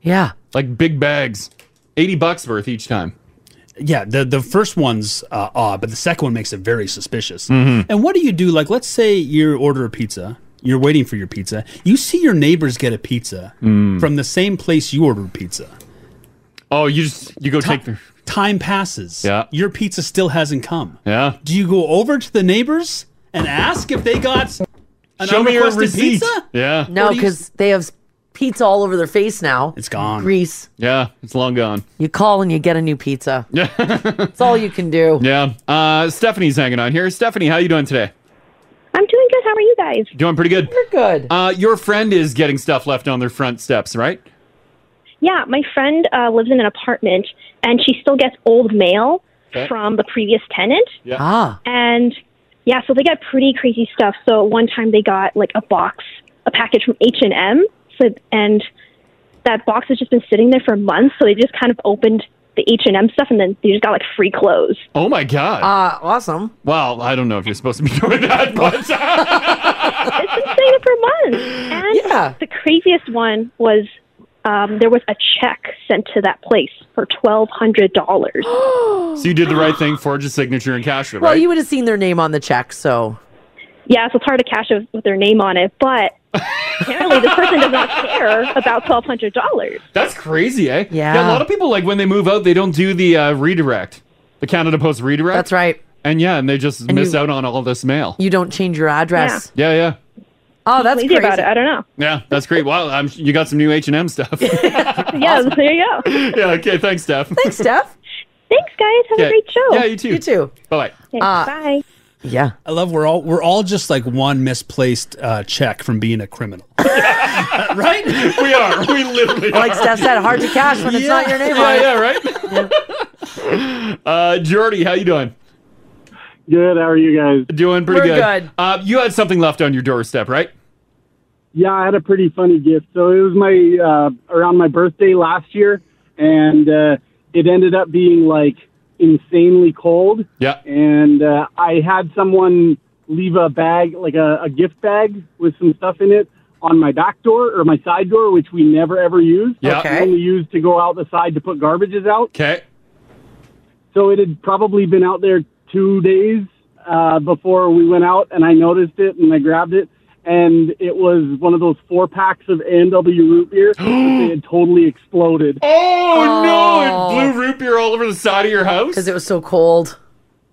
[SPEAKER 1] Yeah.
[SPEAKER 7] like big bags, 80 bucks worth each time.
[SPEAKER 8] Yeah, the the first one's uh, odd, but the second one makes it very suspicious.
[SPEAKER 7] Mhm.
[SPEAKER 8] And what do you do? Like, let's say you order a pizza, you're waiting for your pizza, you see your neighbors get a pizza
[SPEAKER 7] Mm.
[SPEAKER 8] from the same place you ordered pizza.
[SPEAKER 7] Oh, you just you go take their
[SPEAKER 8] time passes.
[SPEAKER 7] Yeah.
[SPEAKER 8] your pizza still hasn't come.
[SPEAKER 7] Yeah,
[SPEAKER 8] Do you go over to the neighbors and ask if they got an
[SPEAKER 7] Show me your
[SPEAKER 8] unrequested
[SPEAKER 7] receipt.
[SPEAKER 8] pizza?
[SPEAKER 7] Yeah.
[SPEAKER 1] No,
[SPEAKER 8] What do you-
[SPEAKER 1] because they have pizza all over their face now. It's
[SPEAKER 8] gone.
[SPEAKER 1] Grease.
[SPEAKER 7] Yeah, it's long gone.
[SPEAKER 1] You call and you get a new pizza.
[SPEAKER 7] Yeah.
[SPEAKER 1] That's all you can do.
[SPEAKER 7] Yeah. Uh, Stephanie's hanging on here. Stephanie, how you doing today?
[SPEAKER 28] I'm doing good. How are you guys?
[SPEAKER 7] Doing pretty good.
[SPEAKER 1] We're good.
[SPEAKER 7] Uh, your friend is getting stuff left on their front steps, right?
[SPEAKER 28] Yeah, my friend uh, lives in an apartment, and she still gets old mail
[SPEAKER 7] Okay.
[SPEAKER 28] from the previous tenant.
[SPEAKER 7] Yeah.
[SPEAKER 1] Ah.
[SPEAKER 28] And yeah, so they got pretty crazy stuff. So one time they got like a box, a package from H and M. So and that box has just been sitting there for months. So they just kind of opened the H and M stuff, and then they just got like free clothes.
[SPEAKER 7] Oh my god.
[SPEAKER 1] Uh, awesome.
[SPEAKER 7] Well, I don't know if you're supposed to be doing that, but
[SPEAKER 28] sitting there for months. And the craziest one was um, there was a check sent to that place for twelve hundred dollars.
[SPEAKER 7] so you did the right thing, forge a signature and cash it,
[SPEAKER 28] Well,
[SPEAKER 7] right?
[SPEAKER 1] You would have seen their name on the check, so
[SPEAKER 28] Yeah, so it's hard to cash it with their name on it, but apparently this person does not care about twelve hundred dollars.
[SPEAKER 7] That's crazy, eh?
[SPEAKER 28] Yeah.
[SPEAKER 7] A lot of people like when they move out, they don't do the uh, redirect, the Canada Post redirect. That's
[SPEAKER 1] right.
[SPEAKER 7] And yeah, and they just
[SPEAKER 1] And
[SPEAKER 7] miss
[SPEAKER 1] you-
[SPEAKER 7] out on all this mail.
[SPEAKER 1] you don't change your address.
[SPEAKER 7] yeah, yeah.
[SPEAKER 1] Oh, that's
[SPEAKER 28] Lazy
[SPEAKER 1] crazy.
[SPEAKER 28] about it. I don't know.
[SPEAKER 7] Yeah, that's great. Wow, I'm, you got some new H and M stuff.
[SPEAKER 28] Yeah, there you go.
[SPEAKER 7] yeah. Okay. Thanks, Steph.
[SPEAKER 1] Thanks, Steph.
[SPEAKER 28] Thanks, guys. Have
[SPEAKER 7] Yeah.
[SPEAKER 28] a great show.
[SPEAKER 7] Yeah, you too. You
[SPEAKER 1] too.
[SPEAKER 7] Bye.
[SPEAKER 28] Okay,
[SPEAKER 20] Uh,
[SPEAKER 28] bye.
[SPEAKER 1] Yeah.
[SPEAKER 8] I love we're all we're all just like one misplaced uh, check from being a criminal. right?
[SPEAKER 7] We are. We literally
[SPEAKER 1] Like
[SPEAKER 7] are.
[SPEAKER 1] Steph said, hard to cash when it's not your name
[SPEAKER 7] Yeah,
[SPEAKER 1] on it.
[SPEAKER 7] yeah, right? uh, Jordy, how you doing?
[SPEAKER 14] Good. How are you guys?
[SPEAKER 7] Doing pretty
[SPEAKER 14] We're
[SPEAKER 7] good.
[SPEAKER 14] good.
[SPEAKER 7] Uh, you had something left on your doorstep, right?
[SPEAKER 14] Yeah, I had a pretty funny gift. So it was my uh, around my birthday last year, and uh, it ended up being like insanely cold.
[SPEAKER 7] Yeah.
[SPEAKER 14] And uh, I had someone leave a bag, like a, a gift bag with some stuff in it, on my back door or my side door, which we never ever use.
[SPEAKER 7] Yeah. Okay.
[SPEAKER 14] We Only use to go out the side to put garbages out.
[SPEAKER 7] Okay.
[SPEAKER 14] So it had probably been out there two days uh, before we went out, and I noticed it and I grabbed it, and it was one of those four packs of AW root beer. they had totally exploded.
[SPEAKER 7] Oh, no! It blew root beer all over the side of your house because
[SPEAKER 1] it was so cold.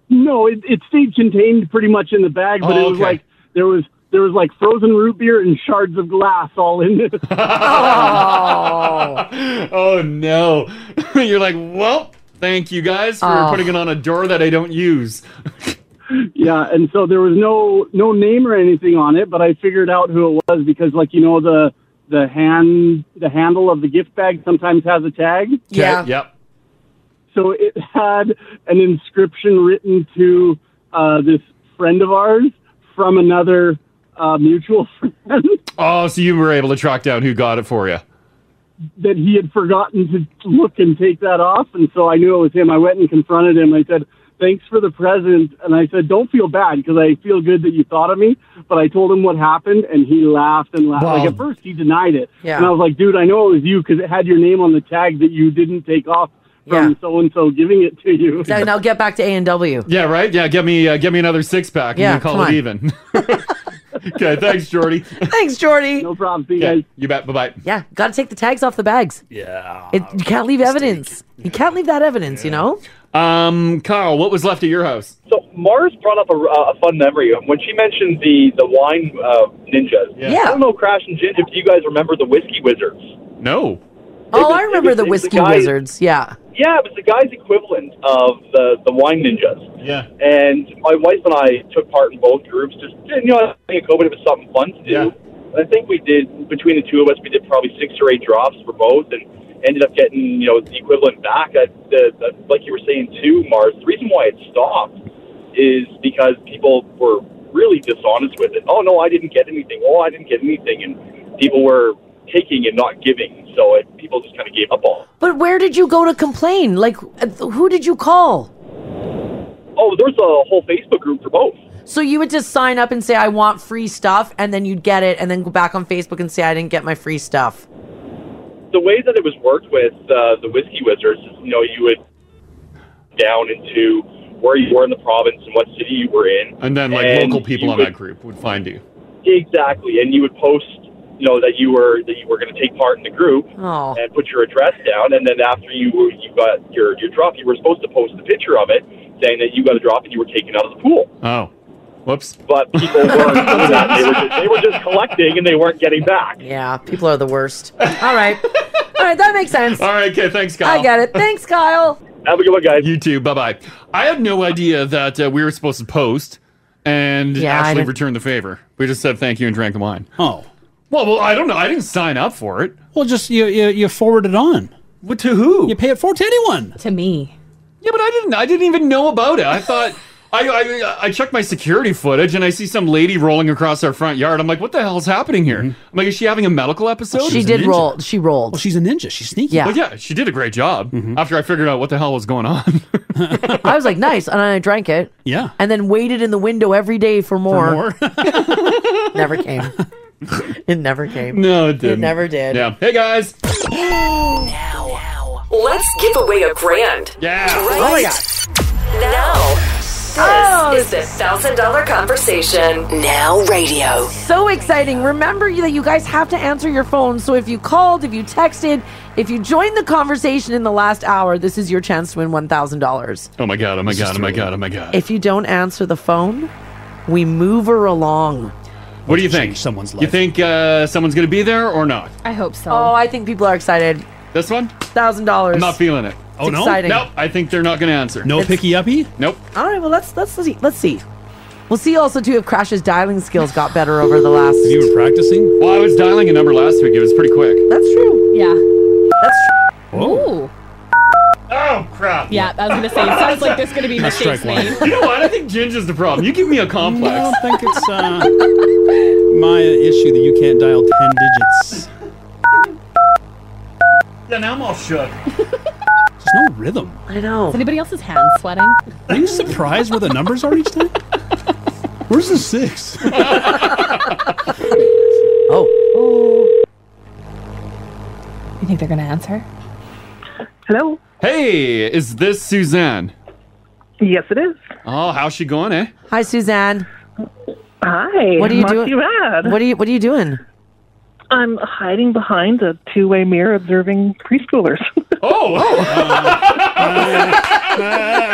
[SPEAKER 14] No, it, it stayed contained pretty much in the bag, but
[SPEAKER 7] Oh,
[SPEAKER 14] it was
[SPEAKER 7] okay.
[SPEAKER 14] like there was there was like frozen root beer and shards of glass all in it.
[SPEAKER 7] Oh, no. You're like, well, thank you guys for
[SPEAKER 14] Oh.
[SPEAKER 7] putting it on a door that I don't use.
[SPEAKER 14] Yeah, and so there was no no name or anything on it, but I figured out who it was because, like you know, the the hand the handle of the gift bag sometimes has a tag.
[SPEAKER 7] Yeah. Yep.
[SPEAKER 14] So it had an inscription written to uh, this friend of ours from another uh, mutual friend
[SPEAKER 7] Oh, so you were able to track down who got it for you.
[SPEAKER 14] that he had forgotten to look and take that off, and so I knew it was him. I went and confronted him. I said, "Thanks for the present," and I said, "Don't feel bad because I feel good that you thought of me." But I told him what happened, and he laughed and laughed.
[SPEAKER 20] Wow.
[SPEAKER 14] Like at first, he denied it,
[SPEAKER 20] Yeah.
[SPEAKER 14] and I was like, "Dude, I know it was you because it had your name on the tag that you didn't take off from so and so giving it to you."
[SPEAKER 1] Now, now get back to A and W.
[SPEAKER 7] Yeah, right? Yeah, get me uh, get me another six pack and
[SPEAKER 1] Yeah,
[SPEAKER 7] we call
[SPEAKER 1] come
[SPEAKER 7] it
[SPEAKER 1] on.
[SPEAKER 7] even. okay, thanks, Jordy.
[SPEAKER 1] Thanks, Jordy.
[SPEAKER 14] No problem. See you
[SPEAKER 7] guys. You bet. Bye bye.
[SPEAKER 1] Yeah, got to take the tags off the bags.
[SPEAKER 8] Yeah,
[SPEAKER 1] it, you can't leave evidence. You can't leave that evidence. You know.
[SPEAKER 7] Um, Carl, what was left at your house?
[SPEAKER 21] So Mars brought up a, uh, a fun memory Um, when she mentioned the the wine uh, ninjas.
[SPEAKER 7] Yeah.
[SPEAKER 21] I don't know, Crash and Ginger, if you guys remember the whiskey wizards.
[SPEAKER 7] No.
[SPEAKER 1] Oh, I remember
[SPEAKER 21] it was-
[SPEAKER 1] the
[SPEAKER 21] it was a
[SPEAKER 1] whiskey
[SPEAKER 21] guy-
[SPEAKER 1] wizards. Yeah.
[SPEAKER 21] Yeah, it was the guy's equivalent of the the wine ninjas.
[SPEAKER 7] Yeah.
[SPEAKER 21] And my wife and I took part in both groups. Just you know, I think COVID it was something fun to do. And I think we did between the two of us, we did probably six or eight drops for both, and ended up getting you know the equivalent back. At the, the, like you were saying too, Mars. The reason why it stopped is because people were really dishonest with it. Oh no, I didn't get anything. Oh, I didn't get anything, and people were taking and not giving. So it, people just kind of gave up on. it.
[SPEAKER 1] But where did you go to complain? Like, uh, who did you call?
[SPEAKER 21] Oh, there's a whole Facebook group for both.
[SPEAKER 1] So you would just sign up and say, I want free stuff, and then you'd get it, and then go back on Facebook and say, I didn't get my free stuff.
[SPEAKER 21] the way that it was worked with uh, the whiskey wizards is you know you would down into where you were in the province and what city you were in
[SPEAKER 7] And then like
[SPEAKER 21] And
[SPEAKER 7] local people
[SPEAKER 21] you
[SPEAKER 7] on
[SPEAKER 21] would-
[SPEAKER 7] that group would find you.
[SPEAKER 21] exactly and you would post you know that you were that you were going to take part in the group
[SPEAKER 1] Oh.
[SPEAKER 21] and put your address down and then after you were you got your your drop you were supposed to post a picture of it saying that you got a drop and you were taken out of the pool
[SPEAKER 7] Oh. Whoops.
[SPEAKER 21] but people weren't doing that they were just they were just collecting and they weren't getting back
[SPEAKER 1] Yeah, people are the worst. All right. All right, that makes sense.
[SPEAKER 7] All right, okay, thanks, Kyle.
[SPEAKER 1] I get it. Thanks, Kyle.
[SPEAKER 21] Have a good one, guys.
[SPEAKER 7] You too. Bye bye. I had no idea that uh, we were supposed to post and
[SPEAKER 1] Yeah, I
[SPEAKER 7] actually
[SPEAKER 1] didn't-
[SPEAKER 7] return the favor. We just said thank you and drank the wine.
[SPEAKER 8] Oh.
[SPEAKER 7] Well, well, I don't know. I didn't sign up for it.
[SPEAKER 8] Well, just you you, you forward it on.
[SPEAKER 7] What to who?
[SPEAKER 8] You pay it forward to anyone. To
[SPEAKER 3] me.
[SPEAKER 7] Yeah, but I didn't. I didn't even know about it. I thought. I, I, I checked my security footage and I see some lady rolling across our front yard. I'm like, what the hell's happening here?
[SPEAKER 8] Mm-hmm.
[SPEAKER 7] I'm like, is she having a medical episode?
[SPEAKER 1] She
[SPEAKER 7] She's a
[SPEAKER 1] did
[SPEAKER 7] ninja.
[SPEAKER 1] roll. She rolled. Well,
[SPEAKER 8] Oh, she's a ninja. She's sneaky.
[SPEAKER 7] Well, yeah, she did a great job
[SPEAKER 8] Mm-hmm.
[SPEAKER 7] after I figured out what the hell was going on.
[SPEAKER 1] I was like, nice. And I drank it.
[SPEAKER 8] Yeah.
[SPEAKER 1] And then waited in the window every day for more. never came. It never came.
[SPEAKER 7] No, it
[SPEAKER 1] It
[SPEAKER 7] didn't.
[SPEAKER 1] never did.
[SPEAKER 7] Yeah. Hey, guys.
[SPEAKER 6] Let's give away a grand.
[SPEAKER 7] Yeah.
[SPEAKER 6] Right
[SPEAKER 1] Oh,
[SPEAKER 6] now. This is the thousand dollar conversation. Now radio.
[SPEAKER 1] So exciting. Remember you- that you guys have to answer your phone. So if you called, if you texted, if you joined the conversation in the last hour, this is your chance to win $1,000.
[SPEAKER 7] Oh my god! Oh my god! Oh my god! Oh my god!
[SPEAKER 1] If you don't answer the phone, we move her along.
[SPEAKER 7] What do you think? Someone's life. You think uh, someone's gonna be there or not?
[SPEAKER 1] I hope so. Oh, I think people are excited.
[SPEAKER 7] This one?
[SPEAKER 1] Thousand dollars.
[SPEAKER 7] I'm not feeling it.
[SPEAKER 1] Oh, no? exciting.
[SPEAKER 7] Nope. I think they're not gonna answer.
[SPEAKER 1] No It's-
[SPEAKER 8] picky uppy.
[SPEAKER 7] Nope.
[SPEAKER 1] All right, well let's let's see. Let's see. We'll see also too if Crash's dialing skills got better over the last.
[SPEAKER 8] Have you been practicing?
[SPEAKER 7] Well, I was dialing a number last week. It was pretty quick.
[SPEAKER 1] That's true.
[SPEAKER 3] Yeah.
[SPEAKER 1] That's
[SPEAKER 3] Ooh.
[SPEAKER 7] Oh crap.
[SPEAKER 3] Yeah, I was gonna say it sounds like this is gonna be
[SPEAKER 7] That's
[SPEAKER 3] mistakes
[SPEAKER 7] strike one.
[SPEAKER 3] made.
[SPEAKER 7] You know what? I think Ginger's the problem. You give me a complex.
[SPEAKER 8] I don't think it's uh, my issue that you can't dial ten digits.
[SPEAKER 7] Yeah, now I'm all shook.
[SPEAKER 8] There's no rhythm.
[SPEAKER 1] I know.
[SPEAKER 3] Is anybody else's hand sweating?
[SPEAKER 8] Are you surprised where the numbers are each time? Where's the six?
[SPEAKER 1] oh.
[SPEAKER 3] You think they're gonna answer?
[SPEAKER 23] Hello.
[SPEAKER 7] Hey, is this Suzanne?
[SPEAKER 23] Yes, it is.
[SPEAKER 7] Oh, how's she going, eh?
[SPEAKER 1] Hi, Suzanne.
[SPEAKER 23] Hi.
[SPEAKER 1] What are you
[SPEAKER 23] not
[SPEAKER 1] doing?
[SPEAKER 23] Too bad.
[SPEAKER 1] What are you What are you doing?
[SPEAKER 23] I'm hiding behind a two-way mirror, observing preschoolers.
[SPEAKER 7] Oh.
[SPEAKER 3] Oh.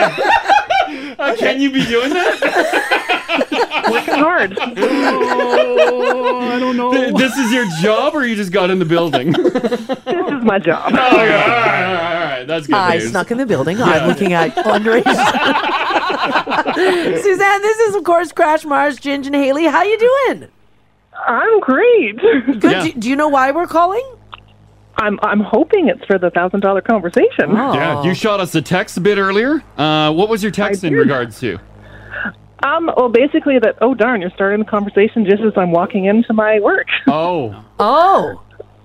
[SPEAKER 7] Uh, can you be doing that?
[SPEAKER 23] Working hard.
[SPEAKER 7] Oh, I don't know. this is your job, or you just got in the building? this is
[SPEAKER 23] my job.
[SPEAKER 7] all, right, all right, all right, that's good.
[SPEAKER 1] I
[SPEAKER 7] news.
[SPEAKER 1] snuck in the building.
[SPEAKER 7] Yeah.
[SPEAKER 1] I'm looking at underage. Suzanne, this is of course Crash Mars, Ginge, and Haley. How you doing?
[SPEAKER 23] I'm great.
[SPEAKER 1] Good. Do, do you know why we're calling?
[SPEAKER 23] I'm I'm hoping it's for the thousand dollar conversation.
[SPEAKER 1] Oh.
[SPEAKER 7] Yeah, you shot us a text a bit earlier. Uh, what was your text in regards to?
[SPEAKER 23] Um. Well, basically that. Oh darn! You're starting the conversation just as I'm walking into my work.
[SPEAKER 7] Oh.
[SPEAKER 1] Oh.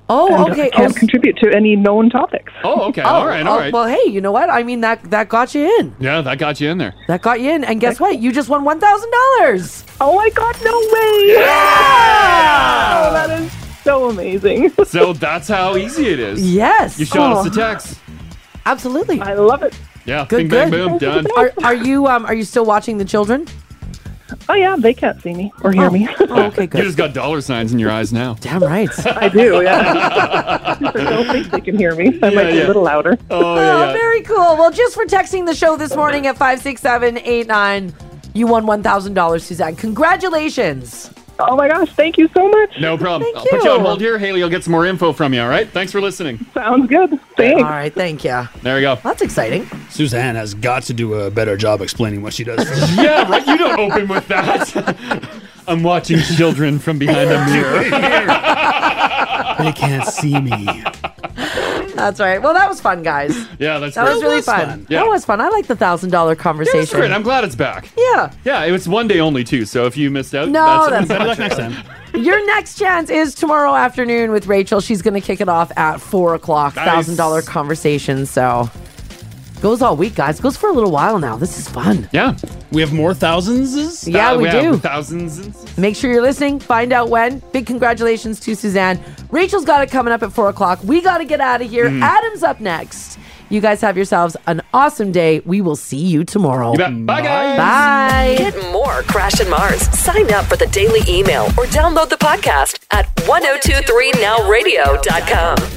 [SPEAKER 1] Oh,
[SPEAKER 23] And
[SPEAKER 1] okay.
[SPEAKER 23] Can't contribute to any known topics.
[SPEAKER 7] Oh, okay.
[SPEAKER 1] Oh,
[SPEAKER 7] all right, all
[SPEAKER 1] oh,
[SPEAKER 7] right.
[SPEAKER 1] Well, hey, you know what? I mean that that got you in.
[SPEAKER 7] yeah, that got you in there.
[SPEAKER 1] That got you in, and guess what? You just won one thousand dollars.
[SPEAKER 23] Oh my God! No way!
[SPEAKER 7] Yeah!
[SPEAKER 23] Oh, that is so amazing.
[SPEAKER 7] So that's how easy it is.
[SPEAKER 1] Yes.
[SPEAKER 7] You shot us a
[SPEAKER 1] Oh.
[SPEAKER 7] text.
[SPEAKER 1] Absolutely. I
[SPEAKER 23] love it.
[SPEAKER 7] Yeah. bing, bang, boom, done.
[SPEAKER 1] Are, are you um are you still watching the children?
[SPEAKER 23] Oh yeah, they can't see me or hear me.
[SPEAKER 1] Oh. okay,
[SPEAKER 7] good. You just got dollar signs in your eyes now.
[SPEAKER 1] Damn right.
[SPEAKER 23] I do. Yeah. I don't think they can hear me. I might be a
[SPEAKER 7] yeah.
[SPEAKER 23] little louder.
[SPEAKER 7] Oh
[SPEAKER 1] Oh, very cool. Well, just for texting the show this morning at five six seven eight nine, you won one thousand dollars, Suzanne. Congratulations.
[SPEAKER 23] Oh my gosh! Thank you so much.
[SPEAKER 7] No problem.
[SPEAKER 1] Thank
[SPEAKER 7] I'll put you
[SPEAKER 1] you.
[SPEAKER 7] on hold here. Haley, I'll get some more info from you, all right? Thanks for listening.
[SPEAKER 23] Sounds good. Thanks.
[SPEAKER 1] All right, thank you.
[SPEAKER 7] There we go.
[SPEAKER 1] That's exciting.
[SPEAKER 8] Suzanne has got to do a better job explaining what she does.
[SPEAKER 7] yeah, right. You don't open with that. I'm watching children from behind a mirror.
[SPEAKER 8] they can't see me.
[SPEAKER 1] That's all right. Well, that was fun, guys.
[SPEAKER 7] Yeah, that's
[SPEAKER 1] that
[SPEAKER 7] great.
[SPEAKER 1] was really fun.
[SPEAKER 7] Yeah.
[SPEAKER 1] That was fun. I like the thousand dollar
[SPEAKER 7] Yeah, that's
[SPEAKER 1] conversation.
[SPEAKER 7] great. I'm glad it's back.
[SPEAKER 1] Yeah.
[SPEAKER 7] Yeah, it was one day only too. So if you missed out,
[SPEAKER 1] No,
[SPEAKER 7] that's,
[SPEAKER 1] that's not
[SPEAKER 7] Good luck
[SPEAKER 1] true.
[SPEAKER 7] next time.
[SPEAKER 1] Your next chance is tomorrow afternoon with Rachel. She's going to kick it off at four o'clock.
[SPEAKER 7] Nice.
[SPEAKER 1] Thousand dollar conversation. So goes all week, guys. Goes for a little while now. This is fun.
[SPEAKER 7] Yeah, Uh,
[SPEAKER 8] we have more thousands.
[SPEAKER 1] Yeah, we do.
[SPEAKER 7] Thousands. And-
[SPEAKER 1] Make sure you're listening. Find out when. Big congratulations to Suzanne. Rachel's got it coming up at four o'clock. We got to get out of here.
[SPEAKER 7] Mhm.
[SPEAKER 1] Adam's up next. You guys have yourselves an awesome day. We will see you tomorrow.
[SPEAKER 7] Bye, guys.
[SPEAKER 1] Bye.
[SPEAKER 6] Get more Crash and Mars. Sign up oh for the daily email or download the podcast at 1023nowradio.com.